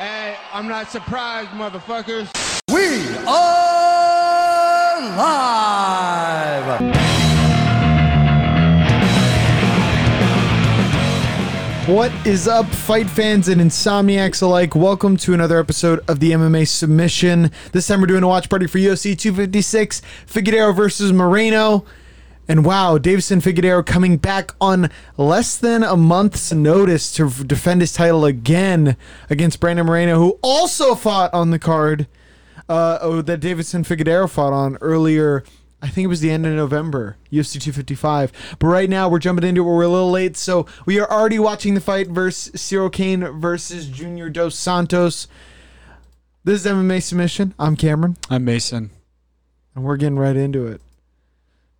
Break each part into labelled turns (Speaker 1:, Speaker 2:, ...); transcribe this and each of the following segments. Speaker 1: I'm not surprised, motherfuckers.
Speaker 2: We are live.
Speaker 3: What is up, fight fans and insomniacs alike? Welcome to another episode of the MMA Submission. This time we're doing a watch party for E UFC 256, Figueroa versus Moreno. And wow, Davison Figueroa coming back on less than a month's notice to f- defend his title again against Brandon Moreno, who also fought on the card uh, oh, that Davidson Figueroa fought on earlier. I think it was the end of November, UFC 255. But right now we're jumping into it. We're a little late, so we are already watching the fight versus Cyril Kane versus Junior Dos Santos. This is MMA submission. I'm Cameron,
Speaker 4: I'm Mason.
Speaker 3: and we're getting right into it.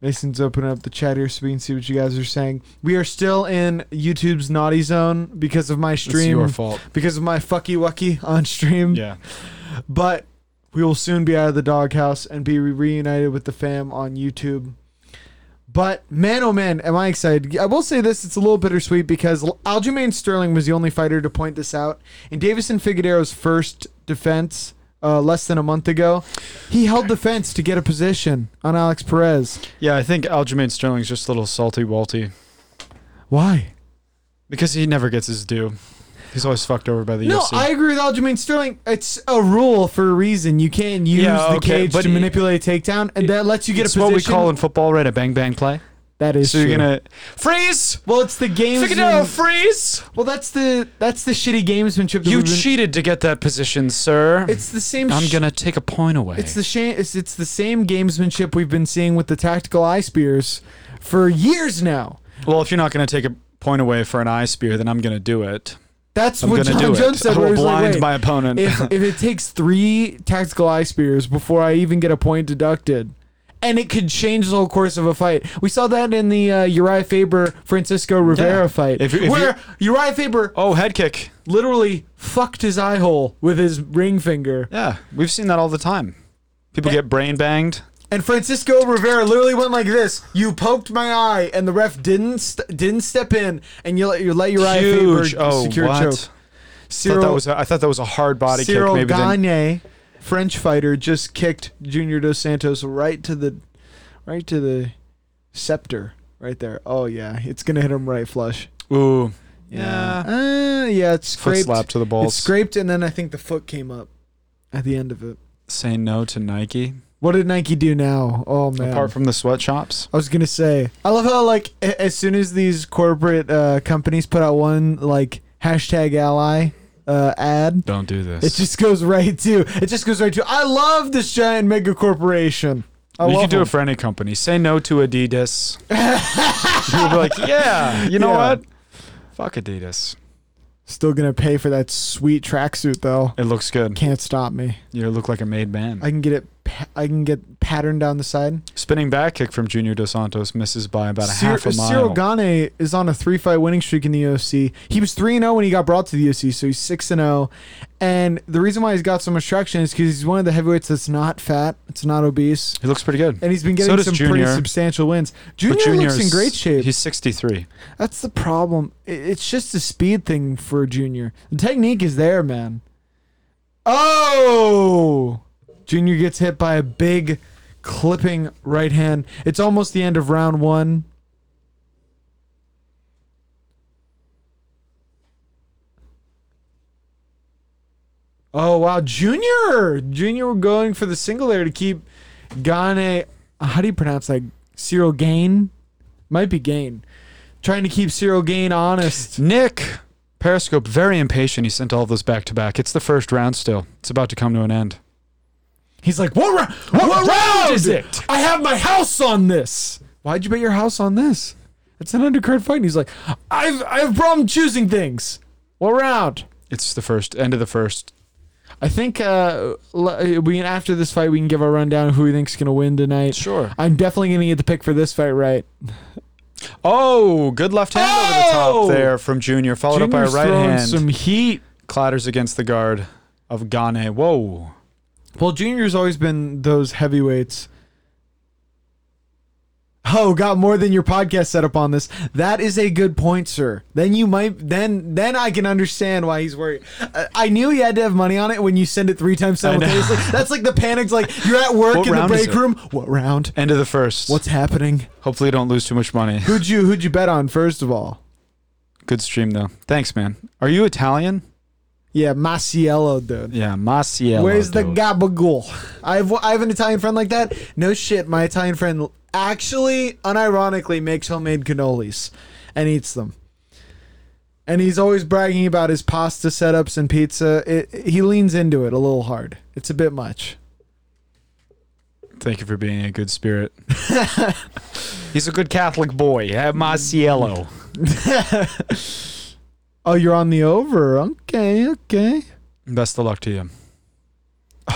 Speaker 3: Mason's opening up the chat here so we can see what you guys are saying. We are still in YouTube's naughty zone because of my
Speaker 4: It's
Speaker 3: stream,
Speaker 4: your fault.
Speaker 3: because of my fucky wucky on stream
Speaker 4: Yeah.
Speaker 3: but we will soon be out of the doghouse and be reunited with the fam on YouTube. But man, oh man, am I excited! I will say this: it's a little bittersweet because Aljamain Sterling was the only fighter to point this out in Davison Figueroa's first defense. Uh, less than a month ago, he held the fence to get a position on Alex Perez.
Speaker 4: Yeah, I think Aljamain Sterling's just a little salty walty
Speaker 3: Why?
Speaker 4: because he never gets his due. He's always fucked over by the
Speaker 3: No,
Speaker 4: UFC.
Speaker 3: I agree with Aljamain Sterling. It's a rule for a reason. You can use
Speaker 4: Yeah,
Speaker 3: the
Speaker 4: okay,
Speaker 3: cage
Speaker 4: but
Speaker 3: to
Speaker 4: it-
Speaker 3: manipulate a takedown, and that lets you get
Speaker 4: it's
Speaker 3: a position.
Speaker 4: what we call in football, right? A bang bang play.
Speaker 3: that is
Speaker 4: so you're
Speaker 3: true.
Speaker 4: gonna freeze.
Speaker 3: Well, it's the games.
Speaker 4: Figueroa, freeze!
Speaker 3: well, that's the that's the shitty gamesmanship. That
Speaker 4: You
Speaker 3: we've been-
Speaker 4: cheated to get that position, sir.
Speaker 3: It's the same.
Speaker 4: I'm
Speaker 3: sh-
Speaker 4: gonna take a point away.
Speaker 3: It's the shame. It's, it's the same gamesmanship we've been seeing with the tactical eye spears for years now.
Speaker 4: well, if you're not gonna take a point away for an eye spear, then I'm gonna do it.
Speaker 3: That's
Speaker 4: I'm
Speaker 3: what
Speaker 4: gonna
Speaker 3: John
Speaker 4: do
Speaker 3: Jones
Speaker 4: it.
Speaker 3: said.
Speaker 4: I
Speaker 3: where
Speaker 4: will
Speaker 3: he's like,
Speaker 4: blind
Speaker 3: "Wait,
Speaker 4: my opponent.
Speaker 3: if, if it takes three tactical eye spears before I even get a point deducted, and it could change the whole course of a fight. We saw that in the uh, Uriah Faber Francisco Rivera
Speaker 4: Yeah.
Speaker 3: fight,
Speaker 4: If you- if
Speaker 3: where Uriah Faber
Speaker 4: oh, head kick.
Speaker 3: literally fucked his eye hole with his ring finger.
Speaker 4: Yeah, we've seen that all the time. People get brain banged.
Speaker 3: And Francisco Rivera literally went like this: "You poked my eye," and the ref didn't st- didn't step in, and you let you let your eye
Speaker 4: Huge.
Speaker 3: Faber
Speaker 4: Oh,
Speaker 3: secure
Speaker 4: what?
Speaker 3: choke.
Speaker 4: Thought that
Speaker 3: Cyril,
Speaker 4: was a, I thought that was a hard body
Speaker 3: Cyril
Speaker 4: kick. Maybe then-
Speaker 3: Gagne, French fighter, just kicked Junior Dos Santos right to the right to the scepter right there. Oh yeah, it's gonna hit him right flush.
Speaker 4: Ooh.
Speaker 3: yeah, uh, yeah. It's
Speaker 4: Foot
Speaker 3: scraped.
Speaker 4: slap to the
Speaker 3: It
Speaker 4: balls.
Speaker 3: scraped, and then I think the foot came up at the end of it.
Speaker 4: Say no to Nike.
Speaker 3: What did Nike do now? Oh man.
Speaker 4: Apart from the sweatshops.
Speaker 3: I was gonna say, I love how like a- as soon as these corporate uh, companies put out one like hashtag ally uh, ad,
Speaker 4: Don't do this.
Speaker 3: it just goes right to it. Just goes right to. I love this giant mega corporation. I
Speaker 4: you
Speaker 3: love
Speaker 4: can do
Speaker 3: them.
Speaker 4: it for any company. Say no to Adidas. You'll be like, yeah, you know
Speaker 3: Yeah.
Speaker 4: what? Fuck Adidas.
Speaker 3: Still gonna pay for that sweet tracksuit though.
Speaker 4: It looks good.
Speaker 3: Can't stop me.
Speaker 4: You look like a made man.
Speaker 3: I can get it. pa- I can get patterned down the side.
Speaker 4: Spinning back kick from Junior Dos Santos misses by about a
Speaker 3: Cyr-
Speaker 4: half a mile.
Speaker 3: Cyril Gane is on a three fight winning streak in the UFC. He was 3 0 when he got brought to the UFC, so he's 6 0. And the reason why he's got so much traction is because he's one of the heavyweights that's not fat, it's not obese.
Speaker 4: he looks pretty good.
Speaker 3: And he's been
Speaker 4: So
Speaker 3: getting
Speaker 4: does
Speaker 3: some pretty
Speaker 4: Junior.
Speaker 3: substantial wins. Junior,
Speaker 4: But Junior
Speaker 3: looks in
Speaker 4: is-
Speaker 3: great shape.
Speaker 4: He's 63.
Speaker 3: That's the problem. I- It's just a speed thing for Junior. The technique is there, man. Oh! Junior gets hit by a big clipping right hand. It's almost the end of round one. Oh, wow. Junior! Junior going for the single there to keep Gane. How do you pronounce that? Cyril Gain? Might be Gain trying to keep Cyril Gain honest.
Speaker 4: Nick Periscope, very impatient. He sent all of those back to back. It's the first round still. It's about to come to an end.
Speaker 3: He's like, what, rou- what, round is it? I have my house on this. Why'd you bet your house on this? It's an undercard fight. And he's like, I've I have problem choosing things. What round?
Speaker 4: It's the first end of the first.
Speaker 3: I think uh, l- we can after this fight we can give a rundown of who we think's gonna win tonight.
Speaker 4: Sure.
Speaker 3: I'm definitely gonna get the pick for this fight right.
Speaker 4: Oh, good left hand over
Speaker 3: Oh!
Speaker 4: the top there from Junior, followed up
Speaker 3: Junior's
Speaker 4: by a right
Speaker 3: throwing
Speaker 4: hand.
Speaker 3: Some heat.
Speaker 4: Clatters against the guard of Gane. Whoa.
Speaker 3: Well, Junior's always been those heavyweights. Oh, got more than your podcast set up on this. That is a good point, sir. Then you might then then I can understand why he's worried. Uh, I knew he had to have money on it when you send it three times
Speaker 4: know.
Speaker 3: simultaneously. That's like the panic's like you're at work
Speaker 4: What
Speaker 3: in the
Speaker 4: round is
Speaker 3: break
Speaker 4: it?
Speaker 3: room. What round?
Speaker 4: End of the first.
Speaker 3: What's happening?
Speaker 4: Hopefully, don't lose too much money.
Speaker 3: Who'd you who'd you bet on first of all?
Speaker 4: Good stream though. Thanks, man. Are you Italian?
Speaker 3: Yeah, Maciello, dude.
Speaker 4: Yeah, Maciello.
Speaker 3: Where's the
Speaker 4: dude.
Speaker 3: gabagool? I have I have an Italian friend like that. No shit, my Italian friend actually, unironically, makes homemade cannolis and eats them. And he's always bragging about his pasta setups and pizza. It, he leans into it a little hard. It's a bit much.
Speaker 4: Thank you for being a good spirit. He's a good Catholic boy. Have Maciello.
Speaker 3: Oh, you're on the over. Okay, okay.
Speaker 4: Best of luck to you.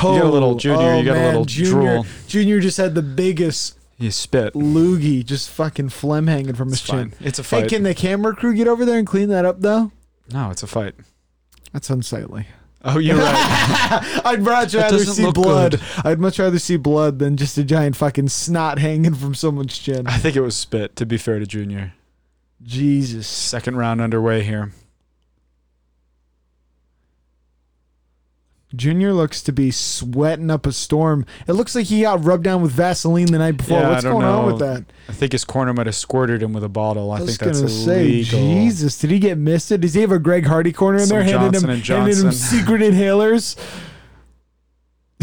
Speaker 3: Oh,
Speaker 4: You got a little junior, you got a little
Speaker 3: junior,
Speaker 4: drool.
Speaker 3: Junior just had the biggest
Speaker 4: You spit.
Speaker 3: loogie, just fucking phlegm hanging from his
Speaker 4: It's
Speaker 3: chin.
Speaker 4: fine. It's a
Speaker 3: Hey,
Speaker 4: fight.
Speaker 3: can the camera crew get over there and clean that up though?
Speaker 4: no, it's a fight.
Speaker 3: That's unsightly.
Speaker 4: Oh, you're right.
Speaker 3: I'd much rather
Speaker 4: doesn't
Speaker 3: see
Speaker 4: look
Speaker 3: blood.
Speaker 4: good.
Speaker 3: I'd much rather see blood than just a giant fucking snot hanging from someone's chin.
Speaker 4: I think it was spit. To be fair to Junior.
Speaker 3: Jesus.
Speaker 4: Second round underway here.
Speaker 3: Junior looks to be sweating up a storm. It looks like he got rubbed down with Vaseline the night before.
Speaker 4: Yeah, I
Speaker 3: What's
Speaker 4: don't
Speaker 3: going on
Speaker 4: know.
Speaker 3: with that?
Speaker 4: I think his corner might have squirted him with a bottle. I,
Speaker 3: I, was
Speaker 4: think
Speaker 3: gonna
Speaker 4: that's
Speaker 3: say,
Speaker 4: illegal.
Speaker 3: Jesus, did he get misted? Does he have a Greg Hardy corner in
Speaker 4: Some
Speaker 3: there handing
Speaker 4: Johnson
Speaker 3: him
Speaker 4: and
Speaker 3: handing him
Speaker 4: Johnson.
Speaker 3: secret inhalers?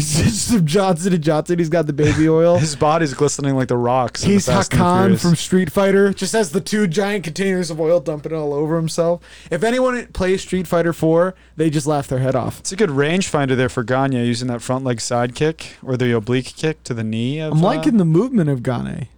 Speaker 3: Some Johnson and Johnson. He's got the baby oil.
Speaker 4: His body's glistening like the rocks. in the
Speaker 3: He's
Speaker 4: Fast and the
Speaker 3: Hakan
Speaker 4: Furious.
Speaker 3: from Street Fighter. Just has the two giant containers of oil dumping all over himself. If anyone plays Street Fighter 4, they just laugh their head off.
Speaker 4: It's a good range finder there for Gagne using that front leg side kick or the oblique kick to the knee. Of,
Speaker 3: I'm
Speaker 4: uh,
Speaker 3: liking the movement of Gane.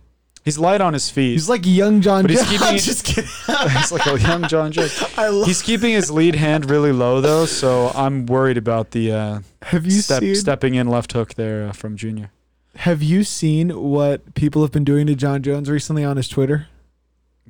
Speaker 4: he's light on his feet.
Speaker 3: He's like young John.
Speaker 4: But he's
Speaker 3: Jones.
Speaker 4: keeping
Speaker 3: I'm
Speaker 4: it-
Speaker 3: just kidding.
Speaker 4: He's like a young John Jay.
Speaker 3: I love.
Speaker 4: He's keeping his lead hand really low though, so I'm worried about the uh,
Speaker 3: have you
Speaker 4: step,
Speaker 3: seen?
Speaker 4: stepping in left hook there uh, from Junior.
Speaker 3: Have you seen what people have been doing to John Jones recently on his Twitter?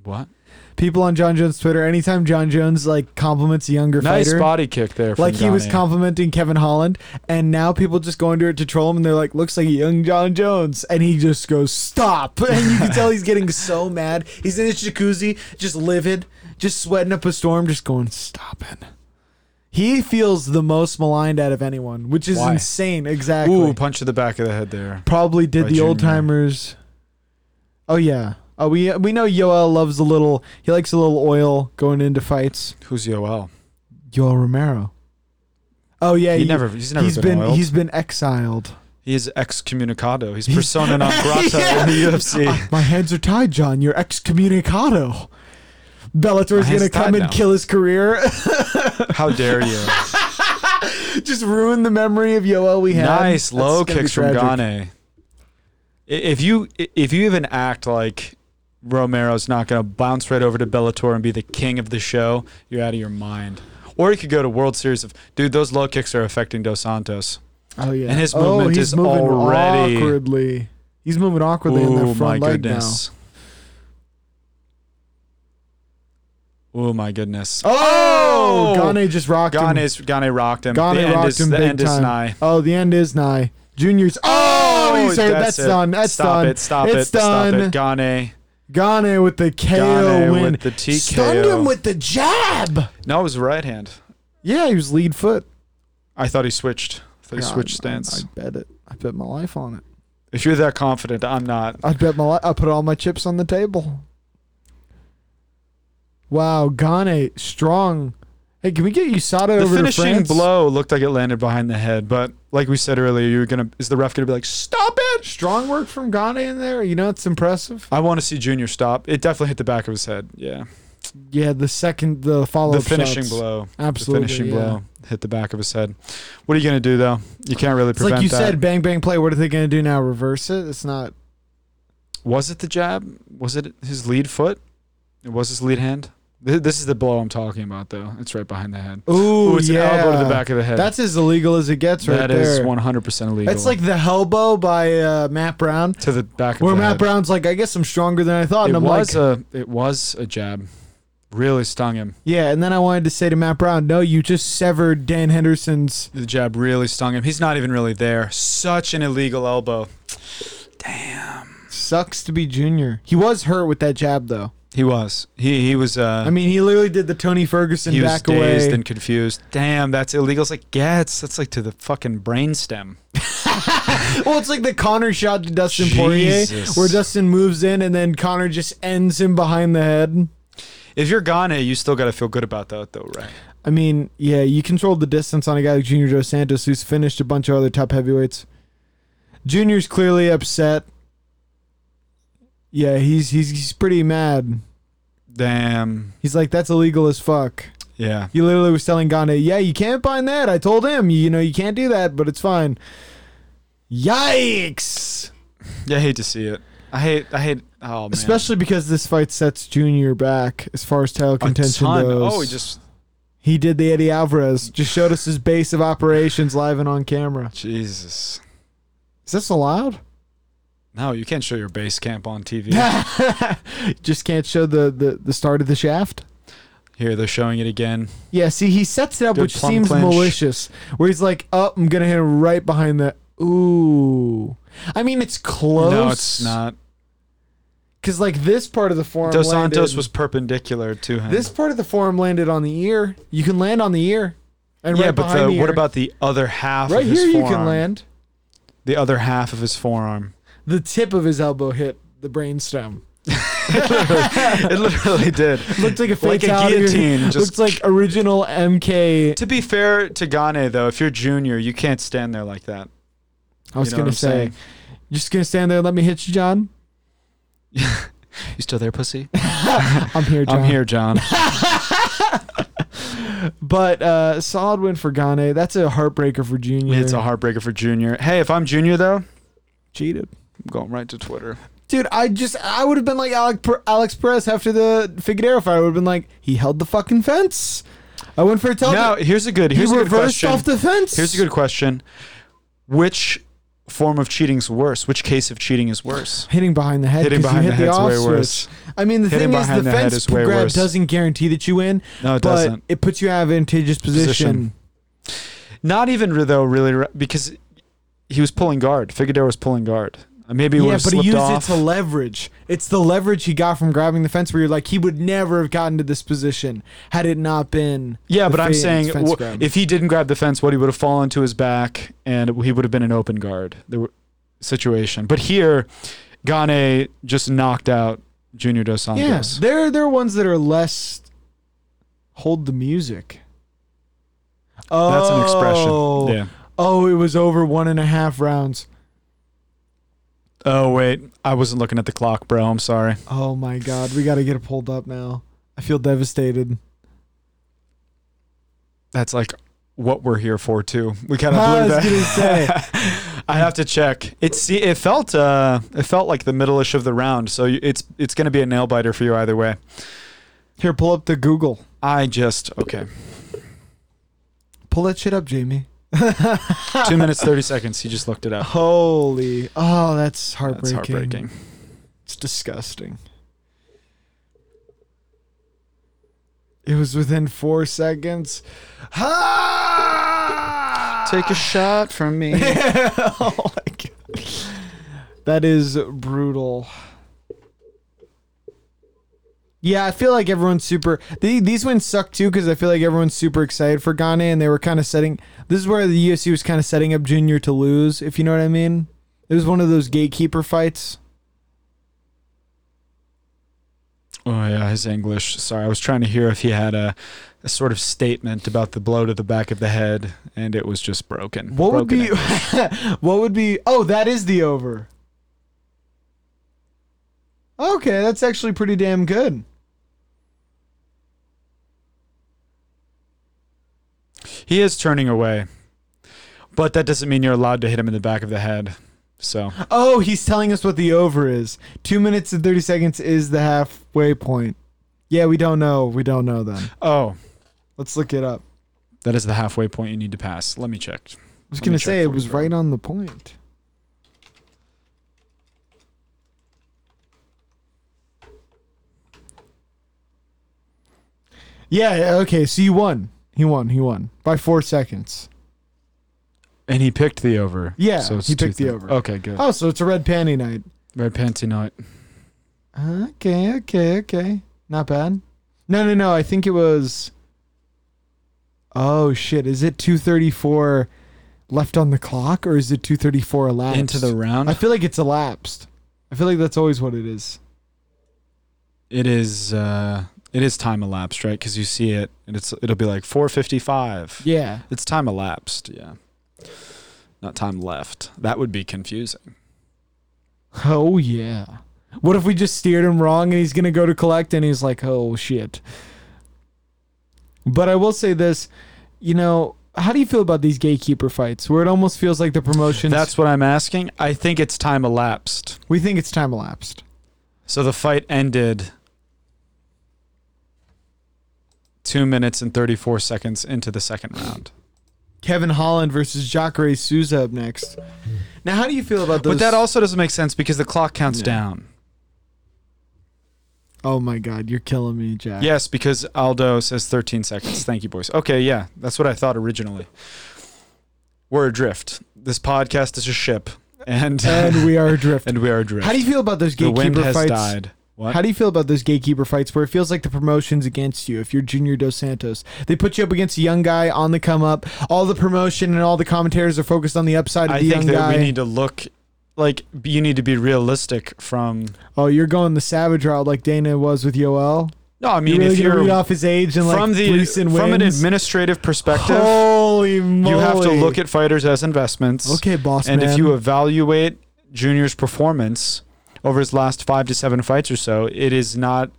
Speaker 4: What?
Speaker 3: People on John Jones' Twitter. Anytime John Jones like compliments a younger
Speaker 4: Nice
Speaker 3: fighter,
Speaker 4: body kick there. From
Speaker 3: like he was
Speaker 4: Gagne.
Speaker 3: complimenting Kevin Holland, and now people just go into it to troll him, and they're like, "Looks like a young John Jones," and he just goes, "Stop!" And you can tell he's getting so mad. He's in his jacuzzi, just livid, just sweating up a storm, just going, "Stop it." He feels the most maligned out of anyone, which is
Speaker 4: Why?
Speaker 3: insane. Exactly.
Speaker 4: Ooh, punch to the back of the head there.
Speaker 3: Probably did
Speaker 4: by
Speaker 3: the
Speaker 4: Junior.
Speaker 3: old timers. Oh yeah. Oh, we we know Yoel loves a little. He likes a little oil going into fights.
Speaker 4: Who's Yoel?
Speaker 3: Yoel Romero. Oh yeah,
Speaker 4: he
Speaker 3: you-
Speaker 4: never. He's never
Speaker 3: he's
Speaker 4: been,
Speaker 3: been,
Speaker 4: oiled.
Speaker 3: he's been exiled.
Speaker 4: he is excommunicado. He's persona non grata in the UFC.
Speaker 3: My hands are tied, John. You're excommunicado. Bellator's
Speaker 4: My hands
Speaker 3: gonna
Speaker 4: are
Speaker 3: come
Speaker 4: tied
Speaker 3: and
Speaker 4: now.
Speaker 3: kill his career.
Speaker 4: How dare you?
Speaker 3: Just ruin the memory of Yoel we had.
Speaker 4: Nice
Speaker 3: That's
Speaker 4: low
Speaker 3: gonna be
Speaker 4: kicks from
Speaker 3: tragic.
Speaker 4: Gane. I- If you if you even act like Romero's not going to bounce right over to Bellator and be the king of the show, you're out of your mind. Or you could go to World Series of dude. Those low kicks are affecting Dos Santos.
Speaker 3: Oh yeah,
Speaker 4: And his
Speaker 3: Oh,
Speaker 4: movement
Speaker 3: he's
Speaker 4: is
Speaker 3: moving
Speaker 4: already-
Speaker 3: awkwardly. He's moving awkwardly in that
Speaker 4: Oh
Speaker 3: front
Speaker 4: my
Speaker 3: leg
Speaker 4: goodness. Oh my goodness.
Speaker 3: now. Oh, Gane just rocked him.
Speaker 4: Gane's Gane rocked him.
Speaker 3: Gane
Speaker 4: the end
Speaker 3: rocked
Speaker 4: is,
Speaker 3: him
Speaker 4: the
Speaker 3: big
Speaker 4: end
Speaker 3: time.
Speaker 4: is nigh.
Speaker 3: Oh, the end is nigh. Junior's. Oh, he's hurt. That's,
Speaker 4: it.
Speaker 3: done. That's
Speaker 4: stop
Speaker 3: done.
Speaker 4: it. Stop
Speaker 3: it's
Speaker 4: it.
Speaker 3: done.
Speaker 4: Stop it. Gane.
Speaker 3: Gane with the KO
Speaker 4: Gane
Speaker 3: win.
Speaker 4: with the TKO.
Speaker 3: Stunned him with the jab.
Speaker 4: No, it was right hand.
Speaker 3: Yeah, he was lead foot.
Speaker 4: I thought he switched. I thought he
Speaker 3: God,
Speaker 4: switched
Speaker 3: I-
Speaker 4: stance.
Speaker 3: I, bet it. I bet my life on it.
Speaker 4: if you're that confident, I'm not.
Speaker 3: I bet my. Li- I put all my chips on the table. Wow, Gane strong. Hey, can we get USADA
Speaker 4: The
Speaker 3: over to
Speaker 4: finishing
Speaker 3: France?
Speaker 4: blow looked like it landed behind the head, but like we said earlier, you're gonna is the ref gonna be like, stop it?
Speaker 3: Strong work from Gane in there. You know, it's impressive.
Speaker 4: I want to see Junior stop. It definitely hit the back of his head. Yeah,
Speaker 3: Yeah, the second, the follow
Speaker 4: the
Speaker 3: up.
Speaker 4: finishing blow,
Speaker 3: Absolutely.
Speaker 4: the finishing
Speaker 3: yeah.
Speaker 4: blow hit the back of his head. What are you gonna do though? You can't really
Speaker 3: It's like
Speaker 4: prevent
Speaker 3: you
Speaker 4: that.
Speaker 3: said, bang, bang, play. What are they going to do now? Reverse it? It's not.
Speaker 4: Was it the jab? Was it his lead foot? It was his lead hand. Th- This is the blow I'm talking about though. It's right behind the head.
Speaker 3: Ooh,
Speaker 4: Ooh, it's an elbow to the back of the head.
Speaker 3: That's as illegal as it gets right
Speaker 4: That
Speaker 3: there.
Speaker 4: is 100% illegal.
Speaker 3: It's like the Hellbow by uh, Matt Brown,
Speaker 4: to the back of
Speaker 3: where
Speaker 4: the
Speaker 3: Matt
Speaker 4: head.
Speaker 3: Brown's like, I guess I'm stronger than I thought. and
Speaker 4: It
Speaker 3: I'm
Speaker 4: was
Speaker 3: like,
Speaker 4: a it was a jab. Really stung him.
Speaker 3: yeah. And then I wanted to say to Matt Brown, no, you just severed Dan Henderson's.
Speaker 4: The jab really stung him. He's not even really there. Such an illegal elbow.
Speaker 3: It's sucks to be junior. He was hurt with that jab though.
Speaker 4: He was. He he was. Uh,
Speaker 3: I mean, he literally did the Tony Ferguson
Speaker 4: he was
Speaker 3: back
Speaker 4: dazed
Speaker 3: away.
Speaker 4: and confused. Damn, that's illegal. It's like, yeah, it's that's like to the fucking brainstem.
Speaker 3: well, it's like the Connor shot to Dustin Poirier,
Speaker 4: Jesus.
Speaker 3: where Dustin moves in and then Connor just ends him behind the head.
Speaker 4: If you're Ghana, you still got to feel good about that, though, right?
Speaker 3: I mean, yeah, you controlled the distance on a guy like Junior Dos Santos, who's finished a bunch of other top heavyweights. Junior's clearly upset. Yeah, he's he's he's pretty mad.
Speaker 4: Damn.
Speaker 3: He's like, that's illegal as fuck.
Speaker 4: Yeah.
Speaker 3: He literally was telling Ghana, yeah, you can't bind that. I told him, you know, you can't do that, but it's fine. Yikes!
Speaker 4: Yeah, I hate to see it. I hate. I hate. Oh man.
Speaker 3: Especially because this fight sets Junior back as far as title
Speaker 4: a
Speaker 3: contention
Speaker 4: ton.
Speaker 3: goes.
Speaker 4: Oh, he just.
Speaker 3: he did the Eddie Alvarez. Just showed us his base of operations live and on camera.
Speaker 4: Jesus.
Speaker 3: Is this allowed?
Speaker 4: No, you can't show your base camp on TV.
Speaker 3: just can't show the, the the start of the shaft.
Speaker 4: Here, they're showing it again.
Speaker 3: Yeah, see, he sets it up,
Speaker 4: Good
Speaker 3: which
Speaker 4: plum
Speaker 3: seems
Speaker 4: clinch.
Speaker 3: malicious. Where he's like, "Oh, I'm gonna hit him right behind the." Ooh, I mean, it's close.
Speaker 4: No, it's not.
Speaker 3: Because like this part of the forearm,
Speaker 4: Dos Santos
Speaker 3: landed-
Speaker 4: was perpendicular to him.
Speaker 3: This part of the forearm landed on the ear. You can land on the ear, and
Speaker 4: yeah,
Speaker 3: right
Speaker 4: but
Speaker 3: behind
Speaker 4: the,
Speaker 3: the
Speaker 4: what
Speaker 3: ear.
Speaker 4: about the other half?
Speaker 3: right
Speaker 4: of his
Speaker 3: here? You
Speaker 4: forearm?
Speaker 3: can land.
Speaker 4: the other half of his forearm.
Speaker 3: The tip of his elbow hit the brainstem.
Speaker 4: it literally did.
Speaker 3: Looks like a
Speaker 4: Like a
Speaker 3: fatality.
Speaker 4: guillotine,
Speaker 3: Looks
Speaker 4: just-
Speaker 3: like original MK.
Speaker 4: To be fair to Gane, though, if you're junior, you can't stand there like that.
Speaker 3: I was
Speaker 4: know what
Speaker 3: gonna
Speaker 4: I'm
Speaker 3: say,
Speaker 4: saying?
Speaker 3: you're just gonna stand there and let me hit you, John.
Speaker 4: You still there, pussy?
Speaker 3: I'm here, John.
Speaker 4: I'm here, John.
Speaker 3: But uh, solid win for Gane. That's a heartbreaker for Junior.
Speaker 4: It's a heartbreaker for junior. Hey, if I'm junior, though, I'm
Speaker 3: cheated.
Speaker 4: going right to Twitter.
Speaker 3: Dude, I just I would have been like Alec, Per- Alex Perez after the Figueroa fight. I would have been like, he held the fucking fence. I went for a tell.
Speaker 4: No, here's a good.
Speaker 3: he
Speaker 4: Here's a good
Speaker 3: reversed
Speaker 4: question.
Speaker 3: off the fence.
Speaker 4: Here's a good question. Which form of cheating's worse? Which case of cheating is worse?
Speaker 3: hitting behind the head.
Speaker 4: Hitting
Speaker 3: 'cause
Speaker 4: behind
Speaker 3: you
Speaker 4: the
Speaker 3: hit
Speaker 4: head's
Speaker 3: off
Speaker 4: way
Speaker 3: switch.
Speaker 4: worse.
Speaker 3: I mean, the
Speaker 4: Hitting
Speaker 3: thing is,
Speaker 4: behind
Speaker 3: the
Speaker 4: the head
Speaker 3: fence
Speaker 4: is way
Speaker 3: grab
Speaker 4: worse.
Speaker 3: doesn't guarantee that you win,
Speaker 4: No, it
Speaker 3: but
Speaker 4: doesn't.
Speaker 3: it puts you in an advantageous position.
Speaker 4: Position. Not even re- though, really, re- because he was pulling guard. Figueroa was pulling guard. Uh, Maybe he would
Speaker 3: yeah,
Speaker 4: have
Speaker 3: but he
Speaker 4: slipped
Speaker 3: used
Speaker 4: off.
Speaker 3: it to leverage. It's the leverage he got from grabbing the fence, where you're like, he would never have gotten to this position had it not been.
Speaker 4: yeah,
Speaker 3: the
Speaker 4: but I'm
Speaker 3: fade
Speaker 4: saying
Speaker 3: fence
Speaker 4: wh-
Speaker 3: grab.
Speaker 4: if he didn't grab the fence, what he would have fallen to his back, and it- he would have been an open guard there were, situation. But here, Gane just knocked out Junior Dos
Speaker 3: Yeah,
Speaker 4: Santos.
Speaker 3: there there are ones that are less hold the music. Oh,
Speaker 4: That's an expression. Yeah.
Speaker 3: Oh, it was over one and a half rounds.
Speaker 4: Oh wait, I wasn't looking at the clock, bro. I'm sorry.
Speaker 3: Oh my god, we got to get it pulled up now. I feel devastated.
Speaker 4: That's like what we're here for too. We kind of
Speaker 3: I
Speaker 4: blew
Speaker 3: was
Speaker 4: that.
Speaker 3: gonna say
Speaker 4: I have to check. It see, it felt uh, it felt like the middle-ish of the round. So you- it's it's gonna be a nail biter for you either way.
Speaker 3: here, pull up the Google.
Speaker 4: I just okay.
Speaker 3: Pull that shit up, Jamie.
Speaker 4: Two minutes thirty seconds. He just looked it up.
Speaker 3: Holy, oh, that's heartbreaking.
Speaker 4: That's heartbreaking.
Speaker 3: It's disgusting. It was within four seconds. Ah!
Speaker 4: Take a shot from me.
Speaker 3: oh my god. That is brutal. Yeah, I feel like everyone's super. The, these wins suck too because I feel like everyone's super excited for Ghana and they were kind of setting. This is where the UFC was kind of setting up Junior to lose, if you know what I mean. It was one of those gatekeeper fights.
Speaker 4: oh yeah, his English. Sorry, I was trying to hear if he had a, a sort of statement about the blow to the back of the head, and it was just broken.
Speaker 3: What would be?
Speaker 4: Broken English.
Speaker 3: what would be? Oh, that is the over. Okay, that's actually pretty damn good.
Speaker 4: He is turning away, but that doesn't mean you're allowed to hit him in the back of the head. So
Speaker 3: Oh, he's telling us what the over is. Two minutes and thirty seconds is the halfway point. Yeah, we don't know. We don't know then.
Speaker 4: oh.
Speaker 3: Let's look it up. I
Speaker 4: That is the halfway point you need to pass. Let me check. I
Speaker 3: was gonna say it was right on the point. Yeah. yeah, Okay. So you won. He won. He won by four seconds.
Speaker 4: And he picked the over.
Speaker 3: Yeah,
Speaker 4: so it's
Speaker 3: he picked the
Speaker 4: 2-3.
Speaker 3: over.
Speaker 4: Okay, good.
Speaker 3: Oh, so it's a red panty night.
Speaker 4: Red Panty Night.
Speaker 3: Okay, okay, okay. Not bad. No, no, no. I think it was. Oh shit! Is it two thirty four left on the clock, or is it two thirty four elapsed?
Speaker 4: Into the round.
Speaker 3: I feel like it's elapsed. I feel like that's always what it is.
Speaker 4: it is uh it is time elapsed, right? Because you see it and it's it'll be like four fifty five.
Speaker 3: Yeah.
Speaker 4: It's time elapsed, yeah. Not time left. That would be confusing.
Speaker 3: Oh yeah. What if we just steered him wrong and he's gonna go to collect and he's like, oh shit. But I will say this, you know, how do you feel about these gatekeeper fights where it almost feels like the promotions
Speaker 4: That's what I'm asking. I think it's time elapsed.
Speaker 3: we think it's time elapsed.
Speaker 4: So the fight ended two minutes and 34 seconds into the second round.
Speaker 3: Kevin Holland versus Jacare Souza up next. Now how do you feel about those
Speaker 4: But that also doesn't make sense because the clock counts down.
Speaker 3: Oh my god, you're killing me, Jack.
Speaker 4: Yes, because Aldo says 13 seconds. Thank you, boys. Okay, yeah, that's what I thought originally. We're adrift. This podcast is a ship, and
Speaker 3: And we are drifting.
Speaker 4: and we are adrift.
Speaker 3: How do you feel about those
Speaker 4: the wind
Speaker 3: gatekeeper
Speaker 4: has
Speaker 3: fights?
Speaker 4: died. What?
Speaker 3: How do you feel about those gatekeeper fights where it feels like the promotion's against you if you're Junior Dos Santos? They put you up against a young guy on the come up. All the promotion and all the commentators are focused on the upside of
Speaker 4: I
Speaker 3: the
Speaker 4: think
Speaker 3: young
Speaker 4: that
Speaker 3: guy.
Speaker 4: we need to look like you need to be realistic from.
Speaker 3: oh, you're going the savage route like Dana was with Yoel.
Speaker 4: No, I
Speaker 3: You
Speaker 4: mean
Speaker 3: really
Speaker 4: if
Speaker 3: gonna
Speaker 4: you're
Speaker 3: read off his age and
Speaker 4: from
Speaker 3: like
Speaker 4: the
Speaker 3: recent
Speaker 4: from an
Speaker 3: wins?
Speaker 4: administrative perspective,
Speaker 3: Holy moly!
Speaker 4: you have to look at fighters as investments.
Speaker 3: okay, boss
Speaker 4: and
Speaker 3: man.
Speaker 4: if you evaluate Junior's performance over his last five to seven fights or so, it is not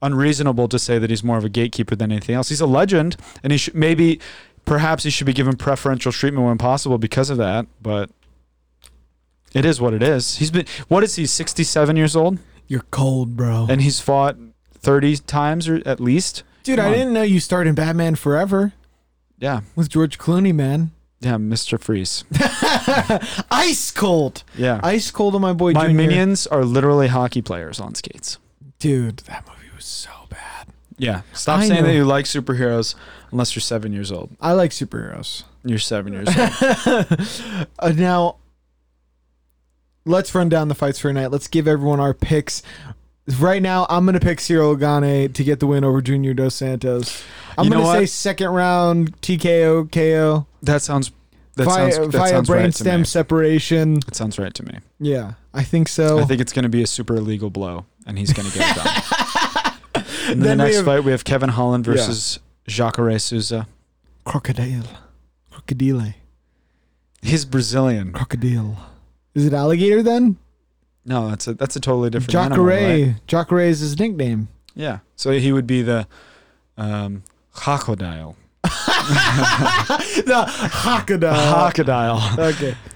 Speaker 4: unreasonable to say that he's more of a gatekeeper than anything else. He's a legend, and he should maybe, perhaps, he should be given preferential treatment when possible because of that. But it is what it is. He's been what is he? Sixty-seven years old,
Speaker 3: you're cold, bro.
Speaker 4: and he's fought thirty times or at least.
Speaker 3: Dude,
Speaker 4: come
Speaker 3: I
Speaker 4: on.
Speaker 3: didn't know you starred in Batman Forever
Speaker 4: Yeah,
Speaker 3: with George Clooney, man.
Speaker 4: yeah, Mister Freeze.
Speaker 3: Ice cold,
Speaker 4: Yeah,
Speaker 3: ice cold on my boy.
Speaker 4: my
Speaker 3: Junior.
Speaker 4: minions are literally hockey players on skates.
Speaker 3: dude. That movie was so bad.
Speaker 4: Yeah. Stop
Speaker 3: I
Speaker 4: saying
Speaker 3: know.
Speaker 4: that you like superheroes unless you're seven years old.
Speaker 3: I like superheroes.
Speaker 4: You're seven years old.
Speaker 3: Uh, now, let's run down the fights for tonight. Let's give everyone our picks. Right now, I'm going to pick Cyril Gane to get the win over Junior Dos Santos. I'm
Speaker 4: You know
Speaker 3: going to say
Speaker 4: what?
Speaker 3: second round TKO KO
Speaker 4: That sounds. That
Speaker 3: via,
Speaker 4: sounds. That
Speaker 3: via
Speaker 4: sounds right to
Speaker 3: brainstem
Speaker 4: me.
Speaker 3: separation.
Speaker 4: That sounds right to me.
Speaker 3: Yeah, I think so.
Speaker 4: I think it's going to be a super illegal blow, and he's going to get it done. and then,
Speaker 3: Then we
Speaker 4: the next
Speaker 3: have-
Speaker 4: fight we have Kevin Holland
Speaker 3: Yeah.
Speaker 4: versus Jacare Souza.
Speaker 3: crocodile, crocodile,
Speaker 4: He's Brazilian.
Speaker 3: crocodile. Is it alligator then?
Speaker 4: No, that's a that's a totally different animal. right?
Speaker 3: Jacare. Jacare is his nickname.
Speaker 4: Yeah. So he would be the um, crocodile.
Speaker 3: the crocodile.
Speaker 4: Crocodile.
Speaker 3: okay.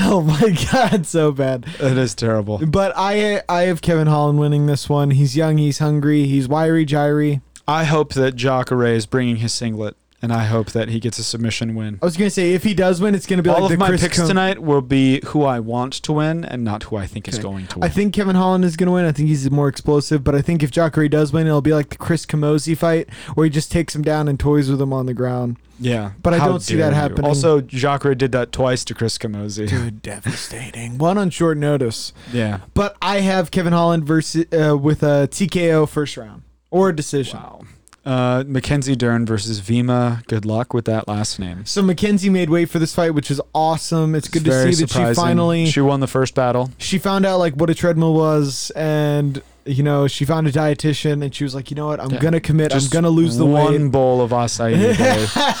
Speaker 3: Oh my god, so bad.
Speaker 4: it is terrible.
Speaker 3: But I I have Kevin Holland winning this one. He's young, he's hungry, he's wiry, gyry.
Speaker 4: I hope that Jacare is bringing his singlet, and I hope that he gets a submission win.
Speaker 3: I was gonna say if he does win, it's gonna be
Speaker 4: All
Speaker 3: like the
Speaker 4: of my
Speaker 3: Chris
Speaker 4: picks
Speaker 3: Coon-
Speaker 4: tonight will be who I want to win and not who I think is
Speaker 3: Okay.
Speaker 4: going to
Speaker 3: I
Speaker 4: win.
Speaker 3: think Kevin Holland is gonna win. I think he's more explosive, but I think if Jacare does win, it'll be like the Chris Camozzi fight where he just takes him down and toys with him on the ground.
Speaker 4: yeah,
Speaker 3: but I
Speaker 4: How
Speaker 3: don't see
Speaker 4: dare
Speaker 3: that
Speaker 4: you.
Speaker 3: happening.
Speaker 4: Also, Jacare did that twice to Chris Camozzi.
Speaker 3: Dude, devastating. One on short notice.
Speaker 4: yeah.
Speaker 3: But I have Kevin Holland versus uh, with a TKO first round or a decision.
Speaker 4: Wow. Uh, Mackenzie Dern versus Vima. Good luck with that last name.
Speaker 3: So Mackenzie made way for this fight, which is awesome. It's good to
Speaker 4: It's very
Speaker 3: see that she
Speaker 4: surprising.
Speaker 3: finally
Speaker 4: she won the first battle.
Speaker 3: she found out like what a treadmill was and you know she found a dietitian and she was like you know what i'm
Speaker 4: Yeah.
Speaker 3: gonna commit i'm
Speaker 4: Just
Speaker 3: gonna lose the
Speaker 4: one
Speaker 3: weight
Speaker 4: bowl of acai a day.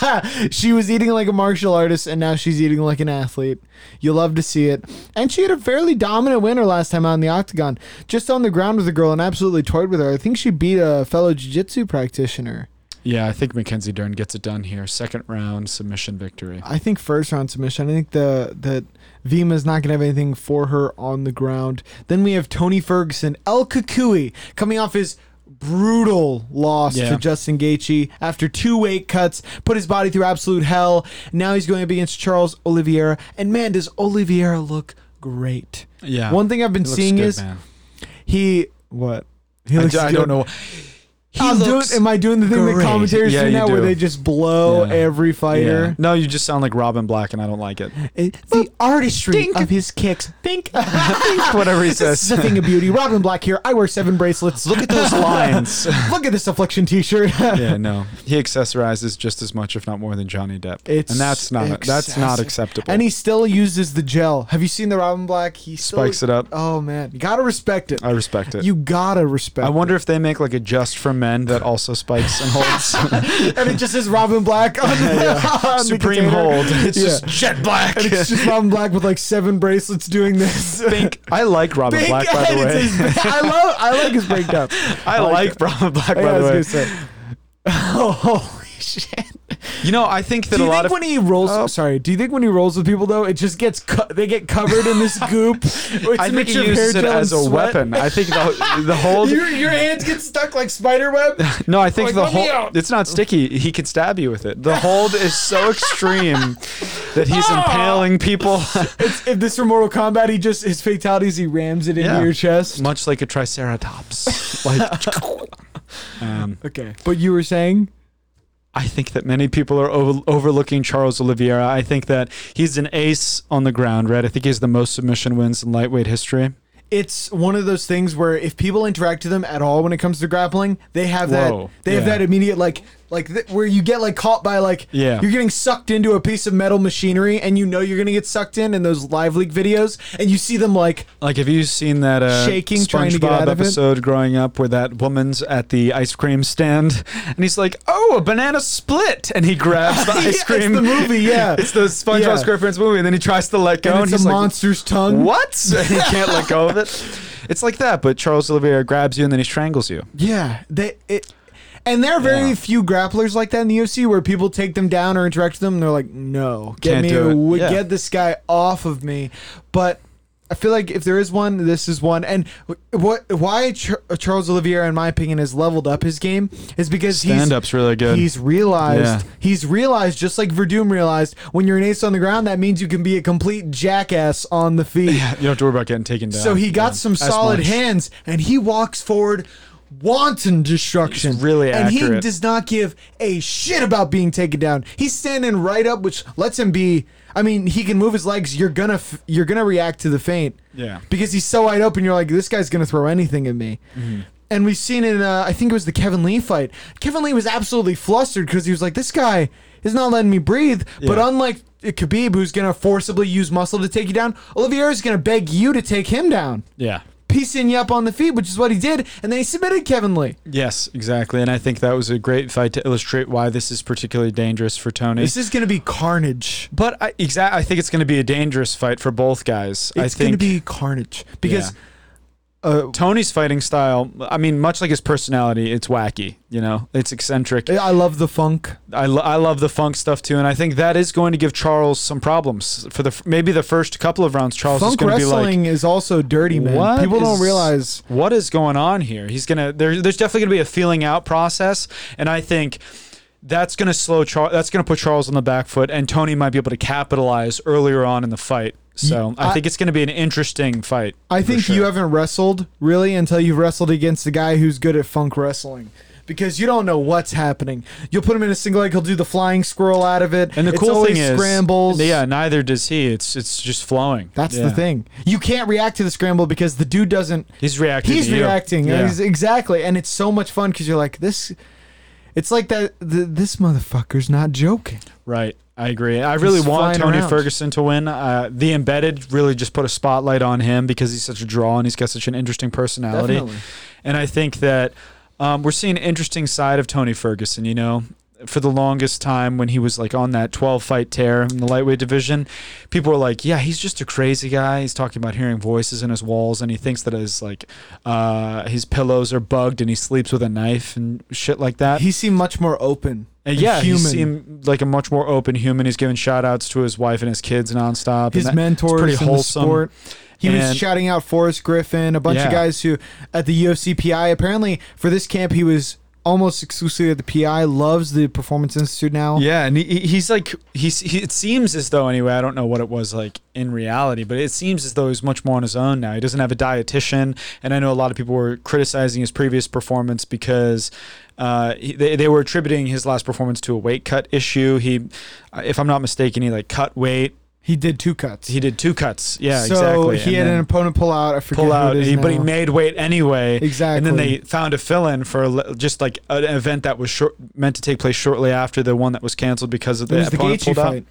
Speaker 3: she was eating like a martial artist and now she's eating like an athlete you love to see it and she had a fairly dominant winner last time out in the octagon just on the ground with the girl and absolutely toyed with her i think she beat a fellow jiu-jitsu practitioner
Speaker 4: yeah, I think Mackenzie Dern gets it done here. Second round submission victory.
Speaker 3: i think first round submission i think the that Vima's not going to have anything for her on the ground. Then we have Tony Ferguson, El Kukui, coming off his brutal loss
Speaker 4: Yeah.
Speaker 3: to Justin Gaethje after two weight cuts, put his body through absolute hell. Now he's going up against Charles Oliveira, and man, does Oliveira look great.
Speaker 4: Yeah.
Speaker 3: One thing I've been
Speaker 4: He looks
Speaker 3: seeing
Speaker 4: good,
Speaker 3: is
Speaker 4: man.
Speaker 3: he what he
Speaker 4: I,
Speaker 3: looks
Speaker 4: ju- I
Speaker 3: good.
Speaker 4: don't know.
Speaker 3: I'm doing,
Speaker 4: looks
Speaker 3: am I doing the thing that
Speaker 4: great.
Speaker 3: commentators
Speaker 4: Yeah,
Speaker 3: do
Speaker 4: you
Speaker 3: now where
Speaker 4: do.
Speaker 3: they just blow
Speaker 4: Yeah.
Speaker 3: every
Speaker 4: Yeah.
Speaker 3: fighter?
Speaker 4: No, you just sound like Robin Black, and I don't like it.
Speaker 3: It's Eh, the artistry
Speaker 4: Dink.
Speaker 3: of his kicks. Think
Speaker 4: Whatever he
Speaker 3: this is
Speaker 4: says.
Speaker 3: a thing of beauty. Robin Black here. I wear seven bracelets.
Speaker 4: Look at those lines.
Speaker 3: Look at this affliction T-shirt.
Speaker 4: yeah, no. He accessorizes just as much, if not more, than Johnny Depp,
Speaker 3: It's
Speaker 4: and that's not that's not
Speaker 3: excessive.
Speaker 4: acceptable.
Speaker 3: And he still uses the gel. Have you seen the Robin Black? He still-
Speaker 4: spikes it up.
Speaker 3: Oh man, you gotta respect it.
Speaker 4: I respect it.
Speaker 3: You gotta respect.
Speaker 4: I wonder if they make like a just for men that also spikes and holds
Speaker 3: it. and it just says Robin Black on, the- on the
Speaker 4: supreme
Speaker 3: container.
Speaker 4: hold. It's
Speaker 3: Yeah.
Speaker 4: just jet black.
Speaker 3: And it's just Robin Black with like seven bracelets doing this.
Speaker 4: Bink. I like Robin
Speaker 3: Big
Speaker 4: Black, by
Speaker 3: head,
Speaker 4: the
Speaker 3: it's
Speaker 4: way.
Speaker 3: his- I love. I like his breakdown.
Speaker 4: I like Robin Black,
Speaker 3: Yeah,
Speaker 4: by
Speaker 3: I
Speaker 4: the
Speaker 3: was
Speaker 4: way.
Speaker 3: gonna say. Oh, holy shit!
Speaker 4: You know, I think that
Speaker 3: Do
Speaker 4: a
Speaker 3: you
Speaker 4: lot
Speaker 3: think
Speaker 4: of
Speaker 3: when he rolls,
Speaker 4: Oh.
Speaker 3: sorry, do you think when he rolls with people though, it just gets co- they get covered in this goop? It's
Speaker 4: I
Speaker 3: a
Speaker 4: think
Speaker 3: mixture
Speaker 4: he
Speaker 3: of
Speaker 4: uses
Speaker 3: hair
Speaker 4: it
Speaker 3: gel
Speaker 4: as a
Speaker 3: and sweat.
Speaker 4: weapon. I think the the hold.
Speaker 3: Your, your hands get stuck like spider web.
Speaker 4: No, I think
Speaker 3: Like,
Speaker 4: the
Speaker 3: let me
Speaker 4: whole
Speaker 3: out.
Speaker 4: it's not sticky. He can stab you with it. The hold is so extreme that he's
Speaker 3: Ah!
Speaker 4: impaling people.
Speaker 3: if this were Mortal Kombat, he just his fatalities he rams it into
Speaker 4: Yeah.
Speaker 3: your chest.
Speaker 4: Much like a triceratops. Like um,
Speaker 3: Okay, but you were saying
Speaker 4: I think that many people are over- overlooking Charles Oliveira. I think that he's an ace on the ground, right? I think he has the most submission wins in lightweight history.
Speaker 3: it's one of those things where if people interact with them at all when it comes to grappling, they have
Speaker 4: Whoa.
Speaker 3: that they have
Speaker 4: Yeah.
Speaker 3: that immediate like like th- where you get like caught by like
Speaker 4: Yeah.
Speaker 3: you're getting sucked into a piece of metal machinery and you know you're gonna get sucked in in those live leak videos and you see them like
Speaker 4: Like, have you seen that uh,
Speaker 3: Shaking, trying to get
Speaker 4: SpongeBob
Speaker 3: out of it?
Speaker 4: episode growing up where that woman's at the ice cream stand and he's like, "Oh, a banana split," and he grabs the
Speaker 3: Yeah,
Speaker 4: ice
Speaker 3: it's
Speaker 4: cream.
Speaker 3: the movie, yeah.
Speaker 4: it's the SpongeBob
Speaker 3: Yeah.
Speaker 4: SquarePants movie, and then he tries to let go,
Speaker 3: and
Speaker 4: and,
Speaker 3: it's
Speaker 4: he's
Speaker 3: a
Speaker 4: like,
Speaker 3: monster's tongue.
Speaker 4: "What?" and he can't let go of it. It's like that, but Charles Oliveira grabs you and then he strangles you.
Speaker 3: Yeah, they it, and there are very
Speaker 4: Yeah.
Speaker 3: few grapplers like that in the UFC where people take them down or interact with them and they're like, "No, get
Speaker 4: Can't
Speaker 3: me,
Speaker 4: do it."
Speaker 3: awa-
Speaker 4: Yeah.
Speaker 3: get this guy off of me." But I feel like if there is one, this is one. And wh- what why Ch- Charles Oliveira, in my opinion, has leveled up his game is because he's
Speaker 4: Stand-up's really good.
Speaker 3: He's realized
Speaker 4: Yeah.
Speaker 3: he's realized just like Verdum realized when you're an ace on the ground, that means you can be a complete jackass on the feet.
Speaker 4: You don't have to worry about getting taken down.
Speaker 3: So he got
Speaker 4: Yeah.
Speaker 3: some
Speaker 4: As
Speaker 3: solid
Speaker 4: much.
Speaker 3: hands, and he walks forward, wanton destruction.
Speaker 4: He's really
Speaker 3: and he
Speaker 4: accurate.
Speaker 3: does not give a shit about being taken down. He's standing right up, which lets him be. I mean, he can move his legs. You're gonna f- you're gonna react to the feint.
Speaker 4: Yeah.
Speaker 3: because he's so wide open. You're like, this guy's gonna throw anything at me.
Speaker 4: Mm-hmm.
Speaker 3: And we've seen in, uh, I think it was the Kevin Lee fight. Kevin Lee was absolutely flustered because he was like, "This guy is not letting me breathe." But
Speaker 4: Yeah.
Speaker 3: unlike Khabib, who's gonna forcibly use muscle to take you down, Oliveira's gonna beg you to take him down
Speaker 4: Yeah.
Speaker 3: piecing you up on the feet, which is what he did, and then he submitted Kevin Lee.
Speaker 4: Yes, exactly. And I think that was a great fight to illustrate why this is particularly dangerous for Tony.
Speaker 3: This is going to be carnage.
Speaker 4: But I, exa- I think it's going to be a dangerous fight for both guys. I
Speaker 3: It's going
Speaker 4: think
Speaker 3: to be carnage because uh,
Speaker 4: Tony's fighting style, I mean, much like his personality, it's wacky. You know, it's eccentric.
Speaker 3: I love the funk.
Speaker 4: I, lo- I love the funk stuff too, and I think that is going to give Charles some problems for the f- maybe the first couple of rounds. Charles is
Speaker 3: funk
Speaker 4: going to be like,
Speaker 3: wrestling is also dirty, man.
Speaker 4: What
Speaker 3: People don't
Speaker 4: is-
Speaker 3: realize.
Speaker 4: what is going on here. He's gonna there, there's definitely gonna be a feeling out process, and I think that's gonna slow Charles. That's gonna put Charles on the back foot, and Tony might be able to capitalize earlier on in the fight. So I,
Speaker 3: I-
Speaker 4: think it's gonna be an interesting fight.
Speaker 3: I
Speaker 4: for
Speaker 3: think
Speaker 4: sure.
Speaker 3: you haven't wrestled really until you've wrestled against the guy who's good at funk wrestling. Because you don't know what's happening. You'll put him in a single leg, he'll do the flying squirrel out of it.
Speaker 4: And the
Speaker 3: It's
Speaker 4: cool
Speaker 3: always
Speaker 4: thing is,
Speaker 3: scrambles.
Speaker 4: Yeah, neither does he. It's it's just flowing.
Speaker 3: That's
Speaker 4: Yeah.
Speaker 3: the thing. You can't react to the scramble because the dude doesn't
Speaker 4: He's reacting.
Speaker 3: he's
Speaker 4: to you.
Speaker 3: reacting
Speaker 4: Yeah.
Speaker 3: He's- exactly and it's so much fun because you're like this it's like that th- this motherfucker's not joking
Speaker 4: Right. I agree. I really want
Speaker 3: flying
Speaker 4: Tony
Speaker 3: around.
Speaker 4: Ferguson to win. Uh, the embedded really just put a spotlight on him because he's such a draw and he's got such an interesting personality.
Speaker 3: Definitely.
Speaker 4: And I think that um, we're seeing an interesting side of Tony Ferguson, you know. For the longest time, when he was like on that 12 fight tear in the lightweight division, people were like, Yeah, he's just a crazy guy. He's talking about hearing voices in his walls, and he thinks that his like uh, his pillows are bugged and he sleeps with a knife and shit like that.
Speaker 3: he seemed much more open
Speaker 4: And
Speaker 3: and
Speaker 4: yeah,
Speaker 3: human
Speaker 4: he seemed like a much more open human. He's giving shout outs to his wife and his kids nonstop.
Speaker 3: his
Speaker 4: and that- it's
Speaker 3: mentors
Speaker 4: pretty
Speaker 3: in the
Speaker 4: wholesome.
Speaker 3: sport he was
Speaker 4: And-
Speaker 3: shouting out Forrest Griffin, a bunch of
Speaker 4: Yeah.
Speaker 3: guys who at the UFC PI. Apparently, for this camp, he was almost exclusively at the PI. Loves the Performance Institute now.
Speaker 4: Yeah, and he- he, he's like he's. He, it seems as though anyway. I don't know what it was like in reality, but it seems as though he's much more on his own now. He doesn't have a dietitian, and I know a lot of people were criticizing his previous performance because Uh, he- they, they were attributing his last performance to a weight cut issue. He, uh, if I'm not mistaken, he like cut weight.
Speaker 3: He did two cuts.
Speaker 4: He did two cuts. Yeah,
Speaker 3: so
Speaker 4: exactly.
Speaker 3: he
Speaker 4: And
Speaker 3: had
Speaker 4: then-
Speaker 3: an opponent pull out. I forget
Speaker 4: pull
Speaker 3: who
Speaker 4: out,
Speaker 3: it is
Speaker 4: he- but he
Speaker 3: now.
Speaker 4: made weight anyway. And then
Speaker 3: Exactly.
Speaker 4: they found a fill in for a le- just like an event that was short, meant to take place shortly after the one that was canceled because of
Speaker 3: it
Speaker 4: the
Speaker 3: was the
Speaker 4: opponent
Speaker 3: Gaethje
Speaker 4: pulled out.
Speaker 3: fight.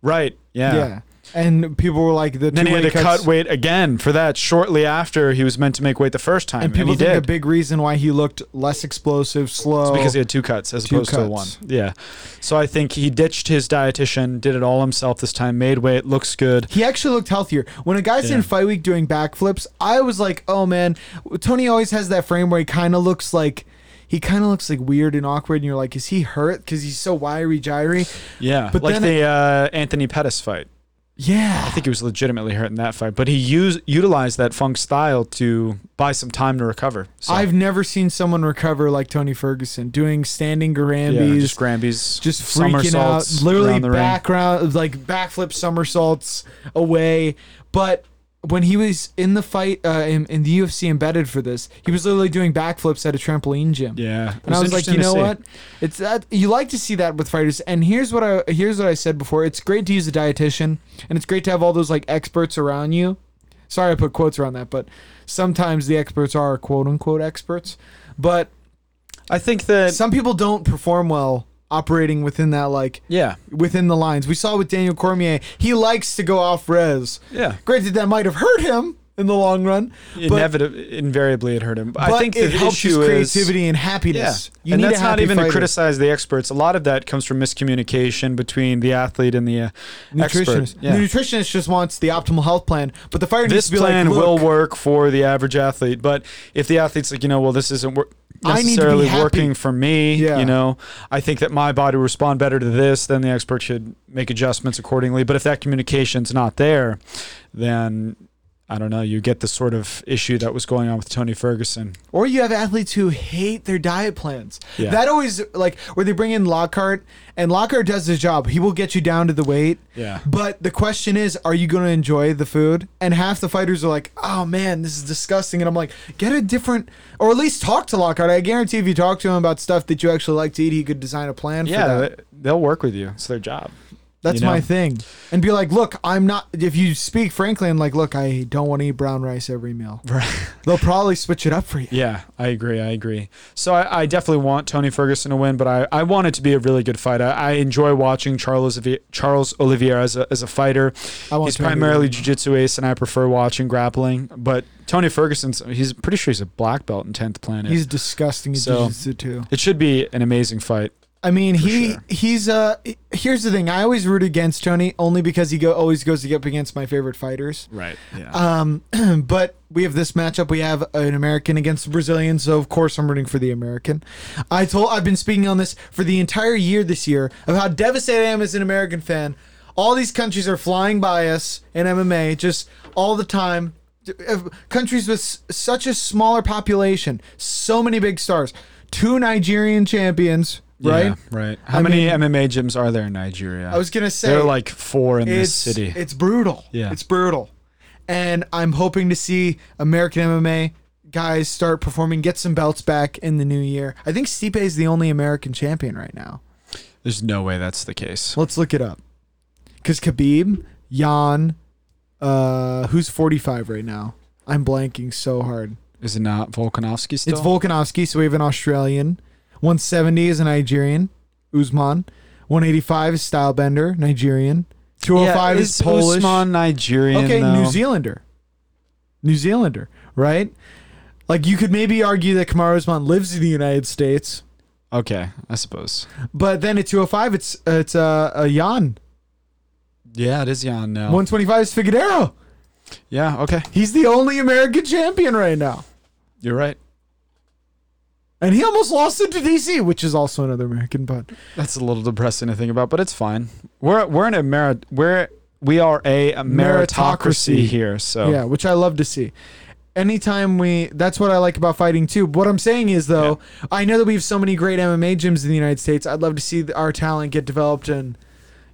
Speaker 4: Right. Yeah.
Speaker 3: Yeah. and people were like the.
Speaker 4: And then
Speaker 3: two
Speaker 4: he had
Speaker 3: weight
Speaker 4: to
Speaker 3: cuts-
Speaker 4: cut weight again for that shortly after he was meant to make weight the first time.
Speaker 3: And
Speaker 4: And,
Speaker 3: people
Speaker 4: he
Speaker 3: think
Speaker 4: did.
Speaker 3: the big reason why he looked less explosive, slow.
Speaker 4: It's because he had two cuts as
Speaker 3: Two
Speaker 4: opposed to one.
Speaker 3: cuts.
Speaker 4: Yeah. So I think he ditched his dietitian, did it all himself this time, made weight, looks good.
Speaker 3: He actually looked healthier. When a guy's in
Speaker 4: Yeah.
Speaker 3: fight week doing backflips, I was like, oh man, Tony always has that frame where he kind of looks like. He kind of looks like weird and awkward, and you're like, is he hurt? Because he's so wiry, gyry.
Speaker 4: Yeah.
Speaker 3: But
Speaker 4: like
Speaker 3: then
Speaker 4: the uh, Anthony Pettis fight. I
Speaker 3: Yeah.
Speaker 4: think he was legitimately hurt in that fight, but he used utilized that funk style to buy some time to recover. So,
Speaker 3: I've never seen someone recover like Tony Ferguson doing standing Garambis.
Speaker 4: just Grambies,
Speaker 3: just freaking out,
Speaker 4: somersaults
Speaker 3: literally
Speaker 4: around the ring.
Speaker 3: background like backflip somersaults away. But when he was in the fight uh, in, in the UFC embedded for this, he was literally doing backflips at a trampoline gym.
Speaker 4: Yeah, It
Speaker 3: And I was like,
Speaker 4: interesting
Speaker 3: you
Speaker 4: to
Speaker 3: know
Speaker 4: see.
Speaker 3: what? It's that you like to see that with fighters. And here's what I here's what I said before. It's great to use a dietitian, and it's great to have all those like experts around you. Sorry, I put quotes around that, but sometimes the experts are quote unquote experts. But
Speaker 4: I think that
Speaker 3: some people don't perform well operating within that like
Speaker 4: yeah,
Speaker 3: within the lines. We saw with Daniel Cormier, he likes to go off res.
Speaker 4: yeah,
Speaker 3: Granted, that might have hurt him in the long run, but,
Speaker 4: inevitably, invariably it hurt him. But
Speaker 3: but
Speaker 4: I think
Speaker 3: it
Speaker 4: the
Speaker 3: helps
Speaker 4: issue
Speaker 3: his
Speaker 4: is
Speaker 3: creativity and
Speaker 4: Yeah,
Speaker 3: happiness. You
Speaker 4: and
Speaker 3: need
Speaker 4: that's
Speaker 3: a
Speaker 4: not
Speaker 3: happy
Speaker 4: even
Speaker 3: fighter.
Speaker 4: to criticize the experts. A lot of that comes from miscommunication between the athlete and the uh,
Speaker 3: Nutritionist.
Speaker 4: expert. Yeah.
Speaker 3: The nutritionist just wants the optimal health plan, but the fighter needs
Speaker 4: this
Speaker 3: to be
Speaker 4: plan
Speaker 3: like,
Speaker 4: will
Speaker 3: "Look,
Speaker 4: work for the average athlete, but if the athlete's like, you know, well, this isn't wor-
Speaker 3: I need to be
Speaker 4: necessarily
Speaker 3: happy.
Speaker 4: working for me,
Speaker 3: Yeah.
Speaker 4: you know, I think that my body will respond better to this, then the expert should make adjustments accordingly. But if that communication's not there, then I don't know, you get the sort of issue that was going on with Tony Ferguson.
Speaker 3: Or you have athletes who hate their diet plans.
Speaker 4: Yeah.
Speaker 3: That always like where they bring in Lockhart and Lockhart does his job. He will get you down to the weight.
Speaker 4: Yeah.
Speaker 3: But the question is, are you going to enjoy the food? And half the fighters are like, "Oh man, this is disgusting." And I'm like, "Get a different or at least talk to Lockhart. I guarantee if you talk to him about stuff that you actually like to eat, he could design a plan for
Speaker 4: Yeah,
Speaker 3: that."
Speaker 4: they- they'll work with you. It's their job.
Speaker 3: That's
Speaker 4: you know?
Speaker 3: my thing. And be like, "Look, I'm not if you speak frankly and like, "Look, I don't want to eat brown rice every meal." They'll probably switch it up for you.
Speaker 4: Yeah, I agree. I agree. So I, I definitely want Tony Ferguson to win, but I, I want it to be a really good fight. I, I enjoy watching Charles Olivi- Charles Olivier as a, as a fighter.
Speaker 3: I want
Speaker 4: He's
Speaker 3: Tony to
Speaker 4: primarily
Speaker 3: win.
Speaker 4: jiu-jitsu ace, and I prefer watching grappling. But Tony Ferguson's he's pretty sure he's a black belt in tenth planet.
Speaker 3: He's disgusting at
Speaker 4: So-
Speaker 3: jiu-jitsu too.
Speaker 4: it should be an amazing fight.
Speaker 3: I mean, he
Speaker 4: sure.
Speaker 3: he's uh he- here's the thing. I always root against Tony only because he go always goes up against my favorite fighters.
Speaker 4: Right. Yeah.
Speaker 3: Um, but we have this matchup. We have an American against a Brazilian, so of course I'm rooting for the American. I told I've been speaking on this for the entire year this year of how devastated I am as an American fan. All these countries are flying by us in MMA just all the time. D- uh, Countries with s- such a smaller population, so many big stars, two Nigerian champions, right?
Speaker 4: Yeah, right. How
Speaker 3: I
Speaker 4: many
Speaker 3: mean-
Speaker 4: MMA gyms are there in Nigeria?
Speaker 3: I was gonna say
Speaker 4: there are like four in this
Speaker 3: it's
Speaker 4: city.
Speaker 3: it's brutal.
Speaker 4: Yeah.
Speaker 3: it's brutal, and I'm hoping to see American MMA guys start performing, get some belts back in the new year. I think Stipe is the only American champion right now.
Speaker 4: There's no way that's the case.
Speaker 3: Let's look it up. Because Khabib, Jan, uh, who's 45 right now? I'm blanking so hard.
Speaker 4: Is it not Volkanovski still?
Speaker 3: It's Volkanovski, so we have an Australian. 170 is a Nigerian, Usman. 185 is Stylebender, Nigerian. 205 is, Polish.
Speaker 4: Usman Nigerian.
Speaker 3: Okay,
Speaker 4: though?
Speaker 3: New Zealander. New Zealander, right? Like you could maybe argue that Kamaru Usman lives in the United States,
Speaker 4: Okay, I suppose.
Speaker 3: but then at 205 it's it's uh, a Jan.
Speaker 4: Yeah, it is Jan now.
Speaker 3: 125 is Figueroa.
Speaker 4: yeah, okay.
Speaker 3: He's the only American champion right now.
Speaker 4: You're right.
Speaker 3: And he almost lost it to DC, which is also another American but
Speaker 4: That's a little depressing to think about, but it's fine. We're we're in a merit we're we are a meritocracy
Speaker 3: Meritocracy.
Speaker 4: here, so
Speaker 3: Yeah, which I love to see. Anytime we, that's what I like about fighting too. What I'm saying is though, I know that we have so many great MMA gyms in the United States. I'd love to see th- our talent get developed and,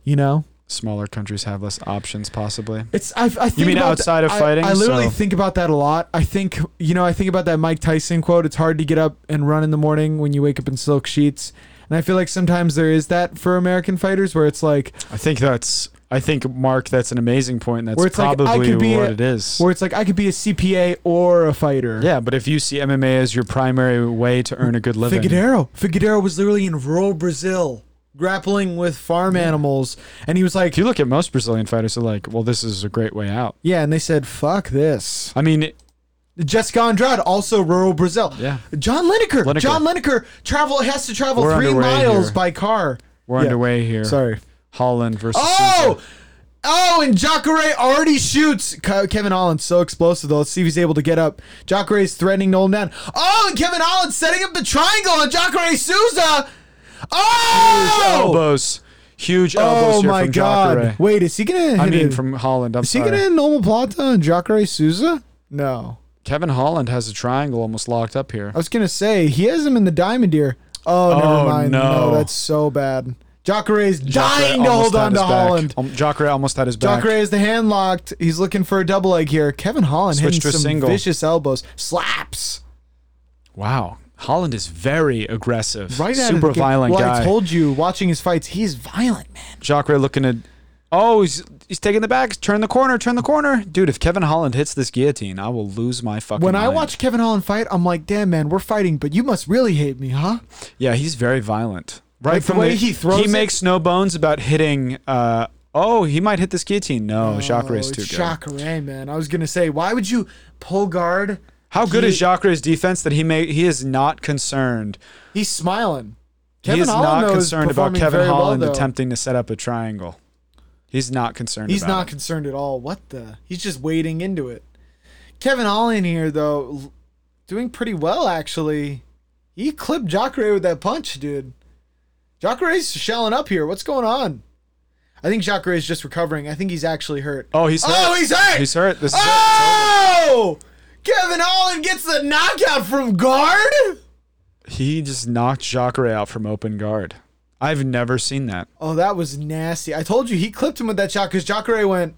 Speaker 3: you know,
Speaker 4: smaller countries have less options, possibly.
Speaker 3: It's I, I think
Speaker 4: mean
Speaker 3: about
Speaker 4: outside of
Speaker 3: I-
Speaker 4: fighting,
Speaker 3: I, literally
Speaker 4: so-
Speaker 3: think about that a lot. I think you know I think about that Mike Tyson quote. It's hard to get up and run in the morning when you wake up in silk sheets. And I feel like sometimes there is that for American fighters where it's like
Speaker 4: I think that's. I think Mark, that's an amazing point. and That's
Speaker 3: Where it's like, I
Speaker 4: probably
Speaker 3: could be
Speaker 4: what
Speaker 3: a-
Speaker 4: it is.
Speaker 3: where it's like I could be a CPA or a fighter.
Speaker 4: Yeah, but if you see MMA as your primary way to earn a good living,
Speaker 3: Figueiredo. Figueiredo was literally in rural Brazil grappling with farm animals, and he was like,
Speaker 4: if you look at most Brazilian fighters, they're like, "Well, this is a great way out."
Speaker 3: "Yeah," and they said, "Fuck this."
Speaker 4: I mean,
Speaker 3: Jessica Andrade, also rural Brazil.
Speaker 4: Yeah.
Speaker 3: John Lineker.
Speaker 4: Lineker.
Speaker 3: John Lineker travel has to travel
Speaker 4: We're
Speaker 3: three
Speaker 4: underway
Speaker 3: miles
Speaker 4: here.
Speaker 3: by car.
Speaker 4: we're
Speaker 3: Yeah.
Speaker 4: underway here.
Speaker 3: Sorry.
Speaker 4: Holland versus.
Speaker 3: Oh.
Speaker 4: Sousa.
Speaker 3: Oh, and Jacare already shoots. Ke- Kevin Holland's so explosive, though. Let's see if he's able to get up. Jacare's threatening to hold him down. Oh, and Kevin Holland setting up the triangle on Jacare Souza. Oh!
Speaker 4: elbows, huge elbows
Speaker 3: Oh
Speaker 4: here
Speaker 3: my
Speaker 4: from
Speaker 3: god!
Speaker 4: Jacare.
Speaker 3: Wait, is he gonna? Hit
Speaker 4: I mean,
Speaker 3: it?
Speaker 4: from Holland. I'm
Speaker 3: is he
Speaker 4: sorry.
Speaker 3: gonna hit normal Plata and Jacare Souza? No,
Speaker 4: Kevin Holland has a triangle almost locked up here.
Speaker 3: I was gonna say he has him in the Diamond Deer. Oh,
Speaker 4: Oh,
Speaker 3: never mind.
Speaker 4: no.
Speaker 3: that's so bad. Jacare's
Speaker 4: Jacare
Speaker 3: dying to
Speaker 4: almost
Speaker 3: hold
Speaker 4: had
Speaker 3: on to
Speaker 4: his back.
Speaker 3: Holland.
Speaker 4: Um, Jacare almost had his back.
Speaker 3: Jacare is the hand locked. He's looking for a double leg here. Kevin Holland hitting
Speaker 4: Switched to a
Speaker 3: some
Speaker 4: single.
Speaker 3: vicious elbows, slaps
Speaker 4: Wow, Holland is very aggressive.
Speaker 3: right out of
Speaker 4: super
Speaker 3: the gate.
Speaker 4: violent
Speaker 3: Well,
Speaker 4: guy.
Speaker 3: I told you, watching his fights, he's violent, man.
Speaker 4: Jacare looking at. Oh, he's, he's taking the back. Turn the corner. Turn the corner, dude. If Kevin Holland hits this guillotine, I will lose my fucking.
Speaker 3: When I
Speaker 4: mind.
Speaker 3: watch Kevin Holland fight, I'm like, damn, man, we're fighting, but you must really hate me, huh?
Speaker 4: yeah, he's very violent. Right
Speaker 3: Like the
Speaker 4: from
Speaker 3: way he throws
Speaker 4: he
Speaker 3: it-
Speaker 4: makes no bones about hitting. Uh, oh, he might hit this guillotine. No, Jacare is
Speaker 3: Oh,
Speaker 4: too good.
Speaker 3: Jacare, man. I was gonna say, why would you pull guard?
Speaker 4: How good
Speaker 3: He-
Speaker 4: is Jacare's defense that he may he is not concerned.
Speaker 3: He's smiling.
Speaker 4: he is
Speaker 3: Holland,
Speaker 4: not
Speaker 3: though, is
Speaker 4: concerned about
Speaker 3: performing
Speaker 4: Kevin
Speaker 3: very well,
Speaker 4: Holland
Speaker 3: though.
Speaker 4: attempting to set up a triangle. He's not concerned.
Speaker 3: He's
Speaker 4: about
Speaker 3: not
Speaker 4: it.
Speaker 3: concerned at all. What the? He's just wading into it. Kevin Holland here, though, l- doing pretty well actually. He clipped Jacare with that punch, dude. Jacare's shelling up here. What's going on? I think Jacare's just recovering. I think he's actually hurt.
Speaker 4: Oh, he's hurt.
Speaker 3: Oh, he's hurt! Ah!
Speaker 4: He's hurt. This is
Speaker 3: Oh! Kevin Holland gets the knockout from guard?
Speaker 4: it. He just knocked Jacare out from open guard. I've never seen that.
Speaker 3: Oh, that was nasty. I told you he clipped him with that shot because Jacare went,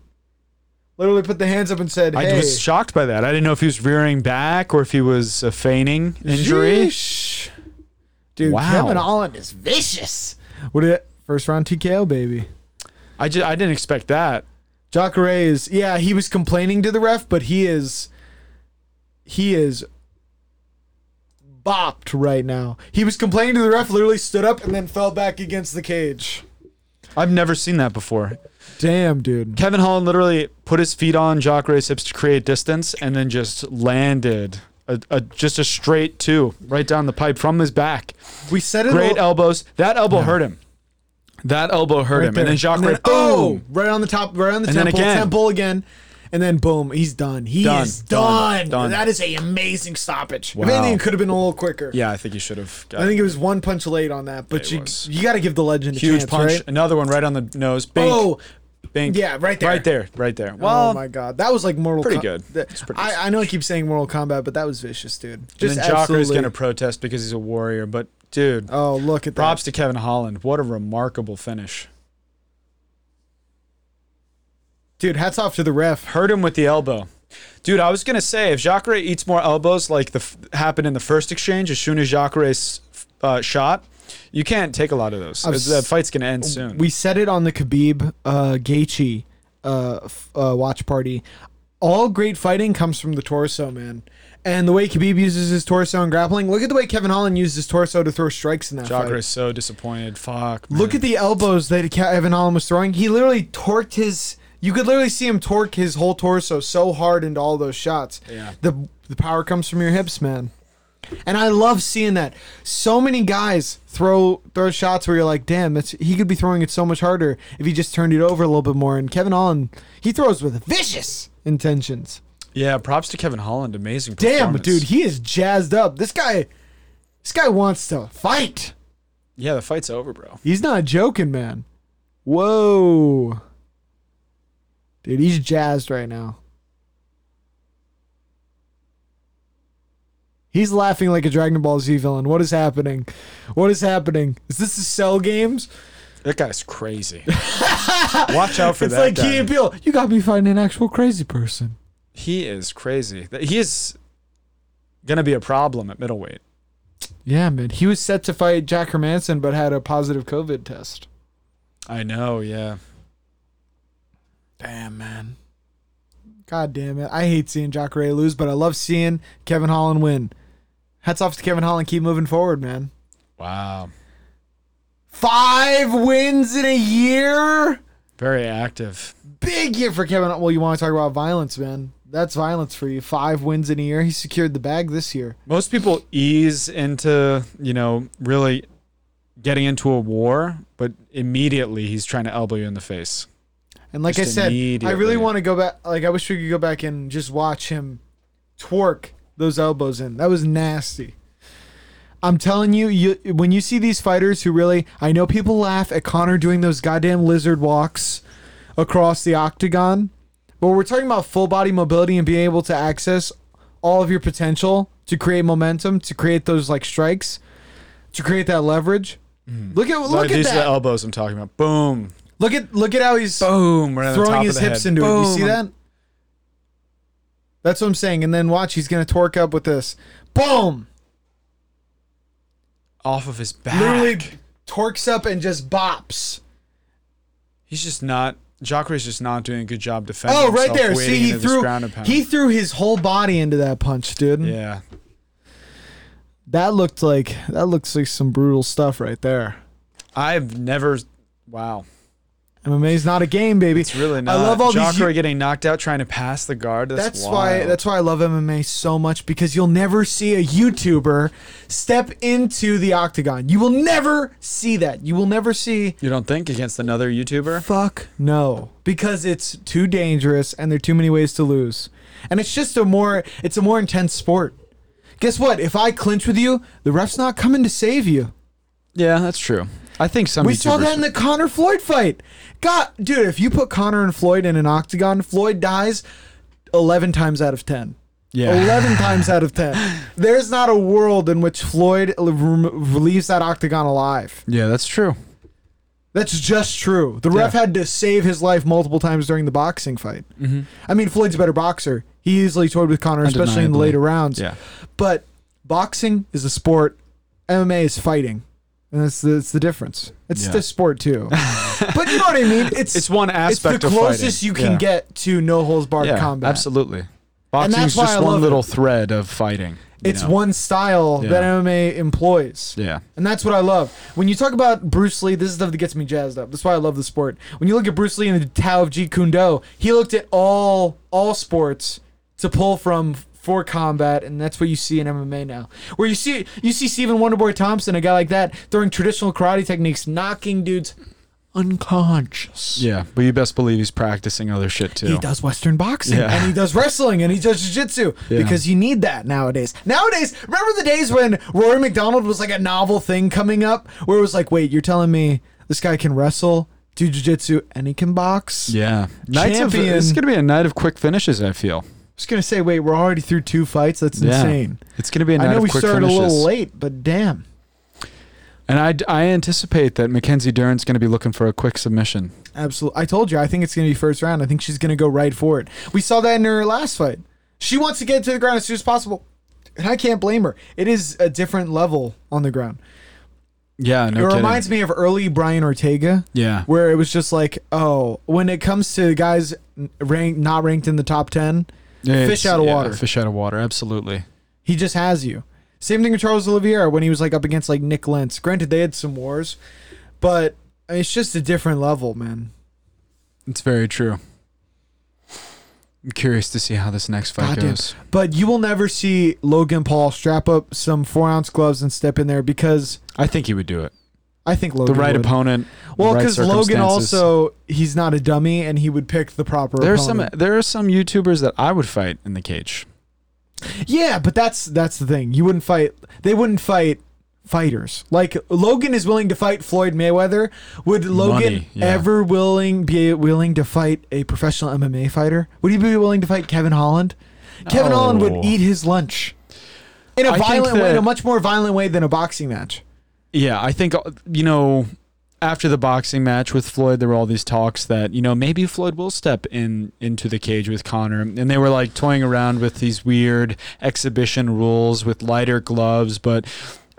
Speaker 3: literally put the hands up and said, hey.
Speaker 4: I was shocked by that. I didn't know if he was rearing back or if he was a feigning injury.
Speaker 3: Yeesh. Dude,
Speaker 4: Wow.
Speaker 3: Kevin Holland is vicious. What did first round TKO, baby?
Speaker 4: I just I didn't expect that.
Speaker 3: Jacare is yeah, he was complaining to the ref, but he is he is bopped right now. He was complaining to the ref, literally stood up and then fell back against the cage.
Speaker 4: I've never seen that before.
Speaker 3: Damn, dude.
Speaker 4: Kevin Holland literally put his feet on Jacare's hips to create distance, and then just landed a, a just a straight two right down the pipe from his back.
Speaker 3: We said it
Speaker 4: Great
Speaker 3: all-
Speaker 4: elbows. That elbow hurt him. That elbow hurt
Speaker 3: right
Speaker 4: him.
Speaker 3: there.
Speaker 4: And then Jacare, boom.
Speaker 3: oh, right on the top, right on the
Speaker 4: And then
Speaker 3: temple,
Speaker 4: again.
Speaker 3: temple again. And then boom, he's done. He
Speaker 4: Done,
Speaker 3: is done.
Speaker 4: done, done.
Speaker 3: That is a amazing stoppage.
Speaker 4: Wow.
Speaker 3: If anything, it could have been a little quicker.
Speaker 4: Yeah, I think he should have.
Speaker 3: I think it was one punch late on that, but
Speaker 4: It
Speaker 3: you
Speaker 4: was.
Speaker 3: you got to give the legend a
Speaker 4: huge
Speaker 3: chance,
Speaker 4: punch.
Speaker 3: right?
Speaker 4: Another one right on the nose. Bink,
Speaker 3: Oh,
Speaker 4: bink.
Speaker 3: yeah, right there.
Speaker 4: Right there. Right there. Well,
Speaker 3: oh my god, that was like Mortal.
Speaker 4: pretty
Speaker 3: Kom-
Speaker 4: good.
Speaker 3: th-
Speaker 4: It's pretty
Speaker 3: I, I know I keep saying Mortal Kombat, but that was vicious, dude.
Speaker 4: and
Speaker 3: Just
Speaker 4: then Jocker's
Speaker 3: absolutely.
Speaker 4: going to protest because he's a warrior. But, dude,
Speaker 3: oh, look at
Speaker 4: props
Speaker 3: that.
Speaker 4: to Kevin Holland. What a remarkable finish.
Speaker 3: dude. Hats off to the ref.
Speaker 4: Hurt him with the elbow. Dude, I was going to say, if Jacare eats more elbows like the f- happened in the first exchange, as soon as Jacare's uh, shot, you can't take a lot of those.
Speaker 3: I've s-
Speaker 4: the fight's going to end soon.
Speaker 3: We said it on the Khabib uh, Gaethje uh, f- uh, watch party. All great fighting comes from the torso, man. And the way Khabib uses his torso in grappling, look at the way Kevin Holland used his torso to throw strikes in that fight.
Speaker 4: Jacare is so disappointed. Fuck.
Speaker 3: Look at the elbows that Kevin Holland was throwing. He literally torqued his. You could literally see him torque his whole torso so hard into all those shots.
Speaker 4: Yeah.
Speaker 3: The the power comes from your hips, man. And I love seeing that. So many guys throw throw shots where you're like, damn, that's, he could be throwing it so much harder if he just turned it over a little bit more. And Kevin Holland, he throws with vicious intentions.
Speaker 4: Yeah, props to Kevin Holland. Amazing
Speaker 3: Damn,
Speaker 4: performance.
Speaker 3: dude, he is jazzed up. This guy, this guy wants to fight.
Speaker 4: Yeah, the fight's over, bro.
Speaker 3: He's not joking, man. Whoa. Dude, he's jazzed right now. He's laughing like a Dragon Ball Z villain. What is happening? What is happening? Is this the Cell Games?
Speaker 4: That guy's crazy. Watch out for
Speaker 3: it's
Speaker 4: that
Speaker 3: like
Speaker 4: guy.
Speaker 3: Key and Peele. You got me fighting an actual crazy person.
Speaker 4: He is crazy. Th- He is gonna be a problem at middleweight.
Speaker 3: Yeah, man. He was set to fight Jack Hermanson, but had a positive COVID test.
Speaker 4: I know. Yeah.
Speaker 3: Damn, man. God damn it. I hate seeing Jacare lose, but I love seeing Kevin Holland win. Hats off to Kevin Holland. Keep moving forward, man.
Speaker 4: Wow.
Speaker 3: Five wins in a year?
Speaker 4: Very active.
Speaker 3: Big year for Kevin. Well, you want to talk about violence, man. That's violence for you. Five wins in a year. He secured the bag this year.
Speaker 4: Most people ease into you know really getting into a war, but immediately he's trying to elbow you in the face.
Speaker 3: And like
Speaker 4: Just
Speaker 3: I said, I
Speaker 4: immediately.
Speaker 3: really want to go back. Like, I wish we could go back and just watch him twerk those elbows in. That was nasty. I'm telling you, you when you see these fighters who really, I know people laugh at Connor doing those goddamn lizard walks across the octagon, but we're talking about full body mobility and being able to access all of your potential to create momentum, to create those like strikes, to create that leverage. Look at look
Speaker 4: Mm. Like,
Speaker 3: at
Speaker 4: these uh, are the
Speaker 3: that.
Speaker 4: elbows I'm talking about. Boom,
Speaker 3: Look at look at how he's
Speaker 4: boom, right on the top
Speaker 3: throwing
Speaker 4: of
Speaker 3: his
Speaker 4: the
Speaker 3: hips
Speaker 4: head.
Speaker 3: into it. You
Speaker 4: Boom.
Speaker 3: see that? That's what I'm saying. And then watch, he's gonna torque up with this. Boom!
Speaker 4: off of his back?
Speaker 3: Literally torques up and just bops.
Speaker 4: He's just not. Jacare's just not doing a good job defending.
Speaker 3: Oh, right
Speaker 4: himself,
Speaker 3: there.
Speaker 4: wading
Speaker 3: See, he
Speaker 4: into this
Speaker 3: threw
Speaker 4: ground and pound.
Speaker 3: he threw his whole body into that punch, dude.
Speaker 4: Yeah,
Speaker 3: That looked like that looks like some brutal stuff right there.
Speaker 4: I've never. Wow,
Speaker 3: MMA's not a game, baby.
Speaker 4: it's really not.
Speaker 3: I love all
Speaker 4: Jacare
Speaker 3: these.
Speaker 4: getting knocked out trying to pass the guard. That's,
Speaker 3: That's why
Speaker 4: wild.
Speaker 3: that's why I love MMA so much because you'll never see a YouTuber step into the octagon. You will never see that. You will never see
Speaker 4: you don't think against another YouTuber.
Speaker 3: Fuck no, because it's too dangerous and there are too many ways to lose, and it's just a more it's a more intense sport. Guess what? If I clinch with you, the ref's not coming to save you.
Speaker 4: Yeah, that's true. I think some.
Speaker 3: We
Speaker 4: YouTubers
Speaker 3: saw that in the Connor Floyd fight. God, dude, if you put Connor and Floyd in an octagon, Floyd dies eleven times out of ten.
Speaker 4: Yeah.
Speaker 3: 11 times out of 10. There's not a world in which Floyd l- rem- leaves that octagon alive.
Speaker 4: Yeah, that's true.
Speaker 3: That's just true. The ref
Speaker 4: Yeah.
Speaker 3: had to save his life multiple times during the boxing fight.
Speaker 4: Mm-hmm.
Speaker 3: I mean, Floyd's a better boxer. He easily toyed with Connor, especially in the
Speaker 4: Undeniably.
Speaker 3: later rounds.
Speaker 4: Yeah.
Speaker 3: But boxing is a sport. MMA is fighting. And that's the, it's the difference. It's
Speaker 4: Yeah.
Speaker 3: this sport too. but you know what I mean? It's
Speaker 4: It's one aspect
Speaker 3: It's the
Speaker 4: of
Speaker 3: closest
Speaker 4: fighting.
Speaker 3: you can
Speaker 4: Yeah.
Speaker 3: get to no holds barred
Speaker 4: Yeah,
Speaker 3: combat.
Speaker 4: absolutely. Boxing's
Speaker 3: that's why
Speaker 4: just
Speaker 3: I
Speaker 4: one
Speaker 3: love
Speaker 4: little thread of fighting. you
Speaker 3: It's
Speaker 4: know?
Speaker 3: one style that
Speaker 4: Yeah.
Speaker 3: MMA employs.
Speaker 4: Yeah.
Speaker 3: And that's what I love. When you talk about Bruce Lee, this is stuff that gets me jazzed up. That's why I love the sport. When you look at Bruce Lee in the Tao of Jeet Kune Do, he looked at all all sports to pull from for combat, and that's what you see in MMA now. Where you see you see Stephen Wonderboy Thompson, a guy like that, throwing traditional karate techniques, knocking dudes unconscious.
Speaker 4: Yeah, but you best believe he's practicing other shit too.
Speaker 3: He does Western boxing
Speaker 4: Yeah.
Speaker 3: and he does wrestling and he does jiu-jitsu
Speaker 4: Yeah.
Speaker 3: because you need that nowadays. Nowadays, remember the days when Rory McDonald was like a novel thing coming up where it was like, wait, you're telling me this guy can wrestle, do jiu-jitsu, and he can box?
Speaker 4: Yeah, Nights of,
Speaker 3: Champion.
Speaker 4: it's gonna be a night of quick finishes. I feel.
Speaker 3: I was going to say, wait, we're already through two fights. That's insane.
Speaker 4: Yeah, it's gonna be a night
Speaker 3: I know
Speaker 4: of
Speaker 3: we
Speaker 4: quick
Speaker 3: started
Speaker 4: finishes.
Speaker 3: a little late, but damn.
Speaker 4: And I, I anticipate that Mackenzie Dern's gonna be looking for a quick submission.
Speaker 3: Absolutely. I told you, I think it's going to be first round. I think she's going to go right for it. We saw that in her last fight. She wants to get to the ground as soon as possible. And I can't blame her. It is a different level on the ground.
Speaker 4: Yeah, no
Speaker 3: it
Speaker 4: kidding.
Speaker 3: reminds me of early Brian Ortega,
Speaker 4: yeah,
Speaker 3: where it was just like, oh, when it comes to guys ranked not ranked in the top ten,
Speaker 4: Yeah,
Speaker 3: fish
Speaker 4: it's-
Speaker 3: out of
Speaker 4: yeah,
Speaker 3: water.
Speaker 4: Fish out of water. Absolutely.
Speaker 3: he just has you. Same thing with Charles Oliveira when he was like up against like Nick Lentz. Granted, they had some wars, but I mean, it's just a different level, man.
Speaker 4: It's very true. I'm curious to see how this next fight
Speaker 3: Goddamn.
Speaker 4: goes.
Speaker 3: But you will never see Logan Paul strap up some four ounce gloves and step in there because
Speaker 4: I think he would do it.
Speaker 3: I think Logan
Speaker 4: The right
Speaker 3: would.
Speaker 4: opponent.
Speaker 3: Well,
Speaker 4: because
Speaker 3: because Logan also he's not a dummy and he would pick the proper.
Speaker 4: There are some.
Speaker 3: opponent.
Speaker 4: There are some YouTubers that I would fight in the cage.
Speaker 3: Yeah, but that's that's the thing. You wouldn't fight. They wouldn't fight fighters. Like Logan is willing to fight Floyd Mayweather. Would Logan
Speaker 4: Money, yeah.
Speaker 3: ever willing be willing to fight a professional MMA fighter? Would he be willing to fight Kevin Holland? Kevin Holland would
Speaker 4: No.
Speaker 3: eat his lunch in a
Speaker 4: I think
Speaker 3: violent way, in
Speaker 4: that-
Speaker 3: a much more violent way than a boxing match.
Speaker 4: Yeah, I think uh, you know after the boxing match with Floyd, there were all these talks that you know maybe Floyd will step in into the cage with Connor, and they were like toying around with these weird exhibition rules with lighter gloves, but.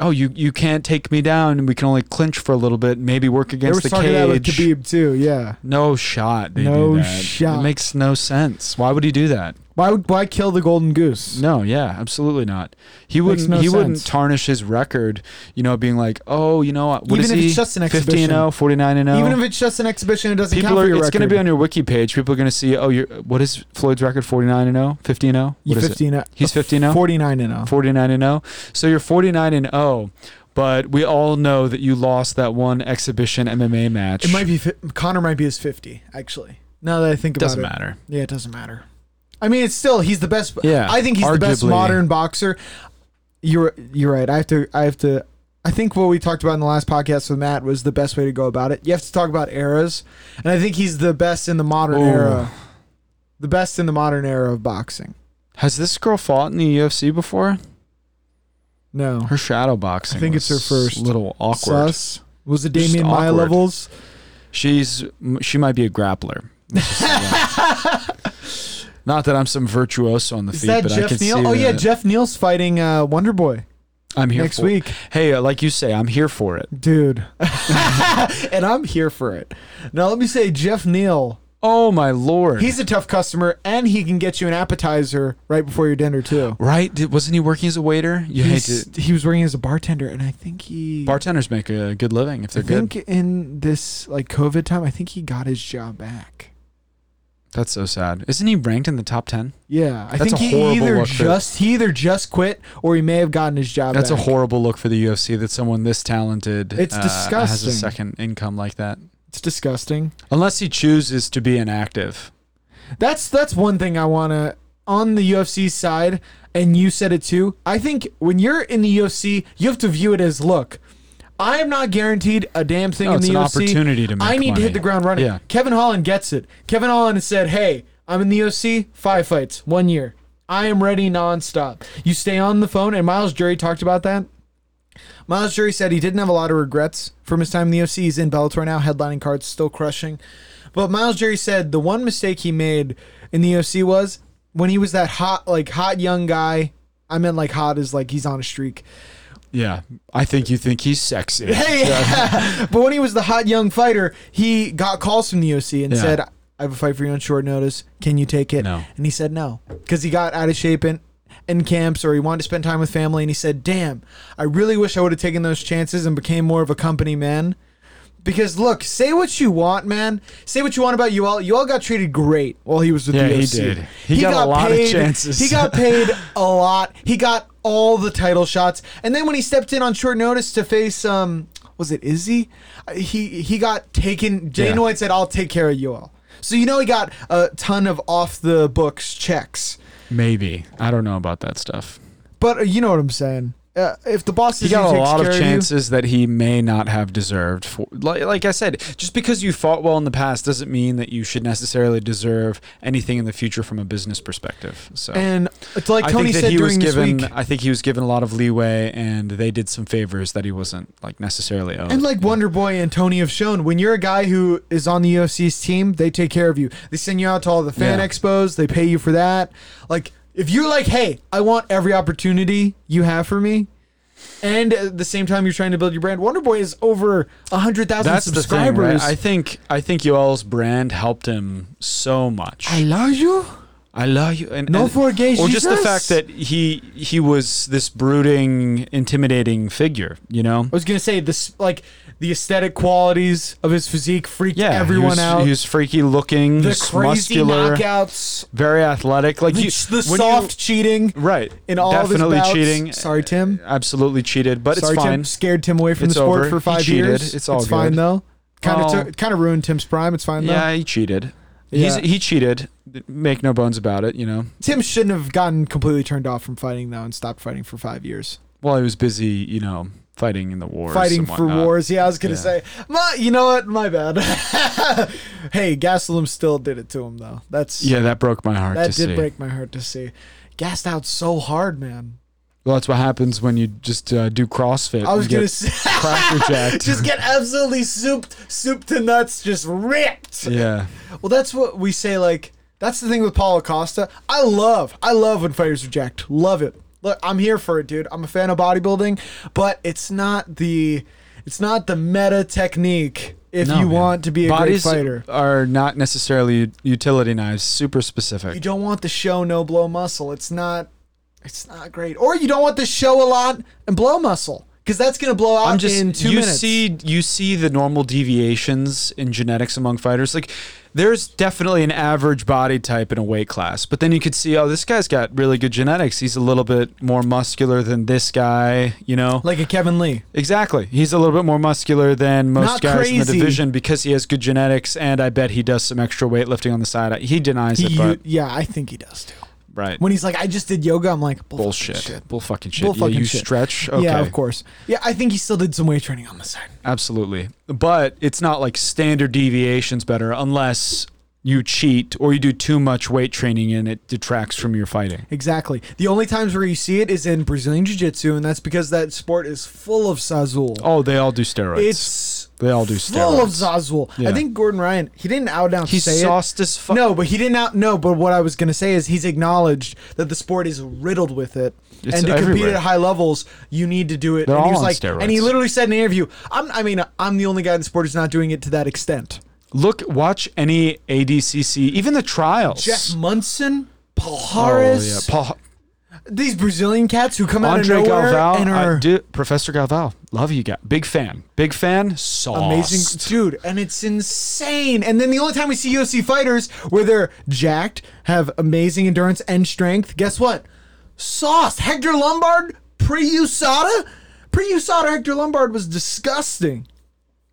Speaker 4: Oh, you, you can't take me down. We can only clinch for a little bit. Maybe work
Speaker 3: They were
Speaker 4: against the
Speaker 3: talking that with
Speaker 4: cage.
Speaker 3: Khabib too. Yeah.
Speaker 4: No shot. They
Speaker 3: No
Speaker 4: do that.
Speaker 3: shot.
Speaker 4: It makes no sense. Why would he do that?
Speaker 3: Why would why kill the golden goose?
Speaker 4: No, yeah, absolutely not. He
Speaker 3: Makes
Speaker 4: wouldn't.
Speaker 3: no
Speaker 4: he wouldn't
Speaker 3: sense.
Speaker 4: tarnish his record. You know, being like, oh, you know, what
Speaker 5: Even
Speaker 4: is
Speaker 5: if
Speaker 4: he?
Speaker 5: it's just an
Speaker 4: 15 0, 49 and 0.
Speaker 5: Even if it's just an exhibition, it doesn't
Speaker 4: people
Speaker 5: count
Speaker 4: are,
Speaker 5: for your
Speaker 4: it's going to
Speaker 5: record.
Speaker 4: be on your wiki page. People are going to see, oh, you're, what is Floyd's record? 49 and 0, 15 and 0.
Speaker 3: You
Speaker 4: What is it?
Speaker 3: 15 uh,
Speaker 4: He's 15 now.
Speaker 3: 49 and oh. 0.
Speaker 4: 49 and 0. So you're 49 and 0, but we all know that you lost that one exhibition MMA match.
Speaker 5: It might be fi-
Speaker 3: Connor might be his 50 actually. Now that I think about
Speaker 4: doesn't
Speaker 3: it.
Speaker 4: matter.
Speaker 3: Yeah, it doesn't matter.
Speaker 5: I mean, it's still he's the best.
Speaker 4: Yeah,
Speaker 5: I think he's the best
Speaker 4: arguably.
Speaker 5: modern boxer.
Speaker 3: You're you're right. I have to I have to I think what we talked about in the last podcast with Matt was the best way to go about it. You have to talk about eras, and I think he's the best in the modern
Speaker 4: Ooh.
Speaker 3: era. The best in the modern era of boxing.
Speaker 4: Has this girl fought in the UFC before?
Speaker 3: No.
Speaker 4: Her shadow boxing.
Speaker 3: I think it's
Speaker 4: was
Speaker 3: her first.
Speaker 4: Little awkward.
Speaker 3: Sus was it
Speaker 4: Just
Speaker 3: Damien Maya
Speaker 4: awkward.
Speaker 3: levels?
Speaker 4: She's she might be a grappler. Let's just say that. Not that I'm some virtuoso on the
Speaker 3: Is
Speaker 4: feet,
Speaker 3: that
Speaker 4: but I can
Speaker 3: Jeff
Speaker 4: see
Speaker 3: Neal? Oh yeah,
Speaker 4: that
Speaker 3: Jeff Neal's fighting uh, Wonder Boy
Speaker 4: I'm here
Speaker 3: next
Speaker 4: for it.
Speaker 3: week,
Speaker 4: Hey, uh, like you say, I'm here for it.
Speaker 3: dude. and I'm here for it. Now let me say, Jeff Neal,
Speaker 4: Oh my lord!
Speaker 3: he's a tough customer, and he can get you an appetizer right before your dinner too.
Speaker 4: right. Did, wasn't he working as a waiter? You hate
Speaker 3: He's,
Speaker 4: to.
Speaker 3: he was working as a bartender, and I think he.
Speaker 4: Bartenders make a good living if
Speaker 3: I
Speaker 4: they're good.
Speaker 3: think in this like COVID time, I think he got his job back.
Speaker 4: That's so sad. Isn't he ranked in the top ten?
Speaker 3: Yeah, I
Speaker 4: That's
Speaker 3: think
Speaker 4: a
Speaker 3: he
Speaker 4: horrible
Speaker 3: either
Speaker 4: look for-
Speaker 3: just he either just quit or he may have gotten his job.
Speaker 4: That's a
Speaker 3: back.
Speaker 4: horrible look for the UFC that someone this talented uh,
Speaker 3: It's
Speaker 4: has
Speaker 3: disgusting.
Speaker 4: a second income like that.
Speaker 3: It's disgusting.
Speaker 4: Unless he chooses to be inactive.
Speaker 3: That's that's one thing I want to on the UFC side, and you said it too. I think when you're in the UFC, you have to view it as look. I am not guaranteed a damn thing
Speaker 4: No,
Speaker 3: in
Speaker 4: it's
Speaker 3: the
Speaker 4: an
Speaker 3: UFC.
Speaker 4: opportunity to make
Speaker 3: I need to
Speaker 4: money.
Speaker 3: hit the ground running.
Speaker 4: Yeah.
Speaker 3: Kevin Holland gets it. Kevin Holland said, "Hey, I'm in the UFC, five fights, one year. I am ready nonstop." You stay on the phone, and Miles Jury talked about that. Miles Jury said he didn't have a lot of regrets from his time in the UFC. He's in Bellator now, headlining cards, still crushing. But Miles Jury said the one mistake he made in the UFC was when he was that hot, like hot young guy. I meant like hot is like he's on a streak.
Speaker 4: Yeah, I think you think he's sexy.
Speaker 3: Hey, but when he was the hot young fighter, he got calls from the UFC and
Speaker 4: Yeah.
Speaker 3: said, "I have a fight for you on short notice. Can you take it?"
Speaker 4: No.
Speaker 3: and he said no because he got out of shape and in camps or he wanted to spend time with family and he said damn i really wish i would have taken those chances and became more of a company man because look say what you want man say what you want about you all you all got treated great while he was with
Speaker 4: Yeah,
Speaker 3: the
Speaker 4: he
Speaker 3: UFC.
Speaker 4: did. He got a lot of chances.
Speaker 3: he got paid a lot he got all the title shots and then when he stepped in on short notice to face um was it izzy Uh, he he got taken jay
Speaker 4: Yeah.
Speaker 3: White said i'll take care of you all so you know he got a ton of off the books checks
Speaker 4: Maybe. I don't know about that stuff.
Speaker 3: But uh, you know what I'm saying. Uh, if the boss
Speaker 4: He
Speaker 3: is
Speaker 4: got a
Speaker 3: takes
Speaker 4: lot
Speaker 3: care
Speaker 4: of
Speaker 3: you-
Speaker 4: chances that he may not have deserved. For like, like I said, just because you fought well in the past doesn't mean that you should necessarily deserve anything in the future from a business perspective. So
Speaker 3: and it's like
Speaker 4: I
Speaker 3: Tony
Speaker 4: think that
Speaker 3: said
Speaker 4: he was
Speaker 3: during this
Speaker 4: given.
Speaker 3: week,
Speaker 4: I think he was given a lot of leeway, and they did some favors that he wasn't like necessarily owed.
Speaker 3: and like Wonder Boy and Tony have shown, when you're a guy who is on the UFC's team, they take care of you. They send you out to all the fan
Speaker 4: Yeah.
Speaker 3: expos. They pay you for that. Like if you're like, hey, I want every opportunity you have for me. And at the same time, you're trying to build your brand. Wonder Boy is over hundred thousand
Speaker 4: that's the thing, right?
Speaker 3: subscribers.
Speaker 4: I think I think Yoel's brand helped him so much.
Speaker 3: love you.
Speaker 4: I love you. And,
Speaker 3: No
Speaker 4: and-
Speaker 3: forget
Speaker 4: Or just the
Speaker 3: Jesus.
Speaker 4: fact that he he was this brooding, intimidating figure. You know.
Speaker 3: I was gonna say this, like the aesthetic qualities of his physique freaked
Speaker 4: Yeah,
Speaker 3: everyone
Speaker 4: he was,
Speaker 3: out.
Speaker 4: He was freaky looking,
Speaker 3: the
Speaker 4: s-
Speaker 3: crazy
Speaker 4: muscular,
Speaker 3: knockouts,
Speaker 4: very athletic. Like
Speaker 3: the,
Speaker 4: you,
Speaker 3: the
Speaker 4: when
Speaker 3: soft cheating
Speaker 4: you, right?
Speaker 3: in all
Speaker 4: definitely
Speaker 3: of his bouts.
Speaker 4: cheating.
Speaker 3: Sorry, Tim.
Speaker 4: Absolutely cheated, but
Speaker 3: Sorry,
Speaker 4: it's fine.
Speaker 3: Tim. Scared Tim away from
Speaker 4: It's
Speaker 3: the sport
Speaker 4: over.
Speaker 3: for
Speaker 4: He
Speaker 3: five
Speaker 4: cheated.
Speaker 3: years.
Speaker 4: It's all
Speaker 3: it's fine
Speaker 4: good.
Speaker 3: though. Kind
Speaker 4: Oh.
Speaker 3: of took kind of ruined Tim's prime. It's fine though.
Speaker 4: Yeah, he cheated. He's,
Speaker 3: Yeah.
Speaker 4: he cheated. Make no bones about it. You know.
Speaker 3: Tim shouldn't have gotten completely turned off from fighting though and stopped fighting for five years.
Speaker 4: Well, he was busy. You know, fighting in the wars.
Speaker 3: fighting
Speaker 4: and
Speaker 3: for
Speaker 4: whatnot.
Speaker 3: wars. Yeah, I was gonna
Speaker 4: Yeah.
Speaker 3: say, my, you know what? My bad. hey, Gastelum still did it to him though. That's
Speaker 4: Yeah, that broke my heart.
Speaker 3: That
Speaker 4: to
Speaker 3: did
Speaker 4: see.
Speaker 3: break my heart to see. Gassed out so hard, man.
Speaker 4: Well, that's what happens when you just uh, do CrossFit.
Speaker 3: I was
Speaker 4: You
Speaker 3: gonna
Speaker 4: get
Speaker 3: say-
Speaker 4: cracker jacked.
Speaker 3: just get absolutely souped, soup to nuts, just ripped.
Speaker 4: yeah.
Speaker 3: Well, that's what we say. Like that's the thing with Paulo Costa. I love, I love when fighters reject. Love it. Look, I'm here for it, dude. I'm a fan of bodybuilding, but it's not the, it's not the meta technique. If you want to be a
Speaker 4: Bodies
Speaker 3: great fighter,
Speaker 4: are not necessarily ut- utility knives. Super specific.
Speaker 3: you don't want the show no blow muscle. It's not, it's not great. Or you don't want the show a lot and blow muscle because that's gonna blow out
Speaker 4: I'm just
Speaker 3: in two
Speaker 4: you
Speaker 3: minutes.
Speaker 4: see you see the normal deviations in genetics among fighters. Like there's definitely an average body type in a weight class, but then you could see oh this guy's got really good genetics. He's a little bit more muscular than this guy, you know.
Speaker 3: like a Kevin Lee.
Speaker 4: exactly. He's a little bit more muscular than most
Speaker 3: Not
Speaker 4: guys in the
Speaker 3: crazy.
Speaker 4: division because he has good genetics and I bet he does some extra weightlifting on the side. He denies
Speaker 3: He,
Speaker 4: it, but
Speaker 3: yeah, I think he does too.
Speaker 4: right.
Speaker 3: When he's like, I just did yoga, I'm like, bull fucking
Speaker 4: Bullshit. Bull fucking shit.
Speaker 3: Bull fucking
Speaker 4: yeah, you
Speaker 3: shit.
Speaker 4: stretch. Okay.
Speaker 3: Yeah, of course. Yeah, I think he still did some weight training on the side.
Speaker 4: Absolutely. But it's not like standard deviations better unless you cheat or you do too much weight training and it detracts from your fighting.
Speaker 3: Exactly. The only times where you see it is in Brazilian Jiu Jitsu, and that's because that sport is full of Sazul.
Speaker 4: Oh, they all do steroids.
Speaker 3: it's
Speaker 4: they all do
Speaker 3: full of
Speaker 4: steroids.
Speaker 3: Zazul. I
Speaker 4: Yeah.
Speaker 3: think Gordon Ryan, he didn't out down
Speaker 4: He's
Speaker 3: say it.
Speaker 4: sauced as fuck.
Speaker 3: No, but he didn't out. No, but what I was gonna say is he's acknowledged that the sport is riddled with it,
Speaker 4: It's
Speaker 3: and to compete
Speaker 4: everywhere.
Speaker 3: at high levels, you need to do it.
Speaker 4: They're
Speaker 3: and he
Speaker 4: all
Speaker 3: was
Speaker 4: on
Speaker 3: like, and he
Speaker 4: steroids.
Speaker 3: literally said in an interview, "I'm, I mean, I'm the only guy in the sport who's not doing it to that extent."
Speaker 4: Look, watch any ADCC, even the trials.
Speaker 3: Jeff Munson, Paul
Speaker 4: Oh, yeah.
Speaker 3: Harris,
Speaker 4: Paul,
Speaker 3: these Brazilian cats who come
Speaker 4: Andre
Speaker 3: out of nowhere
Speaker 4: Galval.
Speaker 3: and
Speaker 4: I
Speaker 3: are
Speaker 4: do- Professor Galval. Love you guys. Big fan. Big fan. Sauced.
Speaker 3: amazing, dude, and it's insane. And then the only time we see UFC fighters where they're jacked, have amazing endurance and strength. Guess what? Sauce. Hector Lombard pre-USADA. Pre-USADA Hector Lombard was disgusting.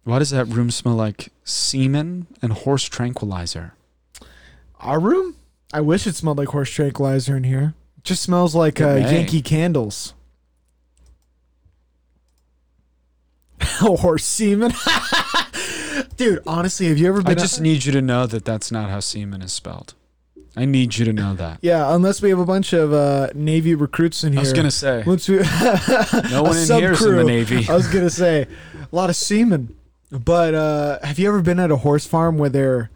Speaker 4: Why does that room smell like semen and horse tranquilizer?
Speaker 3: Our room? I wish it smelled like horse tranquilizer in here. Just smells like uh,
Speaker 4: may.
Speaker 3: Yankee candles. Oh, horse semen. Dude, honestly, have you ever
Speaker 4: I
Speaker 3: been
Speaker 4: just need you to know that that's not how semen is spelled. I need you to know that.
Speaker 3: Yeah, unless we have a bunch of uh, Navy recruits in here.
Speaker 4: I was gonna say
Speaker 3: Once we,
Speaker 4: no one in here is in the
Speaker 3: sub-crew.
Speaker 4: navy.
Speaker 3: I was gonna say a lot of seamen. But uh, have you ever been at a horse farm where they're?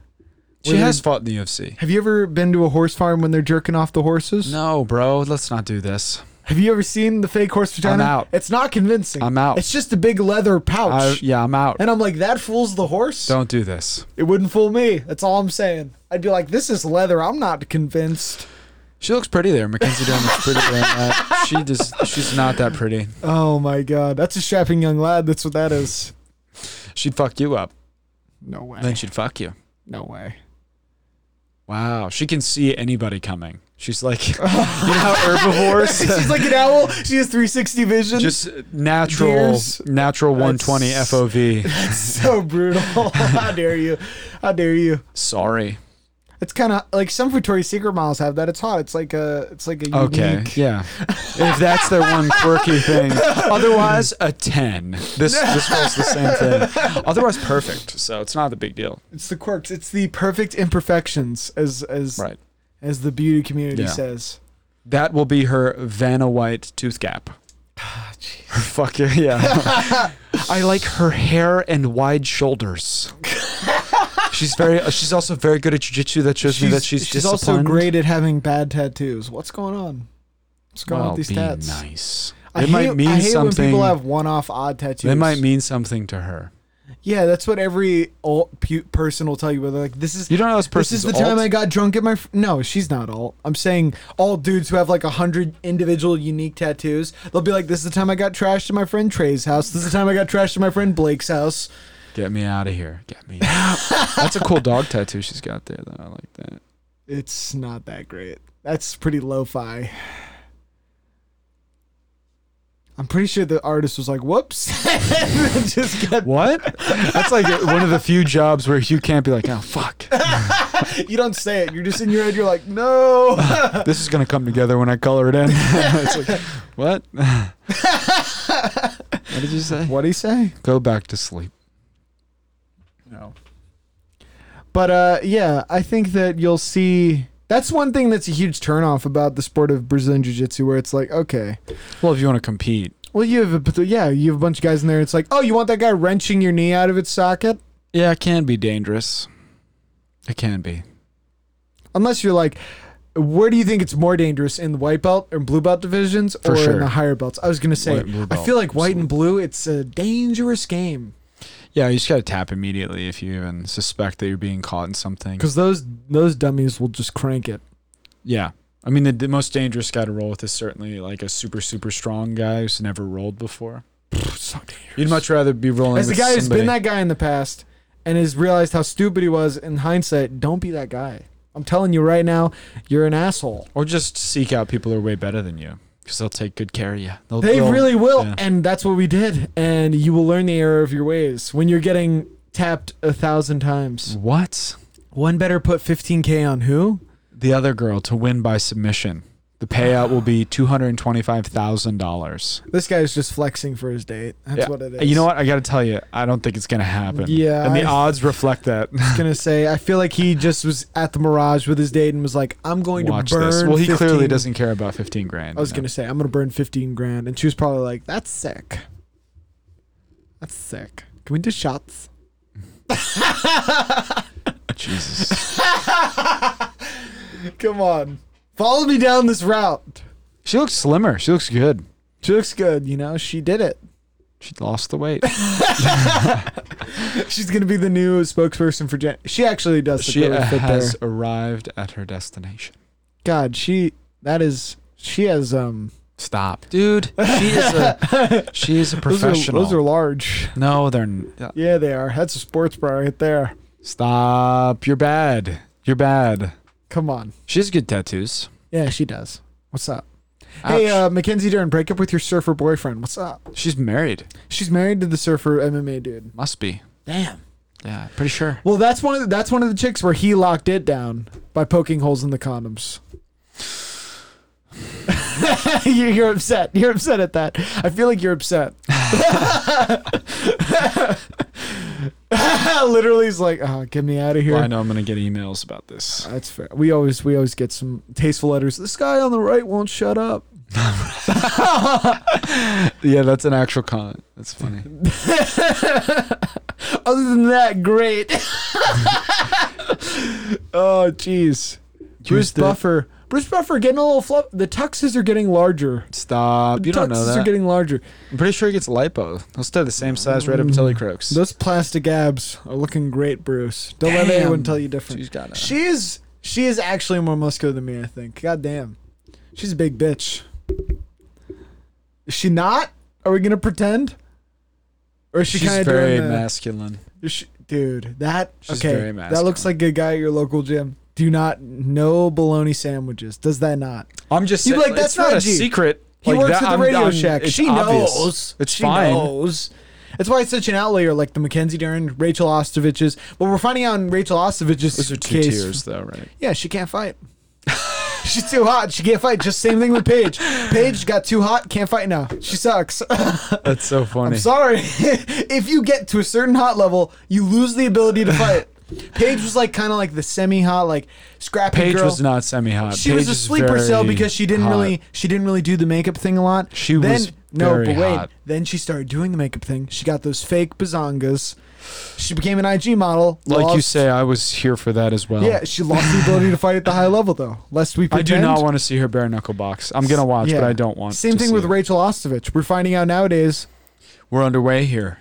Speaker 4: She
Speaker 3: where
Speaker 4: has
Speaker 3: they're-
Speaker 4: fought in the UFC.
Speaker 3: Have you ever been to a horse farm when they're jerking off the horses?
Speaker 4: No, bro, let's not do this.
Speaker 3: Have you ever seen the fake horse vagina?
Speaker 4: out.
Speaker 3: It's not convincing.
Speaker 4: I'm out.
Speaker 3: It's just a big leather
Speaker 4: I,
Speaker 3: pouch.
Speaker 4: yeah, I'm out.
Speaker 3: And I'm like, that fools the horse.
Speaker 4: Don't do this.
Speaker 3: It wouldn't fool me. That's all I'm saying. I'd be like, this is leather. I'm not convinced.
Speaker 4: She looks pretty there. Mackenzie Dern looks pretty there. Uh, she just she's not that pretty.
Speaker 3: Oh my god, that's a strapping young lad. That's what that is.
Speaker 4: She'd fuck you up.
Speaker 3: No way.
Speaker 4: Then she'd fuck you.
Speaker 3: No way.
Speaker 4: Wow, she can see anybody coming. She's like, you know how herbivores.
Speaker 3: She's like an owl. She has 360 vision.
Speaker 4: just natural
Speaker 3: Deers.
Speaker 4: natural 120
Speaker 3: That's-
Speaker 4: FOV.
Speaker 3: so brutal. How dare you? How dare you?
Speaker 4: Sorry.
Speaker 3: It's kind of like some Victoria's Secret models have that. It's hot. It's like a. It's like a. Unique,
Speaker 4: Okay. Yeah. If that's their one quirky thing. Otherwise, a 10. This this was the same thing. Otherwise, perfect. So it's not the big deal.
Speaker 3: It's the quirks. It's the perfect imperfections, as as
Speaker 4: Right.
Speaker 3: as the beauty community
Speaker 4: Yeah.
Speaker 3: says.
Speaker 4: That will be her Vanna White tooth gap. Her Fuck yeah, yeah. I like her hair and wide shoulders. She's very. uh, She's also very good at jujitsu. That shows me that she's, disciplined.
Speaker 3: also great at having bad tattoos. What's going on? What's going on
Speaker 4: Well,
Speaker 3: with
Speaker 4: be
Speaker 3: these tats?
Speaker 4: nice.
Speaker 3: I
Speaker 4: It might
Speaker 3: hate,
Speaker 4: mean
Speaker 3: I hate
Speaker 4: something.
Speaker 3: when people have one-off odd tattoos.
Speaker 4: They might mean something to her.
Speaker 3: Yeah, that's what every alt pu- person will tell you. Where they're like, "This is
Speaker 4: You don't know this
Speaker 3: This
Speaker 4: person's
Speaker 3: is the time
Speaker 4: alt?
Speaker 3: I got drunk at my. Fr- no, she's not alt. I'm saying all dudes who have like a hundred individual unique tattoos. They'll be like, "This is the time I got trashed at my friend Trey's house. This is the time I got trashed at my friend Blake's house."
Speaker 4: Get me out of here. Get me. out. That's a cool dog tattoo she's got there though. I like that.
Speaker 3: It's not that great. That's pretty lo-fi. I'm pretty sure the artist was like, "Whoops," and just got-
Speaker 4: What? That's like one of the few jobs where you can't be like, oh fuck.
Speaker 3: you don't say it. You're just in your head. You're like, "No."
Speaker 4: This is gonna come together when I color it in. it's like, what? what did you say?
Speaker 3: what do you say?
Speaker 4: Go back to sleep.
Speaker 3: But uh, yeah, I think that you'll see. That's one thing that's a huge turnoff about the sport of Brazilian Jiu Jitsu, where it's like, okay,
Speaker 4: Well, if you want to compete,
Speaker 3: well, you have a, but yeah, you have a bunch of guys in there. It's like, oh, you want that guy wrenching your knee out of its socket?
Speaker 4: yeah, it can be dangerous. It can be.
Speaker 3: Unless you're like, where do you think it's more dangerous in the white belt or blue belt divisions
Speaker 4: For
Speaker 3: or
Speaker 4: sure.
Speaker 3: in the higher belts? I was gonna say,
Speaker 4: White and blue
Speaker 3: I feel
Speaker 4: belt,
Speaker 3: like white and blue, it's a dangerous game
Speaker 4: Yeah, you just got to tap immediately if you even suspect that you're being caught in something.
Speaker 3: because those those dummies will just crank it.
Speaker 4: Yeah. I mean, the, the most dangerous guy to roll with is certainly like a super, super strong guy who's never rolled before. You'd much rather be rolling
Speaker 3: As the
Speaker 4: with
Speaker 3: guy who's
Speaker 4: somebody.
Speaker 3: been that guy in the past and has realized how stupid he was in hindsight, don't be that guy. I'm telling you right now, you're an asshole.
Speaker 4: or just seek out people who are way better than you because they'll take good care of you. They'll,
Speaker 3: They
Speaker 4: they'll-
Speaker 3: really will,
Speaker 4: yeah.
Speaker 3: and that's what we did. And you will learn the error of your ways when you're getting tapped a thousand times.
Speaker 4: What?
Speaker 3: One better put 15k on who?
Speaker 4: The other girl to win by submission. The payout will be two hundred twenty-five thousand dollars.
Speaker 3: This guy's just flexing for his date. That's what it is.
Speaker 4: You know what? I got to tell you, I don't think it's gonna happen.
Speaker 3: Yeah,
Speaker 4: and the
Speaker 3: I-
Speaker 4: odds reflect that.
Speaker 3: I'm gonna say. I feel like he just was at the Mirage with his date and was like, "I'm going
Speaker 4: Watch
Speaker 3: to burn."
Speaker 4: this. Well, he
Speaker 3: 15
Speaker 4: clearly doesn't care about fifteen grand.
Speaker 3: I was gonna say, "I'm gonna burn 15 grand," and she was probably like, "That's sick. That's sick. Can we do shots?"
Speaker 4: Jesus.
Speaker 3: Come on, follow me down this route.
Speaker 4: she looks slimmer. She looks good.
Speaker 3: She looks good, you know. She did it.
Speaker 4: She lost the weight.
Speaker 3: She's gonna be the new spokesperson for Gen. She actually does.
Speaker 4: she
Speaker 3: She really fit
Speaker 4: has
Speaker 3: there.
Speaker 4: arrived at her destination.
Speaker 3: God, she that is. She has um.
Speaker 4: Stop, dude. She is a she is a
Speaker 3: Those are,
Speaker 4: professional.
Speaker 3: those are large.
Speaker 4: no, they're n- uh,
Speaker 3: Yeah, they are. That's a sports bra right there.
Speaker 4: Stop. You're bad. You're bad.
Speaker 3: Come on.
Speaker 4: She has good tattoos.
Speaker 3: Yeah, she does. What's up? Hey, uh, Mackenzie Dern, break up with your surfer boyfriend. What's up?
Speaker 4: she's married.
Speaker 3: She's married to the surfer MMA dude.
Speaker 4: Must be.
Speaker 3: Damn.
Speaker 4: Yeah, pretty sure.
Speaker 3: Well, that's one of the, that's one of the chicks where he locked it down by poking holes in the condoms. you're, you're upset. You're upset at that. I feel like you're upset. Literally, he's like, "Oh, get me out of here."
Speaker 4: Well, I know I'm gonna get emails about this.
Speaker 3: That's fair. We always we always get some tasteful letters. This guy on the right won't shut up.
Speaker 4: Yeah, that's an actual comment. That's funny.
Speaker 3: Other than that, great. oh jeez. Bruce
Speaker 4: the-
Speaker 3: Buffer. Bruce Buffer getting a little fluff. The tuxes are getting larger.
Speaker 4: Stop.
Speaker 3: The
Speaker 4: You don't know
Speaker 3: tuxes
Speaker 4: that.
Speaker 3: are getting larger.
Speaker 4: I'm pretty sure he gets lipo. He'll stay the same size right up until he croaks.
Speaker 3: Those plastic abs are looking great, Bruce. Don't let anyone
Speaker 4: Damn.
Speaker 3: tell you different.
Speaker 4: She's got a-
Speaker 3: She is she is actually more muscular than me, I think. God damn. She's a big bitch. Is she not? Are we gonna pretend? Or is she
Speaker 4: she's
Speaker 3: kind of
Speaker 4: very
Speaker 3: doing the,
Speaker 4: masculine.
Speaker 3: is she- dude? That
Speaker 4: She's
Speaker 3: okay?
Speaker 4: very
Speaker 3: that looks
Speaker 4: masculine.
Speaker 3: like a guy at your local gym. Do not no bologna sandwiches. Does that not?
Speaker 4: I'm just
Speaker 3: You'd be
Speaker 4: saying,
Speaker 3: like, "That's
Speaker 4: it's not a
Speaker 3: Reggie.
Speaker 4: secret.
Speaker 3: He
Speaker 4: Like,
Speaker 3: works
Speaker 4: that-
Speaker 3: at the
Speaker 4: I'm-
Speaker 3: Radio
Speaker 4: I'm-
Speaker 3: Shack.
Speaker 4: it's
Speaker 3: She
Speaker 4: obvious.
Speaker 3: knows.
Speaker 4: It's
Speaker 3: she
Speaker 4: fine.
Speaker 3: knows. That's why it's such an outlier, like the Mackenzie Dern, Rachel Ostovich's. But we're finding out in Rachel Ostovich's
Speaker 4: Those are two
Speaker 3: case,
Speaker 4: tiers, though, right?
Speaker 3: Yeah, she can't fight. She's too hot. She can't fight. Just same thing with Paige. Paige got too hot. Can't fight now. She sucks.
Speaker 4: That's so funny.
Speaker 3: I'm sorry. if you get to a certain hot level, you lose the ability to fight. Paige was like kind of like the semi-hot, like scrappy
Speaker 4: Paige
Speaker 3: girl.
Speaker 4: was not semi-hot.
Speaker 3: She
Speaker 4: Paige
Speaker 3: was a
Speaker 4: is
Speaker 3: sleeper cell
Speaker 4: very
Speaker 3: because she didn't really
Speaker 4: hot.
Speaker 3: she didn't really do the makeup thing a lot.
Speaker 4: She
Speaker 3: then,
Speaker 4: was
Speaker 3: no,
Speaker 4: very
Speaker 3: but wait.
Speaker 4: hot.
Speaker 3: Then she started doing the makeup thing. She got those fake bazongas. She became an IG model.
Speaker 4: Like you
Speaker 3: lost-
Speaker 4: say, I was here for that as well.
Speaker 3: yeah, she lost the ability to fight at the high level though. Lest we
Speaker 4: Oh. I do
Speaker 3: pretend.
Speaker 4: not want to see her bare knuckle box. I'm gonna watch,
Speaker 3: Yeah.
Speaker 4: but I don't want.
Speaker 3: Same
Speaker 4: to
Speaker 3: thing
Speaker 4: see
Speaker 3: with
Speaker 4: it.
Speaker 3: Rachel Ostovich. We're finding out nowadays,
Speaker 4: We're underway here.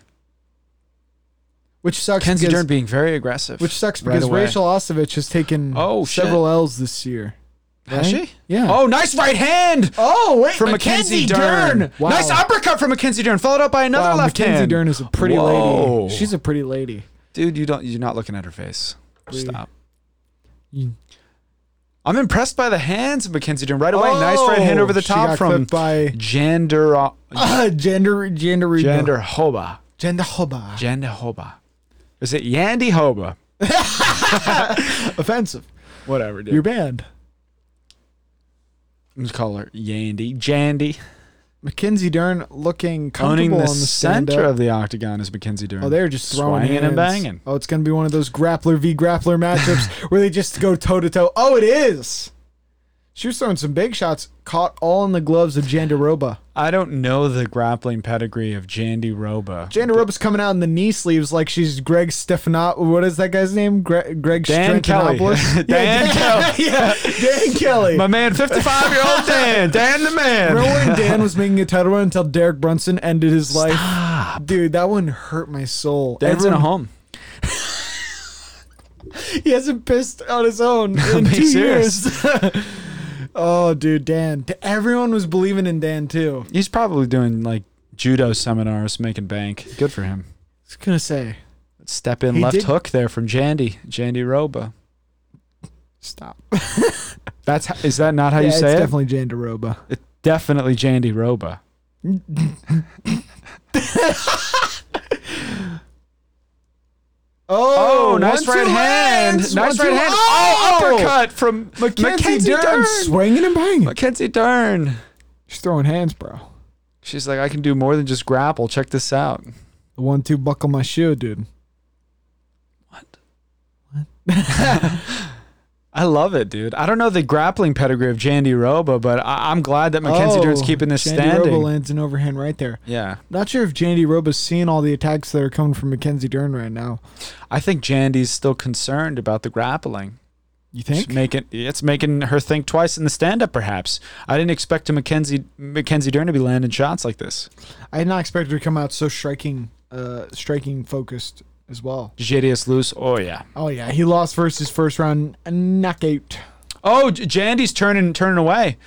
Speaker 3: which sucks.
Speaker 4: Kenzie
Speaker 3: because-
Speaker 4: Dern being very aggressive,
Speaker 3: Which sucks
Speaker 4: right
Speaker 3: because
Speaker 4: away.
Speaker 3: Rachel Ostovich has taken
Speaker 4: Oh, shit.
Speaker 3: several L's this year.
Speaker 4: Has
Speaker 3: right?
Speaker 4: she?
Speaker 3: Yeah.
Speaker 4: Oh, nice right hand
Speaker 3: Oh, wait.
Speaker 4: from Mackenzie Dern.
Speaker 3: Wow.
Speaker 4: Nice uppercut from Mackenzie Dern, followed up by another
Speaker 3: Wow,
Speaker 4: left
Speaker 3: Mackenzie
Speaker 4: hand.
Speaker 3: Dern is a pretty
Speaker 4: Whoa.
Speaker 3: lady. She's a pretty lady.
Speaker 4: Dude, you don't. You're not looking at her face.
Speaker 3: Wait.
Speaker 4: Stop.
Speaker 3: You-
Speaker 4: I'm impressed by the hands of Mackenzie Dern right away. nice right hand
Speaker 3: Oh,
Speaker 4: over the
Speaker 3: she
Speaker 4: top
Speaker 3: got
Speaker 4: from
Speaker 3: clipped by Ah.
Speaker 4: Jander uh,
Speaker 3: Uh, gender gender
Speaker 4: Jander Hoba.
Speaker 3: gender hoba.
Speaker 4: Jander Hoba. Is it Yandy Hoba?
Speaker 3: Offensive.
Speaker 4: Whatever, dude.
Speaker 3: You're banned.
Speaker 4: Let's call her Yandy. Jandy.
Speaker 3: Mackenzie Dern looking
Speaker 4: Owning
Speaker 3: comfortable
Speaker 4: the
Speaker 3: on the stand
Speaker 4: center
Speaker 3: up.
Speaker 4: of the octagon is Mackenzie Dern.
Speaker 3: Oh, they're just throwing
Speaker 4: Swinging and
Speaker 3: hands.
Speaker 4: banging.
Speaker 3: Oh, it's gonna be one of those grappler v grappler matchups where they just go toe to toe. Oh, it is. She was throwing some big shots, caught all in the gloves of Jandaroba.
Speaker 4: I don't know the grappling pedigree of Jandy Roba.
Speaker 3: Jandaroba's coming out in the knee sleeves like she's Greg Stephanop. What is that guy's name? Gre- Greg
Speaker 4: Dan Kelly.
Speaker 3: Stephanopoulos.
Speaker 4: Dan Kelly.
Speaker 3: yeah, Dan Kelly.
Speaker 4: My man, 55 year old Dan. Dan the man.
Speaker 3: Remember when Dan was making a title run until Derek Brunson ended his life? Dude, that one hurt my soul.
Speaker 4: Dan's in a
Speaker 3: Everyone-
Speaker 4: home.
Speaker 3: He hasn't pissed on his own in
Speaker 4: being
Speaker 3: two
Speaker 4: serious.
Speaker 3: years. oh, dude, Dan. D- Everyone was believing in Dan too.
Speaker 4: He's probably doing like judo seminars, making bank. Good for him.
Speaker 3: I was gonna say,
Speaker 4: Step in
Speaker 3: He
Speaker 4: left
Speaker 3: did-
Speaker 4: hook there from Jandy. Jandy Roba.
Speaker 3: stop.
Speaker 4: That's how, is that not how
Speaker 3: yeah,
Speaker 4: you say
Speaker 3: it's
Speaker 4: it?
Speaker 3: definitely Jan Daroba.
Speaker 4: Definitely Jandy Roba.
Speaker 3: Oh,
Speaker 4: Oh, nice
Speaker 3: one,
Speaker 4: right
Speaker 3: two
Speaker 4: hand.
Speaker 3: lands,
Speaker 4: Nice
Speaker 3: one,
Speaker 4: right
Speaker 3: two-
Speaker 4: hand.
Speaker 3: Oh,
Speaker 4: Oh, uppercut from Mackenzie,
Speaker 3: Mackenzie
Speaker 4: Dern.
Speaker 3: Dern, swinging and banging.
Speaker 4: Mackenzie Dern.
Speaker 3: She's throwing hands, bro.
Speaker 4: She's like, I can do more than just grapple. Check this out.
Speaker 3: The one two buckle my shoe, dude.
Speaker 4: I love it, dude. I don't know the grappling pedigree of Jandy Roba, but I- I'm glad that Mackenzie
Speaker 3: oh,
Speaker 4: Dern's keeping this
Speaker 3: Jandy
Speaker 4: standing.
Speaker 3: Roba lands an overhand right there.
Speaker 4: yeah.
Speaker 3: Not sure if Jandy Roba's seeing all the attacks that are coming from Mackenzie Dern right now.
Speaker 4: I think Jandy's still concerned about the grappling.
Speaker 3: You
Speaker 4: It's
Speaker 3: think?
Speaker 4: making it's making her think twice in the stand up perhaps. I didn't expect to Mackenzie Mackenzie Dern to be landing shots like this.
Speaker 3: I had not expected her to come out so striking, uh, striking focused as well.
Speaker 4: JDS loose. Oh yeah.
Speaker 3: Oh yeah, he lost versus first round knockout.
Speaker 4: Oh, J- Jandy's turning turning away.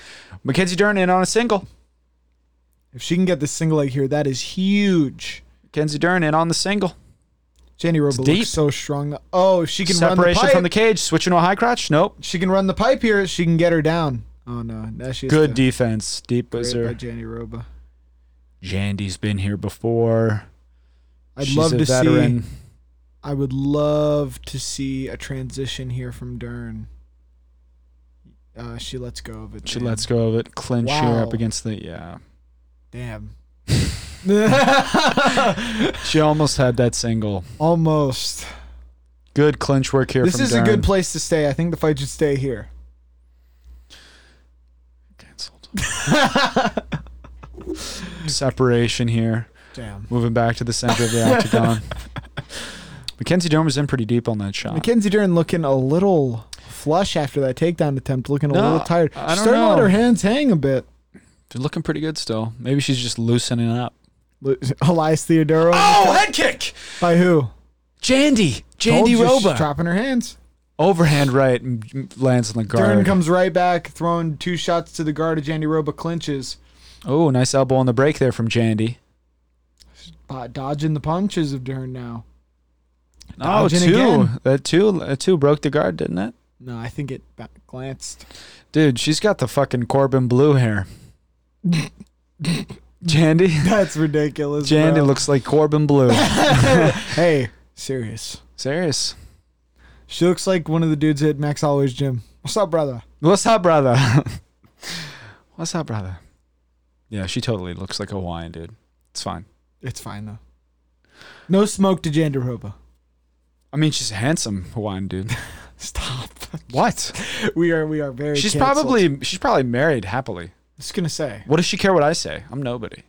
Speaker 4: Mackenzie Dern in on a single.
Speaker 3: If she can get this single leg here, that is huge.
Speaker 4: Mackenzie Dern in on the single.
Speaker 3: Jandy Roba
Speaker 4: deep.
Speaker 3: looks so strong. Oh, if she can run the
Speaker 4: Separation
Speaker 3: pipe.
Speaker 4: from the cage. Switching to a high crotch. Nope.
Speaker 3: she can run the pipe here. She can get her down. Oh no, now she's
Speaker 4: Good defense. Deep
Speaker 3: by
Speaker 4: buzzer.
Speaker 3: Jandy Roba.
Speaker 4: Jandy's been here before.
Speaker 3: I'd
Speaker 4: She's
Speaker 3: love
Speaker 4: a
Speaker 3: to see.
Speaker 4: veteran.
Speaker 3: I would love to see a transition here from Dern. Uh, she lets go of it.
Speaker 4: She
Speaker 3: man.
Speaker 4: lets go of it. Clinch here
Speaker 3: Wow.
Speaker 4: up against the yeah.
Speaker 3: Damn.
Speaker 4: She almost had that single.
Speaker 3: Almost.
Speaker 4: Good clinch work here.
Speaker 3: This
Speaker 4: from
Speaker 3: is
Speaker 4: Dern.
Speaker 3: a good place to stay. I think the fight should stay here.
Speaker 4: Cancelled. Separation here.
Speaker 3: Damn.
Speaker 4: Moving back to the center of the octagon. Mackenzie Dern was in pretty deep on that shot.
Speaker 3: Mackenzie Dern looking a little flush after that takedown attempt, looking a
Speaker 4: No,
Speaker 3: little tired.
Speaker 4: I
Speaker 3: She's
Speaker 4: don't
Speaker 3: starting to let
Speaker 4: know.
Speaker 3: her hands hang a bit.
Speaker 4: She's looking pretty good still. Maybe she's just loosening up.
Speaker 3: Lo- Elias Theodoro
Speaker 4: Oh, head kick!
Speaker 3: by who?
Speaker 4: Jandy.
Speaker 3: Told
Speaker 4: Jandy
Speaker 3: you, she's
Speaker 4: Roba.
Speaker 3: dropping her hands.
Speaker 4: Overhand right m- m- lands on the
Speaker 3: Dern
Speaker 4: guard.
Speaker 3: comes right back, throwing two shots to the guard of Jandy Roba, clinches,
Speaker 4: oh, nice elbow on the break there from Jandy.
Speaker 3: uh, dodging the punches of Dern now.
Speaker 4: Oh,
Speaker 3: Dodging
Speaker 4: two.
Speaker 3: again.
Speaker 4: That two that two broke the guard, didn't it?
Speaker 3: No, I think it ba- glanced.
Speaker 4: Dude, she's got the fucking Corbin blue hair. Jandy.
Speaker 3: That's ridiculous.
Speaker 4: Jandy
Speaker 3: bro.
Speaker 4: looks like Corbin Blue.
Speaker 3: Hey, serious.
Speaker 4: Serious.
Speaker 3: She looks like one of the dudes at Max Holloway's gym. What's up, brother?
Speaker 4: What's up, brother? What's up, brother? Yeah, she totally looks like a Hawaiian dude. It's fine.
Speaker 3: It's fine though. No smoke to Jandaroba.
Speaker 4: I mean, she's a handsome Hawaiian dude.
Speaker 3: Stop.
Speaker 4: What?
Speaker 3: We are we are very.
Speaker 4: she's
Speaker 3: canceled.
Speaker 4: probably she's probably married happily.
Speaker 3: Just gonna say.
Speaker 4: What does she care what I say? I'm nobody.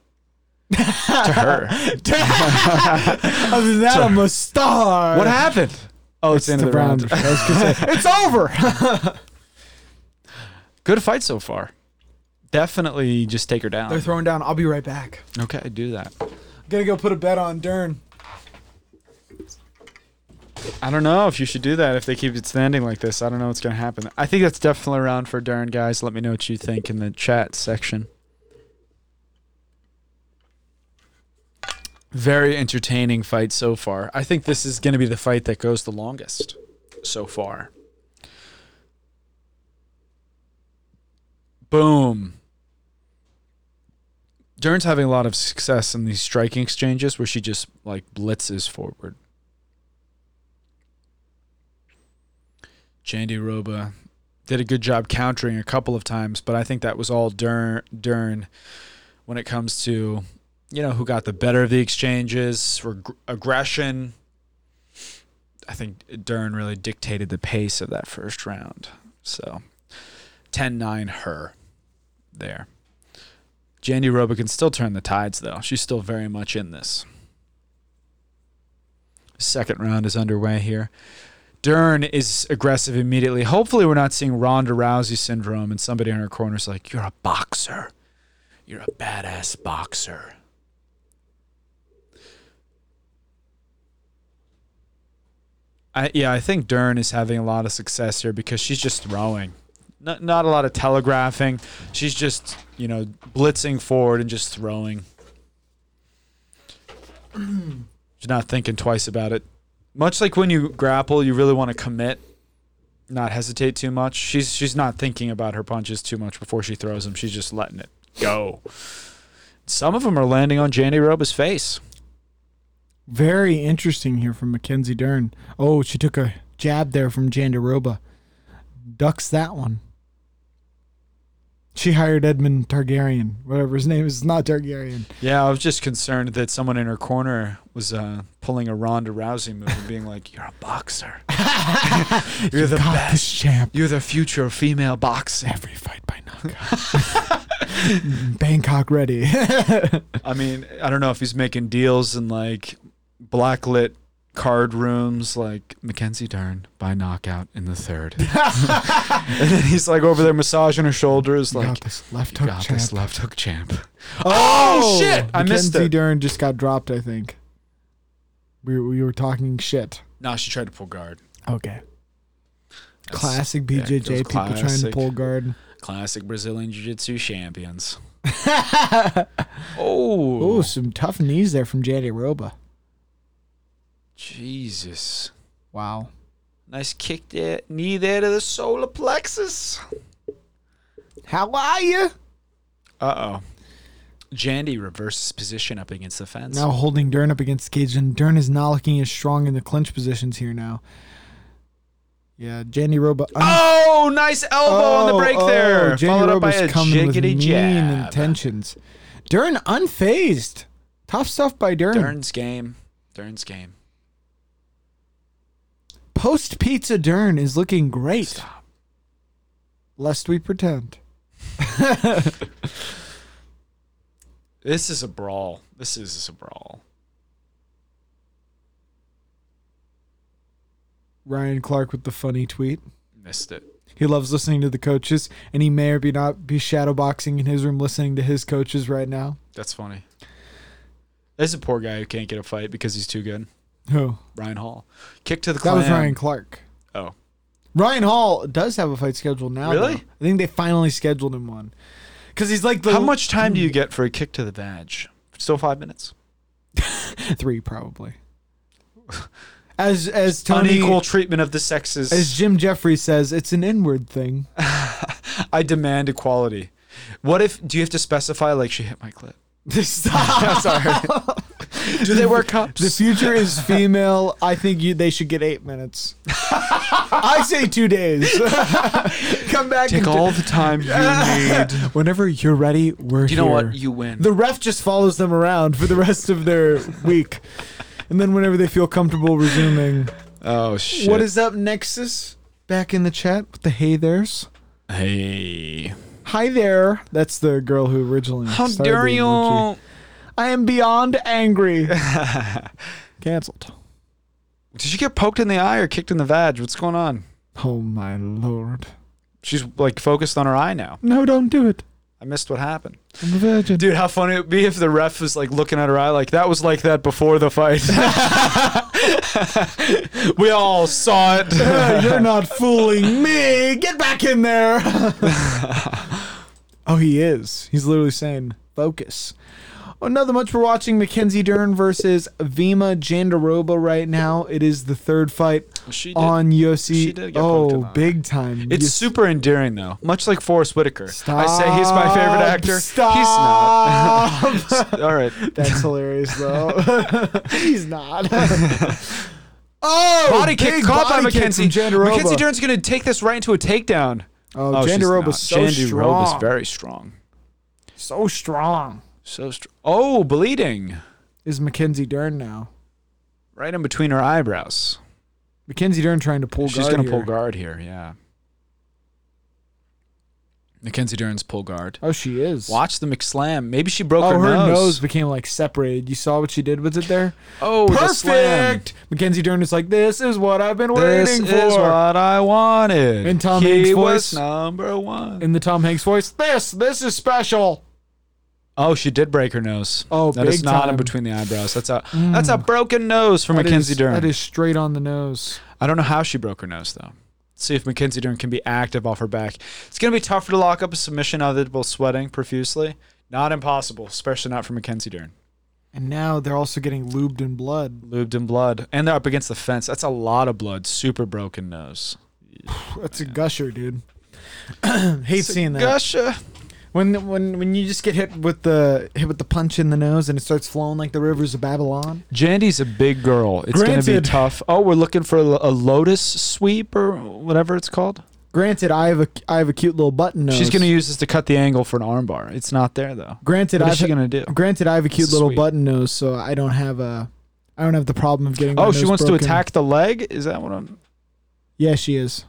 Speaker 4: to her.
Speaker 3: Other than that, I'm a star.
Speaker 4: What happened? Oh, it's, the end of the round.
Speaker 3: I was gonna say, it's over.
Speaker 4: Good fight so far. Definitely just take her
Speaker 3: They're
Speaker 4: down.
Speaker 3: throwing down. I'll be right back.
Speaker 4: okay, do that.
Speaker 3: Gonna go put a bet on Dern.
Speaker 4: I don't know if you should do that if they keep it standing like this. I don't know what's going to happen. I think that's definitely around for Darren, guys. Let me know what you think in the chat section. Very entertaining fight so far. I think this is going to be the fight that goes the longest so far. Boom. Dern's having a lot of success in these striking exchanges where she just like blitzes forward. Jandy Roba did a good job countering a couple of times, but I think that was all Dern, Dern when it comes to you know who got the better of the exchanges, reg- aggression. I think Dern really dictated the pace of that first round. So 10-9 her there. Jandy Roba can still turn the tides though. She's still very much in this. Second round is underway here. Dern is aggressive immediately. Hopefully, we're not seeing Ronda Rousey syndrome and somebody in her corner is like, You're a boxer. You're a badass boxer. I, yeah, I think Dern is having a lot of success here because she's just throwing. Not, not a lot of telegraphing. She's just, you know, blitzing forward and just throwing. She's not thinking twice about it much like when you grapple, you really want to commit, not hesitate too much. She's she's not thinking about her punches too much before she throws them. She's just letting it go. Some of them are landing on Jandy Roba's face.
Speaker 3: Very interesting here from Mackenzie Dern. Oh, she took a jab there from Jandaroba. Ducks that one. She hired Edmund Targaryen, whatever his name is. It's not Targaryen.
Speaker 4: Yeah, I was just concerned that someone in her corner was uh, pulling a Ronda Rousey move and being like, "You're a boxer. You're the
Speaker 3: God,
Speaker 4: best.
Speaker 3: this champ.
Speaker 4: You're the future of female boxing."
Speaker 3: Every fight by knockout. Bangkok ready.
Speaker 4: I mean, I don't know if he's making deals in like blacklit card rooms like Mackenzie Dern by knockout in the third. and then he's like over there massaging her shoulders
Speaker 3: got
Speaker 4: like
Speaker 3: this left
Speaker 4: "You
Speaker 3: hook
Speaker 4: got
Speaker 3: champ.
Speaker 4: this left hook champ. Oh, shit! I missed
Speaker 3: Mackenzie
Speaker 4: it.
Speaker 3: Dern just got dropped, I think. We, we were talking shit.
Speaker 4: No, she tried to pull guard.
Speaker 3: Okay.
Speaker 4: That's-
Speaker 3: Classic
Speaker 4: yeah,
Speaker 3: BJJ
Speaker 4: those
Speaker 3: people trying to
Speaker 4: classic-
Speaker 3: pull guard.
Speaker 4: Classic Brazilian Jiu-Jitsu champions. oh,
Speaker 3: Oh, some tough knees there from Jandy Roba.
Speaker 4: Jesus.
Speaker 3: Wow.
Speaker 4: Nice kick there, knee there to the solar plexus.
Speaker 3: How are you?
Speaker 4: Uh oh. Jandy reverses position up against the fence.
Speaker 3: Now holding Dern up against the cage, and Dern is not looking as strong in the clinch positions here now. Yeah, Jandy Roba.
Speaker 4: Oh, nice elbow on
Speaker 3: Oh,
Speaker 4: the break there.
Speaker 3: Jandy
Speaker 4: Followed up by
Speaker 3: Roba's
Speaker 4: a
Speaker 3: coming with
Speaker 4: jiggity
Speaker 3: mean
Speaker 4: jab.
Speaker 3: intentions. Dern unfazed. Tough stuff by Dern.
Speaker 4: Dern's game. Dern's game.
Speaker 3: Post pizza Dern is looking great. Lest we pretend.
Speaker 4: This is a brawl. This is a brawl.
Speaker 3: Ryan Clark with the funny tweet.
Speaker 4: Missed it.
Speaker 3: He loves listening to the coaches, and he may or may not be shadowboxing in his room listening to his coaches right now.
Speaker 4: That's funny. There's a poor guy who can't get a fight because he's too good.
Speaker 3: Who?
Speaker 4: Ryan Hall. Kick to the
Speaker 3: That
Speaker 4: clan.
Speaker 3: was Ryan Clark.
Speaker 4: Oh.
Speaker 3: Ryan Hall does have a fight scheduled now.
Speaker 4: Really?
Speaker 3: though. I think they finally scheduled him one. Because he's like the
Speaker 4: How much time do you get for a kick to the badge? Still five minutes.
Speaker 3: three probably. As as Tony
Speaker 4: Unequal treatment of the sexes.
Speaker 3: as Jim Jeffrey says, it's an inward thing.
Speaker 4: I demand equality. What if? Do you have to specify? Like she hit my clit.
Speaker 3: Stop.
Speaker 4: Do they wear cups?
Speaker 3: The future is female. I think you they should get eight minutes. I say two days. Come back
Speaker 4: Take
Speaker 3: and
Speaker 4: all the time you need.
Speaker 3: Whenever you're ready, we're
Speaker 4: You
Speaker 3: here.
Speaker 4: know what? You win.
Speaker 3: the ref just follows them around for the rest of their week. And then whenever they feel comfortable resuming.
Speaker 4: oh shit!
Speaker 3: What is up, Nexus? Back in the chat with the hey there's.
Speaker 4: Hey,
Speaker 3: Hi there. That's the girl who originally started the emoji.
Speaker 4: Honduran.
Speaker 3: I am beyond angry. Cancelled.
Speaker 4: Did you get poked in the eye or kicked in the vag? What's going on?
Speaker 3: Oh my lord.
Speaker 4: She's like focused on her eye now.
Speaker 3: No, don't do it.
Speaker 4: I missed what happened.
Speaker 3: I'm a virgin.
Speaker 4: Dude, how funny it would be if the ref was like looking at her eye like that was like that before the fight. we all saw it.
Speaker 3: Hey, you're not fooling me. Get back in there. oh, he is. He's literally saying, focus. Oh, nothing much. We're watching Mackenzie Dern versus Vima Jandaroba right now. It is the third fight
Speaker 4: She did-
Speaker 3: on UFC.
Speaker 4: she did get punked in
Speaker 3: oh,
Speaker 4: the eye.
Speaker 3: big time.
Speaker 4: It's
Speaker 3: Yes.
Speaker 4: super endearing though. Much like Forrest Whitaker. I
Speaker 3: Stop.
Speaker 4: say he's my favorite actor.
Speaker 3: Stop.
Speaker 4: He's not. all right.
Speaker 3: That's hilarious, though. He's not. oh,
Speaker 4: Body kick
Speaker 3: big
Speaker 4: caught by
Speaker 3: body kick
Speaker 4: Mackenzie.
Speaker 3: from Jandaroba.
Speaker 4: Mackenzie Dern's going to take this right into a takedown. Oh,
Speaker 3: Oh, Jandaroba's so
Speaker 4: Jandaroba's
Speaker 3: strong.
Speaker 4: very strong.
Speaker 3: so strong.
Speaker 4: So str- oh, bleeding
Speaker 3: Is Mackenzie Dern now?
Speaker 4: right in between her eyebrows.
Speaker 3: Mackenzie Dern trying to pull
Speaker 4: She's
Speaker 3: guard.
Speaker 4: gonna pull
Speaker 3: here.
Speaker 4: guard here. Yeah. Mackenzie Dern's pull guard.
Speaker 3: Oh, she is.
Speaker 4: Watch the McSlam. Maybe she broke
Speaker 3: Oh, her,
Speaker 4: her,
Speaker 3: nose. became like separated. You saw what she did with it there?
Speaker 4: Oh, the slam.
Speaker 3: Perfect. Mackenzie Dern is like, this is what I've been
Speaker 4: This
Speaker 3: waiting
Speaker 4: is
Speaker 3: for.
Speaker 4: what I wanted.
Speaker 3: In Tom
Speaker 4: he
Speaker 3: Hanks' voice.
Speaker 4: was number one.
Speaker 3: In the Tom Hanks voice, this, this is special.
Speaker 4: oh, she did break her nose.
Speaker 3: Oh,
Speaker 4: that is
Speaker 3: big
Speaker 4: not
Speaker 3: time. Mm.
Speaker 4: in between the eyebrows. That's a that's a broken nose for
Speaker 3: That
Speaker 4: Mackenzie
Speaker 3: is-
Speaker 4: Dern.
Speaker 3: That is straight on the nose.
Speaker 4: I don't know how she broke her nose though. Let's see if Mackenzie Dern can be active off her back. It's gonna be tougher to lock up a submission other than sweating profusely. Not impossible, especially not for Mackenzie Dern.
Speaker 3: And now they're also getting lubed in blood.
Speaker 4: Lubed in blood, and they're up against the fence. That's a lot of blood. Super broken nose.
Speaker 3: That's a gusher, dude. Hate seeing that.
Speaker 4: Gusha.
Speaker 3: when when when you just get hit with the hit with the punch in the nose and it starts flowing like the rivers of Babylon.
Speaker 4: Jandy's a big girl. It's gonna
Speaker 3: Granted.
Speaker 4: be tough. Oh, we're looking for a, a lotus sweep or whatever it's called.
Speaker 3: Granted, I have a I have a cute little button nose.
Speaker 4: She's gonna use this to cut the angle for an armbar. It's not there though.
Speaker 3: Granted,
Speaker 4: What
Speaker 3: I
Speaker 4: is she gonna do?
Speaker 3: Granted, I have a cute
Speaker 4: It's
Speaker 3: little
Speaker 4: sweet.
Speaker 3: button nose, so I don't have a I don't have the problem of getting. my
Speaker 4: Oh, she
Speaker 3: nose
Speaker 4: wants to
Speaker 3: broken.
Speaker 4: attack the leg. Is that what I'm?
Speaker 3: Yeah, she is.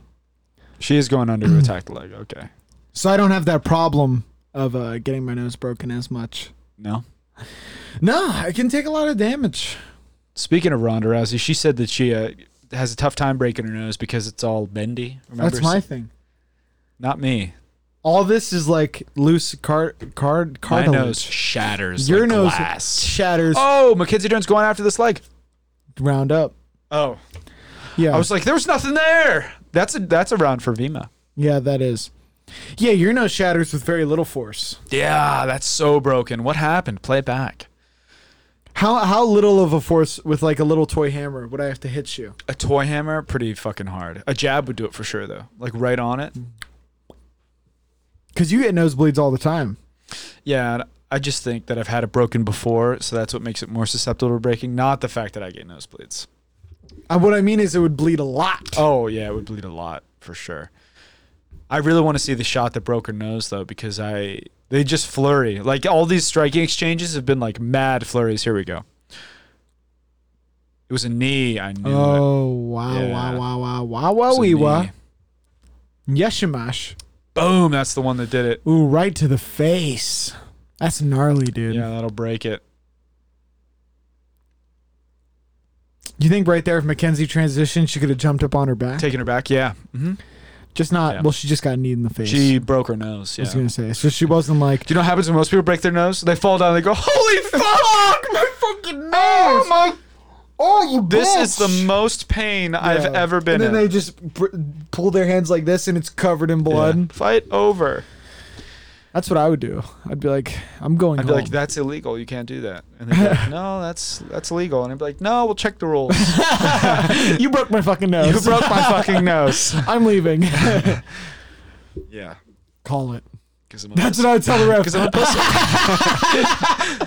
Speaker 4: She is going under to attack the leg. Okay.
Speaker 3: So I don't have that problem of uh, getting my nose broken as much.
Speaker 4: No.
Speaker 3: No, I can take a lot of damage.
Speaker 4: Speaking of Ronda Rousey, she said that she uh, has a tough time breaking her nose because it's all bendy. Remember?
Speaker 3: That's my thing.
Speaker 4: Not me.
Speaker 3: All this is like loose card card
Speaker 4: My
Speaker 3: cartilage.
Speaker 4: nose shatters.
Speaker 3: Your
Speaker 4: like
Speaker 3: nose
Speaker 4: glass.
Speaker 3: shatters.
Speaker 4: Oh, Mackenzie Dern's going after this leg.
Speaker 3: Round up.
Speaker 4: Oh,
Speaker 3: Yeah.
Speaker 4: I was like, there was nothing there. That's a that's a round for Vima.
Speaker 3: Yeah, that is. Yeah, your nose shatters with very little force.
Speaker 4: Yeah, that's so broken. What happened? Play it back.
Speaker 3: How how little of a force with like a little toy hammer would I have to hit you?
Speaker 4: A toy hammer, pretty fucking hard. A jab would do it for sure though. Like right on it.
Speaker 3: Because you get nosebleeds all the time.
Speaker 4: Yeah, and I just think that I've had it broken before, so that's what makes it more susceptible to breaking, not the fact that I get nosebleeds.
Speaker 3: Uh, what I mean is it would bleed a lot.
Speaker 4: Oh yeah, it would bleed a lot for sure. I really want to see the shot that broke her nose though, because I they just flurry. Like all these striking exchanges have been like mad flurries. Here we go. It was a knee. I knew it.
Speaker 3: Oh wow
Speaker 4: Yeah.
Speaker 3: wow wow wow wow wow
Speaker 4: It was a
Speaker 3: wee wah
Speaker 4: knee.
Speaker 3: yeshimash.
Speaker 4: Boom! That's the one that did it.
Speaker 3: Ooh, right to the face. That's gnarly, dude.
Speaker 4: Yeah, that'll break it.
Speaker 3: You think right there if Mackenzie transitioned, she could have jumped up on her back?
Speaker 4: Taking her back. Yeah, hmm
Speaker 3: just not.
Speaker 4: Yeah.
Speaker 3: Well, she just got kneed in the face.
Speaker 4: she broke her nose.
Speaker 3: I
Speaker 4: Yeah.
Speaker 3: was
Speaker 4: Do
Speaker 3: gonna say. So she wasn't like
Speaker 4: you know what happens when most people break their nose? They fall down. They go, "Holy fuck! My fucking nose! Oh my!
Speaker 3: oh you.
Speaker 4: This is the most pain I've
Speaker 3: Yeah.
Speaker 4: ever
Speaker 3: And
Speaker 4: been
Speaker 3: then
Speaker 4: in."
Speaker 3: they just br- pull their hands like this, and it's covered in
Speaker 4: Yeah.
Speaker 3: blood.
Speaker 4: Fight over.
Speaker 3: That's what I would do. I'd be like, I'm going.
Speaker 4: I'd be
Speaker 3: home.
Speaker 4: like, "That's illegal. You can't do that." And they'd be like, "No, that's that's illegal." And I'd be like, "No, we'll check the rules.
Speaker 3: you broke my fucking
Speaker 4: you
Speaker 3: nose.
Speaker 4: broke my fucking nose."
Speaker 3: I'm leaving.
Speaker 4: Yeah,
Speaker 3: Call it.
Speaker 4: because I'm
Speaker 3: That's what I'd tell the ref.
Speaker 4: because I'm a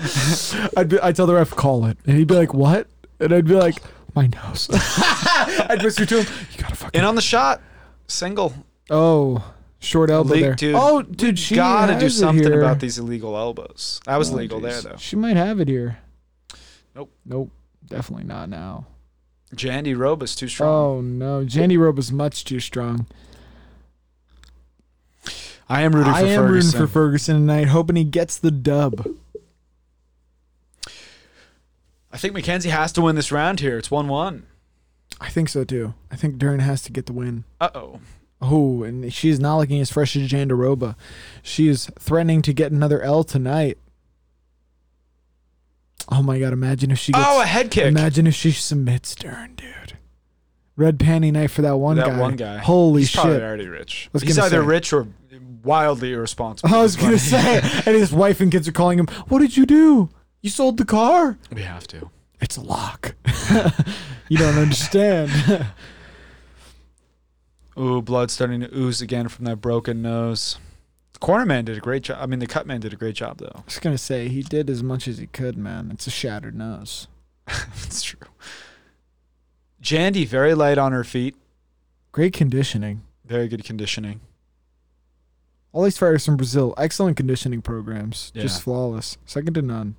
Speaker 4: pussy.
Speaker 3: I'd be, I'd tell the ref, call it, and he'd be like, what? And I'd be like, my nose. I'd whisper to him, you gotta fucking.
Speaker 4: And on the shot, single.
Speaker 3: Oh, short elbow
Speaker 4: Leak,
Speaker 3: there.
Speaker 4: dude.
Speaker 3: Oh, dude, she
Speaker 4: Gotta
Speaker 3: has
Speaker 4: do
Speaker 3: it
Speaker 4: something
Speaker 3: here.
Speaker 4: about these illegal elbows. I was
Speaker 3: Oh,
Speaker 4: legal
Speaker 3: jeez.
Speaker 4: there though.
Speaker 3: She might have it here.
Speaker 4: Nope.
Speaker 3: Nope. Definitely not now.
Speaker 4: Jandy Roba's too strong.
Speaker 3: Oh no, Jandy Robe is much too strong.
Speaker 4: I am rooting for
Speaker 3: I am
Speaker 4: Ferguson.
Speaker 3: rooting for Ferguson tonight, hoping he gets the dub.
Speaker 4: I think Mackenzie has to win this round here. It's one-one.
Speaker 3: I think so too. I think Dern has to get the win.
Speaker 4: Uh oh.
Speaker 3: Oh, and she is not looking as fresh as Jandaroba. She is threatening to get another L tonight. Oh my god, imagine if she gets
Speaker 4: Oh, a head kick.
Speaker 3: Imagine if she submits Dern, dude. Red panty knife for that one
Speaker 4: that
Speaker 3: guy.
Speaker 4: one guy.
Speaker 3: Holy
Speaker 4: He's Probably
Speaker 3: shit.
Speaker 4: already rich.
Speaker 3: was
Speaker 4: He's
Speaker 3: gonna
Speaker 4: either
Speaker 3: say.
Speaker 4: rich or wildly irresponsible.
Speaker 3: I was gonna say, and his wife and kids are calling him. What did you do? You sold the car?
Speaker 4: we have to.
Speaker 3: It's a lock. you don't understand.
Speaker 4: Ooh, blood starting to ooze again from that broken nose. The corner man did a great job. I mean, the cut man did a great job though.
Speaker 3: I was gonna say he did as much as he could, man. It's a shattered nose.
Speaker 4: That's true. Jandy very light on her feet.
Speaker 3: Great conditioning.
Speaker 4: Very good conditioning.
Speaker 3: All these fighters from Brazil, excellent conditioning programs, just
Speaker 4: Yeah.
Speaker 3: flawless, second to none.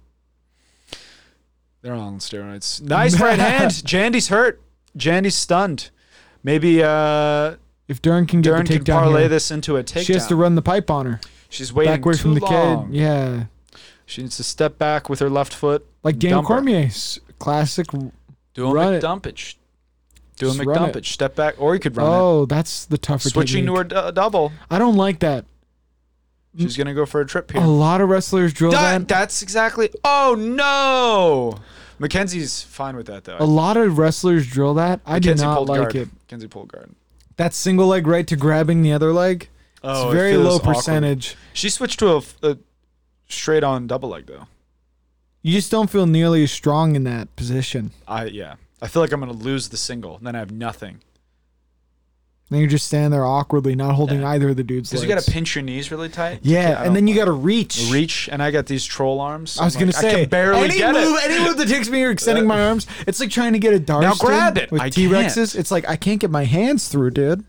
Speaker 4: They're all on steroids. Nice right hand. Jandy's hurt. Jandy's stunned. Maybe uh,
Speaker 3: If Duran can get
Speaker 4: Duran
Speaker 3: the
Speaker 4: can
Speaker 3: takedown,
Speaker 4: parlay
Speaker 3: here,
Speaker 4: this into a takedown.
Speaker 3: she has to run the pipe on her
Speaker 4: She's waiting
Speaker 3: backward
Speaker 4: too
Speaker 3: from the
Speaker 4: long.
Speaker 3: kid. Yeah,
Speaker 4: She needs to step back with her left foot.
Speaker 3: like Daniel
Speaker 4: Dump her.
Speaker 3: Cormier's classic.
Speaker 4: Do a
Speaker 3: Run it.
Speaker 4: McDumpage. Do a
Speaker 3: Just run it.
Speaker 4: McDumpage. Step back, or you could run it.
Speaker 3: oh, Mm. that's the tougher.
Speaker 4: Switching
Speaker 3: technique.
Speaker 4: to her d- double.
Speaker 3: I don't like that.
Speaker 4: She's gonna go for a trip here.
Speaker 3: A lot of wrestlers drill
Speaker 4: That-
Speaker 3: that.
Speaker 4: that's exactly. Oh no! Mackenzie's fine with that though.
Speaker 3: A lot of wrestlers drill that. Oh, I do
Speaker 4: Mackenzie
Speaker 3: not
Speaker 4: pulled
Speaker 3: like
Speaker 4: guard.
Speaker 3: it.
Speaker 4: Mackenzie pulled guard.
Speaker 3: That single leg right to grabbing the other leg. It's
Speaker 4: Oh, it
Speaker 3: very
Speaker 4: feels
Speaker 3: low
Speaker 4: awkward.
Speaker 3: percentage.
Speaker 4: She switched to a, f- a straight on double leg though.
Speaker 3: You just don't feel nearly as strong in that position.
Speaker 4: I yeah. I feel like I'm gonna lose the single, and then I have nothing.
Speaker 3: Then you're just standing there awkwardly, not holding
Speaker 4: Yeah.
Speaker 3: either of the dude's
Speaker 4: Because
Speaker 3: legs.
Speaker 4: you gotta pinch your knees really tight.
Speaker 3: yeah,
Speaker 4: I
Speaker 3: and
Speaker 4: don't
Speaker 3: then you gotta reach.
Speaker 4: reach, and I got these troll arms.
Speaker 3: I was
Speaker 4: I'm
Speaker 3: gonna
Speaker 4: like,
Speaker 3: say
Speaker 4: I can barely
Speaker 3: any
Speaker 4: get
Speaker 3: move,
Speaker 4: it.
Speaker 3: any move that takes me or extending my arms. It's like trying to get a dart.
Speaker 4: Now
Speaker 3: stick
Speaker 4: grab it.
Speaker 3: with
Speaker 4: I
Speaker 3: T Rexes.
Speaker 4: can't.
Speaker 3: It's like I can't get my hands through, dude.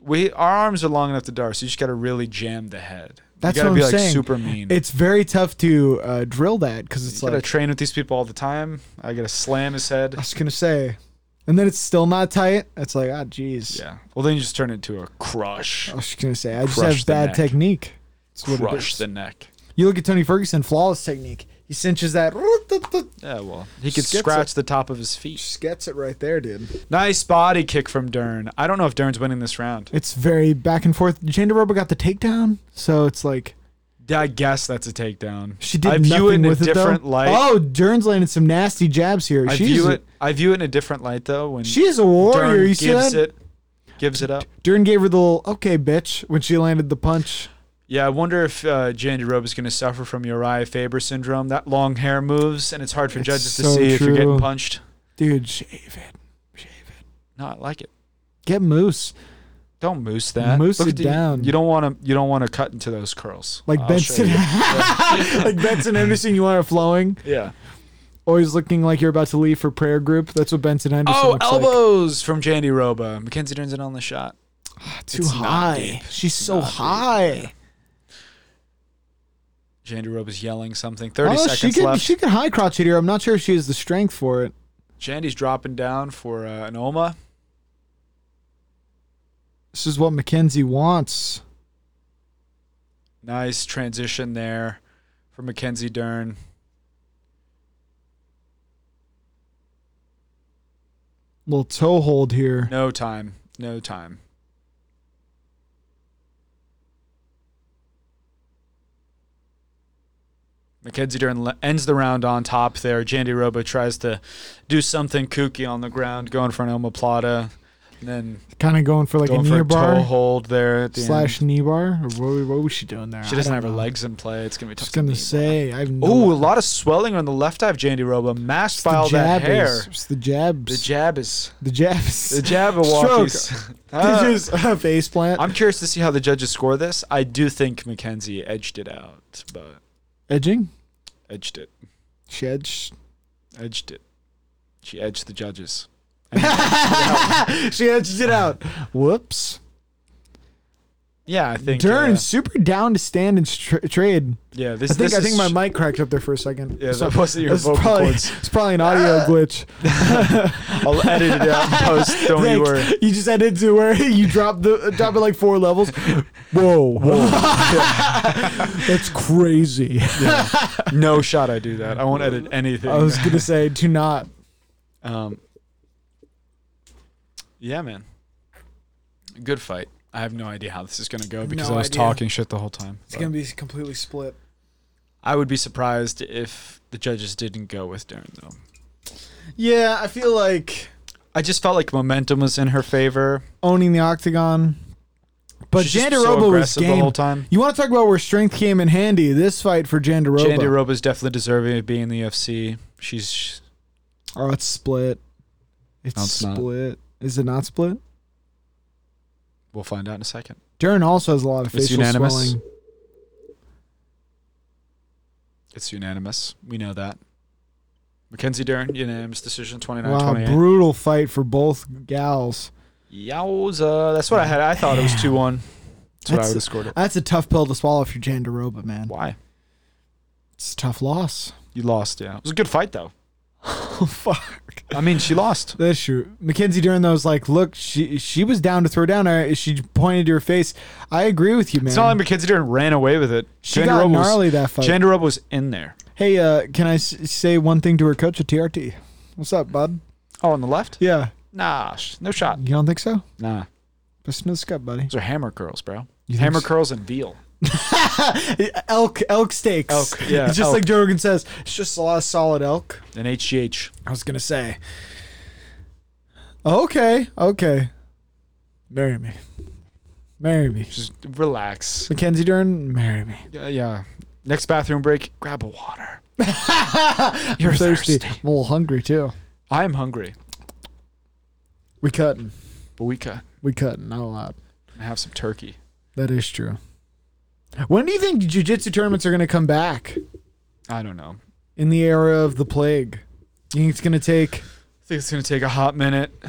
Speaker 4: We our arms are long enough to dart, so you just gotta really jam the head.
Speaker 3: That's
Speaker 4: you gotta
Speaker 3: what
Speaker 4: be
Speaker 3: I'm
Speaker 4: like
Speaker 3: saying.
Speaker 4: super mean.
Speaker 3: It's very tough to uh, drill that because it's
Speaker 4: you gotta
Speaker 3: like
Speaker 4: train with these people all the time. I gotta slam his
Speaker 3: I
Speaker 4: head.
Speaker 3: was gonna say, and then it's still not tight. It's like ah, jeez.
Speaker 4: Yeah. Well, then you just turn it into a crush.
Speaker 3: I was gonna say I just
Speaker 4: Crush
Speaker 3: have
Speaker 4: the
Speaker 3: bad
Speaker 4: neck.
Speaker 3: technique. That's what it
Speaker 4: Crush
Speaker 3: is.
Speaker 4: the neck.
Speaker 3: You look at Tony Ferguson, flawless technique. He cinches that,
Speaker 4: Yeah. Well, he could
Speaker 3: Skits
Speaker 4: scratch the top of his feet.
Speaker 3: just gets it right there, dude.
Speaker 4: Nice body kick from Dern. I don't know if Dern's winning this round.
Speaker 3: It's very back and forth. Janda Roba got the takedown, so it's like
Speaker 4: I guess that's a takedown.
Speaker 3: she did
Speaker 4: I
Speaker 3: nothing
Speaker 4: view it in
Speaker 3: with
Speaker 4: a
Speaker 3: it though.
Speaker 4: different light.
Speaker 3: Oh, Dern's landed some nasty jabs here.
Speaker 4: I
Speaker 3: she's
Speaker 4: view
Speaker 3: a,
Speaker 4: it. I view it in a different light though. When
Speaker 3: She is a warrior.
Speaker 4: Dern
Speaker 3: you see
Speaker 4: gives
Speaker 3: that?
Speaker 4: it, gives it up.
Speaker 3: Dern gave her the little okay, bitch, when she landed the punch.
Speaker 4: Yeah, I wonder if uh, Jan Robe is going to suffer from Uriah Faber syndrome. That long hair moves, and it's hard for
Speaker 3: It's
Speaker 4: judges to
Speaker 3: so
Speaker 4: see if you're
Speaker 3: true.
Speaker 4: getting punched.
Speaker 3: Dude, shave it, shave it.
Speaker 4: No, I like it.
Speaker 3: Get moose.
Speaker 4: Don't moose that.
Speaker 3: Moose
Speaker 4: Look
Speaker 3: it
Speaker 4: at the-
Speaker 3: down.
Speaker 4: You don't want to. You don't want to cut into those curls.
Speaker 3: Like
Speaker 4: I'll show
Speaker 3: Benson,
Speaker 4: you.
Speaker 3: like Benson Henderson, you want her flowing,
Speaker 4: Yeah.
Speaker 3: always looking like you're about to leave for prayer group. That's what Benson Henderson.
Speaker 4: Oh,
Speaker 3: looks like.
Speaker 4: elbows from Jandy Roba. Mackenzie turns it on the shot.
Speaker 3: too
Speaker 4: It's not
Speaker 3: high.
Speaker 4: deep.
Speaker 3: She's so
Speaker 4: not deep.
Speaker 3: high.
Speaker 4: Jandy Roba's yelling something. Thirty
Speaker 3: Oh, she
Speaker 4: seconds
Speaker 3: could
Speaker 4: left.
Speaker 3: she could high crotch it here. I'm not sure if she has the strength for it.
Speaker 4: Jandy's dropping down for uh, an Oma.
Speaker 3: This is what Mackenzie wants.
Speaker 4: Nice transition there for Mackenzie Dern.
Speaker 3: Little toe hold here.
Speaker 4: No time. No time. Mackenzie Dern le- ends the round on top there. Jandy Robo tries to do something kooky on the ground, going for an Elma Plata, and then
Speaker 3: Kind of going for like
Speaker 4: going
Speaker 3: a knee
Speaker 4: for a toe
Speaker 3: bar
Speaker 4: hold there at the
Speaker 3: slash
Speaker 4: end.
Speaker 3: knee bar. Or what, what was she doing there?
Speaker 4: She
Speaker 3: I
Speaker 4: doesn't
Speaker 3: don't
Speaker 4: have her
Speaker 3: know.
Speaker 4: legs in play. It's gonna be
Speaker 3: I
Speaker 4: tough.
Speaker 3: was gonna say I've no
Speaker 4: Ooh, a lot of swelling on the left eye of Jandy Robo, masked by all that hair.
Speaker 3: Is, it's the jabs.
Speaker 4: The jab is
Speaker 3: the jabs.
Speaker 4: the jab of
Speaker 3: Stroke.
Speaker 4: walkies. Ah.
Speaker 3: Just a face plant.
Speaker 4: I'm curious to see how the judges score this. I do think Mackenzie edged it out, but
Speaker 3: Edging.
Speaker 4: edged it,
Speaker 3: She edged.
Speaker 4: edged it. She edged the judges.
Speaker 3: She edged it out. Whoops.
Speaker 4: Yeah, I think.
Speaker 3: Dern
Speaker 4: uh,
Speaker 3: super down to stand and tr- trade.
Speaker 4: yeah, this.
Speaker 3: I think
Speaker 4: this
Speaker 3: I
Speaker 4: is
Speaker 3: think my
Speaker 4: sh-
Speaker 3: mic cracked up there for a second.
Speaker 4: Yeah,
Speaker 3: So-
Speaker 4: that wasn't your
Speaker 3: that's
Speaker 4: vocal
Speaker 3: probably,
Speaker 4: cords. Ah!
Speaker 3: It's probably an audio glitch.
Speaker 4: I'll edit it out in post. Don't you
Speaker 3: Like,
Speaker 4: worry.
Speaker 3: You just had it to where you drop the drop it like four levels. Whoa, that's crazy.
Speaker 4: No shot. I do that. I won't edit anything.
Speaker 3: I was gonna say, do not.
Speaker 4: um. Yeah, man. Good fight. I have no idea how this is gonna go because
Speaker 3: No
Speaker 4: I was
Speaker 3: idea.
Speaker 4: talking shit the whole time. but
Speaker 3: be completely split.
Speaker 4: I would be surprised if the judges didn't go with Dern though.
Speaker 3: Yeah, I feel like
Speaker 4: I just felt like momentum was in her favor.
Speaker 3: owning the octagon, but
Speaker 4: She's just
Speaker 3: Jandaroba
Speaker 4: so
Speaker 3: was
Speaker 4: aggressive
Speaker 3: game.
Speaker 4: the whole time.
Speaker 3: You want to talk about where strength came in handy? This fight for Jandaroba.
Speaker 4: Jandy Roba's definitely deserving of being in the UFC. She's
Speaker 3: Oh, it's split. It's,
Speaker 4: No, it's not.
Speaker 3: split. Is it not split?
Speaker 4: we'll find out in a second.
Speaker 3: Dern also has a lot of
Speaker 4: It's
Speaker 3: facial
Speaker 4: unanimous.
Speaker 3: swelling.
Speaker 4: It's unanimous. We know that. Mackenzie Dern, unanimous decision, 29
Speaker 3: Wow,
Speaker 4: 28.
Speaker 3: brutal fight for both gals.
Speaker 4: Yowza. That's what I had. I thought it was 2 1. That's, what I would have scored it.
Speaker 3: That's a tough pill to swallow if you're Jandaroba, man.
Speaker 4: Why?
Speaker 3: It's a tough loss.
Speaker 4: You lost, yeah. It was a good fight, though.
Speaker 3: Oh fuck.
Speaker 4: I mean, she lost.
Speaker 3: That's true. Mackenzie Dern though was like, look, she she was down to throw down. I, she pointed to her face. I agree with you, man.
Speaker 4: It's not like McKenzie Dern ran away with it.
Speaker 3: she got
Speaker 4: Jandaroba was-
Speaker 3: gnarly that fight.
Speaker 4: Jandaroba was in there.
Speaker 3: hey, uh, can I s- say one thing to her coach at TRT? What's up, bud?
Speaker 4: Oh, on the left?
Speaker 3: Yeah,
Speaker 4: Nah, sh- no shot.
Speaker 3: you don't think so?
Speaker 4: Nah.
Speaker 3: Listen to this cup, buddy.
Speaker 4: Those are hammer curls, bro.
Speaker 3: You think
Speaker 4: hammer
Speaker 3: so?
Speaker 4: curls and veal.
Speaker 3: Elk, elk steaks.
Speaker 4: Elk, yeah,
Speaker 3: It's just
Speaker 4: elk.
Speaker 3: like Joe Rogan says. It's just a lot of solid elk.
Speaker 4: And HGH.
Speaker 3: I was gonna say. Okay, okay. Marry me. Marry me.
Speaker 4: Just relax.
Speaker 3: Mackenzie Dern, marry me.
Speaker 4: Yeah, yeah. Next bathroom break, grab a water.
Speaker 3: You're
Speaker 4: thirsty.
Speaker 3: I'm a little hungry too.
Speaker 4: I am hungry,
Speaker 3: We cutting.
Speaker 4: but we can
Speaker 3: We cutting. Not a lot.
Speaker 4: have some turkey.
Speaker 3: That is true. When do you think jiu-jitsu tournaments are going to come back
Speaker 4: I don't know.
Speaker 3: in the era of the plague? You think it's going to take?
Speaker 4: I think it's gonna take a hot minute.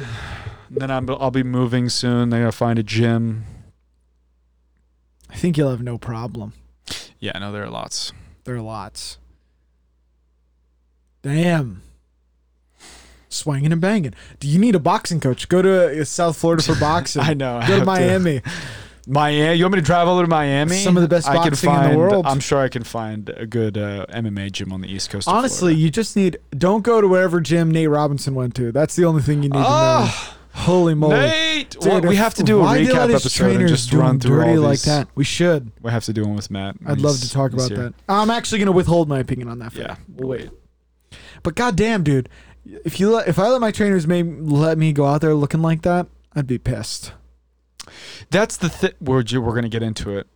Speaker 4: And then I'm, I'll be moving soon. They gotta find a gym.
Speaker 3: I think you'll have no problem.
Speaker 4: Yeah, no, there are lots.
Speaker 3: There are lots. Damn. Swinging and banging. Do you need a boxing coach? Go to uh, South Florida for boxing.
Speaker 4: I know. I
Speaker 3: Go
Speaker 4: have
Speaker 3: to
Speaker 4: to.
Speaker 3: Miami.
Speaker 4: Miami, you want me to drive over to Miami?
Speaker 3: Some of the best
Speaker 4: I can
Speaker 3: boxing in the
Speaker 4: find-
Speaker 3: world.
Speaker 4: I'm sure I can find a good uh, MMA gym on the East Coast. Of
Speaker 3: Honestly,
Speaker 4: Florida.
Speaker 3: you just need. Don't go to whatever gym Nate Robinson went to. That's the only thing you need
Speaker 4: Ah,
Speaker 3: to know. Holy moly!
Speaker 4: Nate,
Speaker 3: Dude,
Speaker 4: Well, we
Speaker 3: if-
Speaker 4: have to do a
Speaker 3: why do all
Speaker 4: recap
Speaker 3: these
Speaker 4: episode and
Speaker 3: trainers
Speaker 4: just
Speaker 3: do 'em
Speaker 4: run through all
Speaker 3: dirty
Speaker 4: these.
Speaker 3: like that. We should.
Speaker 4: We have to do one with Matt. when
Speaker 3: I'd love
Speaker 4: he's-
Speaker 3: to talk
Speaker 4: he's
Speaker 3: about
Speaker 4: here.
Speaker 3: that. I'm actually going to withhold my opinion on that.
Speaker 4: Yeah,
Speaker 3: fight.
Speaker 4: we'll wait.
Speaker 3: But goddamn, dude, if you let, if I let my trainers may let me go out there looking like that, I'd be pissed.
Speaker 4: That's the thi- we're ju- we're gonna get into it.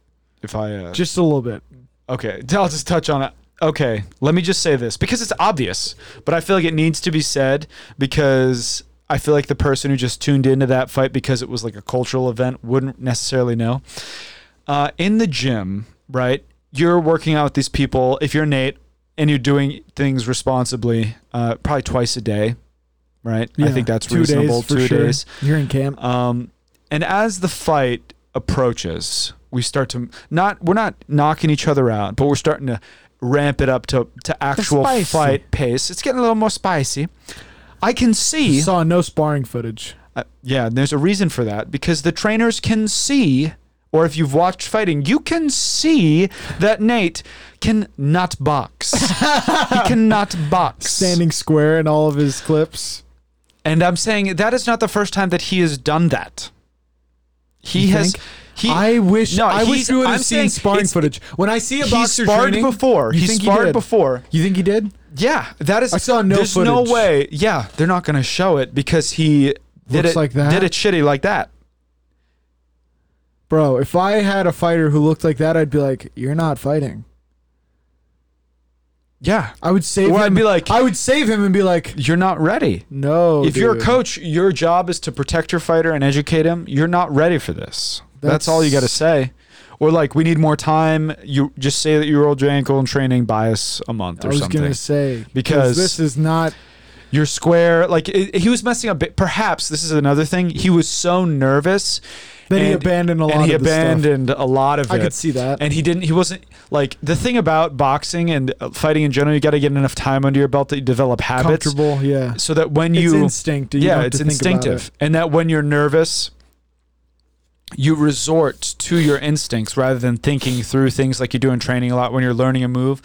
Speaker 4: If I uh,
Speaker 3: Just a little bit.
Speaker 4: okay, I'll just touch on it. Okay, let me just say this because it's obvious, but I feel like it needs to be said because I feel like the person who just tuned into that fight because it was like a cultural event wouldn't necessarily know. Uh, in the gym, right? You're working out with these people. If you're Nate and you're doing things responsibly, uh, probably twice a day, right? I
Speaker 3: Yeah,
Speaker 4: think that's
Speaker 3: two
Speaker 4: reasonable.
Speaker 3: Days, for
Speaker 4: two
Speaker 3: sure.
Speaker 4: days.
Speaker 3: You're in camp.
Speaker 4: Um, and as the fight approaches, we start to not we're not knocking each other out, but we're starting to ramp it up to to actual
Speaker 3: spicy.
Speaker 4: fight pace. It's getting a little more spicy. I can see,
Speaker 3: Saw no sparring footage.
Speaker 4: uh, yeah. and There's a reason for that because the trainers can see, or if you've watched fighting, you can see that Nate can not box. he cannot box.
Speaker 3: Standing square in all of his clips.
Speaker 4: And I'm saying that is not the first time that he has done that. He
Speaker 3: You
Speaker 4: has.
Speaker 3: think?
Speaker 4: He,
Speaker 3: I wish.
Speaker 4: No,
Speaker 3: I wish
Speaker 4: he's-
Speaker 3: we would have
Speaker 4: I'm
Speaker 3: seen
Speaker 4: saying
Speaker 3: sparring
Speaker 4: it's-
Speaker 3: footage. When I see a
Speaker 4: He
Speaker 3: boxer
Speaker 4: sparred
Speaker 3: training-
Speaker 4: before.
Speaker 3: you
Speaker 4: He
Speaker 3: think
Speaker 4: sparred
Speaker 3: did?
Speaker 4: before.
Speaker 3: You think he did?
Speaker 4: Yeah, that is.
Speaker 3: I saw no
Speaker 4: There's
Speaker 3: footage.
Speaker 4: no way. Yeah, they're not going to show it because he did
Speaker 3: Looks
Speaker 4: it
Speaker 3: like that?
Speaker 4: Did it shitty like that.
Speaker 3: Bro, if I had a fighter who looked like that, I'd be like, "You're not fighting."
Speaker 4: Yeah,
Speaker 3: I would save
Speaker 4: Or
Speaker 3: him.
Speaker 4: I'd be like-
Speaker 3: I would save him and be like,
Speaker 4: you're not ready.
Speaker 3: "No."
Speaker 4: if you're a
Speaker 3: dude.
Speaker 4: coach, your job is to protect your fighter and educate him. You're not ready for this. That's, all you got
Speaker 3: That's-
Speaker 4: to say. Or like, we need more time. You just say that you rolled your ankle in training bias a month
Speaker 3: I
Speaker 4: or
Speaker 3: was
Speaker 4: something.
Speaker 3: gonna say
Speaker 4: Because-
Speaker 3: this is not.
Speaker 4: you're square. Like it, he was messing up. bit- Perhaps this is another thing. He was so nervous
Speaker 3: That he abandoned a lot
Speaker 4: And he
Speaker 3: of the stuff.
Speaker 4: abandoned a lot of
Speaker 3: I
Speaker 4: it.
Speaker 3: could see that.
Speaker 4: And he didn't. He wasn't like the thing about boxing and uh, fighting in general. You got to get enough time under your belt that you develop habits,
Speaker 3: Comfortable, yeah.
Speaker 4: so that when
Speaker 3: it's
Speaker 4: you
Speaker 3: instinct. You don't
Speaker 4: yeah,
Speaker 3: have
Speaker 4: it's
Speaker 3: to think about
Speaker 4: instinctive,
Speaker 3: it.
Speaker 4: and that when you're nervous. You resort to your instincts rather than thinking through things like you do in training a lot when you're learning a move.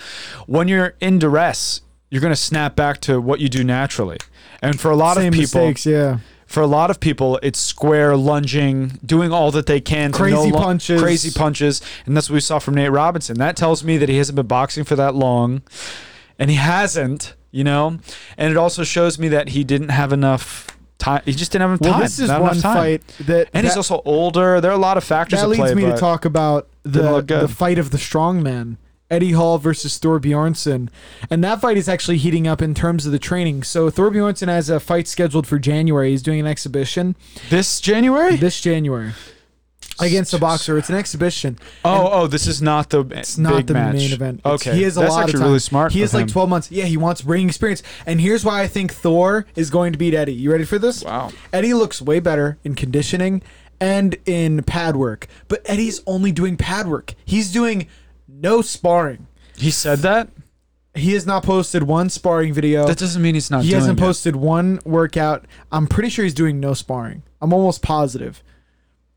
Speaker 4: When you're in duress, you're going to snap back to what you do naturally. And for a lot
Speaker 3: Same
Speaker 4: of people,
Speaker 3: mistakes, yeah.
Speaker 4: for a lot of people, it's square lunging, doing all that they can, to
Speaker 3: Crazy
Speaker 4: no lo-
Speaker 3: punches.
Speaker 4: crazy punches, and that's what we saw from Nate Robinson. That tells me that he hasn't been boxing for that long, and he hasn't, you know. And it also shows me that he didn't have enough time. He just didn't have enough
Speaker 3: Well,
Speaker 4: time.
Speaker 3: this is
Speaker 4: not enough
Speaker 3: one
Speaker 4: time.
Speaker 3: fight that
Speaker 4: and he's
Speaker 3: that-
Speaker 4: also older. There are a lot of factors.
Speaker 3: that
Speaker 4: at
Speaker 3: leads
Speaker 4: play,
Speaker 3: me to
Speaker 4: but-
Speaker 3: talk about
Speaker 4: Didn't
Speaker 3: the
Speaker 4: look good.
Speaker 3: the fight of the strongman, Eddie Hall versus Thor Bjornsson, and that fight is actually heating up in terms of the training. So Thor Bjornsson has a fight scheduled for January. He's doing an exhibition
Speaker 4: this January.
Speaker 3: this January against a boxer. It's an exhibition.
Speaker 4: oh, oh, this is not the
Speaker 3: It's not the main event. It's-
Speaker 4: okay,
Speaker 3: he has a
Speaker 4: that's
Speaker 3: lot
Speaker 4: actually
Speaker 3: of time.
Speaker 4: really smart.
Speaker 3: He
Speaker 4: of
Speaker 3: has like
Speaker 4: him.
Speaker 3: twelve months. Yeah, he wants ring experience. And here's why I think Thor is going to beat Eddie. You ready for this?
Speaker 4: Wow.
Speaker 3: Eddie looks way better in conditioning and in pad work. But Eddie's only doing pad work. He's doing no sparring.
Speaker 4: He said that.
Speaker 3: He has not posted one sparring video.
Speaker 4: That doesn't mean he's not.
Speaker 3: he
Speaker 4: doing
Speaker 3: hasn't
Speaker 4: it.
Speaker 3: posted one workout. I'm pretty sure he's doing no sparring. I'm almost positive.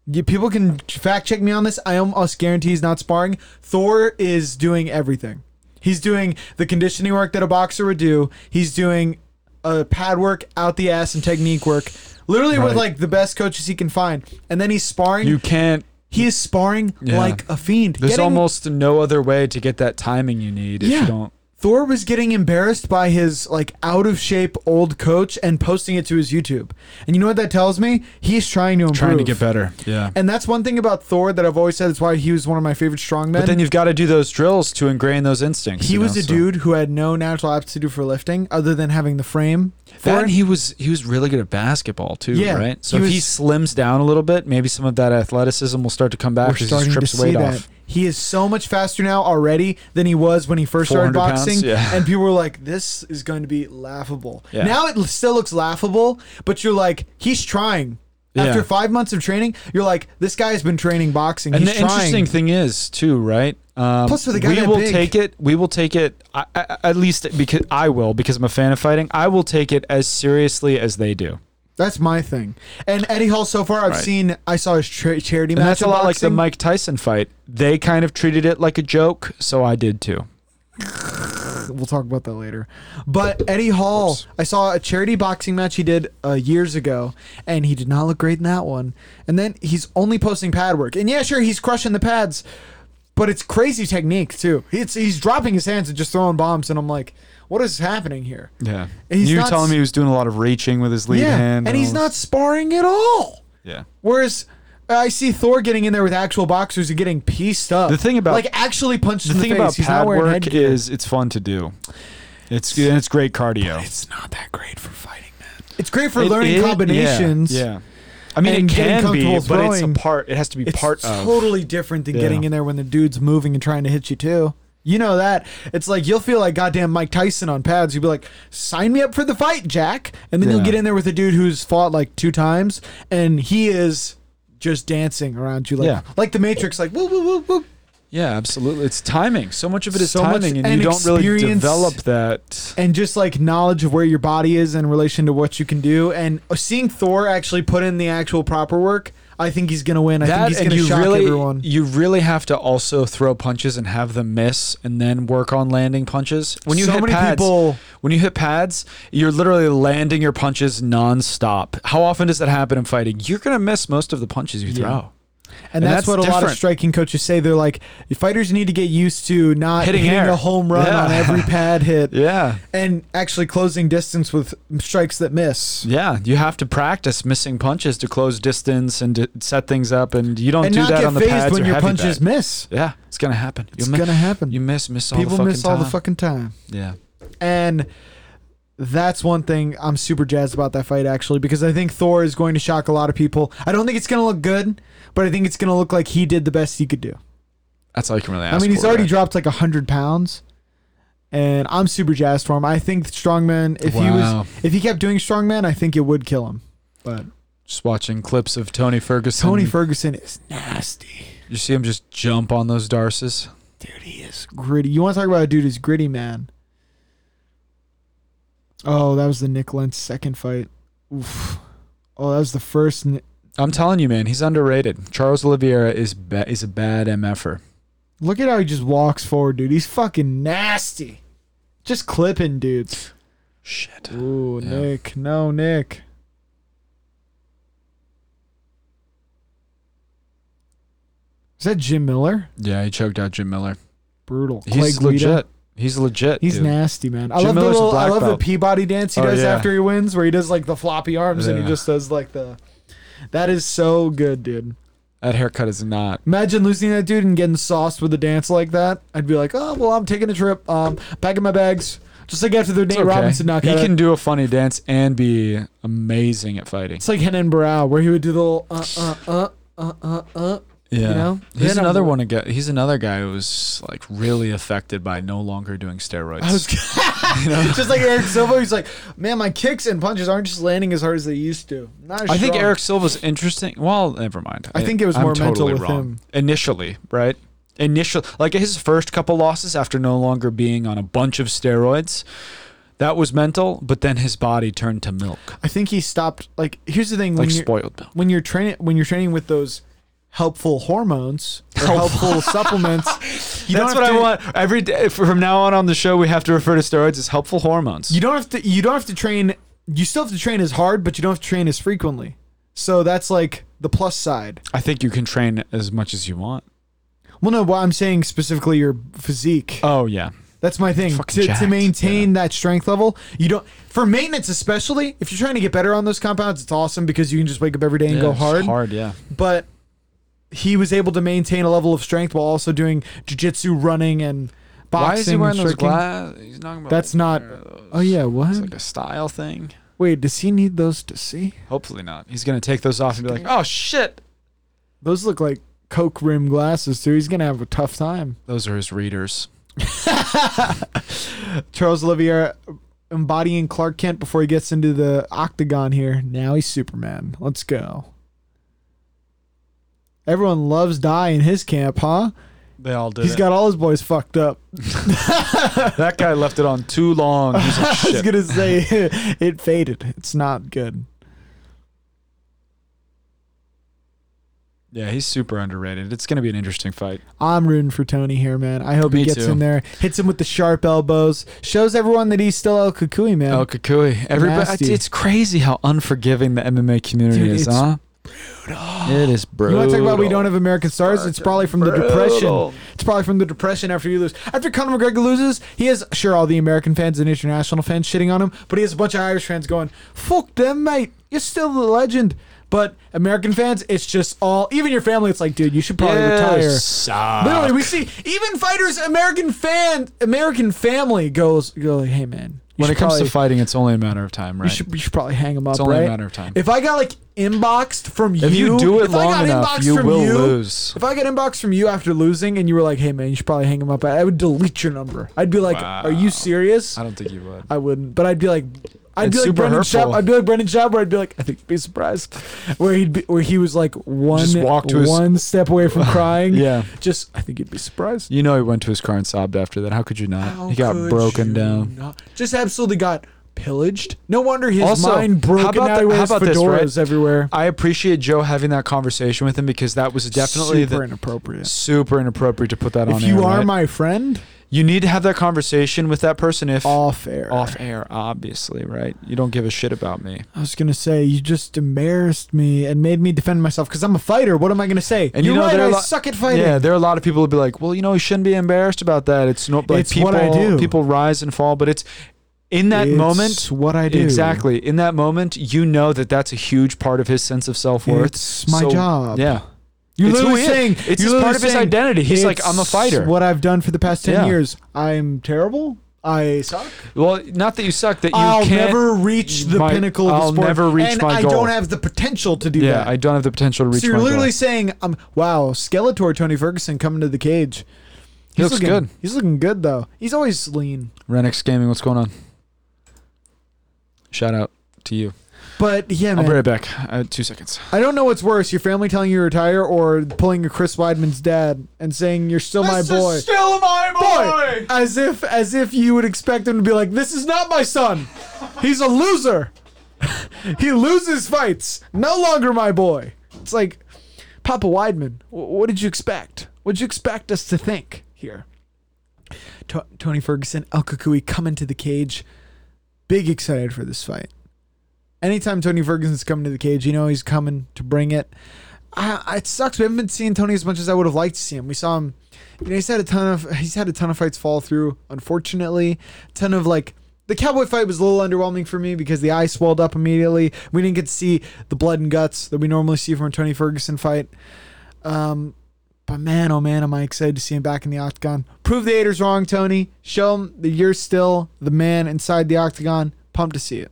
Speaker 3: You, people can fact check me on this. I almost guarantee he's not sparring. Thor is doing everything. He's doing the conditioning work that a boxer would do. He's doing uh, pad work, out the ass, and technique work. Literally with
Speaker 4: Right.
Speaker 3: like the best coaches he can find, and then he's sparring.
Speaker 4: You can't.
Speaker 3: he is sparring
Speaker 4: Yeah.
Speaker 3: like a fiend.
Speaker 4: There's
Speaker 3: Getting-
Speaker 4: almost no other way to get that timing you need if
Speaker 3: Yeah.
Speaker 4: you don't.
Speaker 3: Thor was getting embarrassed by his like out of shape old coach and posting it to his YouTube. And you know what that tells me? He's trying to improve.
Speaker 4: Trying to get better. Yeah.
Speaker 3: And that's one thing about Thor that I've always said is why he was one of my favorite strongmen.
Speaker 4: but then you've got to do those drills to ingrain those instincts.
Speaker 3: he
Speaker 4: you
Speaker 3: was
Speaker 4: know,
Speaker 3: a
Speaker 4: so-
Speaker 3: dude who had no natural aptitude for lifting other than having the frame. for
Speaker 4: That
Speaker 3: it.
Speaker 4: and he was he was really good at basketball too,
Speaker 3: Yeah,
Speaker 4: right? So
Speaker 3: he
Speaker 4: if he
Speaker 3: was-
Speaker 4: slims down a little bit, maybe some of that athleticism will start to come back
Speaker 3: We're
Speaker 4: because he
Speaker 3: starting to
Speaker 4: strips
Speaker 3: see
Speaker 4: weight
Speaker 3: that.
Speaker 4: off.
Speaker 3: He is so much faster now already than he was when he first started
Speaker 4: 400 pounds?
Speaker 3: boxing.
Speaker 4: Yeah.
Speaker 3: And people were like, this is going to be laughable.
Speaker 4: Yeah.
Speaker 3: Now it l- still looks laughable, but you're like, he's trying. After
Speaker 4: Yeah.
Speaker 3: five months of training, you're like, this guy has been training boxing.
Speaker 4: And
Speaker 3: he's
Speaker 4: the
Speaker 3: trying.
Speaker 4: interesting thing is too, right? Um,
Speaker 3: Plus, with a guy
Speaker 4: we
Speaker 3: that
Speaker 4: will
Speaker 3: big-
Speaker 4: take it. We will take it. I, I, at least because I will, because I'm a fan of fighting. I will take it as seriously as they do.
Speaker 3: That's my thing. And Eddie Hall, so far, I've
Speaker 4: Right.
Speaker 3: seen, I saw his tra- charity match.
Speaker 4: And that's a
Speaker 3: in
Speaker 4: lot like the
Speaker 3: boxing.
Speaker 4: Mike Tyson fight. They kind of treated it like a joke, so I did too.
Speaker 3: We'll talk about that later. But Eddie Hall, I saw a charity boxing match he did uh, years ago, and he did not look great in that one. And then he's only posting pad work. And yeah, sure, he's crushing the pads, but it's crazy technique, too. It's, he's dropping his hands and just throwing bombs, and I'm like, what is happening here?
Speaker 4: Yeah.
Speaker 3: And he's
Speaker 4: you were
Speaker 3: not
Speaker 4: telling
Speaker 3: s-
Speaker 4: me he was doing a lot of reaching with his lead
Speaker 3: yeah,
Speaker 4: hand.
Speaker 3: and he's
Speaker 4: all
Speaker 3: not
Speaker 4: this-
Speaker 3: sparring at all.
Speaker 4: Yeah.
Speaker 3: Whereas uh, I see Thor getting in there with actual boxers and getting pieced up.
Speaker 4: The thing about-
Speaker 3: like actually punched
Speaker 4: The
Speaker 3: in the
Speaker 4: thing
Speaker 3: face.
Speaker 4: about
Speaker 3: he's
Speaker 4: pad
Speaker 3: not wearing
Speaker 4: work
Speaker 3: headgear.
Speaker 4: is it's fun to do. It's and it's great cardio.
Speaker 3: it's not that great for fighting, man. It's great for
Speaker 4: It-
Speaker 3: learning
Speaker 4: it- yeah,
Speaker 3: combinations.
Speaker 4: Yeah. I mean,
Speaker 3: and
Speaker 4: it
Speaker 3: getting
Speaker 4: can be,
Speaker 3: comfortable
Speaker 4: but it's a
Speaker 3: throwing.
Speaker 4: part. It has to be
Speaker 3: It's
Speaker 4: part of.
Speaker 3: totally different than
Speaker 4: Yeah.
Speaker 3: getting in there when the dude's moving and trying to hit you too. You know that. It's like you'll feel like goddamn Mike Tyson on pads. You'll be like, "Sign me up for the fight, Jack." And then you'll
Speaker 4: Yeah.
Speaker 3: get in there with a dude who's fought like two times, and he is just dancing around you, like
Speaker 4: Yeah.
Speaker 3: like the Matrix, like woo woo woo woo.
Speaker 4: Yeah, absolutely. It's timing. So much of it is
Speaker 3: So much
Speaker 4: timing, and
Speaker 3: and
Speaker 4: you don't really
Speaker 3: experience.
Speaker 4: develop that.
Speaker 3: and just like knowledge of where your body is in relation to what you can do. And seeing Thor actually put in the actual proper work, I think he's gonna win. I
Speaker 4: that
Speaker 3: think he's
Speaker 4: and
Speaker 3: gonna
Speaker 4: you
Speaker 3: shock
Speaker 4: really,
Speaker 3: everyone.
Speaker 4: you really have to also throw punches and have them miss, and then work on landing punches. When you
Speaker 3: So
Speaker 4: hit
Speaker 3: many
Speaker 4: pads,
Speaker 3: people-
Speaker 4: when you hit pads, you're literally landing your punches nonstop. How often does that happen in fighting? You're gonna miss most of the punches you throw.
Speaker 3: And,
Speaker 4: and
Speaker 3: that's,
Speaker 4: that's
Speaker 3: what a lot of
Speaker 4: different.
Speaker 3: striking coaches say. They're like, fighters need to get used to not
Speaker 4: Hitting
Speaker 3: hitting,
Speaker 4: air.
Speaker 3: a home run
Speaker 4: Yeah.
Speaker 3: on every pad hit.
Speaker 4: Yeah,
Speaker 3: And actually closing distance with strikes that miss.
Speaker 4: yeah. You have to practice missing punches to close distance and to set things up, and you don't
Speaker 3: And
Speaker 4: do
Speaker 3: not
Speaker 4: that
Speaker 3: get
Speaker 4: on the
Speaker 3: phased
Speaker 4: pads
Speaker 3: when
Speaker 4: or
Speaker 3: your
Speaker 4: heavy
Speaker 3: punches
Speaker 4: bag.
Speaker 3: miss.
Speaker 4: Yeah, it's gonna happen.
Speaker 3: It's
Speaker 4: mi-
Speaker 3: gonna happen.
Speaker 4: You miss, miss all
Speaker 3: People
Speaker 4: the fucking
Speaker 3: miss all the
Speaker 4: time.
Speaker 3: fucking time.
Speaker 4: Yeah.
Speaker 3: And that's one thing I'm super jazzed about that fight actually because I think Thor is going to shock a lot of people. I don't think it's going to look good, but I think it's going to look like he did the best he could do.
Speaker 4: That's all you can really ask.
Speaker 3: I mean, he's
Speaker 4: for,
Speaker 3: already
Speaker 4: right?
Speaker 3: dropped like 100 pounds. And I'm super jazzed for him. I think strongman if he
Speaker 4: Wow.
Speaker 3: was if he kept doing strongman, I think it would kill him. But
Speaker 4: just watching clips of Tony Ferguson.
Speaker 3: Tony Ferguson is nasty.
Speaker 4: you see him just jump on those Darces.
Speaker 3: Dude, he is gritty. You want to talk about a dude who's gritty, man. Oh, that was the Nick Lentz second fight. Oof. Oh, that was the first. Ni-
Speaker 4: I'm telling you, man, he's underrated. Charles Oliveira is ba- is a bad mf'er.
Speaker 3: Look at how he just walks forward, dude. He's fucking nasty. Just clipping dudes.
Speaker 4: Shit.
Speaker 3: Ooh,
Speaker 4: Yeah.
Speaker 3: Nick. No, Nick. Is that Jim Miller?
Speaker 4: Yeah, he choked out Jim Miller.
Speaker 3: Brutal.
Speaker 4: He's
Speaker 3: Clay Guida.
Speaker 4: legit. He's legit.
Speaker 3: He's
Speaker 4: dude.
Speaker 3: nasty, man. I
Speaker 4: Jim
Speaker 3: love
Speaker 4: Miller's a
Speaker 3: the little, I
Speaker 4: black
Speaker 3: love
Speaker 4: belt.
Speaker 3: the Peabody dance he
Speaker 4: Oh,
Speaker 3: does
Speaker 4: yeah.
Speaker 3: after he wins, where he does like the floppy arms and he
Speaker 4: Yeah.
Speaker 3: just does like the. That is so good, dude.
Speaker 4: That haircut is not.
Speaker 3: Imagine losing that dude and getting sauced with a dance like that. I'd be like, oh well, I'm taking a trip. Um, packing my bags. Just like after the Nate
Speaker 4: It's okay.
Speaker 3: Robinson knockout.
Speaker 4: He can do a funny dance and be amazing at fighting.
Speaker 3: It's like Henan Barao, where he would do the little uh uh uh uh uh uh.
Speaker 4: Yeah.
Speaker 6: You know?
Speaker 4: He's
Speaker 6: Then I'm-
Speaker 4: another one again. He's another guy who was like really affected by no longer doing steroids.
Speaker 3: just like Eric Silva, he's like, man, my kicks and punches aren't just landing as hard as they used to. Not as
Speaker 4: I think
Speaker 3: strong."
Speaker 4: Eric Silva's interesting. Well, never mind.
Speaker 3: I think it was
Speaker 4: I'm
Speaker 3: more mental
Speaker 4: totally
Speaker 3: with
Speaker 4: wrong.
Speaker 3: him.
Speaker 4: initially, right? Initial, like his first couple losses after no longer being on a bunch of steroids, that was mental. But then his body turned to milk,
Speaker 3: I think he stopped. Like, here's the thing: when
Speaker 4: like
Speaker 3: you're
Speaker 4: spoiled milk.
Speaker 3: when you're training when you're training with those helpful hormones or helpful supplements, you don't
Speaker 4: That's
Speaker 3: have
Speaker 4: what I
Speaker 3: to-
Speaker 4: want. Every day from now on on the show, we have to refer to steroids as helpful hormones.
Speaker 3: You don't have to. You don't have to train. You still have to train as hard, but you don't have to train as frequently. So that's like the plus side.
Speaker 4: I think you can train as much as you want.
Speaker 3: Well, no, what I'm saying specifically your physique.
Speaker 4: Oh yeah,
Speaker 3: That's my thing.
Speaker 4: Fucking
Speaker 3: To, to
Speaker 4: jacked,
Speaker 3: maintain that strength level, you don't for maintenance especially. If you're trying to get better on those compounds, it's awesome because you can just wake up every day and
Speaker 4: Yeah,
Speaker 3: go
Speaker 4: it's
Speaker 3: hard.
Speaker 4: hard. Yeah,
Speaker 3: But he was able to maintain a level of strength while also doing jujitsu, running, and boxing.
Speaker 4: Why is he
Speaker 3: and
Speaker 4: wearing those
Speaker 3: striking.
Speaker 4: glasses? He's not about uh,
Speaker 3: That's not- Oh yeah, what?
Speaker 4: It's like a style thing.
Speaker 3: Wait, does he need those to see?
Speaker 4: Hopefully not. He's gonna take those off and be like, "Oh shit."
Speaker 3: Those look like coke rim glasses too. He's gonna have a tough time.
Speaker 4: Those are his readers.
Speaker 3: Charles Olivier embodying Clark Kent before he gets into the octagon here. Now he's Superman. Let's go. Everyone loves Die in his camp, huh?
Speaker 4: They all did.
Speaker 3: He's
Speaker 4: it.
Speaker 3: got all his boys fucked up.
Speaker 4: that guy left it on too long. He's like,
Speaker 3: I was
Speaker 4: shit.
Speaker 3: gonna say it faded. It's not good.
Speaker 4: Yeah, he's super underrated. It's gonna be an interesting fight.
Speaker 3: I'm rooting for Tony here, man. I hope he
Speaker 4: Me
Speaker 3: gets
Speaker 4: too.
Speaker 3: in there, hits him with the sharp elbows, shows everyone that he's still El Kukui, man.
Speaker 4: El Kakui. Oh, Everybody, it's,
Speaker 3: Oh, Nasty.
Speaker 4: it's crazy how unforgiving the MMA community
Speaker 3: Dude,
Speaker 4: is,
Speaker 3: it's
Speaker 4: huh? It is brutal.
Speaker 3: You want to talk about we don't have American stars? It's probably from the depression. It's probably from the depression after you lose. After Conor McGregor loses, he has sure all the American fans and international fans shitting on him, but he has a bunch of Irish fans going, "Fuck them, mate. You're still the legend." But American fans, it's just all even your family. It's like, dude, you should probably retire. Literally,
Speaker 4: Uh,
Speaker 3: we see even fighters, American fan, American family goes go like, "Hey, man." you
Speaker 4: When
Speaker 3: should
Speaker 4: it comes
Speaker 3: probably-
Speaker 4: to fighting, it's only a matter of time,
Speaker 3: you
Speaker 4: right?
Speaker 3: should, you should probably hang him up.
Speaker 4: It's only a
Speaker 3: right?
Speaker 4: matter of time.
Speaker 3: If I got like inboxed from you,
Speaker 4: if you, do it
Speaker 3: if I
Speaker 4: long
Speaker 3: got
Speaker 4: enough,
Speaker 3: inboxed
Speaker 4: you
Speaker 3: from
Speaker 4: will lose.
Speaker 3: If I got inboxed from you after losing and you were like, "Hey man, you should probably hang him up," I I would delete your number. I'd be like, "Are you
Speaker 4: Wow.
Speaker 3: serious?"
Speaker 4: I don't think you would.
Speaker 3: I wouldn't, but I'd be like, I'd
Speaker 4: It's
Speaker 3: be like
Speaker 4: super
Speaker 3: Brendan
Speaker 4: hurtful.
Speaker 3: Schaub. I'd be like Brendan Schaub, where I'd be like, I think you'd be surprised, where he'd be, where he was like one
Speaker 4: Just walk to his-
Speaker 3: one step away from crying.
Speaker 4: Yeah.
Speaker 3: just I think you'd be surprised.
Speaker 4: You know he went to his car and sobbed after that. How could you not?
Speaker 3: How
Speaker 4: he got
Speaker 3: could
Speaker 4: broken
Speaker 3: you
Speaker 4: down.
Speaker 3: not- just absolutely got pillaged. No wonder his
Speaker 4: Also,
Speaker 3: mind broke.
Speaker 4: how
Speaker 3: and
Speaker 4: about
Speaker 3: now
Speaker 4: the-
Speaker 3: he
Speaker 4: how
Speaker 3: wears
Speaker 4: about this,
Speaker 3: fedoras
Speaker 4: right?
Speaker 3: everywhere.
Speaker 4: I appreciate Joe having that conversation with him because that was definitely
Speaker 3: super
Speaker 4: the,
Speaker 3: inappropriate.
Speaker 4: super inappropriate to put that on
Speaker 3: If you
Speaker 4: air,
Speaker 3: are
Speaker 4: right?
Speaker 3: my friend,
Speaker 4: you need to have that conversation with that person if
Speaker 3: off air.
Speaker 4: off air obviously right you don't give a shit about me
Speaker 3: I was gonna say you just embarrassed me and made me defend myself because I'm a fighter. What am I gonna say?
Speaker 4: And you
Speaker 3: You're
Speaker 4: know
Speaker 3: right,
Speaker 4: there are
Speaker 3: I
Speaker 4: a lot-
Speaker 3: suck at fighting.
Speaker 4: yeah there are a lot of people who be like well you know you shouldn't be embarrassed about that it's not like
Speaker 3: It's
Speaker 4: people
Speaker 3: what I do.
Speaker 4: people rise and fall but it's in that
Speaker 3: It's
Speaker 4: moment
Speaker 3: what I do
Speaker 4: exactly in that moment you know that that's a huge part of his sense of self-worth
Speaker 3: It's my job.
Speaker 4: yeah
Speaker 3: You're
Speaker 4: It's who
Speaker 3: literally
Speaker 4: he is.
Speaker 3: saying
Speaker 4: It's
Speaker 3: you're
Speaker 4: just
Speaker 3: literally
Speaker 4: part of his
Speaker 3: saying,
Speaker 4: identity. He's like,
Speaker 3: "It's
Speaker 4: I'm a fighter."
Speaker 3: What I've done for the past ten
Speaker 4: Yeah.
Speaker 3: years, I'm terrible. I suck.
Speaker 4: well not that you suck that you
Speaker 3: I'll
Speaker 4: can't
Speaker 3: never reach the
Speaker 4: my-
Speaker 3: pinnacle of the
Speaker 4: I'll
Speaker 3: sport.
Speaker 4: never reach
Speaker 3: and
Speaker 4: my
Speaker 3: I
Speaker 4: goal.
Speaker 3: don't have the potential to do
Speaker 4: yeah
Speaker 3: that.
Speaker 4: i don't have the potential to reach
Speaker 3: so you're
Speaker 4: my
Speaker 3: literally
Speaker 4: goal.
Speaker 3: saying, um, wow, Skeletor Tony Ferguson coming to the cage.
Speaker 4: He looks
Speaker 3: looking,
Speaker 4: good.
Speaker 3: He's looking good though. He's always lean.
Speaker 4: Renix Gaming, what's going on? Shout out to you.
Speaker 3: But yeah,
Speaker 4: I'll
Speaker 3: man.
Speaker 4: be right back. Uh, two seconds.
Speaker 3: I don't know what's worse, your family telling you to retire or pulling a Chris Weidman's dad and saying you're still my boy.
Speaker 4: still my
Speaker 3: boy. As if as if you would expect him to be like, This is not my son. He's a loser. he loses fights. No longer my boy. It's like Papa Weidman, wh- what did you expect? What did you expect us to think here? To- Tony Ferguson, El Kukui come into the cage. Big excited for this fight. Anytime Tony Ferguson's coming to the cage, you know he's coming to bring it. I, I- it sucks. We haven't been seeing Tony as much as I would have liked to see him. We saw him. You know, he's had a ton of he's had a ton of fights fall through. Unfortunately, ton of like the cowboy fight was a little underwhelming for me because the eye swelled up immediately. We didn't get to see the blood and guts that we normally see from a Tony Ferguson fight. Um, but man, oh man, am I excited to see him back in the octagon. Prove the haters wrong, Tony. Show them that you're still the man inside the octagon. Pumped to see it.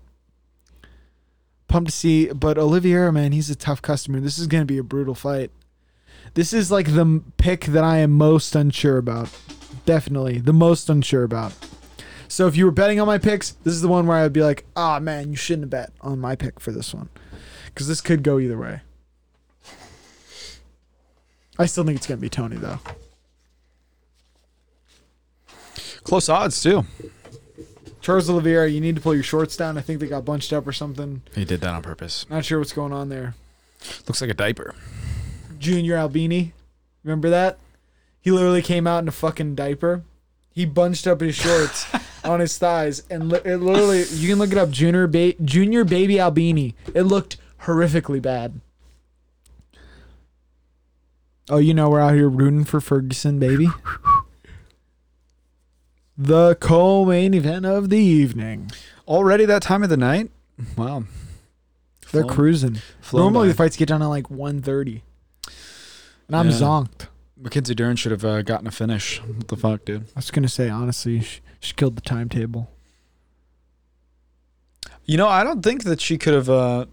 Speaker 3: Pumped to see, but Oliveira, man, he's a tough customer. This is going to be a brutal fight. This is like the m- pick that I am most unsure about. Definitely the most unsure about. So if you were betting on my picks, this is the one where I would be like, ah, man, you shouldn't have bet on my pick for this one. Because this could go either way. I still think it's going to be Tony, though.
Speaker 4: Close odds too.
Speaker 3: Charles Oliveira, you need to pull your shorts down. I think they got bunched up or something.
Speaker 4: He did that on purpose.
Speaker 3: Not sure what's going on there.
Speaker 4: Looks like a diaper.
Speaker 3: Junior Albini. Remember that? He literally came out in a fucking diaper. He bunched up his shorts on his thighs, and li- it literally, you can look it up, Junior, ba- Junior Baby Albini. It looked horrifically bad. Oh, you know, we're out here rooting for Ferguson, baby. The co main event of the evening.
Speaker 4: Already that time of the night? Wow.
Speaker 3: They're
Speaker 4: Flown-
Speaker 3: cruising.
Speaker 4: flown
Speaker 3: Normally,
Speaker 4: by.
Speaker 3: the fights get done at like 1.30. And I'm
Speaker 4: Yeah.
Speaker 3: zonked.
Speaker 4: Mackenzie Dern should have uh, gotten a finish. What the fuck, dude?
Speaker 3: I was gonna say honestly, she, she killed the timetable.
Speaker 4: You know, I don't think that she could have. Uh,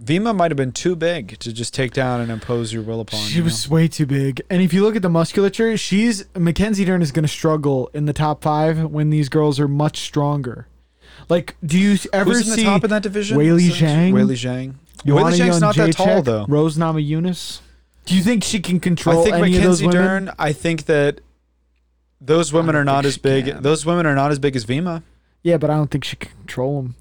Speaker 4: Vima might have been too big to just take down and impose your will upon.
Speaker 3: She
Speaker 4: you
Speaker 3: was way too big, and if you look at the musculature, she's Mackenzie Dern is gonna struggle in the top five when these girls are much stronger. Like, do you
Speaker 4: know.
Speaker 3: ever
Speaker 4: Who's in the
Speaker 3: see
Speaker 4: top of that division?
Speaker 3: Weili
Speaker 4: Is that-
Speaker 3: Zhang?
Speaker 4: Weili Zhang.
Speaker 3: Joanna
Speaker 4: Weili Zhang's not that tall
Speaker 3: Jacek,
Speaker 4: though.
Speaker 3: Rose Nama Yunus? Do you think she can control
Speaker 4: I think
Speaker 3: any of those
Speaker 4: Mackenzie
Speaker 3: women?
Speaker 4: Dern. I think that those women
Speaker 3: don't
Speaker 4: are not
Speaker 3: think
Speaker 4: as
Speaker 3: she
Speaker 4: big.
Speaker 3: can.
Speaker 4: Those women are not as big as Vima.
Speaker 3: Yeah, but I don't think she can control them.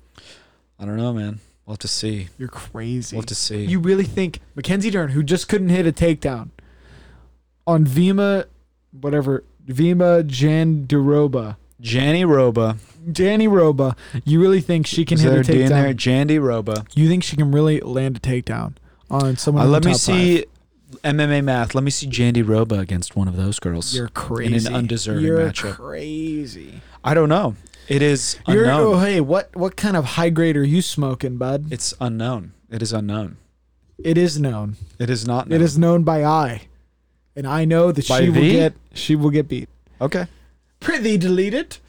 Speaker 4: I don't know, man. We'll have to see.
Speaker 3: You're crazy.
Speaker 4: We'll have to see.
Speaker 3: You really think Mackenzie Dern, who just couldn't hit a takedown on Vima, whatever Vima Jandiroba?
Speaker 4: Janny Roba.
Speaker 3: Danny Roba, you really think she can
Speaker 4: Is
Speaker 3: hit
Speaker 4: there
Speaker 3: a
Speaker 4: a D in there?
Speaker 3: takedown?
Speaker 4: Jandy Roba.
Speaker 3: You think she can really land a takedown on someone?
Speaker 4: Uh,
Speaker 3: in the
Speaker 4: let me
Speaker 3: top
Speaker 4: see MMA math. Let me see Jandy Roba against one of those girls.
Speaker 3: Five? You're crazy.
Speaker 4: undeserving
Speaker 3: You're
Speaker 4: matchup.
Speaker 3: Crazy.
Speaker 4: I don't know. It is
Speaker 3: You're
Speaker 4: unknown.
Speaker 3: oh, hey, what what kind of high grade are you smoking, bud?
Speaker 4: it's unknown. It is unknown.
Speaker 3: it is known.
Speaker 4: It is not.
Speaker 3: It
Speaker 4: known.
Speaker 3: is known by I, and I know that
Speaker 4: By
Speaker 3: she will
Speaker 4: thee?
Speaker 3: get she will get beat.
Speaker 4: okay.
Speaker 3: Prithee, delete it.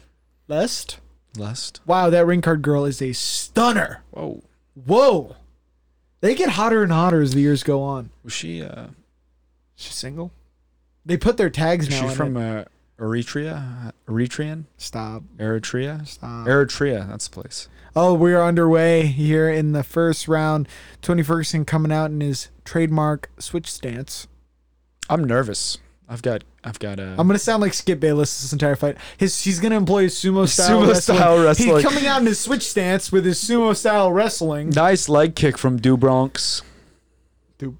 Speaker 3: Lest.
Speaker 4: Lust.
Speaker 3: Wow, that ring card girl is a stunner.
Speaker 4: Whoa.
Speaker 3: Whoa. They get hotter and hotter as the years go on.
Speaker 4: Was she? Uh,
Speaker 3: She's single. They put their tags
Speaker 4: is
Speaker 3: now.
Speaker 4: she
Speaker 3: in
Speaker 4: from
Speaker 3: it.
Speaker 4: uh, Eritrea? Eritrean?
Speaker 3: Stop.
Speaker 4: Eritrea?
Speaker 3: Stop.
Speaker 4: Eritrea. That's the place.
Speaker 3: Oh, we are underway here in the first round. Tony Ferguson coming out in his trademark switch stance.
Speaker 4: I'm nervous. I've got. I've got. Uh,
Speaker 3: I'm gonna sound like Skip Bayless this entire fight. His he's gonna employ his sumo style
Speaker 4: Sumo
Speaker 3: wrestling.
Speaker 4: style
Speaker 3: He's
Speaker 4: wrestling.
Speaker 3: coming out in his switch stance with his sumo style wrestling.
Speaker 4: nice leg kick from Dubronx.
Speaker 3: The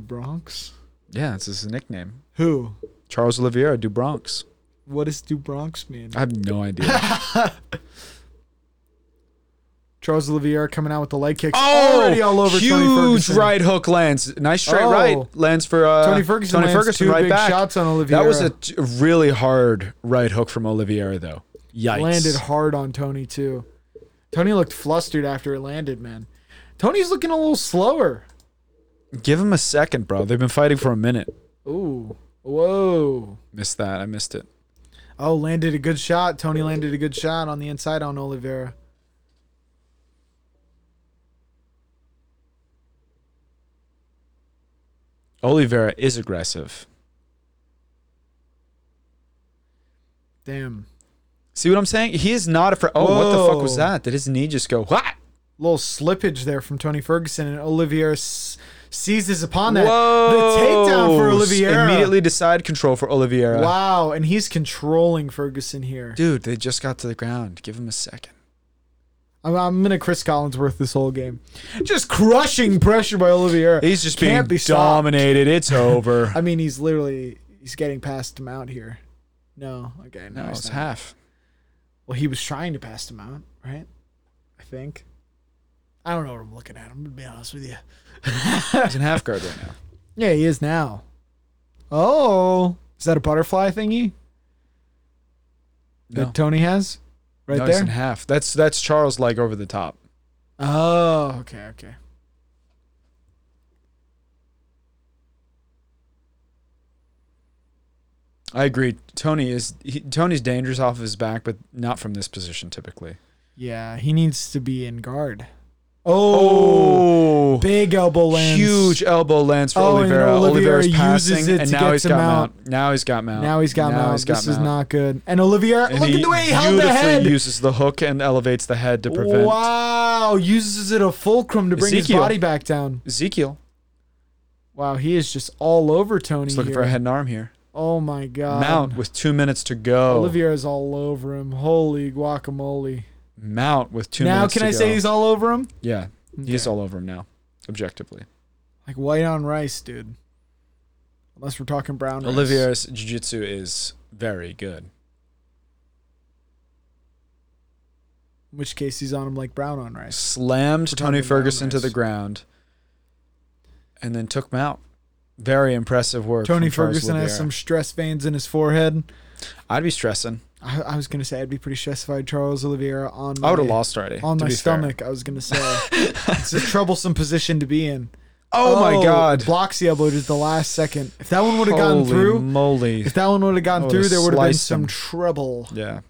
Speaker 3: Bronx.
Speaker 4: Yeah, this is a nickname.
Speaker 3: Who?
Speaker 4: Charles Oliveira, Dubronx.
Speaker 3: What does Do Bronx mean?
Speaker 4: I have no idea.
Speaker 3: Charles Oliveira coming out with the leg kicks already all over
Speaker 4: Oh, huge
Speaker 3: Tony Ferguson.
Speaker 4: right hook lands. Nice straight
Speaker 3: Oh.
Speaker 4: right lands for uh,
Speaker 3: Tony Ferguson
Speaker 4: Tony
Speaker 3: lands
Speaker 4: Ferguson
Speaker 3: two
Speaker 4: right
Speaker 3: big
Speaker 4: back.
Speaker 3: shots on
Speaker 4: that was a
Speaker 3: Oliveira.
Speaker 4: t- really hard right hook from Oliveira, though. Yikes!
Speaker 3: landed hard on Tony too. Tony looked flustered after it landed, man. Tony's looking a little slower.
Speaker 4: Give him a second, bro. They've been fighting for a minute.
Speaker 3: Ooh. Whoa.
Speaker 4: Missed that. I missed it.
Speaker 3: Oh, landed a good shot. Tony landed a good shot on the inside on Oliveira.
Speaker 4: Oliveira is aggressive.
Speaker 3: Damn.
Speaker 4: See what I'm saying? He is not a. Fr- oh, what the fuck was
Speaker 3: Whoa.
Speaker 4: that? Did his knee just go? What?
Speaker 3: Little slippage there from Tony Ferguson, and Oliveira s- seizes upon that. The takedown for
Speaker 4: Whoa.
Speaker 3: Oliveira.
Speaker 4: Immediately decide control for Oliveira.
Speaker 3: Wow, and he's controlling Ferguson here.
Speaker 4: Dude, they just got to the ground. Give him a second.
Speaker 3: I'm, I'm gonna Chris Collinsworth this whole game. Just crushing pressure by Olivier.
Speaker 4: He's just
Speaker 3: Can't
Speaker 4: being
Speaker 3: be stopped.
Speaker 4: dominated. It's over.
Speaker 3: I mean, he's literally he's getting past him out here. No, okay, no,
Speaker 4: no,
Speaker 3: he's
Speaker 4: it's
Speaker 3: not.
Speaker 4: half.
Speaker 3: Well, he was trying to pass him out, right? I think. I don't know what I'm looking at. I'm gonna be honest with you.
Speaker 4: He's in half guard right now.
Speaker 3: Yeah, he is now. Oh, is that a butterfly thingy
Speaker 4: No,
Speaker 3: that Tony has right
Speaker 4: no he's
Speaker 3: there?
Speaker 4: in half. That's that's Charles like over the top.
Speaker 3: Oh, okay, okay.
Speaker 4: I agree. Tony is he, Tony's dangerous off of his back, but not from this position typically.
Speaker 3: Yeah, he needs to be in guard. Oh,
Speaker 4: Oh,
Speaker 3: big elbow lands.
Speaker 4: huge elbow lands for
Speaker 3: Oh, and
Speaker 4: Oliveira.
Speaker 3: Oliveira
Speaker 4: Oliveira's
Speaker 3: uses
Speaker 4: passing,
Speaker 3: it
Speaker 4: and
Speaker 3: to
Speaker 4: now
Speaker 3: get
Speaker 4: he's
Speaker 3: to
Speaker 4: got
Speaker 3: Mount.
Speaker 4: mount. Now he's got mount.
Speaker 3: Now he's got
Speaker 4: now
Speaker 3: mount.
Speaker 4: He's got
Speaker 3: this is
Speaker 4: mount.
Speaker 3: not good. And Olivier,
Speaker 4: And
Speaker 3: look
Speaker 4: he
Speaker 3: at the way he held the
Speaker 4: beautifully
Speaker 3: head.
Speaker 4: uses the hook and elevates the head to prevent
Speaker 3: Wow, uses it a fulcrum to bring his
Speaker 4: Ezekiel.
Speaker 3: body back down.
Speaker 4: Ezekiel.
Speaker 3: Wow, he is just all over Tony.
Speaker 4: He's looking
Speaker 3: here.
Speaker 4: for a head and arm here.
Speaker 3: Oh my god.
Speaker 4: Mount with two minutes to go.
Speaker 3: Olivier is all over him. Holy guacamole.
Speaker 4: Mount with two
Speaker 3: now
Speaker 4: minutes
Speaker 3: can
Speaker 4: to
Speaker 3: I
Speaker 4: go.
Speaker 3: say he's all over him?
Speaker 4: Yeah, he's all over him now, objectively.
Speaker 3: Like white on rice, dude. Unless we're talking brown rice.
Speaker 4: Olivier's jiu-jitsu is very good.
Speaker 3: In which case he's on him like brown on rice.
Speaker 4: Slammed Tony
Speaker 3: talking brown
Speaker 4: Ferguson to
Speaker 3: rice.
Speaker 4: the ground and then took him out. Very impressive work.
Speaker 3: Tony
Speaker 4: from Charles
Speaker 3: Ferguson has
Speaker 4: Oliveira.
Speaker 3: some stress veins in his forehead.
Speaker 4: I'd be stressing.
Speaker 3: I, I was gonna say I'd be pretty stressed if I had Charles Oliveira on my,
Speaker 4: I would have lost already.
Speaker 3: on
Speaker 4: to
Speaker 3: my
Speaker 4: be fair.
Speaker 3: stomach. I was gonna say it's a troublesome position to be in.
Speaker 4: Oh, my god.
Speaker 3: Blocks the elbow to the last second. If that one would have gone
Speaker 4: Holy
Speaker 3: through,
Speaker 4: moly.
Speaker 3: if that one would have gone
Speaker 4: I
Speaker 3: through,
Speaker 4: would've
Speaker 3: there would have been
Speaker 4: sliced
Speaker 3: some
Speaker 4: him.
Speaker 3: trouble.
Speaker 4: Yeah.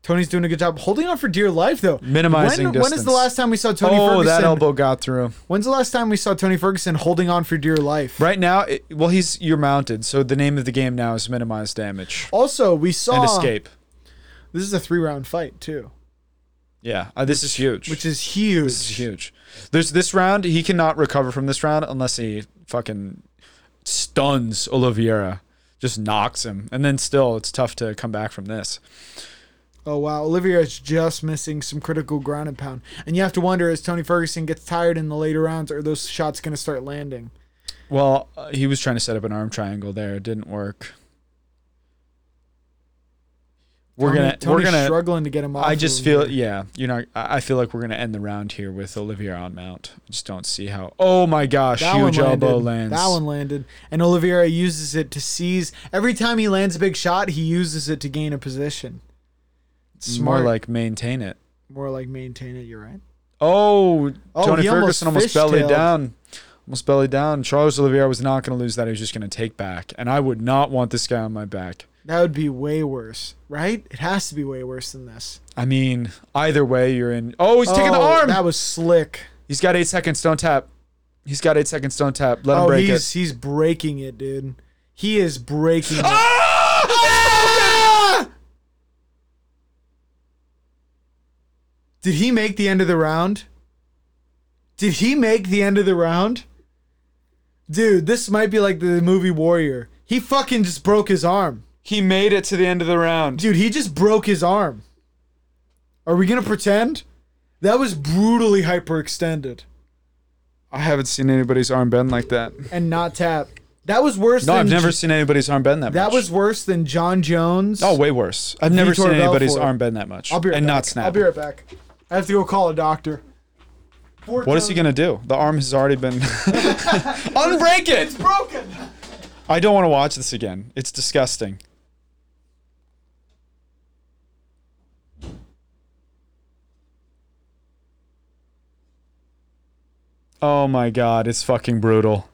Speaker 3: Tony's doing a good job holding on for dear life, though.
Speaker 4: Minimizing
Speaker 3: when, When is the
Speaker 4: distance.
Speaker 3: last time we saw Tony
Speaker 4: oh,
Speaker 3: Ferguson?
Speaker 4: that elbow got through.
Speaker 3: When's the last time we saw Tony Ferguson holding on for dear life?
Speaker 4: Right now, it, well, he's you're mounted, so the name of the game now is minimize damage
Speaker 3: Also, we saw
Speaker 4: and escape.
Speaker 3: This is a three-round fight too,
Speaker 4: Yeah, uh, this is huge.
Speaker 3: which is huge.
Speaker 4: This is huge. There's this round. He cannot recover from this round unless he fucking stuns Oliveira, just knocks him, and then still it's tough to come back from this.
Speaker 3: Oh wow, Olivier is just missing some critical ground and pound, and you have to wonder as Tony Ferguson gets tired in the later rounds, are those shots going to start landing?
Speaker 4: Well, uh, he was trying to set up an arm triangle there. It didn't work. We're
Speaker 3: Tony-
Speaker 4: gonna
Speaker 3: Tony's
Speaker 4: we're gonna.
Speaker 3: struggling to get him off.
Speaker 4: I
Speaker 3: of
Speaker 4: just
Speaker 3: him
Speaker 4: feel
Speaker 3: here.
Speaker 4: yeah. You know, I I feel like we're gonna end the round here with Oliveira on mount. I just don't see how. Oh my gosh!
Speaker 3: That
Speaker 4: huge
Speaker 3: one
Speaker 4: elbow
Speaker 3: landed.
Speaker 4: lands.
Speaker 3: That one landed, and Oliveira uses it to seize. Every time he lands a big shot, he uses it to gain a position. It's smart,
Speaker 4: More like maintain it.
Speaker 3: more like maintain it. You're right.
Speaker 4: Oh,
Speaker 3: Oh,
Speaker 4: Tony
Speaker 3: he almost
Speaker 4: Ferguson almost bellied
Speaker 3: fishtailed.
Speaker 4: down. Almost bellied down. Charles Oliveira was not going to lose that. He was just going to take back. And I would not want this guy on my back.
Speaker 3: That would be way worse, right? It has to be way worse than this.
Speaker 4: I mean, either way, you're in. Oh, he's taking the
Speaker 3: Oh,
Speaker 4: arm.
Speaker 3: That was slick.
Speaker 4: he's got eight seconds. Don't tap. He's got eight seconds. Don't tap. Let him
Speaker 3: Oh,
Speaker 4: break
Speaker 3: he's
Speaker 4: it.
Speaker 3: he's breaking it, dude. He is breaking. it.
Speaker 4: Ah!
Speaker 3: Did he make the end of the round? Did he make the end of the round? Dude, this might be like the movie Warrior. He fucking just broke his arm.
Speaker 4: He made it to the end of the round.
Speaker 3: Dude, he just broke his arm. Are we gonna pretend? That was brutally hyperextended
Speaker 4: I haven't seen anybody's arm bend like that.
Speaker 3: and not tap. That was worse
Speaker 4: No,
Speaker 3: than
Speaker 4: I've never seen anybody's arm bend that,
Speaker 3: That
Speaker 4: much.
Speaker 3: was worse than John Jones.
Speaker 4: Oh, way worse. I've never
Speaker 3: Vitor
Speaker 4: seen anybody's
Speaker 3: Belfort.
Speaker 4: arm bend that much.
Speaker 3: I'll be right
Speaker 4: and
Speaker 3: back.
Speaker 4: not snap.
Speaker 3: I'll be right back. I have to go call a doctor.
Speaker 4: What is he going to do? The arm has already been. Unbreak it!
Speaker 3: broken?
Speaker 4: I don't want to watch this again. It's disgusting. Oh my god, it's fucking brutal.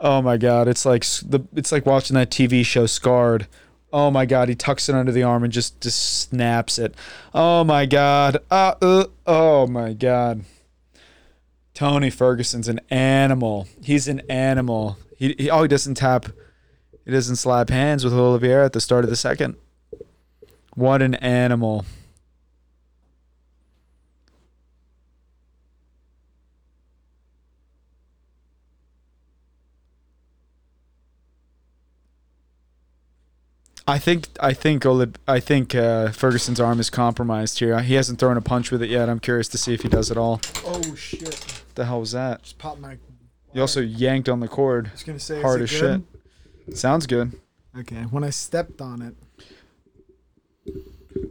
Speaker 4: Oh my god, it's like s- the it's like watching that TV show Scarred. Oh my god, he tucks it under the arm and just just snaps it. Oh my god. Uh, uh oh my god. Tony Ferguson's an animal. He's an animal. He, he oh he doesn't tap, he doesn't slap hands with Oliveira at the start of the second. What an animal! I think I think Oli- I think uh, Ferguson's arm is compromised here. He hasn't thrown a punch with it yet. I'm curious to see if he does it all.
Speaker 3: Oh shit!
Speaker 4: The hell was that?
Speaker 3: Just popped my.
Speaker 4: You also yanked on the cord.
Speaker 3: I was gonna say,
Speaker 4: Hard
Speaker 3: is
Speaker 4: as
Speaker 3: it good?
Speaker 4: shit. Sounds good.
Speaker 3: Okay, when I stepped on it.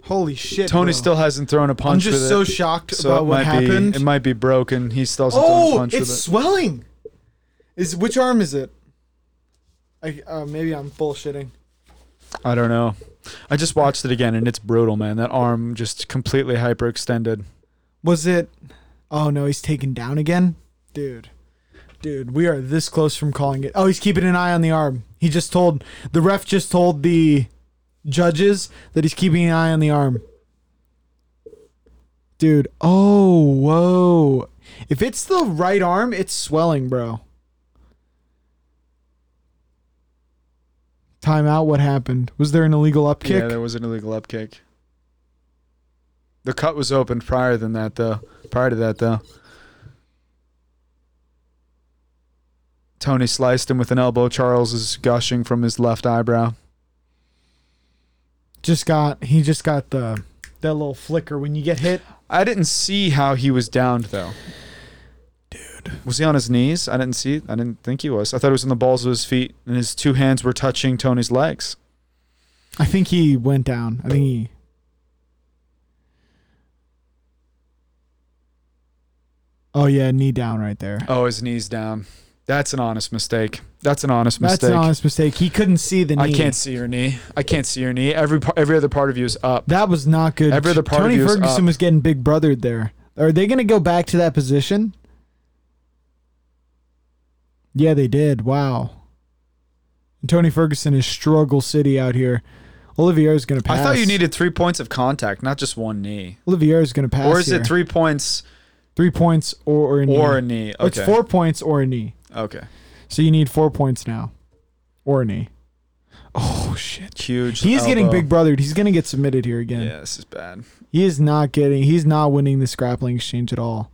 Speaker 3: Holy shit!
Speaker 4: Tony
Speaker 3: bro.
Speaker 4: still hasn't thrown a punch
Speaker 3: I'm just
Speaker 4: with
Speaker 3: so
Speaker 4: it.
Speaker 3: shocked
Speaker 4: so
Speaker 3: about
Speaker 4: it
Speaker 3: what
Speaker 4: might
Speaker 3: happened.
Speaker 4: Be, it might be broken. He still hasn't thrown a
Speaker 3: oh,
Speaker 4: punch
Speaker 3: it's
Speaker 4: with it.
Speaker 3: swelling. Is which arm is it? I uh, maybe I'm bullshitting.
Speaker 4: I don't know. I just watched it again and it's brutal, man. That arm just completely hyperextended.
Speaker 3: Was it? Oh no, he's taken down again, dude. Dude, we are this close from calling it. Oh, he's keeping an eye on the arm. He just told the ref just told the judges that he's keeping an eye on the arm. Dude, oh, whoa. If it's the right arm, it's swelling, bro. Timeout, what happened? Was there an illegal up kick?
Speaker 4: Yeah, there was an illegal up kick. The cut was open prior than that though. Prior to that though. Tony sliced him with an elbow. Charles is gushing from his left eyebrow.
Speaker 3: just got he just got the that little flicker when you get hit.
Speaker 4: I didn't see how he was downed though. Dude. Was he on his knees? I didn't see I didn't think he was. I thought it was in the balls of his feet and his two hands were touching Tony's legs.
Speaker 3: I think he went down. I think he Oh yeah, knee down right there.
Speaker 4: Oh, his knees down. That's an honest mistake. That's an honest
Speaker 3: That's
Speaker 4: mistake.
Speaker 3: an honest mistake. He couldn't see the knee.
Speaker 4: I can't see your knee. I can't see your knee. Every par- every other part of you is up.
Speaker 3: That was not good.
Speaker 4: Every other part of
Speaker 3: Tony
Speaker 4: you is
Speaker 3: Ferguson
Speaker 4: up.
Speaker 3: was getting big brothered there. Are they going to go back to that position? Yeah, they did. Wow. And Tony Ferguson is struggle city out here. Olivier's going to pass.
Speaker 4: I thought you needed three points of contact, not just one knee.
Speaker 3: Olivier's going to pass.
Speaker 4: or is
Speaker 3: here.
Speaker 4: it three points
Speaker 3: Three points or, or a knee? Oh,
Speaker 4: or a knee? Okay.
Speaker 3: It's four points or a knee.
Speaker 4: Okay.
Speaker 3: So you need four points now, or a knee. Oh shit!
Speaker 4: Huge.
Speaker 3: He's getting
Speaker 4: elbow.
Speaker 3: big brothered. He's going to get submitted here again.
Speaker 4: Yeah, this is bad.
Speaker 3: He is not getting. He's not winning this grappling exchange at all.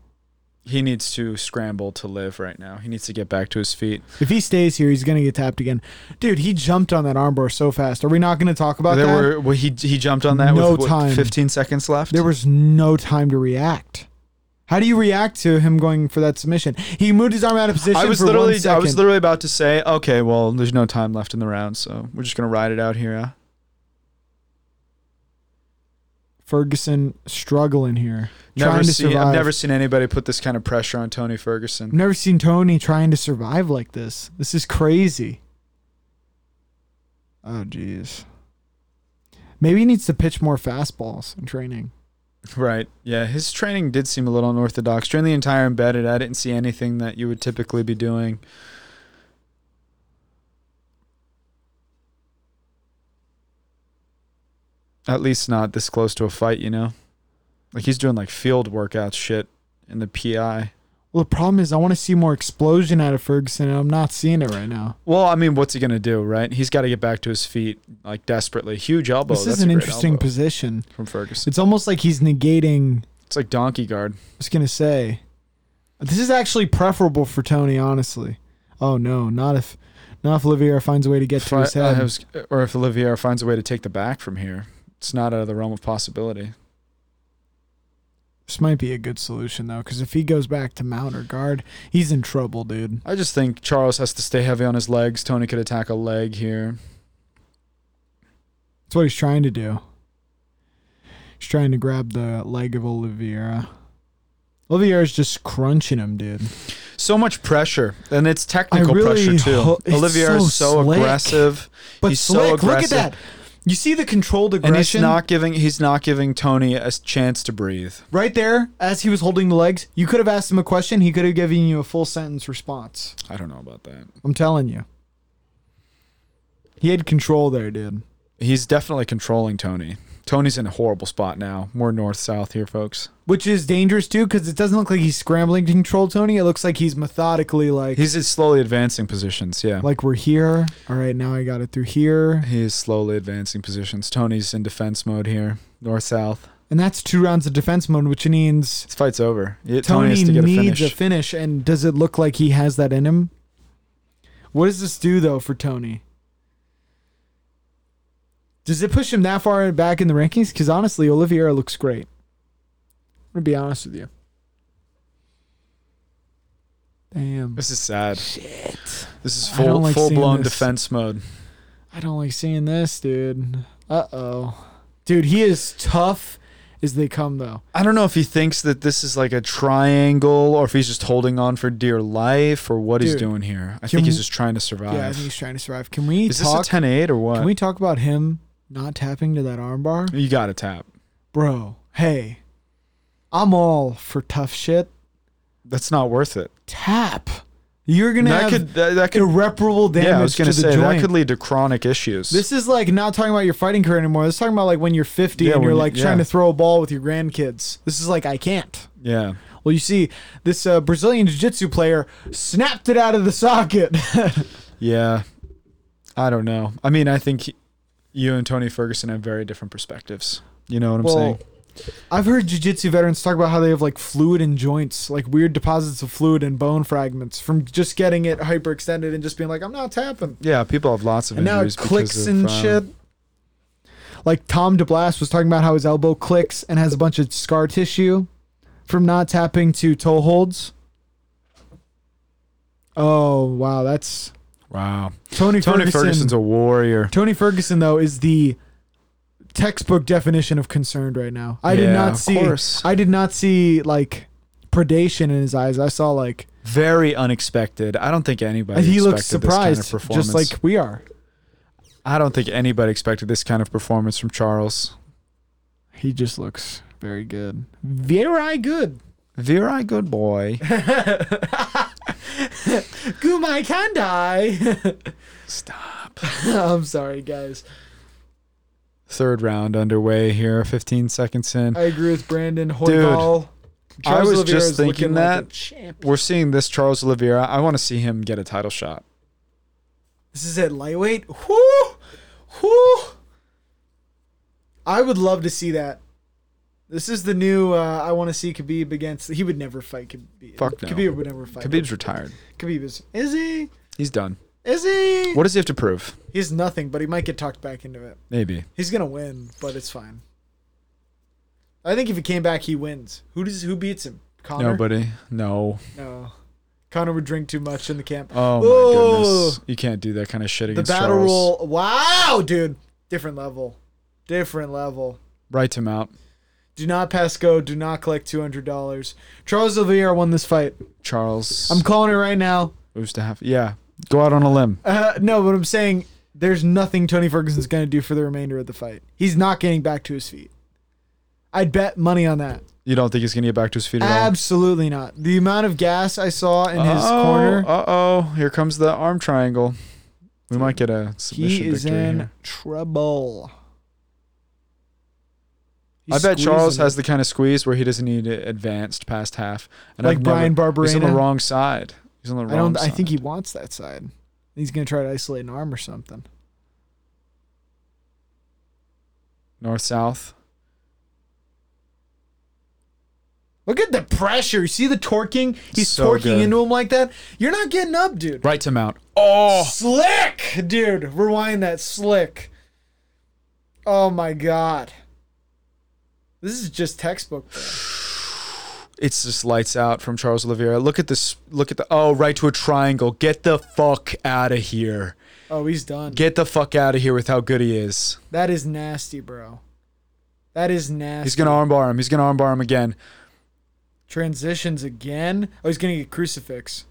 Speaker 4: He needs to scramble to live right now. He needs to get back to his feet.
Speaker 3: If he stays here, he's gonna get tapped again. Dude, he jumped on that armbar so fast. Are we not gonna talk about
Speaker 4: there
Speaker 3: that?
Speaker 4: were well, he he jumped on that
Speaker 3: No
Speaker 4: with what,
Speaker 3: time.
Speaker 4: 15 seconds left.
Speaker 3: there was no time to react. How do you react to him going for that submission? He moved his arm out of position.
Speaker 4: I was
Speaker 3: for one
Speaker 4: literally I was
Speaker 3: second.
Speaker 4: literally about to say, okay, well, there's no time left in the round, so we're just gonna ride it out here. Huh?
Speaker 3: Ferguson struggling here,
Speaker 4: Never
Speaker 3: trying to
Speaker 4: seen,
Speaker 3: survive.
Speaker 4: I've never seen anybody put this kind of pressure on Tony Ferguson.
Speaker 3: I've never seen Tony trying to survive like this. This is crazy. Oh jeez. Maybe he needs to pitch more fastballs in training.
Speaker 4: Right. Yeah. His training did seem a little unorthodox. During the entire embedded, I didn't see anything that you would typically be doing. At least not this close to a fight, you know? Like he's doing like field workout shit in the PI.
Speaker 3: Well, the problem is I want to see more explosion out of Ferguson, and I'm not seeing it right now.
Speaker 4: Well, I mean, what's he going to do, right? He's got to get back to his feet like desperately. Huge elbow.
Speaker 3: This
Speaker 4: That's
Speaker 3: is
Speaker 4: a
Speaker 3: an
Speaker 4: great
Speaker 3: interesting
Speaker 4: elbow
Speaker 3: position.
Speaker 4: from Ferguson.
Speaker 3: It's almost like he's negating. I
Speaker 4: It's like donkey guard.
Speaker 3: was gonna say, this is actually preferable for Tony, honestly. Oh no, not if, not if Oliveira finds a way to get to his
Speaker 4: Fi- uh,
Speaker 3: head.
Speaker 4: has- or if Olivier finds a way to take the back from here, it's not out of the realm of possibility.
Speaker 3: This might be a good solution though, because if he goes back to mount or guard, he's in trouble, dude.
Speaker 4: I just think Charles has to stay heavy on his legs. Tony could attack a leg here.
Speaker 3: That's what he's trying to do. He's trying to grab the leg of Oliveira. Oliveira's just crunching him, dude.
Speaker 4: So much pressure, and it's technical
Speaker 3: really
Speaker 4: pressure too.
Speaker 3: ho- it's
Speaker 4: Olivier is
Speaker 3: so
Speaker 4: so
Speaker 3: slick.
Speaker 4: aggressive,
Speaker 3: But
Speaker 4: He's so
Speaker 3: slick, look at
Speaker 4: aggressive.
Speaker 3: that. You see the controlled aggression.
Speaker 4: and he's not giving he's not giving Tony a s- chance to breathe.
Speaker 3: Right there, as he was holding the legs, you could have asked him a question. He could have given you a full sentence response.
Speaker 4: I don't know about that.
Speaker 3: I'm telling you. He had control there, dude.
Speaker 4: He's definitely controlling Tony. Tony's in a horrible spot now. More north south here, folks.
Speaker 3: Which is dangerous, too, because it doesn't look like he's scrambling to control Tony. It looks like he's methodically like,
Speaker 4: He's in slowly advancing positions. Yeah.
Speaker 3: like we're here. All right, now I got it through here.
Speaker 4: He is slowly advancing positions. Tony's in defense mode here, north south.
Speaker 3: And that's two rounds of defense mode, which means
Speaker 4: This fight's over. It-
Speaker 3: Tony,
Speaker 4: Tony, has to get a
Speaker 3: needs
Speaker 4: finish.
Speaker 3: a finish. And does it look like he has that in him? What does this do, though, for Tony? Does it push him that far back in the rankings? Because honestly, Oliveira looks great. I'm going to be honest with you. Damn.
Speaker 4: this is sad. Shit. This is
Speaker 3: I
Speaker 4: full
Speaker 3: don't like
Speaker 4: full blown
Speaker 3: seeing this.
Speaker 4: defense mode.
Speaker 3: I don't like seeing this, dude. Uh oh. Dude, he is tough as they come, though.
Speaker 4: I don't know if he thinks that this is like a triangle or if he's just holding on for dear life or what he's
Speaker 3: Dude,
Speaker 4: doing here. I
Speaker 3: can
Speaker 4: think he's
Speaker 3: we-
Speaker 4: just trying to survive.
Speaker 3: Yeah, I think he's trying to survive. Can we
Speaker 4: is this
Speaker 3: talk?
Speaker 4: a 10 8 or what?
Speaker 3: can we talk about him not tapping to that armbar?
Speaker 4: you got to tap.
Speaker 3: bro, hey, I'm all for tough shit.
Speaker 4: That's not worth it.
Speaker 3: Tap. You're gonna
Speaker 4: That
Speaker 3: have
Speaker 4: could that, that could
Speaker 3: irreparable damage
Speaker 4: yeah. I was
Speaker 3: to
Speaker 4: gonna
Speaker 3: the
Speaker 4: say
Speaker 3: joint.
Speaker 4: that could lead to chronic issues.
Speaker 3: This is like not talking about your fighting career anymore. This is talking about like when you're 50
Speaker 4: Yeah,
Speaker 3: and you're
Speaker 4: when you-
Speaker 3: like trying
Speaker 4: yeah.
Speaker 3: to throw a ball with your grandkids. This is like I can't.
Speaker 4: yeah.
Speaker 3: Well, you see, this uh, Brazilian jiu-jitsu player snapped it out of the socket.
Speaker 4: Yeah. I don't know. I mean, I think he- you and Tony Ferguson have very different perspectives. You know what I'm
Speaker 3: Well,
Speaker 4: saying?
Speaker 3: I've heard jiu-jitsu veterans talk about how they have like fluid in joints, like weird deposits of fluid and bone fragments from just getting it hyperextended and just being like, "I'm not tapping."
Speaker 4: Yeah, people have lots of
Speaker 3: And now it
Speaker 4: injuries because
Speaker 3: clicks
Speaker 4: of,
Speaker 3: and
Speaker 4: um,
Speaker 3: shit. Like Tom DeBlas was talking about how his elbow clicks and has a bunch of scar tissue from not tapping to toe holds. Oh wow, that's
Speaker 4: Wow.
Speaker 3: Tony.
Speaker 4: Tony
Speaker 3: Ferguson.
Speaker 4: Ferguson's a warrior.
Speaker 3: Tony Ferguson though is the textbook definition of concerned right now. I did
Speaker 4: Yeah,
Speaker 3: not
Speaker 4: of
Speaker 3: see.
Speaker 4: course.
Speaker 3: I did not see like predation in his eyes. I saw like
Speaker 4: Very unexpected. I don't think anybody.
Speaker 3: he looked
Speaker 4: expected this kind of
Speaker 3: surprised, just
Speaker 4: performance.
Speaker 3: like we are.
Speaker 4: I don't think anybody expected this kind of performance from Charles.
Speaker 3: He just looks very good, very good.
Speaker 4: Very good boy.
Speaker 3: Gumai Kandai.
Speaker 4: Stop.
Speaker 3: I'm sorry, guys.
Speaker 4: Third round underway here. 15 seconds in.
Speaker 3: I agree with Brandon
Speaker 4: Dude,
Speaker 3: Hoyball.
Speaker 4: I
Speaker 3: Charles
Speaker 4: was
Speaker 3: Oliveira
Speaker 4: just
Speaker 3: is looking
Speaker 4: thinking
Speaker 3: like a
Speaker 4: that.
Speaker 3: champ.
Speaker 4: We're seeing this Charles Oliveira. I want to see him get a title shot.
Speaker 3: This is at lightweight. Whoo! Whoo! I would love to see that. This is the new. Uh, I want to see Khabib against. He would never fight Khabib.
Speaker 4: Fuck no.
Speaker 3: Khabib would never fight.
Speaker 4: Khabib's retired.
Speaker 3: Khabib is. Is he?
Speaker 4: He's done.
Speaker 3: Is he?
Speaker 4: What does he have to prove?
Speaker 3: He's nothing, but he might get talked back into it.
Speaker 4: Maybe.
Speaker 3: He's gonna win, but it's fine. I think if he came back, he wins. Who does? Who beats him? Connor.
Speaker 4: Nobody. No.
Speaker 3: no. Connor would drink too much in the camp.
Speaker 4: Oh my
Speaker 3: Oh.
Speaker 4: goodness. You can't do that kind of shit
Speaker 3: the
Speaker 4: against
Speaker 3: battle
Speaker 4: Charles.
Speaker 3: roll. Wow, dude. Different level. Different level.
Speaker 4: Write him out.
Speaker 3: Do not pass go. Do not collect two hundred dollars. Charles Oliveira won this fight.
Speaker 4: Charles.
Speaker 3: I'm calling it right now.
Speaker 4: moves to half. Yeah. Go out on a limb.
Speaker 3: Uh, no, but I'm saying there's nothing Tony Ferguson's going to do for the remainder of the fight. He's not getting back to his feet. I'd bet money on that.
Speaker 4: You don't think he's gonna get back to his feet at all? Oh,
Speaker 3: Absolutely not. The amount of gas I saw in his
Speaker 4: Uh-oh,
Speaker 3: corner,
Speaker 4: Uh-oh. Here comes the arm triangle. We might get a submission
Speaker 3: he is
Speaker 4: victory
Speaker 3: in
Speaker 4: here.
Speaker 3: trouble.
Speaker 4: I
Speaker 3: He's
Speaker 4: bet Charles
Speaker 3: squeezing
Speaker 4: has the kind of squeeze where he doesn't need it advanced past half. And
Speaker 3: Like
Speaker 4: I've never-
Speaker 3: Brian
Speaker 4: He's on the
Speaker 3: Barberena?
Speaker 4: wrong side. He's on the wrong
Speaker 3: I don't.
Speaker 4: side.
Speaker 3: I think he wants that side. He's gonna try to isolate an arm or something.
Speaker 4: north south.
Speaker 3: Look at the pressure. You see the torquing? He's
Speaker 4: So
Speaker 3: torquing
Speaker 4: good.
Speaker 3: into him like that. You're not getting up, dude.
Speaker 4: Right to mount. Oh,
Speaker 3: Slick, dude. Rewind that slick. Oh my god. This is just textbook. bro.
Speaker 4: it's just lights out from Charles Oliveira. Look at this. Look at the. Oh, right to a triangle. Get the fuck out of here.
Speaker 3: Oh, he's done.
Speaker 4: Get the fuck out of here with how good he is.
Speaker 3: That is nasty, bro. That is nasty.
Speaker 4: He's gonna armbar him. He's gonna armbar him again.
Speaker 3: transitions again. Oh, he's gonna get crucifix.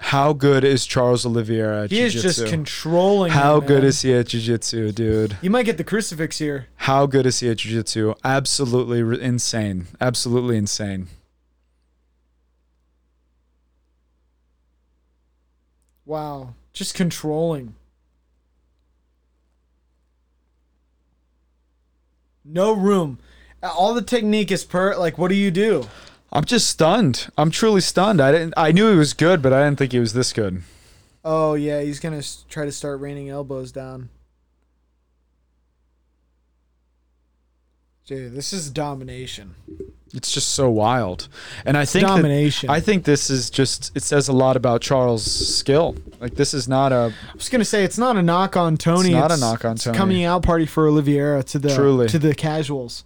Speaker 4: How good is Charles Oliveira? At
Speaker 3: He is just
Speaker 4: jiu-jitsu?
Speaker 3: controlling. him,
Speaker 4: How good
Speaker 3: man.
Speaker 4: is he at jiu-jitsu, dude?
Speaker 3: You might get the crucifix here.
Speaker 4: How good is he at jiu-jitsu? Absolutely r- insane. Absolutely insane.
Speaker 3: Wow. Just controlling. No room. All the technique is per like what do you do?
Speaker 4: I'm just stunned. I'm truly stunned. I didn't I knew he was good, but I didn't think he was this good.
Speaker 3: Oh yeah, he's going to try to start raining elbows down. Dude, this is domination.
Speaker 4: It's just so wild. And I think that-
Speaker 3: domination.
Speaker 4: I think this is just it says a lot about Charles' skill. Like this is not a
Speaker 3: I was going to say it's not a knock on Tony.
Speaker 4: It's not a knock on
Speaker 3: it's
Speaker 4: Tony.
Speaker 3: Coming out party for Oliveira to the
Speaker 4: Truly.
Speaker 3: to the casuals.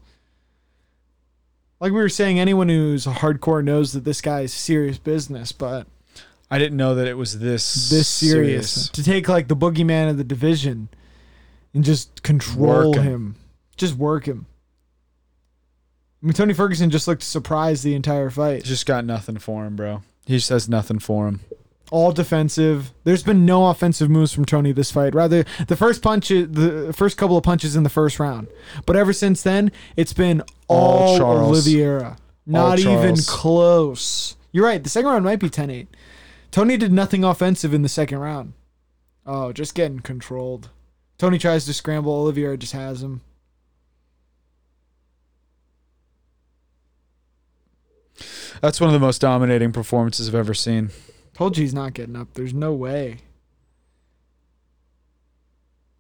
Speaker 3: Like we were saying, anyone who's hardcore knows that this guy is serious business, but
Speaker 4: I didn't know that it was this
Speaker 3: this serious, to take like the boogeyman of the division and just control
Speaker 4: Work
Speaker 3: him.
Speaker 4: him.
Speaker 3: just work him. I mean, Tony Ferguson just looked surprised the entire
Speaker 4: He's
Speaker 3: fight.
Speaker 4: just got nothing for him, bro. He just has nothing for him.
Speaker 3: All defensive. There's been no offensive moves from Tony this fight. Rather, the first punch, the first couple of punches in the first round. But ever since then, it's been
Speaker 4: All
Speaker 3: all,
Speaker 4: Charles.
Speaker 3: Oliveira. Not even
Speaker 4: Charles.
Speaker 3: close. You're right. The second round might be 10 8. Tony did nothing offensive in the second round. Oh, just getting controlled. Tony tries to scramble. Olivier just has him.
Speaker 4: That's one of the most dominating performances I've ever seen.
Speaker 3: Told you he's not getting up. There's no way.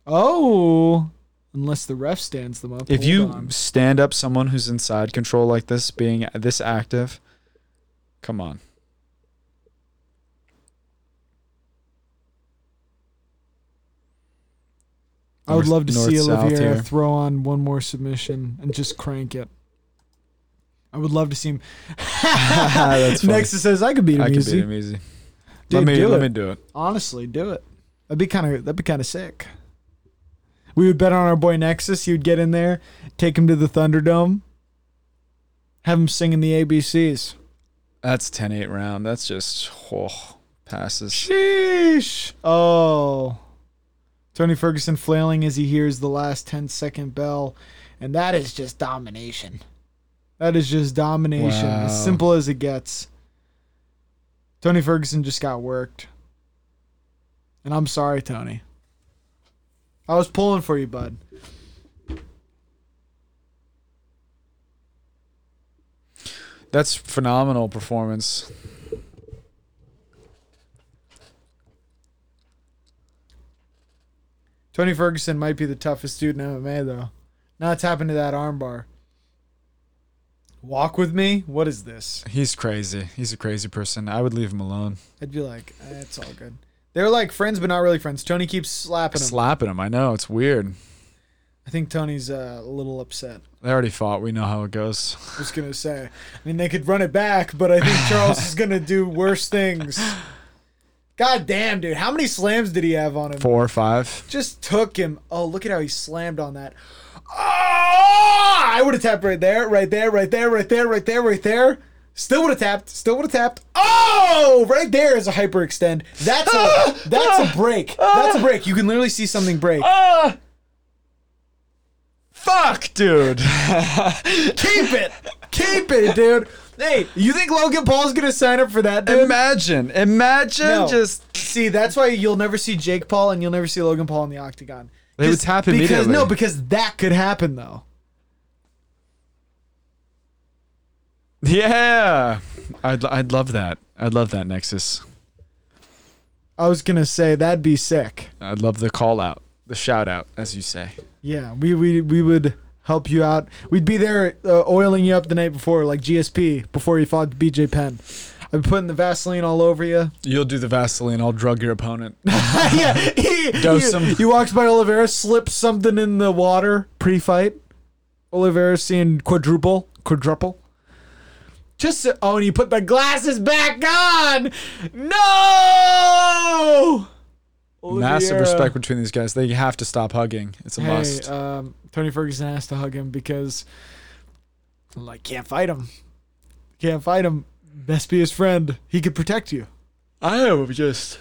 Speaker 3: Oh, unless the ref stands them up.
Speaker 4: If
Speaker 3: Hold
Speaker 4: you
Speaker 3: on.
Speaker 4: stand up someone who's inside control like this, being this active, come on.
Speaker 3: I would love to see
Speaker 4: North-south
Speaker 3: Olivier
Speaker 4: here.
Speaker 3: throw on one more submission and just crank it. I would love to see him.
Speaker 4: That's funny.
Speaker 3: Nexa says I could beat him
Speaker 4: I can
Speaker 3: easy.
Speaker 4: beat him easy.
Speaker 3: Dude,
Speaker 4: let me
Speaker 3: do
Speaker 4: let
Speaker 3: it.
Speaker 4: me do it.
Speaker 3: Honestly, do it. That'd be kind of that'd be kind of sick. We would bet on our boy Nexus. He would get in there, take him to the Thunderdome, have him singing the ABCs.
Speaker 4: That's 10-8 round. That's just oh, passes.
Speaker 3: Sheesh. Oh. Tony Ferguson flailing as he hears the last 10 second bell. And that is just domination. That is just domination. As
Speaker 4: Wow.
Speaker 3: simple as it gets. Tony Ferguson just got worked. And I'm sorry, Tony. I was pulling for you, bud.
Speaker 4: That's phenomenal performance.
Speaker 3: Tony Ferguson might be the toughest dude in MMA, though. Now it's happened to that armbar. Walk with me? What is this?
Speaker 4: He's crazy. He's a crazy person. I would leave him alone.
Speaker 3: I'd be like, "Eh, it's all good. They're like friends, but not really friends. Tony keeps slapping him.
Speaker 4: Slapping him. I know it's weird.
Speaker 3: I think Tony's uh, a little upset.
Speaker 4: They already fought. We know how it goes.
Speaker 3: I was gonna say. I mean, they could run it back, but I think Charles is gonna do worse things. God damn, dude! How many slams did he have on him?
Speaker 4: Four or five.
Speaker 3: Just took him. Oh, look at how he slammed on that. Oh! I would have tapped right there, right there, right there, right there, right there, right there. Still would have tapped. Still would have tapped. Oh! Right there is a hyperextend. That's a that's a break. That's a break. You can literally see something break.
Speaker 4: Ah. Fuck, dude.
Speaker 3: Keep it. Keep it, dude. Hey, you think Logan Paul's gonna sign up for that, dude?
Speaker 4: imagine. Imagine
Speaker 3: No.
Speaker 4: just.
Speaker 3: See, that's why you'll never see Jake Paul and you'll never see Logan Paul in the octagon.
Speaker 4: They would
Speaker 3: 'Cause-
Speaker 4: tap
Speaker 3: Because,
Speaker 4: immediately.
Speaker 3: no, because that could happen though.
Speaker 4: Yeah. I'd, I'd love that. I'd love that, Nexus.
Speaker 3: I was gonna say that'd be sick.
Speaker 4: I'd love the call out, the shout out, as you say.
Speaker 3: Yeah, we we we would help you out. We'd be there uh, oiling you up the night before, like GSP, before you fought BJ Penn. I'm putting the Vaseline all over you.
Speaker 4: You'll do the Vaseline. I'll drug your opponent.
Speaker 3: yeah, he,
Speaker 4: Dose
Speaker 3: he,
Speaker 4: him.
Speaker 3: he walks by Oliveira, slips something in the water pre-fight. Oliveira seeing quadruple, quadruple. Just so- oh, and he put the glasses back on. No.
Speaker 4: Massive
Speaker 3: Oliveira.
Speaker 4: respect between these guys. They have to stop hugging. It's a
Speaker 3: uh, Hey,
Speaker 4: must.
Speaker 3: um, Tony Ferguson has to hug him because, like, can't fight him. Can't fight him. Best be his friend. He could protect you.
Speaker 4: I am just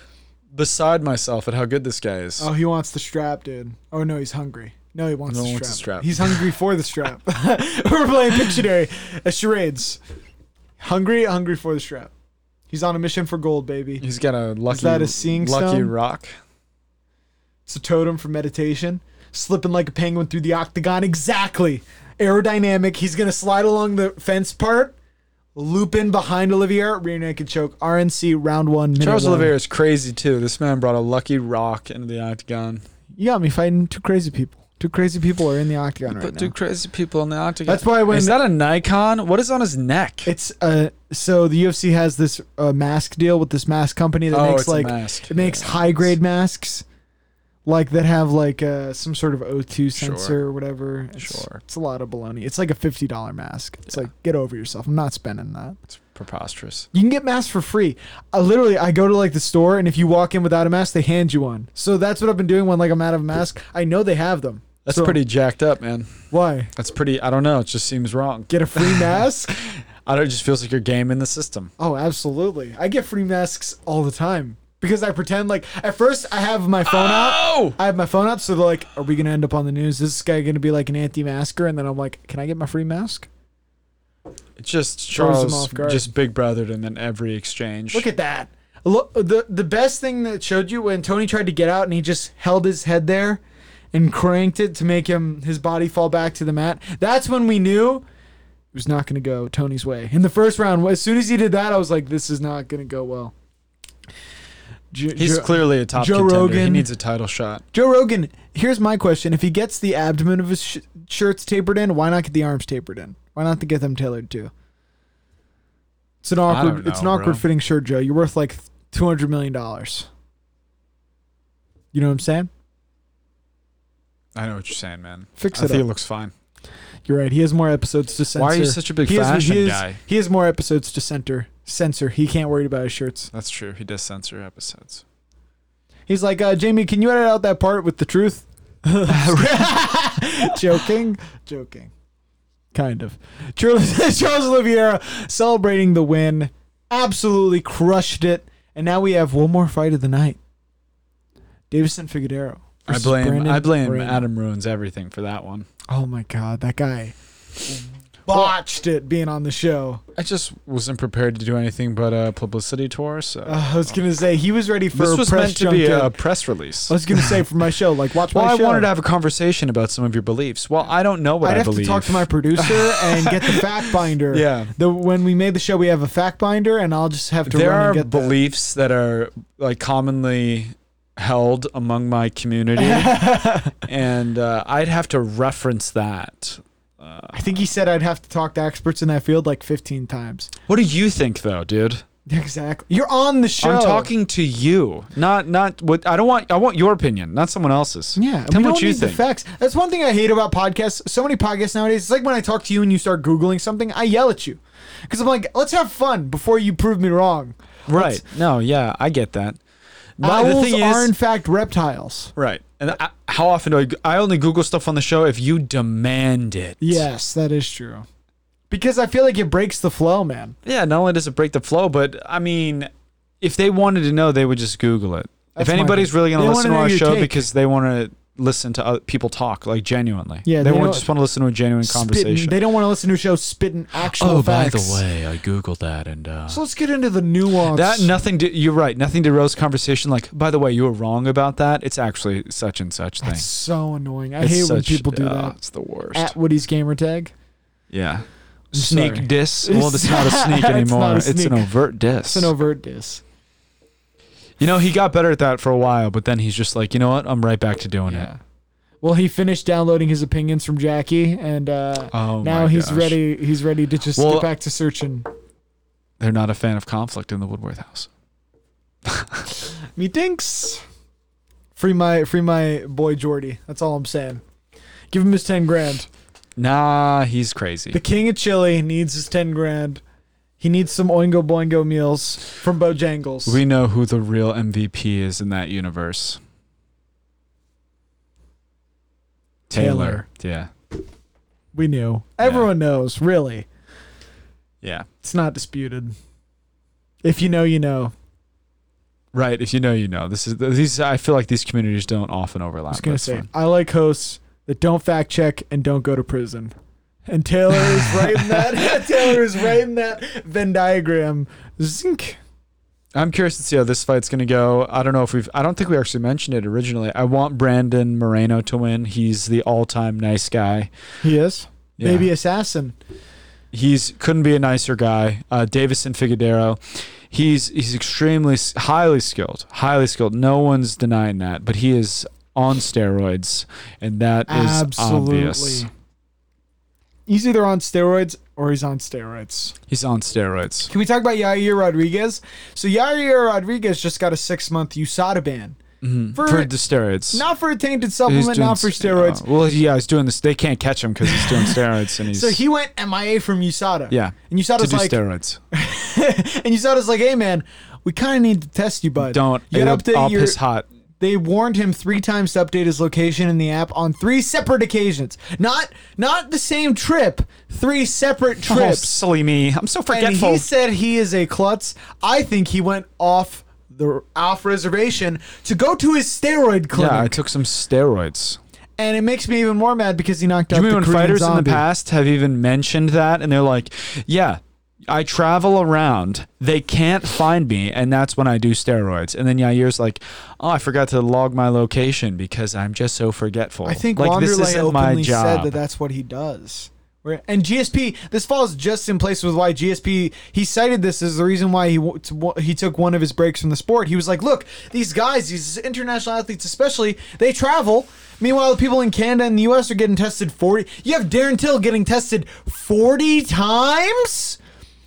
Speaker 4: beside myself at how good this guy is.
Speaker 3: Oh, he wants the strap, dude. Oh no, he's hungry. No, he wants,
Speaker 4: No
Speaker 3: the,
Speaker 4: one
Speaker 3: strap.
Speaker 4: wants the strap.
Speaker 3: He's hungry for the strap. We're playing Pictionary uh, charades. Hungry, hungry for the strap. He's on a mission for gold, baby.
Speaker 4: He's got a lucky,
Speaker 3: that a seeing
Speaker 4: lucky
Speaker 3: stone?
Speaker 4: rock.
Speaker 3: It's a totem for meditation. Slipping like a penguin through the octagon. Exactly. Aerodynamic. He's gonna slide along the fence part. Loop in behind Olivier. Rear naked choke. RNC round one. minute
Speaker 4: Charles
Speaker 3: one.
Speaker 4: Oliveira is crazy too. This man brought a lucky rock into the octagon.
Speaker 3: You got me fighting two crazy people. Two crazy people are in the octagon right
Speaker 4: Put
Speaker 3: now.
Speaker 4: two crazy people in the octagon.
Speaker 3: That's why when
Speaker 4: is that a Nikon? What is on his neck?
Speaker 3: It's uh so the UFC has this uh, mask deal with this mask company that
Speaker 4: Oh,
Speaker 3: makes
Speaker 4: it's a
Speaker 3: like
Speaker 4: mask.
Speaker 3: it makes
Speaker 4: Yeah.
Speaker 3: high grade masks like that have like uh some sort of O2
Speaker 4: Sure.
Speaker 3: sensor or whatever. It's,
Speaker 4: Sure.
Speaker 3: It's a lot of baloney. It's like a $50 mask. It's
Speaker 4: Yeah.
Speaker 3: like get over yourself. I'm not spending that.
Speaker 4: It's preposterous.
Speaker 3: You can get masks for free. I literally I go to like the store and if you walk in without a mask, they hand you one. So that's what I've been doing when like I'm out of a mask. I know they have them.
Speaker 4: That's
Speaker 3: So-
Speaker 4: pretty jacked up, man.
Speaker 3: Why?
Speaker 4: That's pretty. I don't know. It just seems wrong.
Speaker 3: Get a free mask?
Speaker 4: I don't. It just feels like you're game in the system.
Speaker 3: Oh, absolutely. I get free masks all the time because I pretend like at first I have my phone out.
Speaker 4: Oh,
Speaker 3: I have my phone out, so they're like, "Are we gonna end up on the news? Is this guy gonna be like an anti-masker?" And then I'm like, "Can I get my free mask?"
Speaker 4: just
Speaker 3: Throws him
Speaker 4: Charles,
Speaker 3: off guard.
Speaker 4: just big brothered, and then every exchange.
Speaker 3: Look at that. Look, the the best thing that showed you when Tony tried to get out and he just held his head there and cranked it to make him his body fall back to the mat. That's when we knew it was not going to go Tony's way. In the first round, as soon as he did that, I was like, this is not going to go well. Ju-
Speaker 4: He's
Speaker 3: Ju-
Speaker 4: clearly a top
Speaker 3: Joe
Speaker 4: contender. He
Speaker 3: Rogan.
Speaker 4: needs a title shot.
Speaker 3: Joe Rogan, here's my question. If he gets the abdomen of his sh- shirts tapered in, why not get the arms tapered in? Why not to get them tailored too? It's an
Speaker 4: don't
Speaker 3: awkward it's an
Speaker 4: know,
Speaker 3: awkward
Speaker 4: bro.
Speaker 3: fitting shirt, Joe. You're worth like two hundred million dollars. You know what I'm saying?
Speaker 4: I know what you're saying, man.
Speaker 3: Fix
Speaker 4: I
Speaker 3: it
Speaker 4: think
Speaker 3: up.
Speaker 4: it looks fine.
Speaker 3: You're right. He has more episodes to censor.
Speaker 4: Why are you such a big
Speaker 3: he has,
Speaker 4: fashion
Speaker 3: he has,
Speaker 4: guy?
Speaker 3: He has more episodes to center censor. He can't worry about his shirts.
Speaker 4: That's true. He does censor episodes.
Speaker 3: He's like, uh, Jamie, can you edit out that part with the truth? joking, joking, kind of. Charles, Charles Oliveira celebrating the win, absolutely crushed it, and now we have one more fight of the night. Davison Figueroa.
Speaker 4: I
Speaker 3: versus
Speaker 4: blame
Speaker 3: Brandon
Speaker 4: I blame
Speaker 3: Moreno.
Speaker 4: Adam ruins everything for that one.
Speaker 3: Oh my God, that guy botched it being on the show.
Speaker 4: I just wasn't prepared to do anything but a publicity tour. So
Speaker 3: Uh, I was gonna say he was ready for
Speaker 4: this
Speaker 3: a
Speaker 4: was
Speaker 3: press
Speaker 4: meant to be
Speaker 3: junket.
Speaker 4: a press release.
Speaker 3: I was gonna say for my show, like watch
Speaker 4: Well,
Speaker 3: my
Speaker 4: I
Speaker 3: show.
Speaker 4: wanted to have a conversation about some of your beliefs. Well, I don't know what
Speaker 3: I'd
Speaker 4: I
Speaker 3: have
Speaker 4: believe.
Speaker 3: to talk to my producer and get the fact binder.
Speaker 4: Yeah.
Speaker 3: The when we made the show, we have a fact binder, and I'll just have to
Speaker 4: there
Speaker 3: run
Speaker 4: are
Speaker 3: and get that.
Speaker 4: beliefs that. are like commonly held among my community, and uh, I'd have to reference that.
Speaker 3: I think he said I'd have to talk to experts in that field like 15 times.
Speaker 4: What do you think, though, dude?
Speaker 3: Exactly. You're on the show.
Speaker 4: I'm talking to you, not not what I don't want. I want your opinion, not someone else's.
Speaker 3: Yeah, and we
Speaker 4: tell me
Speaker 3: don't
Speaker 4: what you
Speaker 3: need the
Speaker 4: think.
Speaker 3: facts. That's one thing I hate about podcasts. So many podcasts nowadays. It's like when I talk to you and you start googling something, I yell at you because I'm like, "Let's have fun before you prove me wrong."
Speaker 4: right? No, yeah, I get that. My- the
Speaker 3: Owls
Speaker 4: thing
Speaker 3: are
Speaker 4: is,
Speaker 3: in fact reptiles.
Speaker 4: right? And I, how often do I? go- I only Google stuff on the show if you demand it.
Speaker 3: Yes, that is true. Because I feel like it breaks the flow, man.
Speaker 4: Yeah, not only does it break the flow, but I mean, if they wanted to know, they would just Google it.
Speaker 3: That's
Speaker 4: if
Speaker 3: my
Speaker 4: anybody's
Speaker 3: thing.
Speaker 4: really going
Speaker 3: They
Speaker 4: to
Speaker 3: wanna
Speaker 4: listen to
Speaker 3: know
Speaker 4: our
Speaker 3: your
Speaker 4: show
Speaker 3: take.
Speaker 4: because they want to listen to other people talk, like genuinely.
Speaker 3: Yeah,
Speaker 4: they,
Speaker 3: they
Speaker 4: want
Speaker 3: don't-
Speaker 4: just want to listen to a genuine
Speaker 3: spitting-
Speaker 4: conversation.
Speaker 3: They don't want to listen to a show spitting actual facts.
Speaker 4: Oh, way, I googled that and uh,
Speaker 3: So let's get into the nuance.
Speaker 4: that nothing. To, you're right, nothing to Rose conversation. Like, by the way, you were wrong about that. It's actually such and such thing.
Speaker 3: That's so annoying. I
Speaker 4: It's
Speaker 3: hate when
Speaker 4: such-
Speaker 3: people do
Speaker 4: uh,
Speaker 3: that.
Speaker 4: It's the worst.
Speaker 3: At Woody's gamer tag.
Speaker 4: yeah.
Speaker 3: sorry.
Speaker 4: Sneak diss. Well, it's not a sneak
Speaker 3: It's
Speaker 4: anymore.
Speaker 3: not a
Speaker 4: It's,
Speaker 3: sneak.
Speaker 4: an overt diss.
Speaker 3: It's an overt diss.
Speaker 4: You know, he got better at that for a while, but then he's just like, you know what? I'm right back to doing it.
Speaker 3: Well, he finished downloading his opinions from Jackie, and uh,
Speaker 4: Oh,
Speaker 3: now
Speaker 4: my
Speaker 3: he's
Speaker 4: gosh.
Speaker 3: ready. He's ready to just
Speaker 4: Well-
Speaker 3: get back to searching.
Speaker 4: They're not a fan of conflict in the Woodworth house.
Speaker 3: Me dinks. Free my free my boy Jordy. That's all I'm saying. Give him his ten grand.
Speaker 4: Nah, he's crazy.
Speaker 3: The king of Chile needs his ten grand. He needs some Oingo Boingo meals from Bojangles.
Speaker 4: we know who the real MVP is in that universe.
Speaker 3: Taylor.
Speaker 4: Yeah.
Speaker 3: We knew.
Speaker 4: Yeah.
Speaker 3: Everyone knows, really.
Speaker 4: Yeah.
Speaker 3: It's not disputed. If you know, you know.
Speaker 4: Right. If you know, you know. This is these. I feel like these communities don't often overlap.
Speaker 3: I was gonna
Speaker 4: That's
Speaker 3: say,
Speaker 4: fine.
Speaker 3: I like hosts that don't fact check and don't go to prison. And Taylor is right in that. Taylor is right in that Venn diagram. Zink.
Speaker 4: I'm curious to see how this fight's going to go. I don't know if we've. I don't think we actually mentioned it originally. I want Brandon Moreno to win. He's the all-time nice guy.
Speaker 3: He is
Speaker 4: Yeah.
Speaker 3: baby assassin.
Speaker 4: He's couldn't be a nicer guy. Uh, Davison Figueroa. He's he's extremely s- highly skilled, highly skilled. No one's denying that, but he is on steroids, and that is
Speaker 3: Absolutely.
Speaker 4: obvious.
Speaker 3: He's either on steroids or he's on steroids.
Speaker 4: He's on steroids.
Speaker 3: Can we talk about Yair Rodriguez? So Yair Rodriguez just got a six month USADA ban. For,
Speaker 4: Mm-hmm. For, the steroids.
Speaker 3: not for a tainted
Speaker 4: He's
Speaker 3: supplement,
Speaker 4: doing
Speaker 3: not for
Speaker 4: s-
Speaker 3: steroids.
Speaker 4: uh, well, yeah, he's doing this. They can't catch him because he's doing steroids, and oh, he's
Speaker 3: So he went MIA from USADA.
Speaker 4: yeah.
Speaker 3: And
Speaker 4: to
Speaker 3: USADA's
Speaker 4: do
Speaker 3: like
Speaker 4: steroids.
Speaker 3: and USADA's like, hey man, we kinda need to test you, bud.
Speaker 4: Don't
Speaker 3: you gotta
Speaker 4: it'll
Speaker 3: update
Speaker 4: up
Speaker 3: your
Speaker 4: his hot.
Speaker 3: they warned him three times to update his location in the app on three separate occasions. Not not the same trip, three separate
Speaker 4: Oh,
Speaker 3: trips.
Speaker 4: silly me! I'm so
Speaker 3: and
Speaker 4: forgetful.
Speaker 3: he said he is a klutz. I think he went off the off reservation to go to his steroid clinic,
Speaker 4: yeah, I took some steroids.
Speaker 3: and it makes me even more mad because he knocked
Speaker 4: Do
Speaker 3: out
Speaker 4: you mean
Speaker 3: the
Speaker 4: when
Speaker 3: Korean
Speaker 4: fighters in
Speaker 3: zombie.
Speaker 4: the past have even mentioned that, and they're like, "Yeah, I travel around. They can't find me, and that's when I do steroids. And then Yair's like, "Oh, I forgot to log my location because I'm just so forgetful."
Speaker 3: I think
Speaker 4: like
Speaker 3: Wanderlei openly
Speaker 4: my
Speaker 3: said that
Speaker 4: job.
Speaker 3: that's what he does. Where- And GSP, this falls just in place with why GSP he cited this as the reason why he w- t- w- he took one of his breaks from the sport. He was like, "Look, these guys, these international athletes, especially, they travel. Meanwhile, the people in Canada and the U.S. are getting tested forty. You have Darren Till getting tested forty times,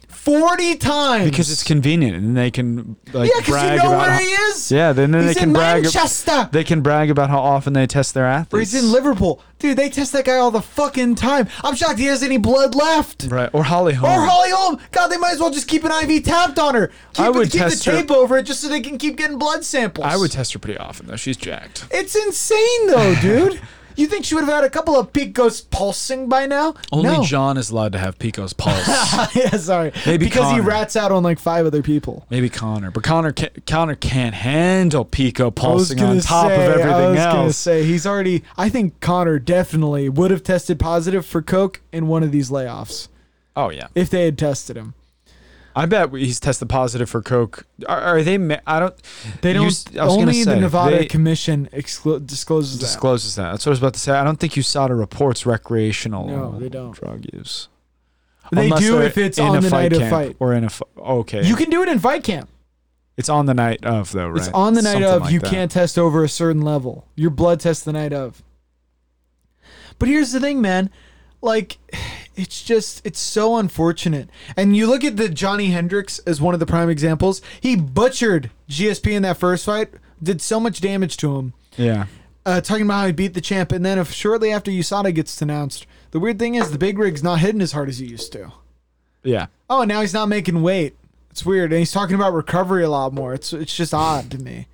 Speaker 3: forty times
Speaker 4: because it's convenient, and they can like
Speaker 3: yeah, because
Speaker 4: brag
Speaker 3: you know
Speaker 4: about
Speaker 3: where
Speaker 4: how-
Speaker 3: he is.
Speaker 4: Yeah, then, then
Speaker 3: He's
Speaker 4: they can
Speaker 3: in
Speaker 4: brag.
Speaker 3: Manchester.
Speaker 4: They can brag about how often they test their
Speaker 3: Or
Speaker 4: athletes.
Speaker 3: he's in Liverpool. Dude, they test that guy all the fucking time. I'm shocked he has any blood left.
Speaker 4: right? Or Holly Holm.
Speaker 3: Or Holly Holm. God, they might as well just keep an IV tapped on her. Keep,
Speaker 4: I would
Speaker 3: keep
Speaker 4: test
Speaker 3: the
Speaker 4: her-
Speaker 3: tape over it just so they can keep getting blood samples.
Speaker 4: I would test her pretty often though. She's jacked.
Speaker 3: It's insane though, dude. you think she would have had a couple of picos pulsing by now?
Speaker 4: Only
Speaker 3: no.
Speaker 4: John is allowed to have Pico's pulse.
Speaker 3: yeah, sorry.
Speaker 4: Maybe
Speaker 3: because he
Speaker 4: Connor.
Speaker 3: rats out on like five other people.
Speaker 4: Maybe Connor, but Connor can, Connor can't handle Pico
Speaker 3: was
Speaker 4: pulsing on
Speaker 3: gonna
Speaker 4: top
Speaker 3: say-
Speaker 4: of
Speaker 3: I
Speaker 4: everything
Speaker 3: was Gonna
Speaker 4: else.
Speaker 3: say he's already. I think Connor definitely would have tested positive for coke in one of these layoffs
Speaker 4: Oh yeah,
Speaker 3: if they had tested him.
Speaker 4: I bet he's tested positive for coke. Are, are they? ma- I don't.
Speaker 3: They
Speaker 4: you
Speaker 3: don't.
Speaker 4: s- I was gonna
Speaker 3: only the
Speaker 4: say,
Speaker 3: Nevada
Speaker 4: they
Speaker 3: Commission exclu- discloses that.
Speaker 4: discloses that. That's what I was about to say. I don't think USADA reports recreational.
Speaker 3: No, they don't.
Speaker 4: Drug use.
Speaker 3: They
Speaker 4: Unless
Speaker 3: do
Speaker 4: they're
Speaker 3: if it's
Speaker 4: in
Speaker 3: on
Speaker 4: a
Speaker 3: the night
Speaker 4: fight
Speaker 3: of
Speaker 4: camp
Speaker 3: fight.
Speaker 4: or in a. Fi- okay,
Speaker 3: You can do it in fight camp.
Speaker 4: It's on the night of though, right?
Speaker 3: It's on the night
Speaker 4: Something
Speaker 3: of.
Speaker 4: like
Speaker 3: you
Speaker 4: that.
Speaker 3: can't test over a certain level. Your blood test the night of. But here's the thing, man. Like, it's just it's so unfortunate. And you look at the Johnny Hendricks as one of the prime examples. He butchered GSP in that first fight. Did so much damage to him.
Speaker 4: Yeah.
Speaker 3: uh, talking about how he beat the champ, and then if shortly after USADA gets announced, the weird thing is the big rig's not hitting as hard as he used to.
Speaker 4: Yeah.
Speaker 3: Oh, and now he's not making weight. It's weird, and he's talking about recovery a lot more. It's it's just odd to me.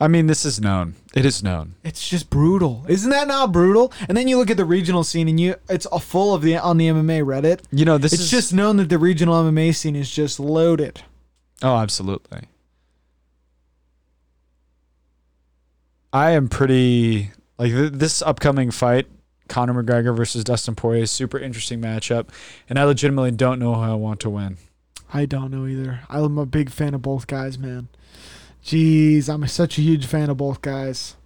Speaker 4: I mean, this is known. It is known.
Speaker 3: It's just brutal, isn't that not brutal? And then you look at the regional scene, and you it's a full of the on the MMA Reddit.
Speaker 4: You know, this
Speaker 3: it's
Speaker 4: is
Speaker 3: just known that the regional MMA scene is just loaded.
Speaker 4: Oh, absolutely. I am pretty like th- this upcoming fight, Conor McGregor versus Dustin Poirier, super interesting matchup, and I legitimately don't know how I want to win.
Speaker 3: I don't know either. I'm a big fan of both guys, man. Jeez, I'm such a huge fan of both guys.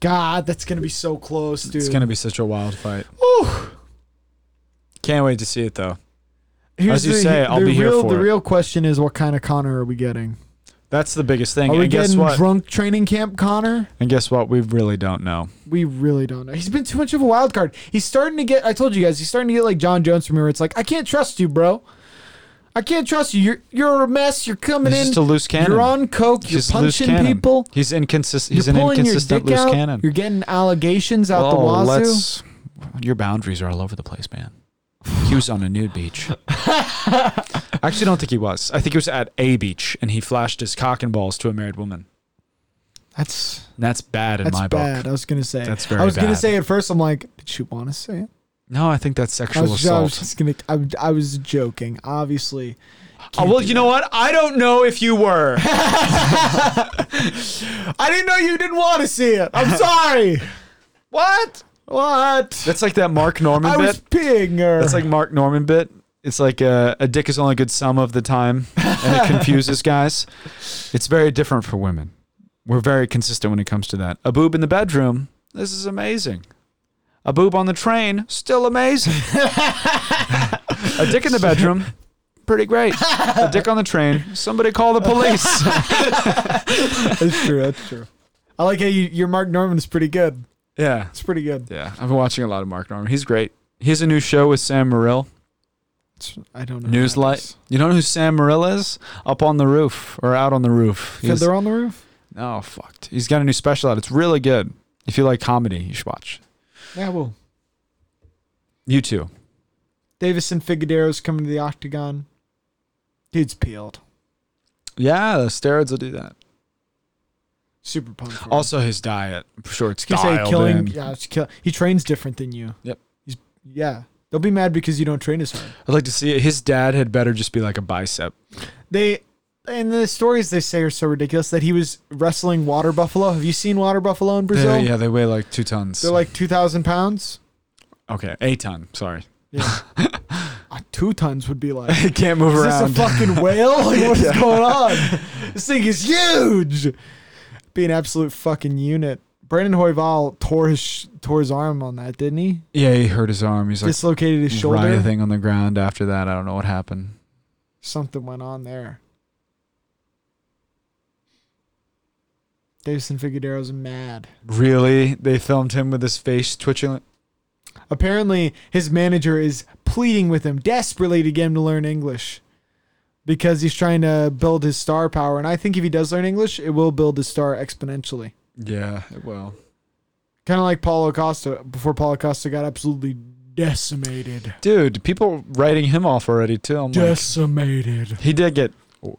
Speaker 3: God, that's gonna be so close, dude.
Speaker 4: It's gonna be such a wild fight. Can't wait to see it though.
Speaker 3: Here's
Speaker 4: as you say, I'll
Speaker 3: the
Speaker 4: be here
Speaker 3: real,
Speaker 4: for
Speaker 3: The
Speaker 4: it.
Speaker 3: real question is, what kind of Connor are we getting?
Speaker 4: That's the biggest thing.
Speaker 3: Are we
Speaker 4: and guess
Speaker 3: getting
Speaker 4: what?
Speaker 3: drunk training camp Connor?
Speaker 4: and guess what? We really don't know.
Speaker 3: We really don't know. He's been too much of a wild card. He's starting to get. I told you guys, he's starting to get like John Jones from here. It's like I can't trust you, bro. I can't trust you. You're you're a mess. You're coming
Speaker 4: He's
Speaker 3: in.
Speaker 4: just a loose cannon.
Speaker 3: You're on coke.
Speaker 4: He's
Speaker 3: you're
Speaker 4: just a loose
Speaker 3: punching
Speaker 4: cannon.
Speaker 3: people.
Speaker 4: He's inconsistent. He's
Speaker 3: you're
Speaker 4: an
Speaker 3: pulling your
Speaker 4: inconsistent
Speaker 3: dick
Speaker 4: loose
Speaker 3: out.
Speaker 4: cannon.
Speaker 3: You're getting allegations out the
Speaker 4: Oh,
Speaker 3: wazoo.
Speaker 4: let's- Your boundaries are all over the place, man. He was on a nude beach. I actually don't think he was. I think he was at a beach and he flashed his cock and balls to a married woman.
Speaker 3: That's
Speaker 4: And that's bad in
Speaker 3: that's
Speaker 4: my
Speaker 3: bad.
Speaker 4: book.
Speaker 3: I was gonna say.
Speaker 4: That's very
Speaker 3: I was gonna
Speaker 4: bad.
Speaker 3: say at first. I'm like, did she want to say it?
Speaker 4: No, I think that's
Speaker 3: I
Speaker 4: sexual
Speaker 3: was, I was
Speaker 4: assault.
Speaker 3: just gonna. I, was- I was joking, obviously.
Speaker 4: Oh, well, you know what? I don't know if you were.
Speaker 3: I didn't know you didn't want to see it. I'm sorry.
Speaker 4: what?
Speaker 3: what?
Speaker 4: That's like that Mark Norman
Speaker 3: I
Speaker 4: bit.
Speaker 3: was peeing her.
Speaker 4: that's like Mark Norman bit. It's like uh, a, a dick is only good some of the time, and it confuses guys. It's very different for women. We're very consistent when it comes to that. A boob in the bedroom, this is amazing. A boob on the train, still amazing. a dick in the bedroom, pretty great. A dick on the train, somebody call the police.
Speaker 3: that's true. That's true. I like how you, your Mark Norman is pretty good.
Speaker 4: yeah,
Speaker 3: It's pretty good.
Speaker 4: yeah. I've been watching a lot of Mark Norman. He's great. He has a new show with Sam Morril.
Speaker 3: It's- I don't know.
Speaker 4: Newslight. You know who Sam Morril is? Up on the roof or out on the roof. He
Speaker 3: Because
Speaker 4: was-
Speaker 3: they're on the roof.
Speaker 4: oh, fucked. He's got a new special out. It's really good. If you like comedy, you should watch.
Speaker 3: Yeah, well,
Speaker 4: You too.
Speaker 3: Davis and Figueroa's coming to the octagon. Dude's peeled.
Speaker 4: Yeah, the steroids will do that.
Speaker 3: Super pumped. for him.
Speaker 4: Also, his diet. I'm sure it's
Speaker 3: You say
Speaker 4: dialed
Speaker 3: killing.
Speaker 4: in.
Speaker 3: Yeah, it's kill, he trains different than you.
Speaker 4: Yep.
Speaker 3: He's yeah. They'll be mad because you don't train as hard.
Speaker 4: I'd like to see it. His dad had better just be like a bicep.
Speaker 3: They and the stories they say are so ridiculous that he was wrestling water
Speaker 4: Uh,
Speaker 3: buffalo. Have you seen water buffalo in Brazil?
Speaker 4: They- yeah, they weigh like two tons.
Speaker 3: They're like two thousand pounds.
Speaker 4: Okay, a ton. Sorry,
Speaker 3: Uh, two tons would be like.
Speaker 4: it can't move
Speaker 3: Is this a
Speaker 4: around.
Speaker 3: fucking whale? Like, what is going on? This thing is huge. Be an absolute fucking unit. Brandon Hoyval tore his sh- tore his arm on that, didn't he?
Speaker 4: yeah, he hurt his arm. He's like
Speaker 3: Dislocated his shoulder.
Speaker 4: writhing on the ground after that. I don't know what happened.
Speaker 3: Something went on there. Davison Figueroa's mad.
Speaker 4: Really, they filmed him with his face twitching.
Speaker 3: Apparently, his manager is pleading with him desperately to get him to learn English because he's trying to build his star power. And I think if he does learn English, it will build his star exponentially.
Speaker 4: Yeah, well,
Speaker 3: Kind of like Paulo Costa before Paulo Costa got absolutely decimated.
Speaker 4: dude, people writing him off already too. I'm like,
Speaker 3: decimated.
Speaker 4: he did get
Speaker 3: Hey,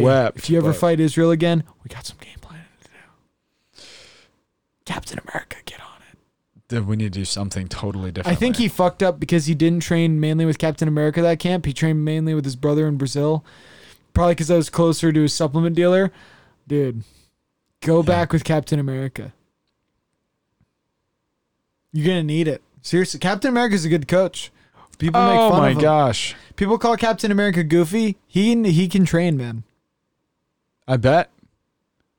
Speaker 4: swept.
Speaker 3: if you ever
Speaker 4: but-
Speaker 3: fight Israel again, we got some game planning to do. Captain America, get on it.
Speaker 4: Dude, we need to do something totally different.
Speaker 3: I think he fucked up because he didn't train mainly with Captain America that camp. He trained mainly with his brother in Brazil. Probably because I was closer to his supplement dealer. Dude, go back with Captain America. You're going to need it. Seriously, Captain America's a good coach. People make
Speaker 4: Oh
Speaker 3: fun
Speaker 4: my
Speaker 3: of him.
Speaker 4: gosh!
Speaker 3: People call Captain America goofy. He he can train, man.
Speaker 4: I bet.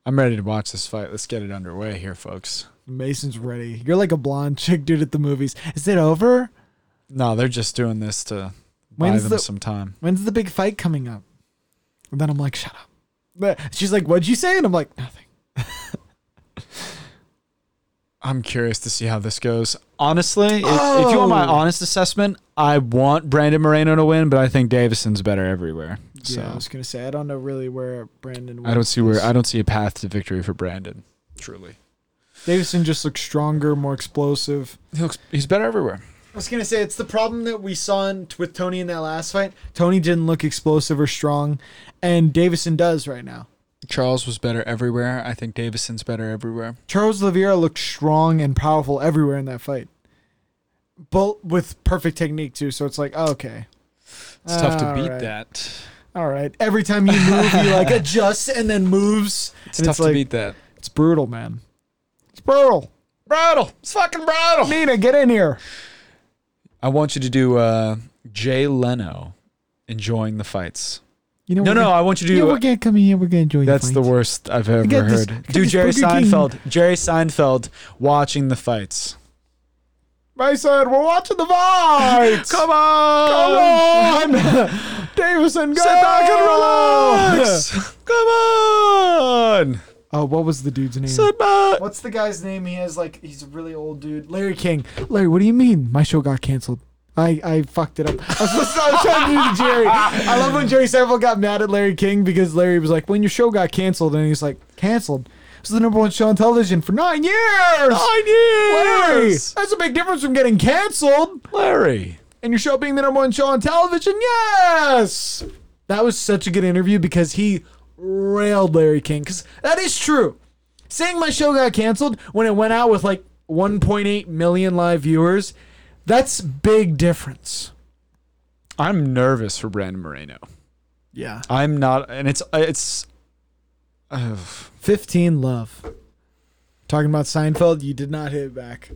Speaker 4: I'm ready to watch this fight. Let's get it underway here, folks.
Speaker 3: Mason's ready. You're like a blonde chick dude at the movies. Is it over?
Speaker 4: No, they're just doing this to buy
Speaker 3: When's
Speaker 4: them
Speaker 3: the-
Speaker 4: some time.
Speaker 3: When's the big fight coming up? And then I'm like, shut up. But she's like, what'd you say? And I'm like, nothing.
Speaker 4: I'm curious to see how this goes. Honestly, if, if you want my
Speaker 3: Oh.
Speaker 4: honest assessment, I want Brandon Moreno to win, but I think Davison's better everywhere. So
Speaker 3: yeah, I was gonna say I don't know really where Brandon.
Speaker 4: I don't see where I
Speaker 3: I
Speaker 4: don't see a path to victory for Brandon. Truly,
Speaker 3: Davison just looks stronger, more explosive.
Speaker 4: he looks he's better everywhere.
Speaker 3: I was gonna say it's the problem that we saw in, with Tony in that last fight. Tony didn't look explosive or strong, and Davison does right now.
Speaker 4: Charles was better everywhere. I think Davison's better everywhere.
Speaker 3: Charles Oliveira looked strong and powerful everywhere in that fight, but with perfect technique too. So it's like, oh, okay,
Speaker 4: It's tough to
Speaker 3: All
Speaker 4: beat
Speaker 3: Ah, right.
Speaker 4: that.
Speaker 3: all right. Every time you move, he like adjusts and then moves.
Speaker 4: It's
Speaker 3: and
Speaker 4: tough
Speaker 3: it's like,
Speaker 4: to beat that.
Speaker 3: It's brutal, man. It's brutal.
Speaker 4: Bridle. It's fucking bridle.
Speaker 3: Nina, get in here.
Speaker 4: I want you to do uh, Jay Leno enjoying the fights.
Speaker 3: You know,
Speaker 4: No,
Speaker 3: we're
Speaker 4: no,
Speaker 3: gonna-
Speaker 4: I want you to do.
Speaker 3: yeah, we're gonna come in. here. We're gonna join.
Speaker 4: That's the
Speaker 3: fight.
Speaker 4: worst I've ever
Speaker 3: got this-
Speaker 4: heard.
Speaker 3: I got
Speaker 4: Do
Speaker 3: this
Speaker 4: Jerry
Speaker 3: Burger King.
Speaker 4: Seinfeld. Jerry Seinfeld watching the fights.
Speaker 3: Mason, we're watching the fight.
Speaker 4: Come on!
Speaker 3: Davison, go.
Speaker 4: Sit back and relax! Come on!
Speaker 3: Oh, what was the dude's name?
Speaker 4: Sit back!
Speaker 3: What's the guy's name? He has like he's a really old dude. Larry King. Larry, what do you mean? My show got canceled. I, I fucked it up. I was, listening, I was trying to do to Jerry. I love when Jerry Seinfeld got mad at Larry King because Larry was like, "When your show got canceled," and he's like, "Canceled." It's the number one show on television for nine years.
Speaker 4: Nine years!
Speaker 3: Larry, that's a big difference from getting canceled
Speaker 4: Larry!
Speaker 3: and your show being the number one show on television. Yes, that was such a good interview because he railed Larry King because that is true. Saying my show got canceled when it went out with like 1.8 million live viewers, that's big difference.
Speaker 4: I'm nervous for Brandon Moreno.
Speaker 3: Yeah,
Speaker 4: I'm not, and it's uh, it's. uh, Ugh.
Speaker 3: 15 love. Talking about Seinfeld, you did not hit back.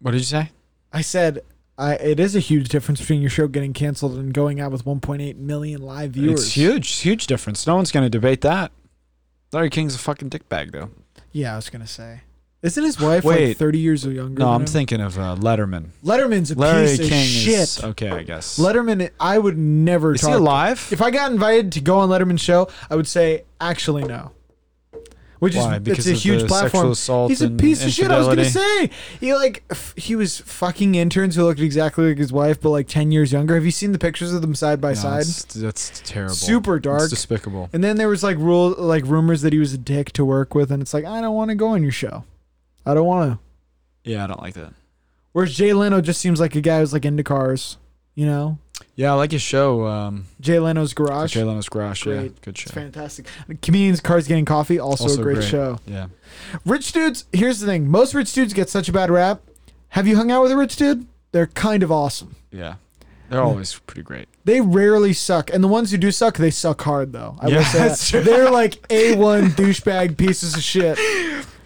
Speaker 4: what did you say?
Speaker 3: I said. I, it is a huge difference between your show getting canceled and going out with 1.8 million live viewers.
Speaker 4: It's huge, huge difference. No one's going to debate that. Larry King's a fucking dickbag, though.
Speaker 3: Yeah, I was gonna say. Isn't his wife
Speaker 4: Wait.
Speaker 3: like 30 years younger?
Speaker 4: No,
Speaker 3: than
Speaker 4: I'm
Speaker 3: him?
Speaker 4: thinking of uh, Letterman.
Speaker 3: Letterman's a
Speaker 4: Larry
Speaker 3: piece
Speaker 4: King
Speaker 3: of shit.
Speaker 4: is okay, I guess.
Speaker 3: Letterman, I would never
Speaker 4: is
Speaker 3: talk.
Speaker 4: he alive?
Speaker 3: If I got invited to go on Letterman's show, I would say actually no. Which
Speaker 4: Why?
Speaker 3: is it's
Speaker 4: Because
Speaker 3: a
Speaker 4: of
Speaker 3: huge
Speaker 4: the
Speaker 3: platform.
Speaker 4: sexual assault
Speaker 3: He's a
Speaker 4: and
Speaker 3: piece of shit. I was gonna
Speaker 4: infidelity?
Speaker 3: say he like f- he was fucking interns who looked exactly like his wife, but like 10 years younger. Have you seen the pictures of them side by
Speaker 4: No,
Speaker 3: side?
Speaker 4: That's, that's terrible.
Speaker 3: Super dark.
Speaker 4: It's despicable.
Speaker 3: And then there was like rule like rumors that he was a dick to work with, and it's like I don't want to go on your show. I don't want to.
Speaker 4: Yeah, I don't like that.
Speaker 3: Whereas Jay Leno just seems like a guy who's like into cars, you know?
Speaker 4: Yeah, I like his show. Um,
Speaker 3: Jay Leno's Garage.
Speaker 4: Jay Leno's Garage. Yeah,
Speaker 3: Great.
Speaker 4: good show.
Speaker 3: It's fantastic. Comedians, Cars Getting Coffee, also,
Speaker 4: Also
Speaker 3: a great,
Speaker 4: great.
Speaker 3: show.
Speaker 4: Yeah.
Speaker 3: Rich dudes, here's the thing. Most rich dudes get such a bad rap. Have you hung out with a rich dude? They're kind of awesome.
Speaker 4: Yeah. They're
Speaker 3: Hmm.
Speaker 4: always pretty great.
Speaker 3: They rarely suck. And the ones who do suck, they suck hard though. I will
Speaker 4: Yeah,
Speaker 3: say
Speaker 4: that's
Speaker 3: that. They're like A1 douchebag pieces of shit.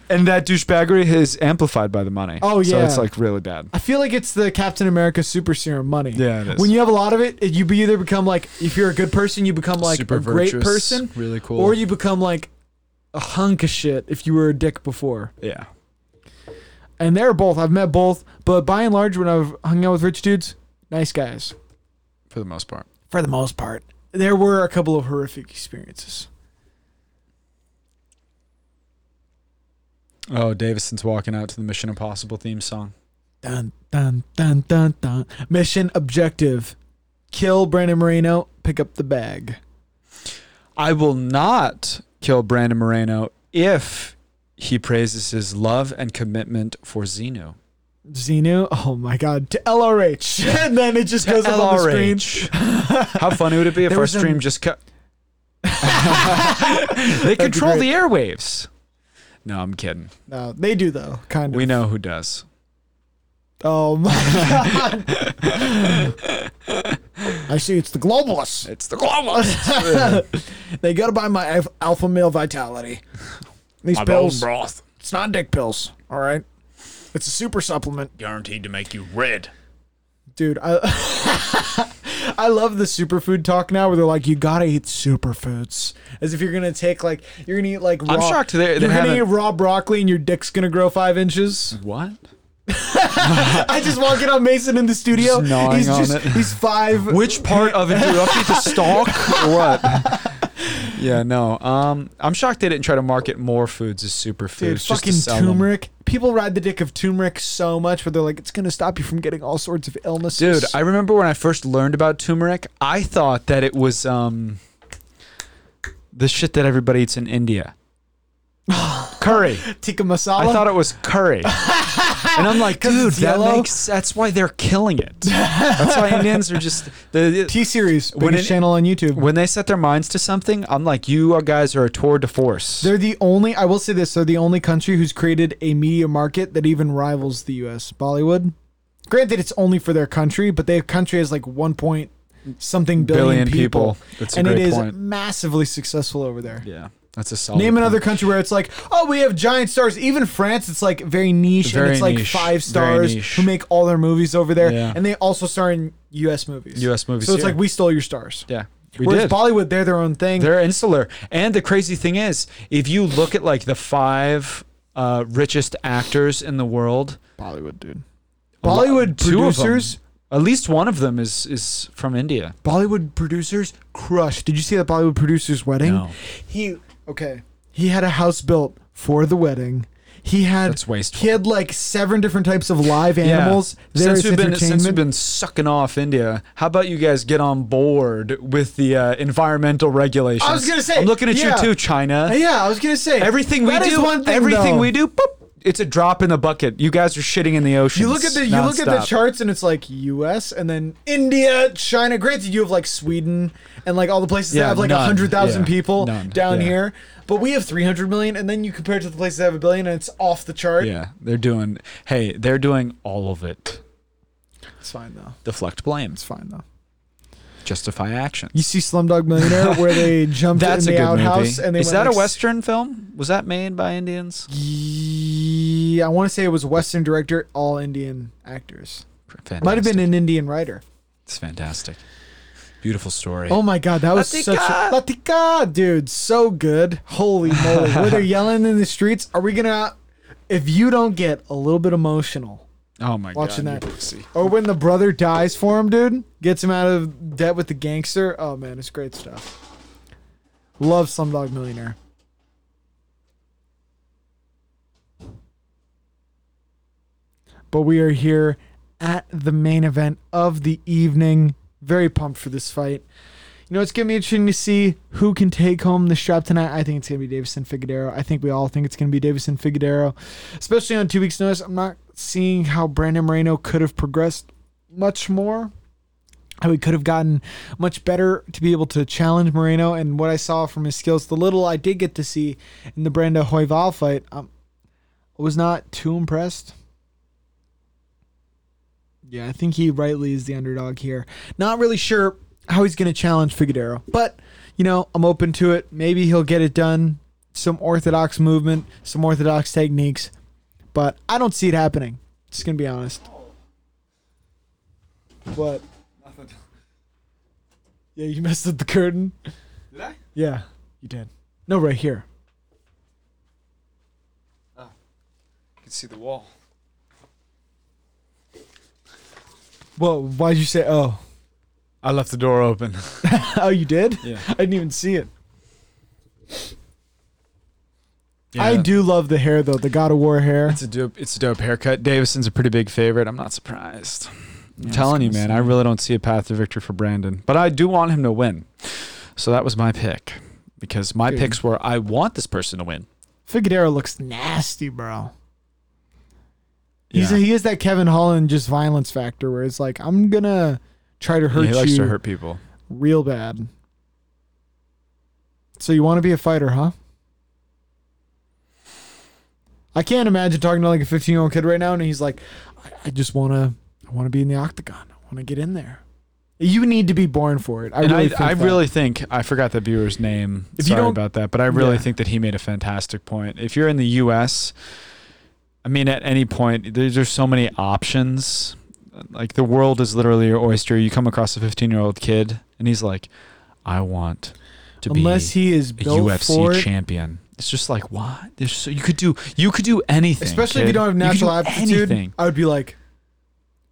Speaker 4: and that douchebaggery is amplified by the money.
Speaker 3: Oh,
Speaker 4: so it's
Speaker 3: yeah.
Speaker 4: like really bad.
Speaker 3: I feel like it's the Captain America super serum money.
Speaker 4: Yeah, it is.
Speaker 3: When you have a lot of it, it- you be either become like, if you're a good person, you become like
Speaker 4: Super
Speaker 3: a great
Speaker 4: virtuous,
Speaker 3: person,
Speaker 4: really cool.
Speaker 3: or you become like a hunk of shit if you were a dick before.
Speaker 4: yeah,
Speaker 3: And they're both. I've met both, but by and large, when I've hung out with rich dudes, nice guys
Speaker 4: for the most part.
Speaker 3: for the most part. There were a couple of horrific experiences.
Speaker 4: Oh, Davison's walking out to the Mission Impossible theme song.
Speaker 3: Dun dun dun dun dun. Mission objective: kill Brandon Moreno, pick up the bag.
Speaker 4: I will not kill Brandon Moreno if he praises his love and commitment for Zeno.
Speaker 3: Xenu, oh my god, to LRH. and then it just goes up on the screen.
Speaker 4: How funny would it be if
Speaker 3: There
Speaker 4: our
Speaker 3: was a-
Speaker 4: stream just cut? they control the
Speaker 3: great.
Speaker 4: airwaves. No, I'm kidding.
Speaker 3: No, they do though, kind of.
Speaker 4: We know who does.
Speaker 3: oh my god. I see it's the globalists.
Speaker 4: It's the globalists.
Speaker 3: They gotta buy my alpha- alpha male vitality. These pills,
Speaker 4: broth,
Speaker 3: it's not dick pills, all right? It's a super supplement.
Speaker 4: guaranteed to make you red.
Speaker 3: Dude, I I love the superfood talk now where they're like, you gotta eat superfoods. As if you're gonna take like you're gonna eat like raw
Speaker 4: I'm shocked they- they
Speaker 3: You're gonna
Speaker 4: haven't-
Speaker 3: eat raw broccoli and your dick's gonna grow five inches.
Speaker 4: What?
Speaker 3: I just walk in on Mason in the studio.
Speaker 4: Just gnawing
Speaker 3: he's
Speaker 4: on
Speaker 3: just
Speaker 4: it.
Speaker 3: he's five
Speaker 4: Which part of it do you update the stalk or what? Yeah, no. Um, I'm shocked they didn't try to market more foods as superfoods.
Speaker 3: dude,
Speaker 4: just to
Speaker 3: fucking
Speaker 4: sell 'em.
Speaker 3: turmeric. People ride the dick of turmeric so much where they're like, it's gonna stop you from getting all sorts of illnesses.
Speaker 4: Dude, I remember when I first learned about turmeric, I thought that it was um the shit that everybody eats in India. curry.
Speaker 3: tikka masala.
Speaker 4: I thought it was curry. and I'm like, dude,
Speaker 3: it's
Speaker 4: that
Speaker 3: yellow?
Speaker 4: makes that's why they're killing it. That's why Indians are just the,
Speaker 3: T series,
Speaker 4: When
Speaker 3: biggest
Speaker 4: it-
Speaker 3: channel on YouTube.
Speaker 4: when they set their minds to something, I'm like, you are- guys are a tour de force.
Speaker 3: They're the only. I will say this: they're the only country who's created a media market that even rivals the U.S. Bollywood. Granted, it's only for their country, but their country has like one point something billion,
Speaker 4: Billion people.
Speaker 3: people,
Speaker 4: That's a
Speaker 3: and
Speaker 4: great
Speaker 3: it is
Speaker 4: point.
Speaker 3: massively successful over there.
Speaker 4: yeah, that's a solid.
Speaker 3: Name
Speaker 4: point.
Speaker 3: another country where it's like, oh, we have giant stars. Even France, it's like very niche,
Speaker 4: Very
Speaker 3: and it's like
Speaker 4: niche. Very
Speaker 3: five stars
Speaker 4: niche.
Speaker 3: who make all their movies over there,
Speaker 4: Yeah.
Speaker 3: and they also star in U.S. movies.
Speaker 4: U.S. movies.
Speaker 3: So it's
Speaker 4: yeah.
Speaker 3: like we stole your stars.
Speaker 4: yeah, we
Speaker 3: Whereas
Speaker 4: did.
Speaker 3: Bollywood, they're their own thing.
Speaker 4: They're insular. And the crazy thing is, if you look at like the five uh, richest actors in the world,
Speaker 3: Bollywood, dude.
Speaker 4: a lot-
Speaker 3: Bollywood
Speaker 4: two of them-
Speaker 3: producers.
Speaker 4: at least one of them is is from India.
Speaker 3: Bollywood producers crushed. Did you see that Bollywood producer's wedding?
Speaker 4: No.
Speaker 3: He okay. He had a house built for the wedding. He had
Speaker 4: That's wasteful.
Speaker 3: He had like seven different types of live animals.
Speaker 4: Yeah.
Speaker 3: There
Speaker 4: Since
Speaker 3: is
Speaker 4: we've been since we've
Speaker 3: entertainment.
Speaker 4: been sucking off India, how about you guys get on board with the uh, environmental regulations?
Speaker 3: I was gonna say,
Speaker 4: I'm looking at
Speaker 3: yeah.
Speaker 4: you too, China.
Speaker 3: Uh, yeah, I was gonna say
Speaker 4: Everything we
Speaker 3: that is
Speaker 4: do,
Speaker 3: one thing,
Speaker 4: everything
Speaker 3: though.
Speaker 4: we do, boop, it's a drop in the bucket. You guys are shitting in the ocean.
Speaker 3: You look at the you look at the charts and it's like U.S. and then India, China. Granted, you have like Sweden and like all the places
Speaker 4: Yeah,
Speaker 3: that have like
Speaker 4: none.
Speaker 3: hundred thousand
Speaker 4: Yeah,
Speaker 3: people
Speaker 4: none.
Speaker 3: down
Speaker 4: Yeah.
Speaker 3: here, but we have three hundred million. And then you compare it to the places that have a billion, and it's off the chart.
Speaker 4: Yeah, they're doing. Hey, they're doing all of it.
Speaker 3: It's fine though.
Speaker 4: Deflect blame.
Speaker 3: It's fine though.
Speaker 4: Justify action.
Speaker 3: You see Slumdog Millionaire where they jumped
Speaker 4: That's
Speaker 3: in
Speaker 4: a
Speaker 3: the
Speaker 4: good
Speaker 3: outhouse
Speaker 4: movie.
Speaker 3: and they
Speaker 4: Is
Speaker 3: went
Speaker 4: that
Speaker 3: like
Speaker 4: a Western film? Was that made by Indians?
Speaker 3: Yeah, I want to say it was a Western director, all Indian actors.
Speaker 4: Fantastic.
Speaker 3: Might have been an Indian writer.
Speaker 4: It's fantastic. Beautiful story.
Speaker 3: Oh my god, that was such a Latika, dude, so good. Holy moly. Where they're yelling in the streets, are we gonna if you don't get a little bit emotional
Speaker 4: Oh my
Speaker 3: watching
Speaker 4: god.
Speaker 3: that. Or when the brother dies for him, dude, gets him out of debt with the gangster. Oh man, it's great stuff. Love Slumdog Millionaire. But we are here at the main event of the evening. Very pumped for this fight. You know, it's gonna be interesting to see who can take home the strap tonight. I think it's gonna be Davison Figueroa. I think we all think it's gonna be Davison Figueroa, especially on two weeks' notice. I'm not seeing how Brandon Moreno could have progressed much more. How he could have gotten much better to be able to challenge Moreno, and what I saw from his skills, the little I did get to see in the Brando Hoival fight, um, I was not too impressed. Yeah, I think he rightly is the underdog here. Not really sure how he's going to challenge Figueroa, but you know, I'm open to it. Maybe he'll get it done.
Speaker 5: some orthodox movement, some orthodox techniques, but I don't see it happening. Just gonna be honest. What?
Speaker 3: Yeah, you messed up the curtain. Did I? Yeah, you did. No, right here.
Speaker 4: You can see the wall.
Speaker 3: Whoa, why'd you say oh?
Speaker 4: I left the door open.
Speaker 3: Oh, you did?
Speaker 4: Yeah.
Speaker 3: I didn't even see it. I do love the hair though, the God of War hair.
Speaker 4: It's a dope. It's a dope haircut. Davison's a pretty big favorite. I'm not surprised. I'm telling you, man. I really don't see a path to victory for Brandon, but I do want him to win. So that was my pick because my picks were I want this person to win.
Speaker 5: Figueroa looks nasty, bro. He's
Speaker 4: Yeah.
Speaker 5: he is that Kevin Holland just violence factor where it's like I'm gonna try to
Speaker 4: Yeah,
Speaker 5: hurt
Speaker 4: he
Speaker 5: you
Speaker 4: likes to hurt people.
Speaker 5: real bad. So you want to be a fighter, huh? I can't imagine talking to like a 15 year old kid right now, and he's like, "I, I just want to, I want to be in the octagon. I want to get in there." You need to be born for it. I
Speaker 4: and
Speaker 5: really,
Speaker 4: I,
Speaker 5: think
Speaker 4: I
Speaker 5: that.
Speaker 4: really think I forgot the viewer's name.
Speaker 5: If you
Speaker 4: Sorry
Speaker 5: don't-
Speaker 4: about that, but I really
Speaker 5: Yeah.
Speaker 4: think that he made a fantastic point. If you're in the U.S., I mean, at any point, there's, there's so many options. Like the world is literally your oyster. You come across a 15 year old kid, and he's like, "I want to
Speaker 3: Unless
Speaker 4: be
Speaker 3: he is
Speaker 4: a
Speaker 3: built for
Speaker 4: UFC
Speaker 3: it.
Speaker 4: champion." It's just like what? There's so, you could do you could do anything,
Speaker 3: Especially if you
Speaker 4: kid.
Speaker 3: don't have
Speaker 4: could
Speaker 3: natural
Speaker 4: do
Speaker 3: aptitude,
Speaker 4: anything.
Speaker 3: I would be like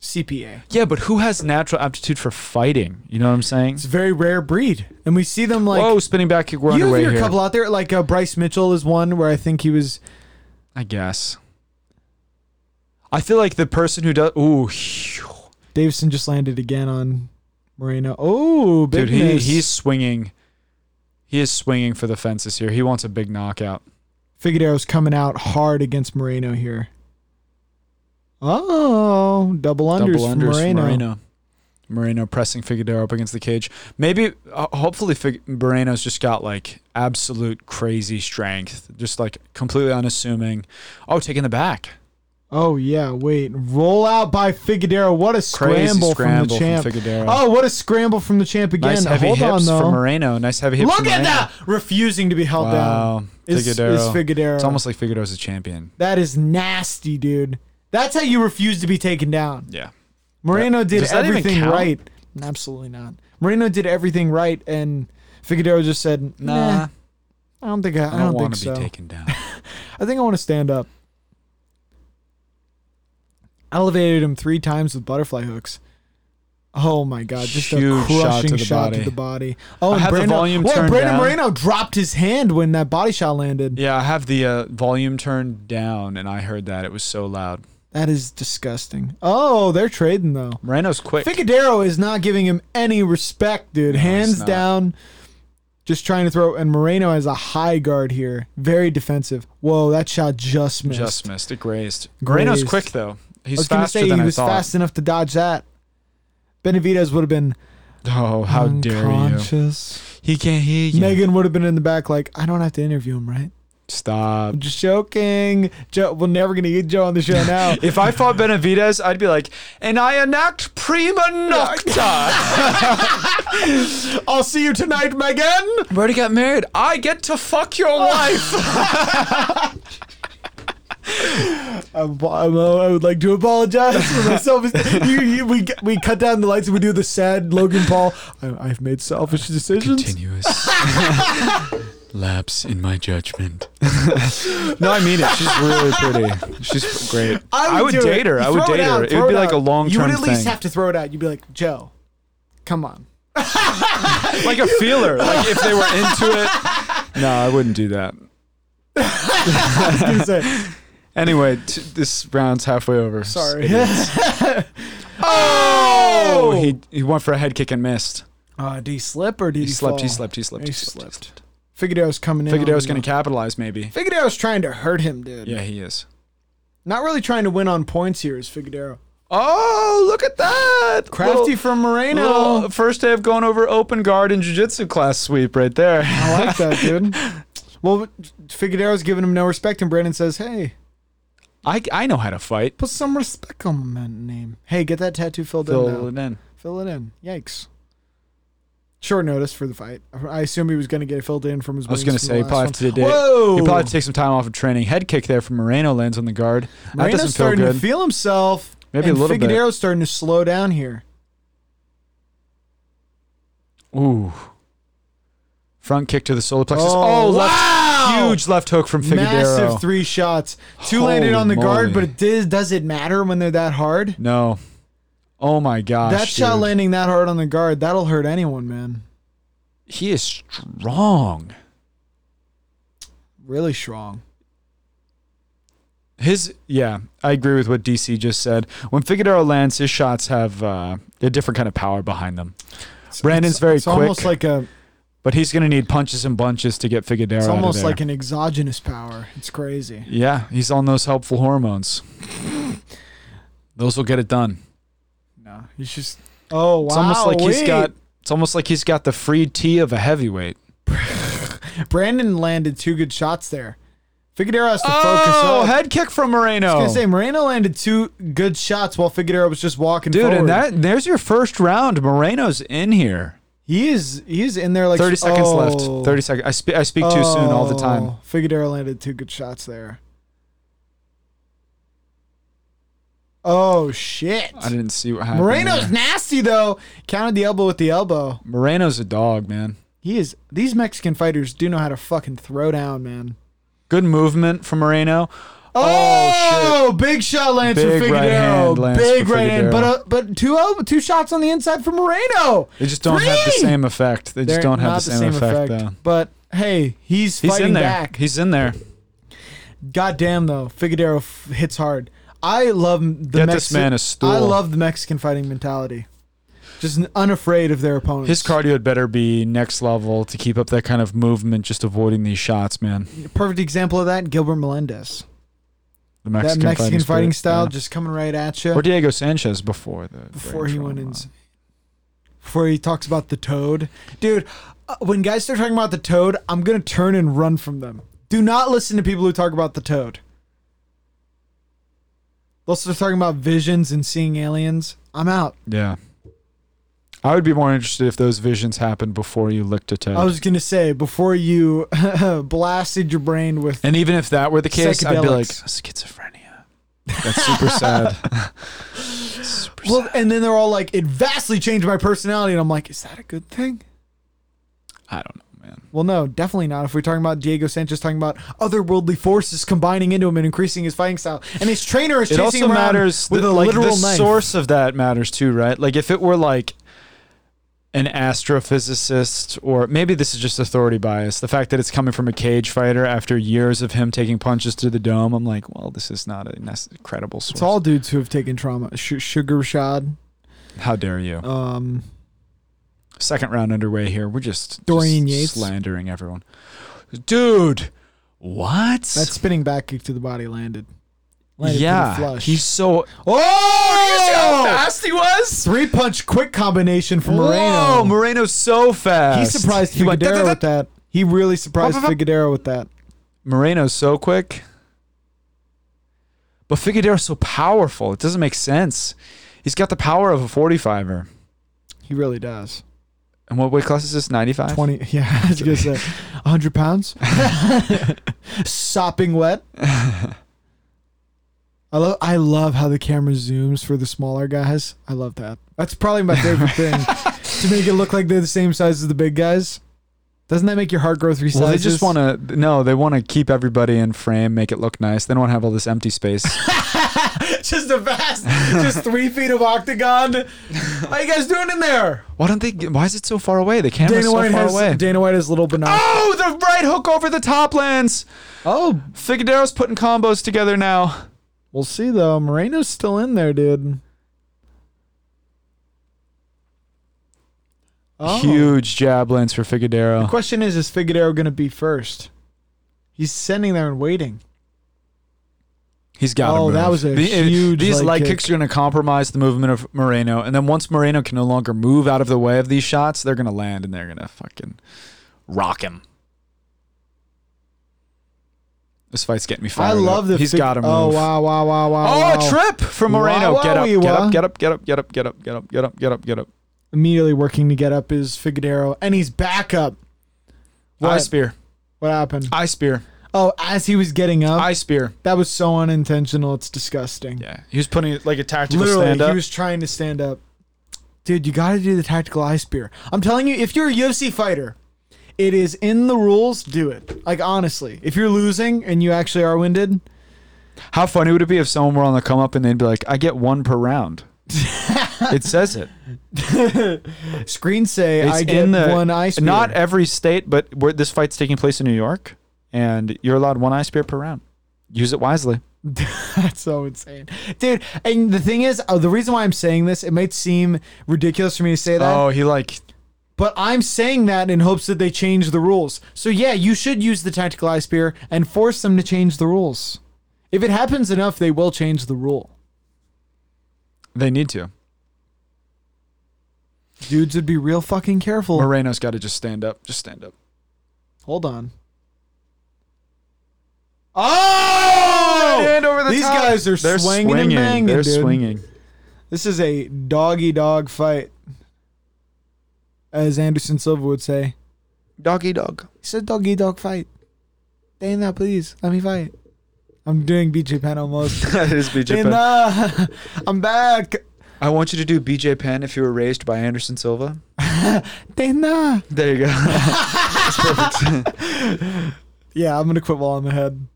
Speaker 3: CPA.
Speaker 4: Yeah, but who has natural aptitude for fighting? You know what I'm saying?
Speaker 3: It's a very rare breed, and we see them like
Speaker 4: Whoa, spinning back kick. We're
Speaker 3: you have
Speaker 4: underway
Speaker 3: your
Speaker 4: here.
Speaker 3: couple out there. Like uh, Bryce Mitchell is one where I think he was.
Speaker 4: I guess. I feel like the person who does. Ooh, phew.
Speaker 3: Davison just landed again on Moreno. Oh, big
Speaker 4: dude, he,
Speaker 3: news.
Speaker 4: he's swinging. He is swinging for the fences here. He wants a big knockout.
Speaker 3: Figueroa's coming out hard against Moreno here. Oh, double unders,
Speaker 4: Double
Speaker 3: from
Speaker 4: unders from
Speaker 3: Moreno.
Speaker 4: Moreno. Moreno pressing Figueroa up against the cage. Maybe, uh, hopefully, Fig- Moreno's just got like absolute crazy strength, just like completely unassuming. Oh, taking the back,
Speaker 3: Oh yeah, wait. Roll out by Figueroa. What a
Speaker 4: crazy
Speaker 3: scramble, from
Speaker 4: scramble
Speaker 3: the champ.
Speaker 4: Figueroa.
Speaker 3: oh, what a scramble from the champ again.
Speaker 4: nice heavy
Speaker 3: Hold on
Speaker 4: hips
Speaker 3: though.
Speaker 4: from Moreno. Nice heavy hips.
Speaker 3: Look
Speaker 4: from
Speaker 3: at
Speaker 4: Moreno.
Speaker 3: that! Refusing to be held
Speaker 4: Wow,
Speaker 3: down. Is, is
Speaker 4: Figueroa.
Speaker 3: Figueroa.
Speaker 4: It's almost like Figueroa's a champion.
Speaker 3: that is nasty, dude. That's how you refuse to be taken down.
Speaker 4: Yeah.
Speaker 3: Moreno did
Speaker 4: Does that even
Speaker 3: everything
Speaker 4: count?
Speaker 3: right. Absolutely not. Moreno did everything right, and Figueroa just said, "Nah,
Speaker 4: Nah,
Speaker 3: I don't think I, I,
Speaker 4: I
Speaker 3: don't,
Speaker 4: don't, want
Speaker 3: think so.
Speaker 4: to be taken down.
Speaker 3: I think I want to stand up." Elevated him three times with butterfly hooks. Oh my god! Just a
Speaker 4: Huge shot
Speaker 3: crushing
Speaker 4: to
Speaker 3: shot,
Speaker 4: the
Speaker 3: to,
Speaker 4: body.
Speaker 3: the body. Oh,
Speaker 4: I
Speaker 3: and
Speaker 4: have the
Speaker 3: Brandon,
Speaker 4: volume
Speaker 3: Whoa,
Speaker 4: turned
Speaker 3: Brandon
Speaker 4: down.
Speaker 3: Moreno dropped his hand when that body shot landed.
Speaker 4: yeah, I have the uh, volume turned down, and I heard that it was so loud.
Speaker 3: That is disgusting. Oh, they're trading though.
Speaker 4: Moreno's quick.
Speaker 3: Ficadero is not giving him any respect, dude. Hands
Speaker 4: not.
Speaker 3: down, just trying to throw. And Moreno has a high guard here, very defensive. Whoa, that shot just missed.
Speaker 4: Just missed. It grazed.
Speaker 3: Grazed.
Speaker 4: Moreno's quick though.
Speaker 3: I
Speaker 4: He's
Speaker 3: was gonna
Speaker 4: faster
Speaker 3: say he
Speaker 4: than I
Speaker 3: was
Speaker 4: thought.
Speaker 3: fast enough to dodge that. Benavidez would have been
Speaker 4: Oh, how dare you!
Speaker 3: unconscious.
Speaker 4: He can't hear you.
Speaker 3: Megan would have been in the back, like I don't have to interview him, right?
Speaker 4: Stop.
Speaker 3: I'm just joking. Joe, we're never gonna get Joe on the show now.
Speaker 4: If I fought Benavides, I'd be like, and I enact prima nocta.
Speaker 3: I'll see you tonight, Megan.
Speaker 4: we already got married. I get to fuck your wife.
Speaker 3: I'm, I'm, uh, I would like to apologize for my selfish. you, you, we we cut down the lights and we do the sad Logan Paul. I, I've made selfish decisions.
Speaker 4: Continuous lapse in my judgment. no, I mean it. She's really pretty. She's great. I would
Speaker 3: do
Speaker 4: date her.
Speaker 3: You
Speaker 4: I would
Speaker 3: throw
Speaker 4: date
Speaker 3: out,
Speaker 4: her. It
Speaker 3: throw
Speaker 4: would be like a
Speaker 3: out.
Speaker 4: long
Speaker 3: You
Speaker 4: term
Speaker 3: would at least
Speaker 4: thing,
Speaker 3: have to throw it out. You'd be like, Joe, come on.
Speaker 4: like a feeler. Like if they were into it. No, I wouldn't do that.
Speaker 3: You say,
Speaker 4: Anyway, t- this round's halfway over.
Speaker 3: Sorry.
Speaker 4: oh, he he went for a head kick and missed.
Speaker 3: uh, did he slip or did he,
Speaker 4: He slept. He
Speaker 3: fall?
Speaker 4: slept. He slept.
Speaker 3: He
Speaker 4: He slept.
Speaker 3: slipped. Figueroa's coming in.
Speaker 4: Figueroa's
Speaker 3: on-
Speaker 4: going to capitalize, maybe.
Speaker 3: Figueroa's trying to hurt him, dude.
Speaker 4: Yeah, he is.
Speaker 3: Not really trying to win on points here. Is Figueroa
Speaker 4: Oh, look at that!
Speaker 3: crafty
Speaker 4: Little-
Speaker 3: from Moreno?
Speaker 4: little first day of going over open guard and jiu-jitsu class sweep right there.
Speaker 3: I like that, dude. Well, Figueroa's giving him no respect, and Brandon says, "Hey,
Speaker 4: I, I know how to fight.
Speaker 3: put some respect on my name." Hey, get that tattoo filled in.
Speaker 4: Fill
Speaker 3: Now.
Speaker 4: it in.
Speaker 3: Fill it in. Yikes. short notice for the fight. I assume he was going to get it filled in from his.
Speaker 4: I was gonna say he probably have to do.
Speaker 3: Whoa!
Speaker 4: He probably have to take some time off of training. Head kick there from Moreno lands on the guard. that
Speaker 3: Moreno's
Speaker 4: doesn't feel
Speaker 3: starting
Speaker 4: good.
Speaker 3: to feel himself.
Speaker 4: Maybe a
Speaker 3: and
Speaker 4: little bit.
Speaker 3: Figueroa's starting to slow down here.
Speaker 4: Ooh. Front kick to the solar plexus.
Speaker 3: Oh,
Speaker 4: Oh, left,
Speaker 3: wow!
Speaker 4: huge left hook from Figueroa.
Speaker 3: Massive three shots. Two
Speaker 4: Holy
Speaker 3: landed on the guard,
Speaker 4: moly.
Speaker 3: but it does, does it matter when they're that hard?
Speaker 4: No. Oh my gosh.
Speaker 3: that shot
Speaker 4: dude.
Speaker 3: landing that hard on the guard, that'll hurt anyone, man.
Speaker 4: He is strong.
Speaker 3: Really strong.
Speaker 4: His yeah, I agree with what DC just said. When Figueroa lands, his shots have uh, a different kind of power behind them. Brandon's very
Speaker 3: It's
Speaker 4: quick,
Speaker 3: almost like a.
Speaker 4: but he's going to need punches and bunches to get Figueroa.
Speaker 3: It's
Speaker 4: out of
Speaker 3: almost
Speaker 4: there.
Speaker 3: like an exogenous power. It's crazy.
Speaker 4: Yeah, he's on those helpful hormones. those will get it done.
Speaker 3: No, he's just. Oh wow!
Speaker 4: It's almost like he's
Speaker 3: wait.
Speaker 4: got. It's almost like he's got the free T of a heavyweight.
Speaker 3: Brandon landed two good shots there. Figueroa has to focus
Speaker 4: Oh,
Speaker 3: up.
Speaker 4: head kick from
Speaker 3: I
Speaker 4: Moreno,
Speaker 3: was gonna say Moreno landed two good shots while Figueroa was just walking.
Speaker 4: dude.
Speaker 3: forward.
Speaker 4: And that there's your first round. Moreno's in here.
Speaker 3: he is he is in there like
Speaker 4: Thirty seconds
Speaker 3: Oh.
Speaker 4: left. Thirty seconds. I, spe- I speak too soon all the time.
Speaker 3: Oh, Figueroa landed two good shots there. Oh shit!
Speaker 4: I didn't see what happened.
Speaker 3: Moreno's
Speaker 4: there.
Speaker 3: nasty though. Counted the elbow with the elbow.
Speaker 4: Moreno's a dog, man.
Speaker 3: He is. These Mexican fighters do know how to fucking throw down, man.
Speaker 4: Good movement from Moreno.
Speaker 3: Oh, big shot lands
Speaker 4: Big
Speaker 3: for Figueroa.
Speaker 4: right hand lands
Speaker 3: big
Speaker 4: for
Speaker 3: right hand, but
Speaker 4: Figueroa.
Speaker 3: uh, but two oh, two shots on the inside for Moreno.
Speaker 4: They just don't have the
Speaker 3: Three!
Speaker 4: same effect. They just
Speaker 3: They're
Speaker 4: don't have
Speaker 3: not
Speaker 4: the same, effect. though.
Speaker 3: But hey, he's,
Speaker 4: He's
Speaker 3: fighting
Speaker 4: in there.
Speaker 3: back.
Speaker 4: He's in there.
Speaker 3: Goddamn though, Figueroa f- hits hard. I love m- the
Speaker 4: Get
Speaker 3: Mexi-
Speaker 4: this man a stool.
Speaker 3: I love the Mexican fighting mentality. Just n- unafraid of their opponents.
Speaker 4: His cardio had better be next level to keep up that kind of movement, just avoiding these shots, man.
Speaker 3: perfect example of that, Gilbert Melendez.
Speaker 4: The Mexican,
Speaker 3: that Mexican fighting,
Speaker 4: spirit,
Speaker 3: style
Speaker 4: yeah.
Speaker 3: just coming right at you
Speaker 4: Or Diego Sanchez before the
Speaker 3: before
Speaker 4: brain
Speaker 3: he went
Speaker 4: trauma.
Speaker 3: in. Before he talks about the toad, dude. Uh, when guys start talking about the toad, I'm gonna turn and run from them. Do not listen to people who talk about the toad. They'll start talking about visions and seeing aliens. I'm out.
Speaker 4: Yeah. I would be more interested if those visions happened before you licked a toe.
Speaker 3: I was gonna say before you blasted your brain with
Speaker 4: And even if that were the case, I'd be like
Speaker 3: Psychedelics.
Speaker 4: schizophrenia. That's super sad.
Speaker 3: well, and then they're all like, it vastly changed my personality, and I'm like, is that a good thing?
Speaker 4: I don't know, man.
Speaker 3: Well, no, definitely not. If we're talking about Diego Sanchez, talking about otherworldly forces combining into him and increasing his fighting style, and his trainer is
Speaker 4: It
Speaker 3: chasing
Speaker 4: also
Speaker 3: him around
Speaker 4: matters
Speaker 3: with
Speaker 4: the,
Speaker 3: a
Speaker 4: like
Speaker 3: literal
Speaker 4: the
Speaker 3: knife.
Speaker 4: source of that matters too, right? Like if it were like an astrophysicist or maybe this is just authority bias the fact that it's coming from a cage fighter after years of him taking punches to the dome i'm like well this is not a nec- credible source
Speaker 3: It's all dudes who have taken trauma. Sh- Sugar Rashad,
Speaker 4: how dare you
Speaker 3: um,
Speaker 4: second round underway here we're just
Speaker 3: Dorian
Speaker 4: just
Speaker 3: Yates.
Speaker 4: slandering everyone dude what
Speaker 3: that spinning back kick to the body landed. Landed to the
Speaker 4: yeah
Speaker 3: flush.
Speaker 4: he's so
Speaker 3: oh,
Speaker 4: Did you see how fast he was?
Speaker 3: three punch quick combination from
Speaker 4: Whoa,
Speaker 3: Moreno.
Speaker 4: Moreno's so fast.
Speaker 3: He surprised
Speaker 4: He went,
Speaker 3: Figueroa
Speaker 4: "Da, da,
Speaker 3: with
Speaker 4: da."
Speaker 3: that. He really surprised
Speaker 4: Ba, ba, ba.
Speaker 3: Figueroa with that.
Speaker 4: Moreno's so quick. But Figueroa's so powerful. It doesn't make sense. He's got the power of a 45er.
Speaker 3: He really does.
Speaker 4: And what weight class is this? 95?
Speaker 3: Twenty. Yeah, I was gonna say, hundred pounds, sopping wet. I love. I love how the camera zooms for the smaller guys. I love that. That's probably my favorite thing to make it look like they're the same size as the big guys. Doesn't that make your heart grow three
Speaker 4: Well, they
Speaker 3: sizes?
Speaker 4: just want to no. They want to keep everybody in frame, make it look nice. They don't want to have all this empty space.
Speaker 3: just a vast, just three feet of octagon. How you guys doing in there?
Speaker 4: why don't they? Why is it so far away? The camera's
Speaker 3: Dana
Speaker 4: so
Speaker 3: White
Speaker 4: far
Speaker 3: has
Speaker 4: away.
Speaker 3: Dana White has little binoculars.
Speaker 4: oh, the right hook over the top lands.
Speaker 3: Oh,
Speaker 4: Figueroa's putting combos together now.
Speaker 3: we'll see though. Moreno's still in there, dude. Oh.
Speaker 4: Huge jab lands for Figueroa.
Speaker 3: Question is, is Figueroa going to be first? He's sitting there and waiting.
Speaker 4: He's got.
Speaker 3: Oh,
Speaker 4: move.
Speaker 3: that was a
Speaker 4: The- it-
Speaker 3: huge
Speaker 4: These
Speaker 3: leg
Speaker 4: leg
Speaker 3: kick.
Speaker 4: kicks are going to compromise the movement of Moreno, and then once Moreno can no longer move out of the way of these shots, they're going to land and they're going to fucking rock him. This fight's getting me
Speaker 3: I
Speaker 4: fired.
Speaker 3: love
Speaker 4: up.
Speaker 3: the.
Speaker 4: He's
Speaker 3: Fig-
Speaker 4: got to move.
Speaker 3: Oh wow! Wow! Wow! Wow!
Speaker 4: Oh,
Speaker 3: wow.
Speaker 4: a trip from Moreno.
Speaker 3: Wow,
Speaker 4: get, up,
Speaker 3: wowie,
Speaker 4: get
Speaker 3: wow.
Speaker 4: up, get up, get up, get up, get up, get up, get up, get up, get up,
Speaker 3: immediately working to get up is Figueroa, and he's back up.
Speaker 4: Eye spear.
Speaker 3: What happened?
Speaker 4: Eye spear.
Speaker 3: Oh, as he was getting up,
Speaker 4: Eye spear.
Speaker 3: that was so unintentional. It's disgusting.
Speaker 4: Yeah. He was putting it like a tactical
Speaker 3: Literally,
Speaker 4: stand up.
Speaker 3: he was trying to stand up. Dude, you got to do the tactical eye spear. I'm telling you, if you're a UFC fighter, it is in the rules. Do it. Like honestly, if you're losing and you actually are winded,
Speaker 4: How funny would it be if someone were on the come up and they'd be like, I get one per round? it says it.
Speaker 3: screen say
Speaker 4: It's
Speaker 3: I get
Speaker 4: in the
Speaker 3: one eye spear.
Speaker 4: Not every state, but where this fight's taking place in New York, and you're allowed one eye spear per round. Use it wisely.
Speaker 3: That's so insane, dude. And the thing is, uh, the reason why I'm saying this, it might seem ridiculous for me to say that,
Speaker 4: Oh, he like
Speaker 3: but I'm saying that in hopes that they change the rules. So yeah, you should use the tactical eye spear and force them to change the rules. If it happens enough, they will change the rule.
Speaker 4: they need to.
Speaker 3: Dudes would be real fucking careful.
Speaker 4: Moreno's got to just stand up. Just stand up.
Speaker 3: Hold on.
Speaker 4: Oh! Hand over the
Speaker 3: These
Speaker 4: top.
Speaker 3: guys are
Speaker 4: They're
Speaker 3: swinging and banging,
Speaker 4: They're
Speaker 3: dude.
Speaker 4: swinging.
Speaker 3: This is a doggy dog fight, as Anderson Silva would say.
Speaker 4: Doggy dog.
Speaker 3: It's a doggy dog fight. Dana, please let me fight. I'm doing BJ Penn almost.
Speaker 4: that is BJ Penn.
Speaker 3: Dana, I'm back.
Speaker 4: I want you to do BJ Penn if you were raised by Anderson Silva.
Speaker 3: Dana.
Speaker 4: There you go.
Speaker 3: Yeah, I'm gonna quit while I'm ahead.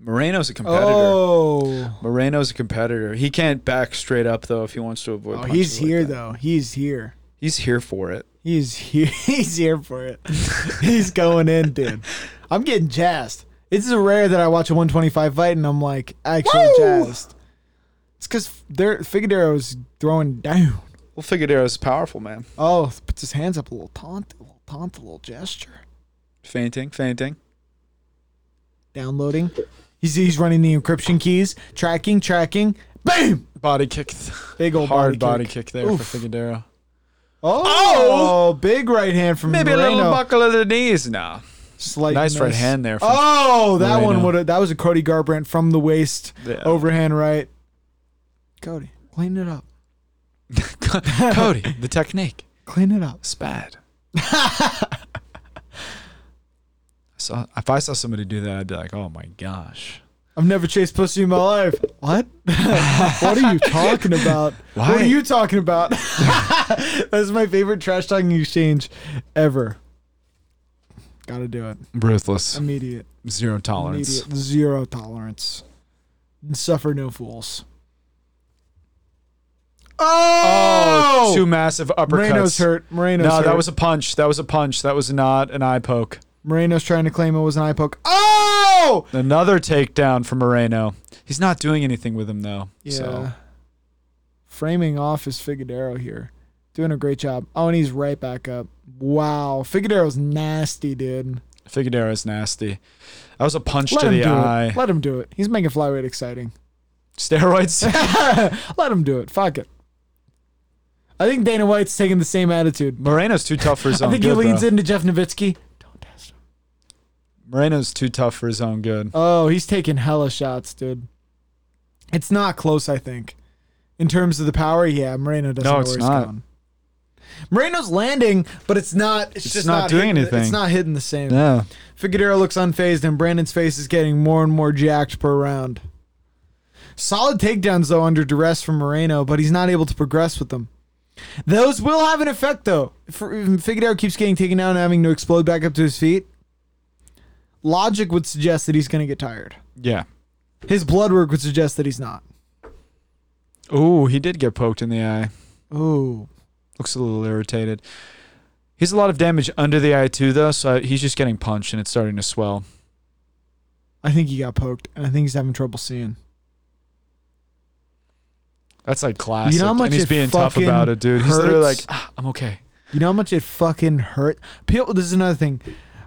Speaker 4: Moreno's a competitor.
Speaker 3: Oh,
Speaker 4: Moreno's a competitor. He can't back straight up though if he wants to avoid.
Speaker 3: oh
Speaker 4: punches
Speaker 3: he's
Speaker 4: like
Speaker 3: here
Speaker 4: that.
Speaker 3: though. He's here.
Speaker 4: He's here for it.
Speaker 3: He's here. He's here for it. he's going in, dude. I'm getting jazzed. It's rare that I watch a 125 fight and I'm like actually jazzed. It's because they're Figueroa's throwing down.
Speaker 4: Well, Figueroa's powerful, man.
Speaker 3: Oh, puts his hands up a little taunt, a little taunt, a little gesture.
Speaker 4: Fainting, fainting.
Speaker 3: downloading. He's, he's running the encryption keys, tracking, tracking. Bam!
Speaker 4: Body kick.
Speaker 3: Big old
Speaker 4: Hard
Speaker 3: body
Speaker 4: body
Speaker 3: kick.
Speaker 4: kick, there
Speaker 3: Oof.
Speaker 4: for Figueroa.
Speaker 3: Oh, big right hand from
Speaker 4: Maybe a little
Speaker 3: Moreno.
Speaker 4: buckle of the knees. Nah.
Speaker 3: Slight
Speaker 4: Nice right
Speaker 3: miss.
Speaker 4: hand there. From,
Speaker 3: Oh, that one
Speaker 4: Moreno.
Speaker 3: would have. That was a Cody Garbrandt from the waist
Speaker 4: Yeah.
Speaker 3: overhand right. Cody, clean it up.
Speaker 4: Oh. Cody, the technique.
Speaker 3: Clean it up.
Speaker 4: It's bad. I saw, if I saw somebody do that, I'd be like, oh my gosh.
Speaker 3: I've never chased pussy in my life. What? what are you talking about? What
Speaker 4: Why?
Speaker 3: are you talking about? That's my favorite trash talking exchange ever. Gotta do it.
Speaker 4: Ruthless.
Speaker 3: Immediate.
Speaker 4: Zero tolerance.
Speaker 3: Immediate. Zero tolerance. Suffer no fools.
Speaker 4: Oh,
Speaker 3: Oh!
Speaker 4: two massive uppercuts.
Speaker 3: Moreno's hurt. Moreno's
Speaker 4: No, that
Speaker 3: hurt.
Speaker 4: was a punch. That was a punch. That was not an eye poke.
Speaker 3: Moreno's trying to claim it was an eye poke. Oh!
Speaker 4: Another takedown from Moreno. He's not doing anything with him though.
Speaker 3: Yeah.
Speaker 4: So
Speaker 3: Framing off is Figueroa here. Doing a great job. Oh, and he's right back up. Wow. Figueroa's nasty, dude.
Speaker 4: Figueroa's nasty. That was a punch
Speaker 3: Let
Speaker 4: to
Speaker 3: him
Speaker 4: the
Speaker 3: do
Speaker 4: eye.
Speaker 3: it. Let him do it. He's making flyweight exciting.
Speaker 4: Steroids.
Speaker 3: Let him do it. Fuck it. I think Dana White's taking the same attitude.
Speaker 4: Moreno's too tough for his
Speaker 3: I
Speaker 4: own
Speaker 3: think he
Speaker 4: good.
Speaker 3: leads
Speaker 4: bro.
Speaker 3: into Jeff Nowitzki. Don't test him.
Speaker 4: Moreno's too tough for his own good.
Speaker 3: Oh, he's taking hella shots, dude. It's not close, I think. In terms of the power, yeah, Moreno doesn't
Speaker 4: No,
Speaker 3: know
Speaker 4: it's
Speaker 3: where he's
Speaker 4: not.
Speaker 3: going. Moreno's landing, but it's not. It's, just
Speaker 4: not doing
Speaker 3: hitting the- it's
Speaker 4: anything.
Speaker 3: not hitting the same.
Speaker 4: Yeah.
Speaker 3: Figueroa looks unfazed, and Brandon's face is getting more and more jacked per round. Solid takedowns, though, under duress from Moreno, but he's not able to progress with them. Those will have an effect, though. If if Figueroa keeps getting taken down and having to explode back up to his feet, logic would suggest that he's going to get tired.
Speaker 4: Yeah.
Speaker 3: His blood work would suggest that he's not.
Speaker 4: Ooh, he did get poked in the eye.
Speaker 3: Ooh.
Speaker 4: Looks a little irritated. He's a lot of damage under the eye too though, so he's just getting punched and it's starting to swell.
Speaker 3: I think he got poked, and I think he's having trouble seeing.
Speaker 4: That's like classic.
Speaker 3: You know how much
Speaker 4: and he's
Speaker 3: it
Speaker 4: being tough
Speaker 3: fucking
Speaker 4: about it, dude. He's literally like,
Speaker 3: hurts?
Speaker 4: ah, I'm okay.
Speaker 3: You know how much it fucking hurt? People, this is another thing.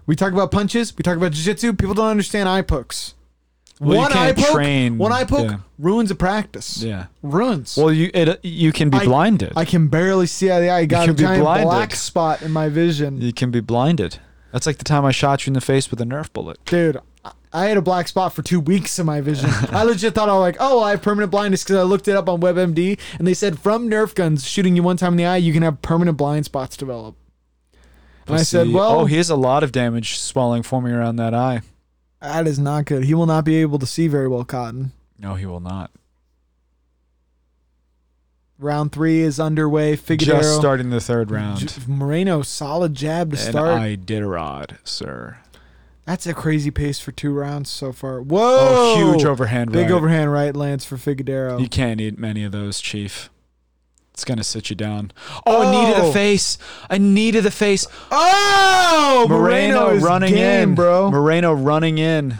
Speaker 3: We talk about punches, we talk about jiu-jitsu, people don't understand eye pokes.
Speaker 4: Well, you can't
Speaker 3: poke,
Speaker 4: train-
Speaker 3: one eye poke
Speaker 4: yeah.
Speaker 3: ruins a practice.
Speaker 4: Yeah.
Speaker 3: Ruins.
Speaker 4: Well, you it, you can be
Speaker 3: I-
Speaker 4: blinded.
Speaker 3: I can barely see out of the eye. I got a
Speaker 4: can be
Speaker 3: giant
Speaker 4: blinded.
Speaker 3: black spot in my vision.
Speaker 4: you can be blinded. That's like the time I shot you in the face with a Nerf bullet.
Speaker 3: Dude, I- I had a black spot for two weeks in my vision. I legit thought I was like, oh, well, I have permanent blindness because I looked it up on WebMD and they said from Nerf guns shooting you one time in the eye, you can have permanent blind spots develop. And I said,
Speaker 4: See,
Speaker 3: well,
Speaker 4: oh, he has a lot of damage swelling forming around that eye.
Speaker 3: that is not good. He will not be able to see very well, Cotton.
Speaker 4: No, he will not.
Speaker 3: Round three is underway. Figueroa.
Speaker 4: Just starting the third round.
Speaker 3: J- Moreno, solid jab to
Speaker 4: And
Speaker 3: start.
Speaker 4: I did a rod, sir.
Speaker 3: That's a crazy pace for two rounds so far. Whoa!
Speaker 4: Oh, huge overhand.
Speaker 3: Big
Speaker 4: right.
Speaker 3: overhand right lands for Figueroa.
Speaker 4: You can't eat many of those, Chief. It's gonna sit you down. Oh, a knee to
Speaker 3: Oh.
Speaker 4: the face. A knee to the face.
Speaker 3: oh,
Speaker 4: Moreno,
Speaker 3: is
Speaker 4: running
Speaker 3: game,
Speaker 4: in,
Speaker 3: bro.
Speaker 4: Moreno running in.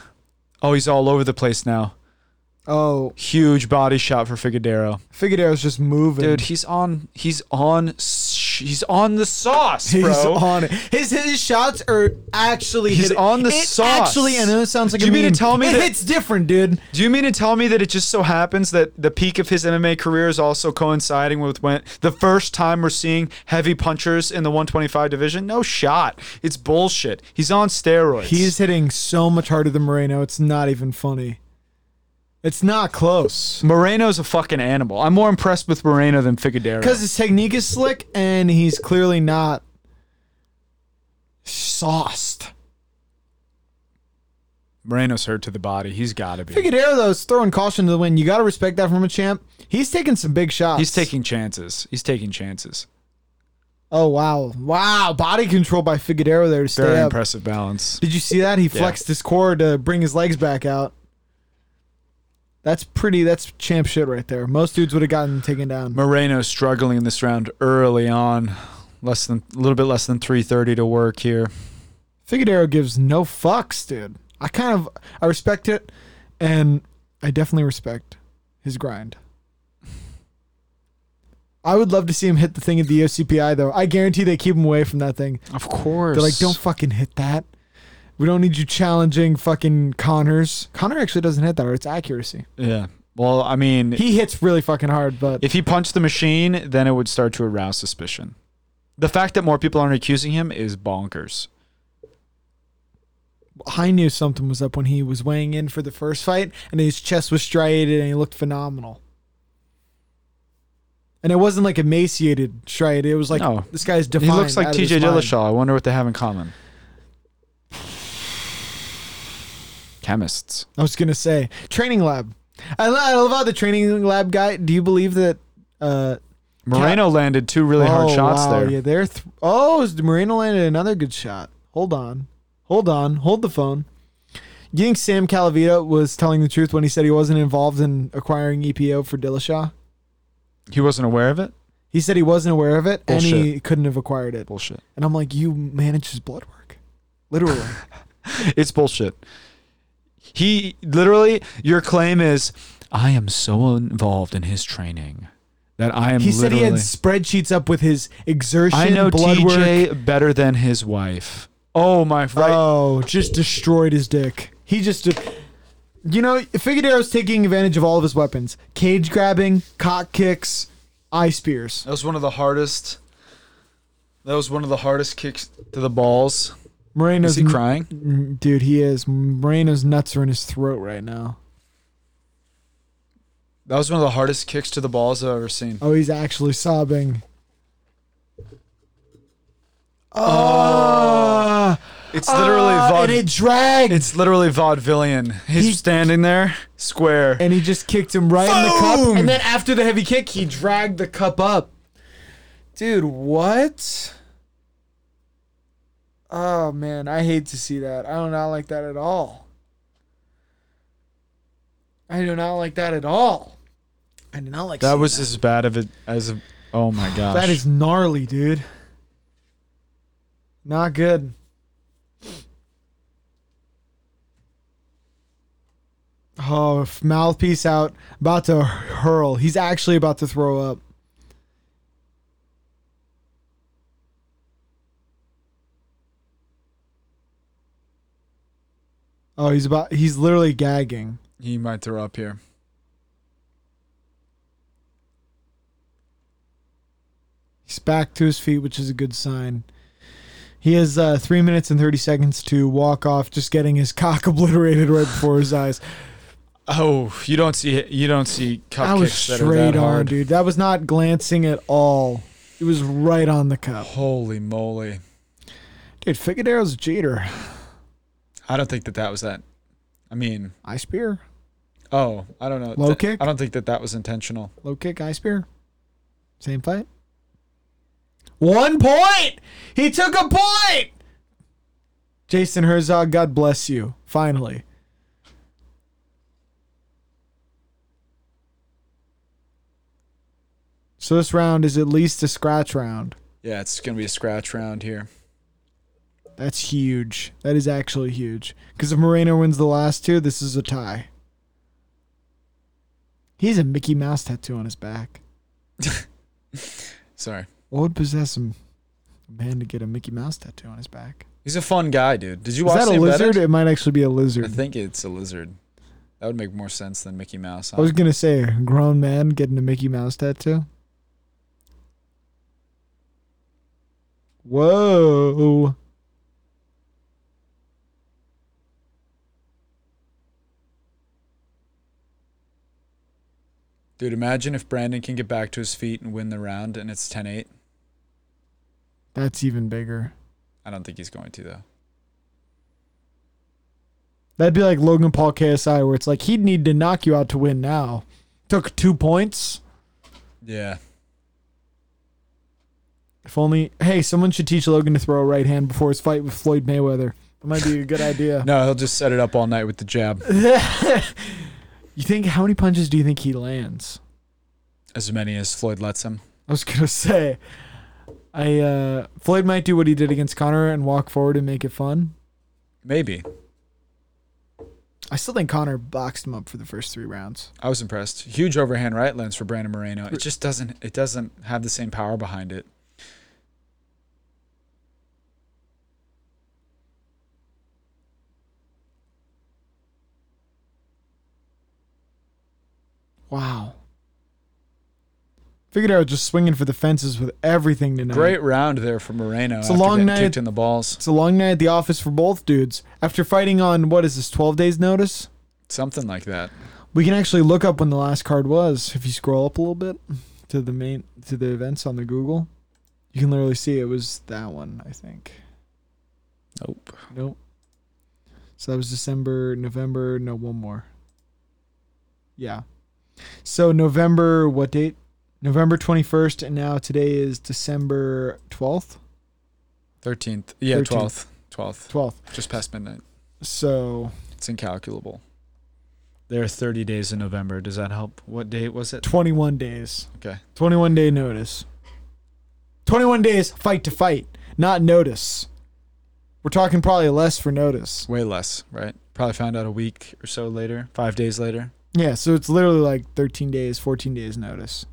Speaker 4: Oh, he's all over the place now.
Speaker 3: oh,
Speaker 4: Huge body shot for Figueroa.
Speaker 3: Figueroa's just moving.
Speaker 4: Dude, he's on. He's on. s- He's on the sauce, bro.
Speaker 3: He's on it. His his shots are actually
Speaker 4: He's
Speaker 3: hitting-
Speaker 4: on the
Speaker 3: it
Speaker 4: sauce.
Speaker 3: Actually, I know it sounds like
Speaker 4: Do
Speaker 3: a
Speaker 4: you mean to
Speaker 3: meme.
Speaker 4: tell me
Speaker 3: it
Speaker 4: that-
Speaker 3: hits different, dude?
Speaker 4: Do you mean to tell me that it just so happens that the peak of his MMA career is also coinciding with when the first time we're seeing heavy punchers in the 125 division? No shot. It's bullshit. He's on steroids.
Speaker 3: He's hitting so much harder than Moreno. It's not even funny. It's not close.
Speaker 4: Moreno's a fucking animal. I'm more impressed with Moreno than Figueroa.
Speaker 3: Because his technique is slick and he's clearly not sauced.
Speaker 4: Moreno's hurt to the body. He's got to be.
Speaker 3: Figueroa, though, is throwing caution to the wind. You got to respect that from a champ. He's taking some big shots.
Speaker 4: He's taking chances. He's taking chances.
Speaker 3: Oh, wow. Wow. Body control by Figueroa there to stay
Speaker 4: Very
Speaker 3: up.
Speaker 4: impressive balance.
Speaker 3: Did you see that? He flexed his core to bring his legs back out. That's pretty. That's champ shit right there. Most dudes would have gotten taken down.
Speaker 4: Moreno struggling in this round early on. Less than a little bit less than 330 to work here.
Speaker 3: Figueroa gives no fucks, dude. I kind of I respect it, and I definitely respect his grind. I would love to see him hit the thing at the OCPI though. I guarantee they keep him away from that thing.
Speaker 4: Of course.
Speaker 3: They're like, don't fucking hit that. We don't need you challenging fucking Connors. Connor actually doesn't hit that, or it's accuracy.
Speaker 4: Yeah. Well, I mean,
Speaker 3: He hits really fucking hard, but
Speaker 4: If he punched the machine, then it would start to arouse suspicion. The fact that more people aren't accusing him is bonkers.
Speaker 3: I knew something was up when he was weighing in for the first fight, and his chest was striated, and he looked phenomenal. And it wasn't like emaciated striated; it was like
Speaker 4: No.
Speaker 3: this guy's
Speaker 4: He
Speaker 3: defined.
Speaker 4: looks like
Speaker 3: out of his
Speaker 4: TJ
Speaker 3: mind.
Speaker 4: Dillashaw. I wonder what they have in common. Chemists.
Speaker 3: I was gonna say training lab. I, lo- I love how the training lab guy. Do you believe that? Uh,
Speaker 4: Moreno landed two really hard
Speaker 3: oh,
Speaker 4: shots
Speaker 3: wow,
Speaker 4: there.
Speaker 3: Yeah, there. Th- oh, is Marino landed another good shot. Hold on, hold on, hold the phone. You think Sam Calavita was telling the truth when he said he wasn't involved in acquiring EPO for Dillashaw?
Speaker 4: He wasn't aware of it.
Speaker 3: He said he wasn't aware of it and he
Speaker 4: Bullshit.
Speaker 3: couldn't have acquired it.
Speaker 4: Bullshit.
Speaker 3: And I'm like, you manage his blood work. Literally.
Speaker 4: It's bullshit. He literally, your claim is, I am so involved in his training that I am.
Speaker 3: he said he had
Speaker 4: literally-
Speaker 3: spreadsheets up with his exertion,
Speaker 4: I know
Speaker 3: blood work.
Speaker 4: TJ better than his wife. Oh my! Right,
Speaker 3: Oh, just destroyed his dick. He just. uh, You know, Figueroa's taking advantage of all of his weapons cage grabbing, cock kicks, eye spears.
Speaker 4: That was one of the hardest. That was one of the hardest kicks to the balls.
Speaker 3: Moreno's.
Speaker 4: Is he crying?
Speaker 3: Mm, Dude, he is. Moreno's nuts are in his throat right now.
Speaker 4: That was one of the hardest kicks to the balls I've ever seen.
Speaker 3: Oh, he's actually sobbing.
Speaker 4: Oh.
Speaker 3: Ah!
Speaker 4: It's literally
Speaker 3: Uh, and
Speaker 4: vaude-
Speaker 3: it dragged.
Speaker 4: It's literally vaudevillian. He's
Speaker 3: He-
Speaker 4: standing there, square.
Speaker 3: and he just kicked him right in the cup.
Speaker 4: Boom!
Speaker 3: And then after the heavy kick, he dragged the cup up. Dude, what? Oh man, I hate to see that. I do not like that at all. I do not like that at all. I do not like
Speaker 4: that
Speaker 3: seeing
Speaker 4: was as bad of it as. A, oh my gosh!
Speaker 3: that is gnarly, dude. Not good. Oh, f- mouthpiece out. About to hurl. He's actually about to throw up. Oh, he's about he's literally gagging.
Speaker 4: He might throw up here.
Speaker 3: He's back to his feet, which is a good sign. He has uh, three minutes and 30 seconds to walk off, just getting his cock obliterated right before his eyes.
Speaker 4: Oh, you don't see you don't see
Speaker 3: I
Speaker 4: cup
Speaker 3: was
Speaker 4: kicks that are
Speaker 3: straight
Speaker 4: that
Speaker 3: on,
Speaker 4: hard.
Speaker 3: dude. That was not glancing at all. It was right on the cup.
Speaker 4: Holy moly!
Speaker 3: Dude, Figadero's a cheater.
Speaker 4: I don't think that that was that. I mean,
Speaker 3: Eye spear?
Speaker 4: oh, I don't know.
Speaker 3: Low
Speaker 4: Th-
Speaker 3: kick?
Speaker 4: I don't think that that was intentional.
Speaker 3: Low kick, eye spear? Same fight? One point! He took a point! Jason Herzog, God bless you. Finally. So this round is at least a scratch round.
Speaker 4: Yeah, it's gonna be a scratch round here.
Speaker 3: That's huge. That is actually huge. Because if Moreno wins the last two, this is a tie. He has a Mickey Mouse tattoo on his back.
Speaker 4: Sorry.
Speaker 3: What would possess him, a man to get a Mickey Mouse tattoo on his back?
Speaker 4: He's a fun guy, dude. Did you
Speaker 3: Is
Speaker 4: watch
Speaker 3: that a
Speaker 4: The
Speaker 3: lizard?
Speaker 4: Embedded?
Speaker 3: It might actually be a
Speaker 4: I
Speaker 3: lizard.
Speaker 4: think it's a lizard. That would make more sense than Mickey Mouse.
Speaker 3: I was gonna say a grown man getting a Mickey Mouse tattoo. Whoa.
Speaker 4: Dude, imagine if Brandon can get back to his feet and win the round and it's 10 8.
Speaker 3: That's even bigger.
Speaker 4: I don't think he's going to, though.
Speaker 3: That'd be like Logan Paul KSI, where it's like he'd need to knock you out to win now. Took two points.
Speaker 4: Yeah.
Speaker 3: If only, hey, someone should teach Logan to throw a right hand before his fight with Floyd Mayweather. That might be a good idea.
Speaker 4: No, he'll just set it up all night with the jab.
Speaker 3: You think, how many punches do you think he lands?
Speaker 4: As many as Floyd lets him.
Speaker 3: I was gonna say, I uh, Floyd might do what he did against Connor and walk forward and make it fun.
Speaker 4: Maybe.
Speaker 3: I still think Connor boxed him up for the first three rounds.
Speaker 4: I was impressed. Huge overhand right lands for Brandon Moreno. It just doesn't it doesn't have the same power behind it.
Speaker 3: Wow. Figured I was just swinging for the fences with everything tonight.
Speaker 4: Great round there for Moreno.
Speaker 3: a
Speaker 4: after
Speaker 3: long
Speaker 4: getting
Speaker 3: night.
Speaker 4: Kicked in the balls.
Speaker 3: It's a long night at the office for both dudes. After fighting on what is this, twelve days notice?
Speaker 4: Something like that.
Speaker 3: We can actually look up when the last card was if you scroll up a little bit to the main to the events on the Google. You can literally see it was that one, I think.
Speaker 4: Nope.
Speaker 3: Nope. So that was December, November, no one more. Yeah. So November what date? November 21st and now today is December 12th.
Speaker 4: 13th. Yeah,
Speaker 3: 13th.
Speaker 4: 12th. 12th.
Speaker 3: 12th.
Speaker 4: Just past midnight.
Speaker 3: So
Speaker 4: It's incalculable. There are 30 days in November. Does that help? What date was it?
Speaker 3: 21 days.
Speaker 4: Okay.
Speaker 3: 21 day notice. 21 days fight to fight, not notice. We're talking probably less for notice.
Speaker 4: Way less, right? Probably found out a week or so later, five days later.
Speaker 3: Yeah, so it's literally like 13 days, 14 days notice.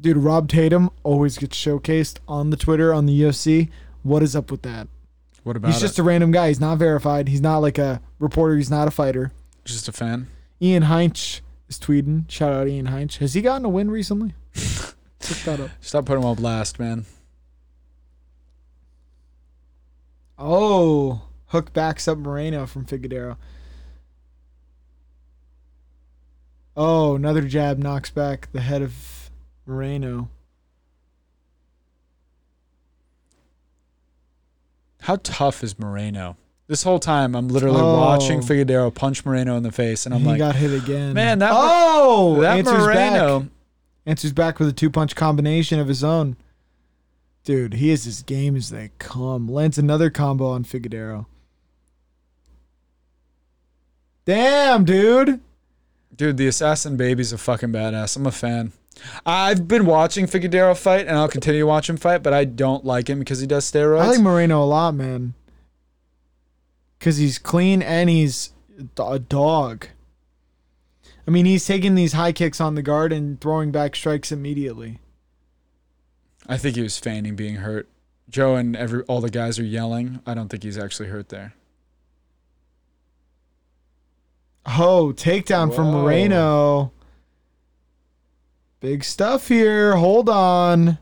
Speaker 3: Dude, Rob Tatum always gets showcased on the Twitter, on the UFC. What is up with that?
Speaker 4: What about
Speaker 3: He's just a random guy. He's not verified. He's not like a reporter. He's not a fighter.
Speaker 4: just a fan?
Speaker 3: Ian Heinch is tweeting. Shout out Ian Heinch. Has he gotten a win recently? Look that up.
Speaker 4: Stop putting him on blast, man.
Speaker 3: Oh, Hook backs up Moreno from Figueroa. Oh, another jab knocks back the head of Moreno.
Speaker 4: How tough is Moreno? This whole time, I'm literally
Speaker 3: Oh.
Speaker 4: watching Figueroa punch Moreno in the face, and I'm
Speaker 3: he
Speaker 4: like,
Speaker 3: got hit again.
Speaker 4: man, that, Mo-
Speaker 3: oh,
Speaker 4: that
Speaker 3: answers
Speaker 4: Moreno.
Speaker 3: back. Answers back with a two punch combination of his own. Dude, he is as game as they come. Lands another combo on Figueroa. Damn, dude.
Speaker 4: Dude, the Assassin Baby's a fucking badass. I'm a fan. I've been watching Figueroa fight, and I'll continue to watch him fight, but I don't like him because he does steroids.
Speaker 3: I like Moreno a lot, man. Cause he's clean and he's d- a dog. I mean, he's taking these high kicks on the guard and throwing back strikes immediately.
Speaker 4: I think he was feigning being hurt. Joe and every all the guys are yelling. I don't think he's actually hurt there.
Speaker 3: Oh, takedown from
Speaker 4: Whoa.
Speaker 3: Moreno. Big stuff here. Hold on.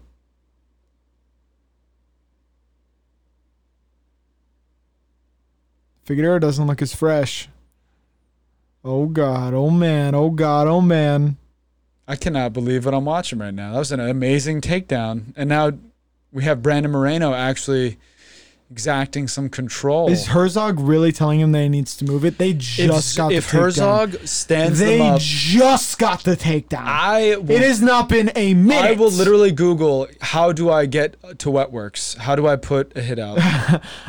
Speaker 3: Figueroa doesn't look as fresh. Oh god, oh man, oh god, oh man.
Speaker 4: I cannot believe what I'm watching right now. That was an amazing takedown. And now we have Brandon Moreno actually exacting some control.
Speaker 3: Is Herzog really telling him that he needs to move it? They just got the
Speaker 4: Oh. if
Speaker 3: takedown.
Speaker 4: Herzog stands them
Speaker 3: they
Speaker 4: up,
Speaker 3: just got the takedown.
Speaker 4: I will,
Speaker 3: it has not been a minute.
Speaker 4: I will literally Google how do I get to Wetworks? How do I put a hit out?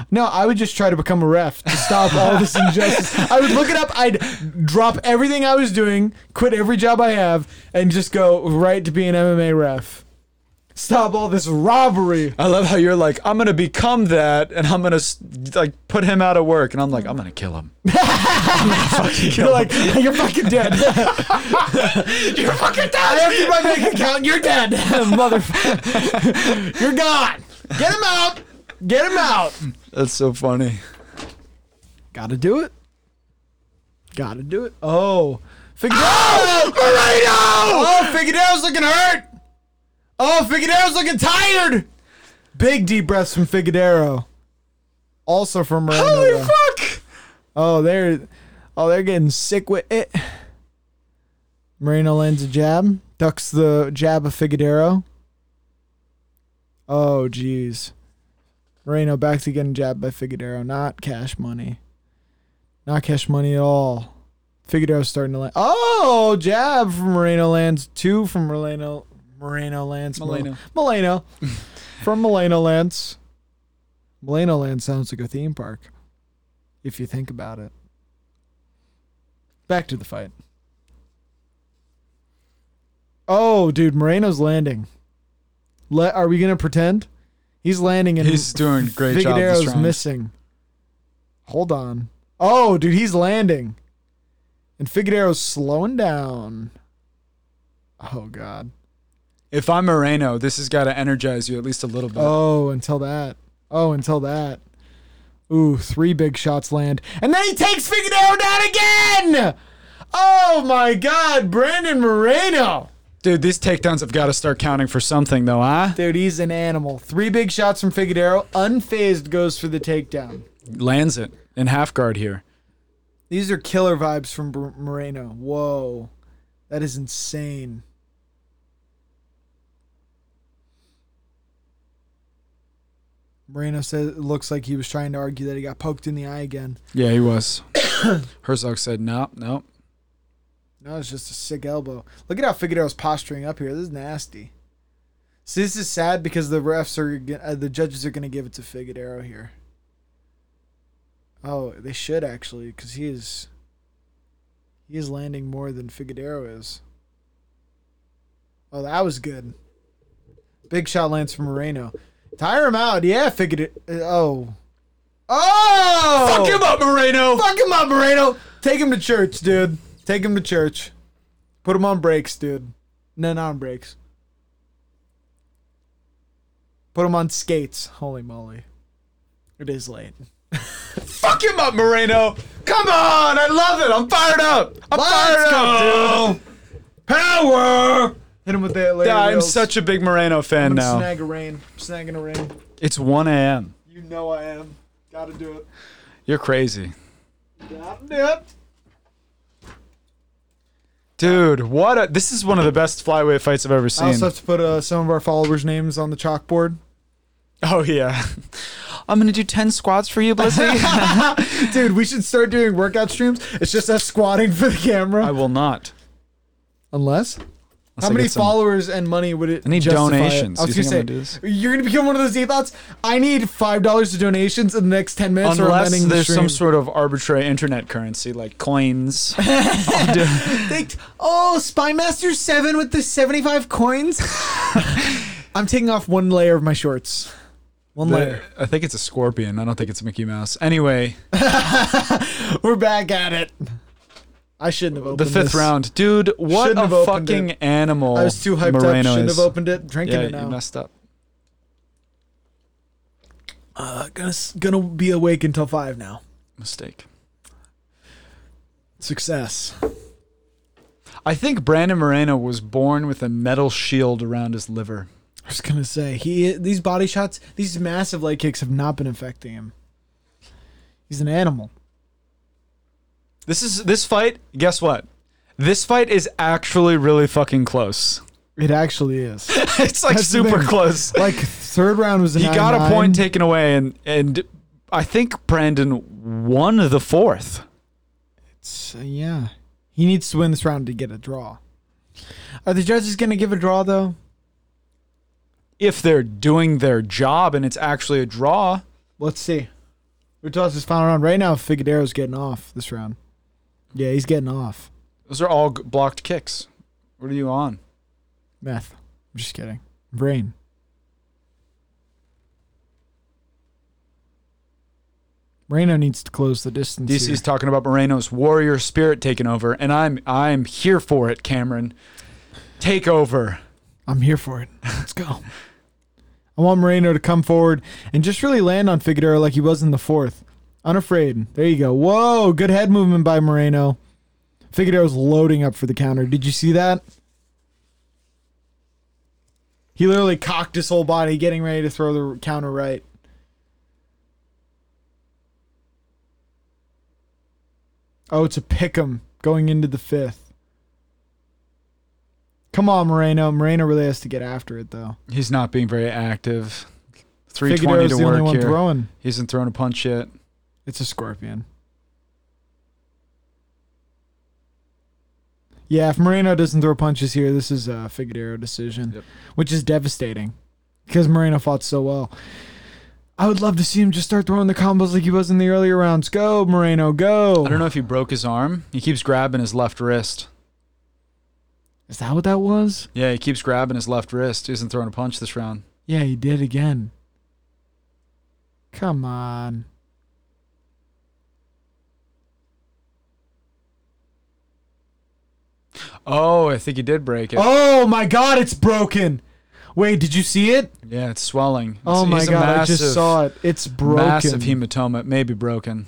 Speaker 3: No, I would just try to become a ref to stop all this injustice. I would look it up. I'd drop everything I was doing, quit every job I have, and just go right to be an MMA ref. Stop all this robbery.
Speaker 4: I love how you're like, I'm gonna become that, and I'm gonna s- like put him out of work, and I'm like, I'm gonna kill him.
Speaker 3: You're like, you're fucking dead. you're fucking dead. I emptied my bank account. You're dead, motherfucker. you're gone. Get him out. Get him out.
Speaker 4: That's so funny.
Speaker 3: Gotta do it. Gotta do it. Oh. Figueroa! Oh, Figueroa's looking hurt! Oh, Figueroa's looking tired! Big deep breaths from Figueroa. Also from Miranda. though.
Speaker 4: fuck!
Speaker 3: Oh, they're oh they're getting sick with it. Moreno lands a jab, ducks the jab of Figueroa. Oh, jeez. Moreno back to getting jabbed by Figueroa. Not cash money. Not cash money at all. Figueroa's starting to land. Oh, jab from Moreno lands. Two from Moreno. Moreno lands.
Speaker 4: Moreno.
Speaker 3: Moreno. from Moreno lands. Moreno lands sounds like a theme park if you think about it. Back to the fight. Oh, dude, Moreno's landing. Le- are we gonna pretend? He's landing and
Speaker 4: He's doing a great job. this
Speaker 3: Figueroa's
Speaker 4: round.
Speaker 3: missing. Hold on. Oh, dude, he's landing. And Figueroa's slowing down. Oh god.
Speaker 4: If I'm Moreno, this has got to energize you at least a little bit.
Speaker 3: Oh, until that. Oh, until that. Ooh, three big shots land. And then he takes Figueroa down again! Oh my god, Brandon Moreno!
Speaker 4: Dude, these takedowns have got to start counting for something, though, huh?
Speaker 3: Dude, he's an animal. Three big shots from Figueroa. Unfazed goes for the takedown.
Speaker 4: Lands it in half guard here.
Speaker 3: These are killer vibes from Br- Moreno. Whoa. That is insane. Moreno says it looks like he was trying to argue that he got poked in the eye again.
Speaker 4: Yeah, he was. Herzog said, no, no.
Speaker 3: No, it's just a sick elbow. Look at how Figueroa's posturing up here. This is nasty. See, this is sad because the refs are g- uh, the judges are going to give it to Figueroa here. Oh, they should actually because he is he is landing more than Figueroa is. Oh, that was good. Big shot lands from Moreno. Tire him out. Yeah, Figueroa. Oh. Oh!
Speaker 4: Fuck him up, Moreno!
Speaker 3: Fuck him up, Moreno. Take him to church, dude. Take him to church. Put him on breaks, dude. No, not on breaks. Put him on skates. Holy moly. It is late.
Speaker 4: Fuck him up, Moreno! Come on! I love it! I'm fired up! I'm fired up, dude! Power!
Speaker 3: Hit him with that later.
Speaker 4: Yeah, I'm such a big Moreno fan now.
Speaker 3: Snag a rain. I'm snagging a rain.
Speaker 4: It's 1 a.m.
Speaker 3: You know I am. Gotta do it.
Speaker 4: You're crazy.
Speaker 3: Gotta do it.
Speaker 4: Dude, what a. This is one of the best flyweight fights I've ever
Speaker 3: I
Speaker 4: seen.
Speaker 3: also have to put uh, some of our followers' names on the chalkboard.
Speaker 4: oh, yeah. I'm gonna do 10 squats for you, Blizzy.
Speaker 3: Dude, we should start doing workout streams. It's just us squatting for the camera.
Speaker 4: I will not.
Speaker 3: Unless?
Speaker 4: I
Speaker 3: How many
Speaker 4: get some-
Speaker 3: followers and money would it?
Speaker 4: I need
Speaker 3: justify it?
Speaker 4: donations.
Speaker 3: I was
Speaker 4: You
Speaker 3: gonna
Speaker 4: think
Speaker 3: say
Speaker 4: I'm gonna do
Speaker 3: you're gonna become one of those evots. I need five dollars to donations in the next ten minutes. or I'm
Speaker 4: Unless
Speaker 3: ending the
Speaker 4: there's some
Speaker 3: stream.
Speaker 4: sort of arbitrary internet currency like coins.
Speaker 3: Think- oh, Spymaster Seven with the seventy-five coins. I'm taking off one layer of my shorts. One layer.
Speaker 4: I think it's a scorpion. I don't think it's Mickey Mouse. Anyway,
Speaker 3: We're back at it. I shouldn't have
Speaker 4: the
Speaker 3: opened
Speaker 4: fifth
Speaker 3: this.
Speaker 4: round, dude. What
Speaker 3: Shouldn't have
Speaker 4: a
Speaker 3: opened
Speaker 4: fucking animal!
Speaker 3: I was too hyped up.
Speaker 4: Moreno
Speaker 3: Shouldn't
Speaker 4: is.
Speaker 3: have opened it. Drinking
Speaker 4: Yeah,
Speaker 3: it
Speaker 4: you
Speaker 3: now.
Speaker 4: messed up.
Speaker 3: Uh, gonna s- gonna be awake until five now.
Speaker 4: Mistake.
Speaker 3: Success.
Speaker 4: I think Brandon Moreno was born with a metal shield around his liver.
Speaker 3: I was gonna say he these body shots, these massive leg kicks have not been affecting him. He's an animal.
Speaker 4: This is this fight. Guess what? This fight is actually really fucking close.
Speaker 3: It actually is.
Speaker 4: it's like
Speaker 3: That's the
Speaker 4: super
Speaker 3: thing.
Speaker 4: close.
Speaker 3: Like third round was.
Speaker 4: He got a point
Speaker 3: taken.
Speaker 4: taken away, and and I think Brandon won the fourth.
Speaker 3: So, yeah, he needs to win this round to get a draw. Are the judges gonna give a draw though?
Speaker 4: If they're doing their job and it's actually a draw,
Speaker 3: Let's see. Who toss this final round right now? Figueroa's getting off this round. Yeah, he's getting off.
Speaker 4: those are all g- blocked kicks. What are you on?
Speaker 3: Meth. I'm just kidding. Brain. Moreno needs to close the distance.
Speaker 4: DC's
Speaker 3: here.
Speaker 4: talking about Moreno's warrior spirit taking over, and I'm I'm here for it, Cameron. Take over.
Speaker 3: I'm here for it. Let's go. I want Moreno to come forward and just really land on Figueroa like he was in the fourth. Unafraid. There you go. Whoa, good head movement by Moreno. Figueroa's loading up for the counter. Did you see that? He literally cocked his whole body, getting ready to throw the counter right. Oh, it's a pick 'em going into the fifth. Come on, Moreno. Moreno really has to get after it, though.
Speaker 4: He's not being very active. Three twenty
Speaker 3: Figueroa's
Speaker 4: to
Speaker 3: the only
Speaker 4: work
Speaker 3: one
Speaker 4: here.
Speaker 3: throwing.
Speaker 4: He hasn't thrown a punch yet.
Speaker 3: It's a scorpion. Yeah, if Moreno doesn't throw punches here, this is a Figueroa decision,
Speaker 4: Yep.
Speaker 3: which is devastating because Moreno fought so well. I would love to see him just start throwing the combos like he was in the earlier rounds. Go, Moreno, go.
Speaker 4: I don't know if he broke his arm. He keeps grabbing his left wrist.
Speaker 3: Is that what that was?
Speaker 4: Yeah, he keeps grabbing his left wrist. He isn't throwing a punch this round.
Speaker 3: Yeah, he did again. Come on.
Speaker 4: Oh, I think he did break it.
Speaker 3: Oh my god, it's broken. Wait, did you see it?
Speaker 4: Yeah, it's swelling. It's,
Speaker 3: Oh my
Speaker 4: he's a
Speaker 3: god, I just saw it. It's broken.
Speaker 4: Massive hematoma, maybe broken.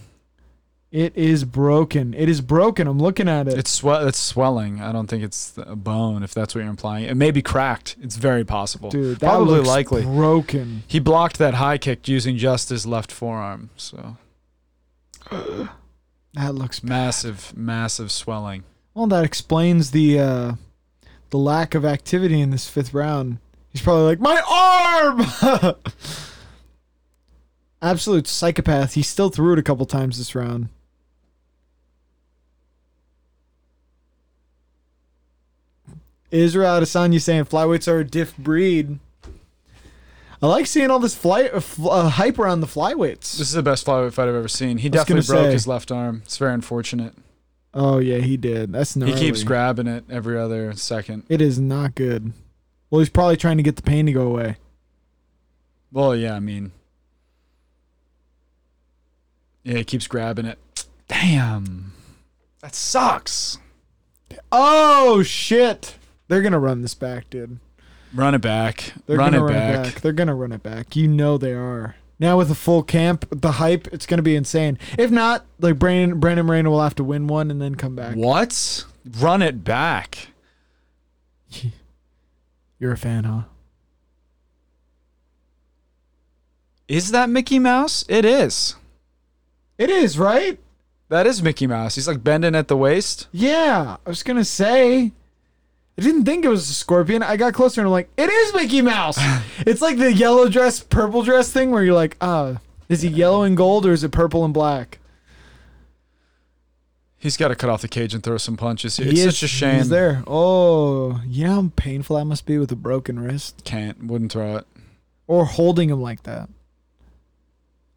Speaker 3: It is broken. It is broken. I'm looking at it.
Speaker 4: It's swell. It's swelling. I don't think it's a bone, if that's what you're implying. It may be cracked. It's very possible.
Speaker 3: Dude, that
Speaker 4: probably
Speaker 3: looks
Speaker 4: likely.
Speaker 3: broken.
Speaker 4: He blocked that high kick using just his left forearm. So
Speaker 3: That looks
Speaker 4: massive, massive swelling.
Speaker 3: well. That explains the uh, the lack of activity in this fifth round. He's probably like my arm. Absolute psychopath. He still threw it a couple times this round. Israel Adesanya saying flyweights are a diff breed. I like seeing all this flight uh, fl- uh, hype around the flyweights.
Speaker 4: This is the best flyweight fight I've ever seen. He
Speaker 3: was gonna
Speaker 4: definitely broke
Speaker 3: say.
Speaker 4: his left arm. It's very unfortunate.
Speaker 3: Oh yeah, he did. That's gnarly.
Speaker 4: He keeps grabbing it every other second.
Speaker 3: It is not good. Well, he's probably trying to get the pain to go away.
Speaker 4: Well, yeah, I mean, yeah, he keeps grabbing it. Damn, that sucks.
Speaker 3: Oh shit! They're gonna run this back, dude.
Speaker 4: Run it back.
Speaker 3: They're
Speaker 4: run it
Speaker 3: gonna run
Speaker 4: back.
Speaker 3: it back. They're gonna run it back. You know they are. Now with a full camp, the hype, it's gonna be insane. If not, like Brandon Brandon Moreno will have to win one and then come back.
Speaker 4: What? Run it back.
Speaker 3: You're a fan, huh?
Speaker 4: Is that Mickey Mouse? It is.
Speaker 3: It is right.
Speaker 4: That is Mickey Mouse. He's like bending at the waist.
Speaker 3: Yeah, I was gonna say. I didn't think it was a scorpion. I got closer and I'm like, it is Mickey Mouse. it's like the yellow dress, purple dress thing where you're like, ah, is it yellow and gold or is it purple and black?
Speaker 4: He's got to cut off the cage and throw some punches. here.
Speaker 3: He
Speaker 4: It's
Speaker 3: is-
Speaker 4: such a shame.
Speaker 3: He's there. Oh, you know how painful that must be with a broken wrist
Speaker 4: Can't. Wouldn't throw it.
Speaker 3: or holding him like that.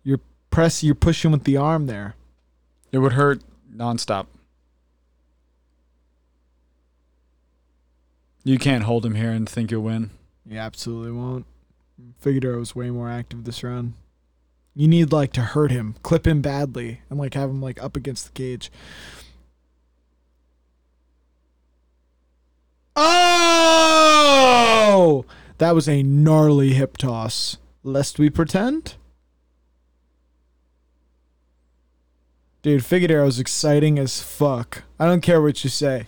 Speaker 3: You're press. You're pushing with the arm there.
Speaker 4: It would hurt nonstop. You can't hold him here and think you'll win.
Speaker 3: You absolutely won't. Figueroa was way more active this round. You need like to hurt him, clip him badly, and like have him like up against the cage. Oh! That was a gnarly hip toss. Lest we pretend? Dude, Figueroa's exciting as fuck. I don't care what you say.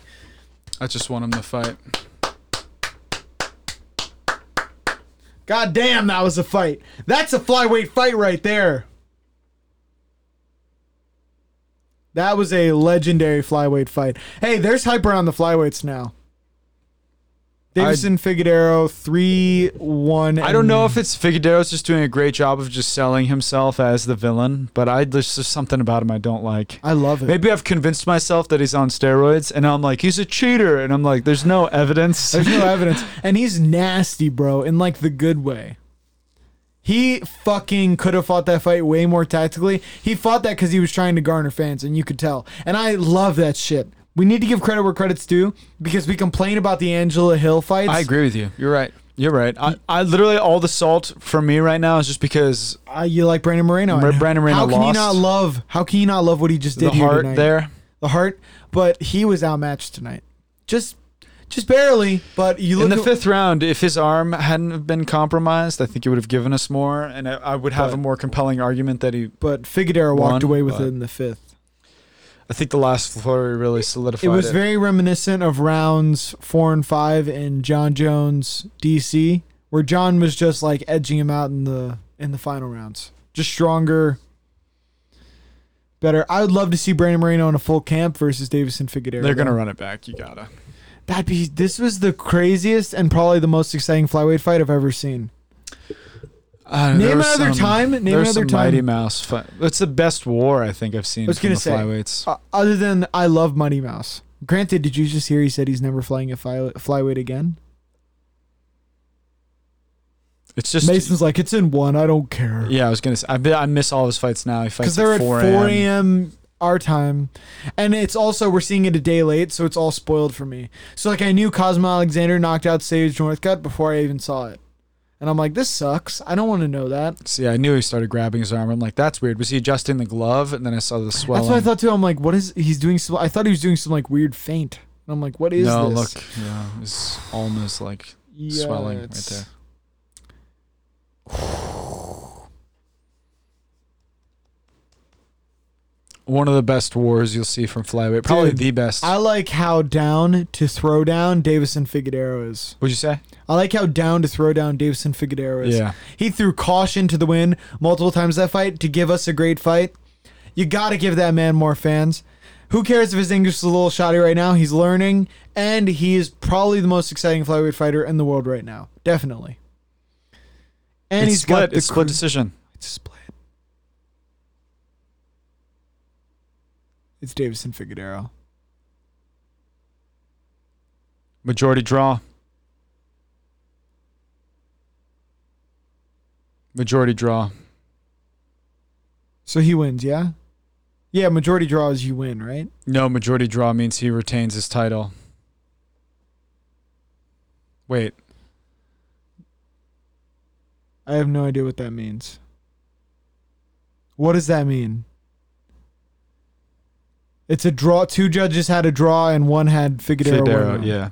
Speaker 4: I I just want him to fight.
Speaker 3: God damn, that was a fight. That's a flyweight fight right there. That was a legendary flyweight fight. Hey, there's hype around the flyweights now. Davidson Figueroa, 3 1.
Speaker 4: I don't know if it's Figueroa's just doing a great job of just selling himself as the villain, but I there's just something about him I don't like.
Speaker 3: I love it.
Speaker 4: Maybe I've convinced myself that he's on steroids, and I'm like, he's a cheater, and I'm like, there's no evidence.
Speaker 3: There's no evidence. And he's nasty, bro, in like the good way. He fucking could have fought that fight way more tactically. He fought that because he was trying to garner fans, and you could tell. And I love that shit. We need to give credit where credit's due because we complain about the Angela Hill fights.
Speaker 4: I agree with you. You're right. You're right. I, I literally all the salt for me right now is just because
Speaker 3: Uh, you like Brandon Moreno.
Speaker 4: Bra- Brandon Moreno
Speaker 3: How can you
Speaker 4: lost.
Speaker 3: not love? How can you not love what he just did
Speaker 4: the
Speaker 3: here
Speaker 4: heart
Speaker 3: tonight?
Speaker 4: there.
Speaker 3: The heart, but he was outmatched tonight. Just, just barely. But you look
Speaker 4: In the
Speaker 3: at-
Speaker 4: fifth round, if his arm hadn't have been compromised, I think it would have given us more, and I, I would have a more compelling argument that he.
Speaker 3: But Figueroa walked
Speaker 4: One,
Speaker 3: away with
Speaker 4: but-
Speaker 3: it in the fifth.
Speaker 4: I think the last flurry really solidified
Speaker 3: It was very reminiscent of rounds four and five in John Jones DC, where John was just like edging him out in the in the final rounds. Just stronger, better. I would love to see Brandon Moreno in a full camp versus Davison Figueroa.
Speaker 4: They're gonna
Speaker 3: though.
Speaker 4: run it back. You gotta.
Speaker 3: That'd be. This was the craziest and probably the most exciting flyweight fight I've ever seen.
Speaker 4: Uh,
Speaker 3: Name
Speaker 4: there was
Speaker 3: another
Speaker 4: some-
Speaker 3: time, name
Speaker 4: there was
Speaker 3: another
Speaker 4: some
Speaker 3: time.
Speaker 4: Mighty Mouse. Fight. That's the best war I think I've seen.
Speaker 3: was
Speaker 4: from
Speaker 3: gonna
Speaker 4: the
Speaker 3: say,
Speaker 4: flyweights.
Speaker 3: Uh, other than I love Mighty Mouse. Granted, did you just hear he said he's never flying a fly, flyweight again?
Speaker 4: It's just
Speaker 3: Mason's like, it's in one. I don't care.
Speaker 4: Yeah, I was gonna say I, bet- I miss all his fights now. He
Speaker 3: because
Speaker 4: fights
Speaker 3: they're
Speaker 4: at four a.m.
Speaker 3: a.m. our time, and it's also we're seeing it a day late, so it's all spoiled for me. So like I knew Cosmo Alexander knocked out Sage Northcutt before I even saw it, and I'm like, this sucks. I don't want to know that.
Speaker 4: See, I knew he started grabbing his arm. I'm like, that's weird. Was he adjusting the glove? And then I saw the swelling.
Speaker 3: That's what I thought too. I'm like, what is he's doing? Some, I thought he was doing some like weird feint, and I'm like, what is
Speaker 4: no,
Speaker 3: this?
Speaker 4: look, yeah, it's almost like swelling right
Speaker 3: Yikes.
Speaker 4: there. One of the best wars you'll see from flyweight. Probably
Speaker 3: Dude,
Speaker 4: the best.
Speaker 3: I like how down to throw down Davison Figueroa is.
Speaker 4: Would you say?
Speaker 3: I like how down to throw down Davison Figueroa is.
Speaker 4: Yeah.
Speaker 3: He threw caution to the wind multiple times that fight to give us a great fight. You got to give that man more fans. Who cares if his English is a little shoddy right now? He's learning, and he is probably the most exciting flyweight fighter in the world right now. Definitely. And
Speaker 4: it's
Speaker 3: he's
Speaker 4: split.
Speaker 3: got the
Speaker 4: it's split
Speaker 3: cru-
Speaker 4: decision.
Speaker 3: It's split. It's Davison Figueroa.
Speaker 4: Majority draw. Majority draw.
Speaker 3: So he wins, yeah? Yeah, majority draws you win, right?
Speaker 4: No, majority draw means he retains his title. Wait,
Speaker 3: I have no idea what that means. What does that mean? It's a draw. Two judges had a draw, and one had Figueroa.
Speaker 4: Federo,
Speaker 3: winning.
Speaker 4: yeah.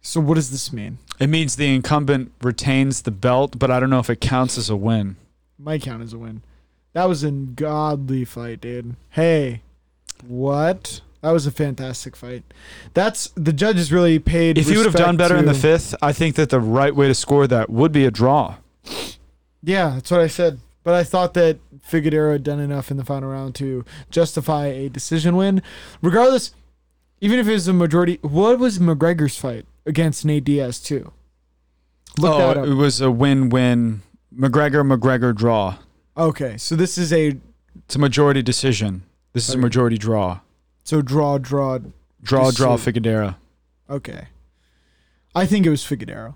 Speaker 3: So what does this mean?
Speaker 4: It means the incumbent retains the belt, but I don't know if it counts as a win.
Speaker 3: My count is a win. That was a godly fight, dude. Hey, what? That was a fantastic fight. That's the judges really paid.
Speaker 4: If he would have
Speaker 3: respect
Speaker 4: done better in the
Speaker 3: to-
Speaker 4: fifth, I think that the right way to score that would be a draw.
Speaker 3: Yeah, that's what I said. But I thought that Figueroa had done enough in the final round to justify a decision win. Regardless, even if it was a majority, what was McGregor's fight against Nate Diaz too? Look that
Speaker 4: oh,
Speaker 3: up.
Speaker 4: it was a win-win. McGregor McGregor draw.
Speaker 3: Okay, so this is a
Speaker 4: It's a majority decision. This is a
Speaker 3: Okay.
Speaker 4: majority draw.
Speaker 3: so draw draw.
Speaker 4: Draw
Speaker 3: Just
Speaker 4: draw
Speaker 3: so-
Speaker 4: Figueroa.
Speaker 3: Okay, I think it was Figueroa.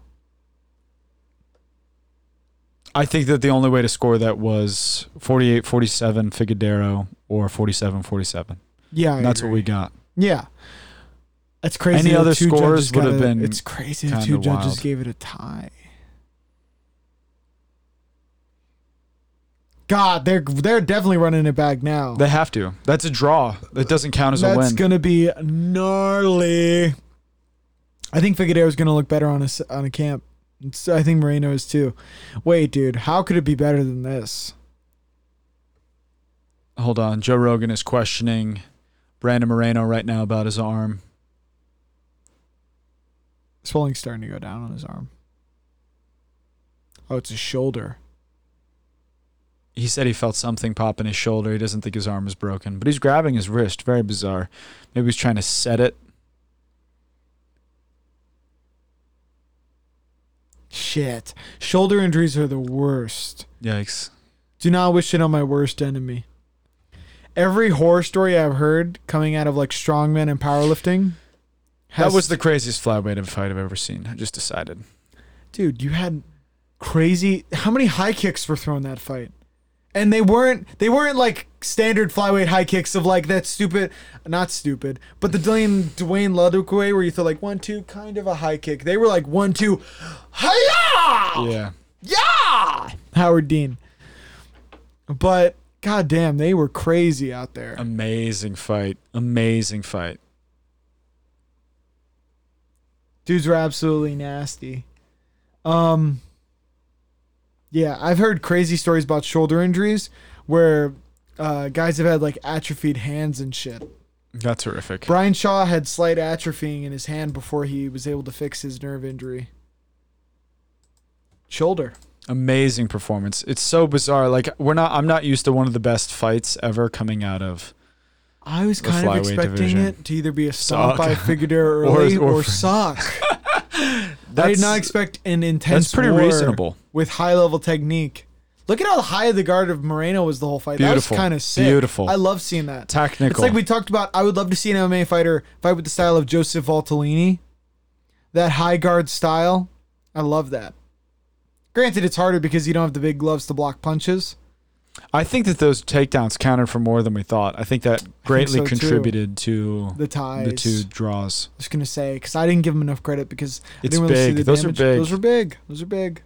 Speaker 4: I think that the only way to score that was 48-47 Figueroa or 47-47.
Speaker 3: Yeah, I
Speaker 4: And that's what
Speaker 3: agree.
Speaker 4: we got.
Speaker 3: Yeah, that's crazy.
Speaker 4: Any
Speaker 3: that
Speaker 4: other
Speaker 3: two judges
Speaker 4: scores would have
Speaker 3: got a-
Speaker 4: been
Speaker 3: It's crazy. that
Speaker 4: kinda
Speaker 3: Two judges
Speaker 4: wild.
Speaker 3: gave it a tie. God, they're they're definitely running it back now.
Speaker 4: They have to. That's a draw. That doesn't count as a
Speaker 3: That's
Speaker 4: win.
Speaker 3: gonna be gnarly. I think Figueroa's gonna look better on a s- on a camp. It's- I think Moreno is too. Wait, dude, how could it be better than this?
Speaker 4: Hold on. Joe Rogan is questioning Brandon Moreno right now about his arm.
Speaker 3: swelling's starting to go down on his arm. Oh, it's his shoulder.
Speaker 4: He said he felt something pop in his shoulder. He doesn't think his arm is broken, but he's grabbing his wrist. Very bizarre. Maybe he's trying to set it.
Speaker 3: Shit. Shoulder injuries are the worst.
Speaker 4: Yikes.
Speaker 3: Do not wish it on my worst enemy. Every horror story I've heard coming out of like strongmen and powerlifting
Speaker 4: That was the craziest flyweight fight I've ever seen. I just decided.
Speaker 3: dude, you had crazy how many high kicks were thrown that fight? And they weren't they weren't like standard flyweight high kicks of like that stupid not stupid, but the Dwayne Dwayne Leduc way where you throw like one two kind of a high kick. They were like one two hiya
Speaker 4: Yeah.
Speaker 3: yeah Howard Dean. But goddamn, they were crazy out there.
Speaker 4: Um, Amazing fight. Amazing fight.
Speaker 3: dudes were absolutely nasty. Um, yeah, I've heard crazy stories about shoulder injuries where uh, guys have had like atrophied hands and shit.
Speaker 4: That's horrific.
Speaker 3: Brian Shaw had slight atrophying in his hand before he was able to fix his nerve injury. Shoulder.
Speaker 4: amazing performance. It's so bizarre. Like we're not I'm not used to one of the best fights ever coming out of
Speaker 3: I was
Speaker 4: The
Speaker 3: kind of
Speaker 4: flyweight
Speaker 3: expecting
Speaker 4: division.
Speaker 3: it to either be a stomp
Speaker 4: Sock.
Speaker 3: by Figueroa early or,
Speaker 4: or-
Speaker 3: sock. I did not expect an intense.
Speaker 4: that's pretty
Speaker 3: war
Speaker 4: reasonable.
Speaker 3: with high level technique. Look at how high the guard of Moreno was the whole fight.
Speaker 4: Beautiful.
Speaker 3: That was kind of sick.
Speaker 4: Beautiful.
Speaker 3: I love seeing that.
Speaker 4: technical.
Speaker 3: It's like we talked about. I would love to see an MMA fighter fight with the style of Joseph Valtellini, that high guard style. I love that. Granted, it's harder because you don't have the big gloves to block punches.
Speaker 4: I think that those takedowns counted for more than we thought. I think that greatly
Speaker 3: so, too.
Speaker 4: contributed to
Speaker 3: The ties.
Speaker 4: the two draws.
Speaker 3: I was gonna say because I didn't give him enough credit because I
Speaker 4: It's
Speaker 3: didn't really see
Speaker 4: big.
Speaker 3: the
Speaker 4: Those are
Speaker 3: damage.
Speaker 4: big.
Speaker 3: Those are big. Those are big.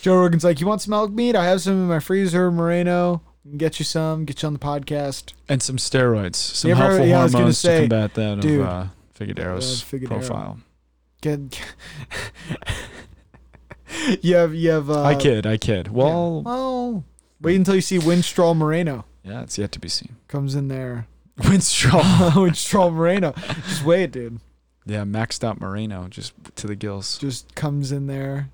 Speaker 3: Joe Rogan's like, you want some elk meat? I have some in my freezer, Moreno. I can get you some. Get you on the podcast.
Speaker 4: And some steroids, some
Speaker 3: You ever-
Speaker 4: helpful
Speaker 3: yeah, I was gonna
Speaker 4: hormones
Speaker 3: say,
Speaker 4: to combat that
Speaker 3: dude,
Speaker 4: of uh, Figueroa's
Speaker 3: uh, Figueroa.
Speaker 4: profile.
Speaker 3: Get. you have you have. Uh,
Speaker 4: I kid, I kid. Well, yeah.
Speaker 3: Well, wait until you see Winstrol Moreno
Speaker 4: it's yet to be seen.
Speaker 3: comes in there.
Speaker 4: Winstrol.
Speaker 3: Winstrol Moreno, just wait, dude.
Speaker 4: yeah, maxed out Moreno just to the gills.
Speaker 3: Just comes in there.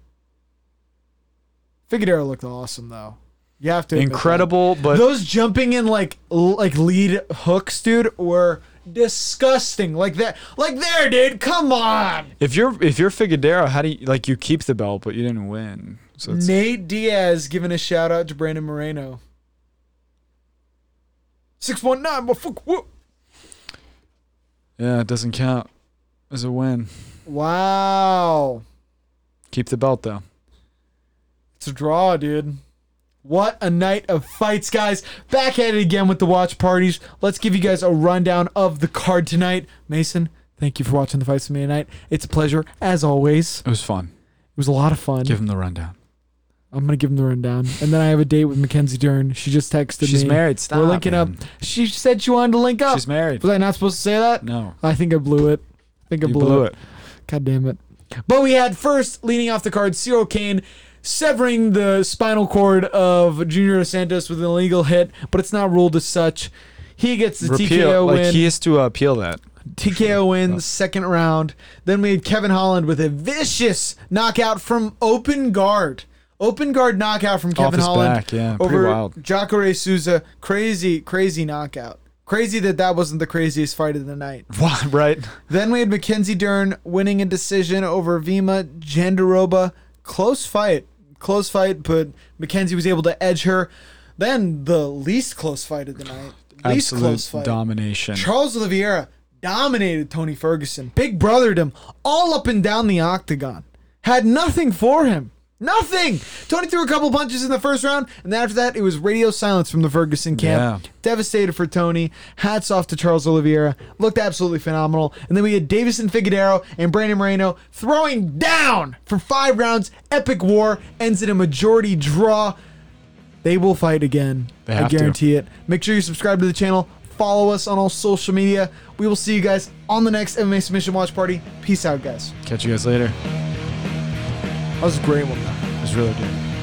Speaker 3: Figueroa looked awesome though. You have to admit that.
Speaker 4: Incredible, but
Speaker 3: those jumping in like l- like lead hooks, dude, were disgusting. Like that, like there, dude. Come on,
Speaker 4: If you're if you're Figueroa, how do you like you keep the belt but you didn't win? So it's,
Speaker 3: Nate Diaz giving a shout out to Brandon Moreno. Six one nine, but fuck. Whoop.
Speaker 4: yeah, it doesn't count as a win.
Speaker 3: Wow,
Speaker 4: Keep the belt though.
Speaker 3: it's a draw, dude. What a night of fights, guys. Back at it again with the watch parties. Let's give you guys a rundown of the card tonight. Mason, thank you for watching the fights with me tonight. It's a pleasure, as always. It
Speaker 4: It was fun.
Speaker 3: was a lot of fun.
Speaker 4: Give him the rundown.
Speaker 3: I'm gonna give him the rundown, and then I have a date with Mackenzie Dern. She just texted
Speaker 4: She's
Speaker 3: me.
Speaker 4: married. Stop.
Speaker 3: We're linking
Speaker 4: man.
Speaker 3: up. She said she wanted to link up.
Speaker 4: She's married.
Speaker 3: Was I not supposed to say that?
Speaker 4: No,
Speaker 3: I think I blew it. I think I
Speaker 4: you
Speaker 3: blew,
Speaker 4: blew
Speaker 3: it.
Speaker 4: it.
Speaker 3: God damn it. But we had first leading off the card, Ciro Kane severing the spinal cord of Junior Dos Santos with an illegal hit, but it's not ruled as such. He gets the TKO
Speaker 4: Repeal. Like
Speaker 3: win.
Speaker 4: he has to uh, appeal that.
Speaker 3: TKO win, second round. Then we had Kevin Holland with a vicious knockout from open guard. Open guard knockout from Kevin
Speaker 4: his
Speaker 3: Holland
Speaker 4: back, yeah, pretty
Speaker 3: over
Speaker 4: wild.
Speaker 3: Jacare Souza. Crazy, crazy knockout. Crazy that that wasn't the craziest fight of the night.
Speaker 4: Why, right?
Speaker 3: Then we had Mackenzie Dern winning a decision over Vima Jandaroba. Close fight. Close fight, but Mackenzie was able to edge her. Then the least close fight of the night. Least
Speaker 4: Absolute
Speaker 3: close fight.
Speaker 4: domination.
Speaker 3: Charles Oliveira dominated Tony Ferguson, big brothered him all up and down the octagon. Had nothing for him. Nothing. Tony threw a couple punches in the first round, and then after that, it was radio silence from the Ferguson camp.
Speaker 4: Yeah.
Speaker 3: Devastated for Tony. Hats off to Charles Oliveira. Looked absolutely phenomenal. And then we had Davison Figueroa and Brandon Moreno throwing down for five rounds. Epic war ends in a majority draw. They will fight again.
Speaker 4: They
Speaker 3: I
Speaker 4: have to.
Speaker 3: guarantee it. Make sure you subscribe to the channel. Follow us on all social media. We will see you guys on the next MMA Submission Watch Party. Peace out, guys.
Speaker 4: Catch you guys later.
Speaker 3: That was a great one, though.
Speaker 4: It was really good.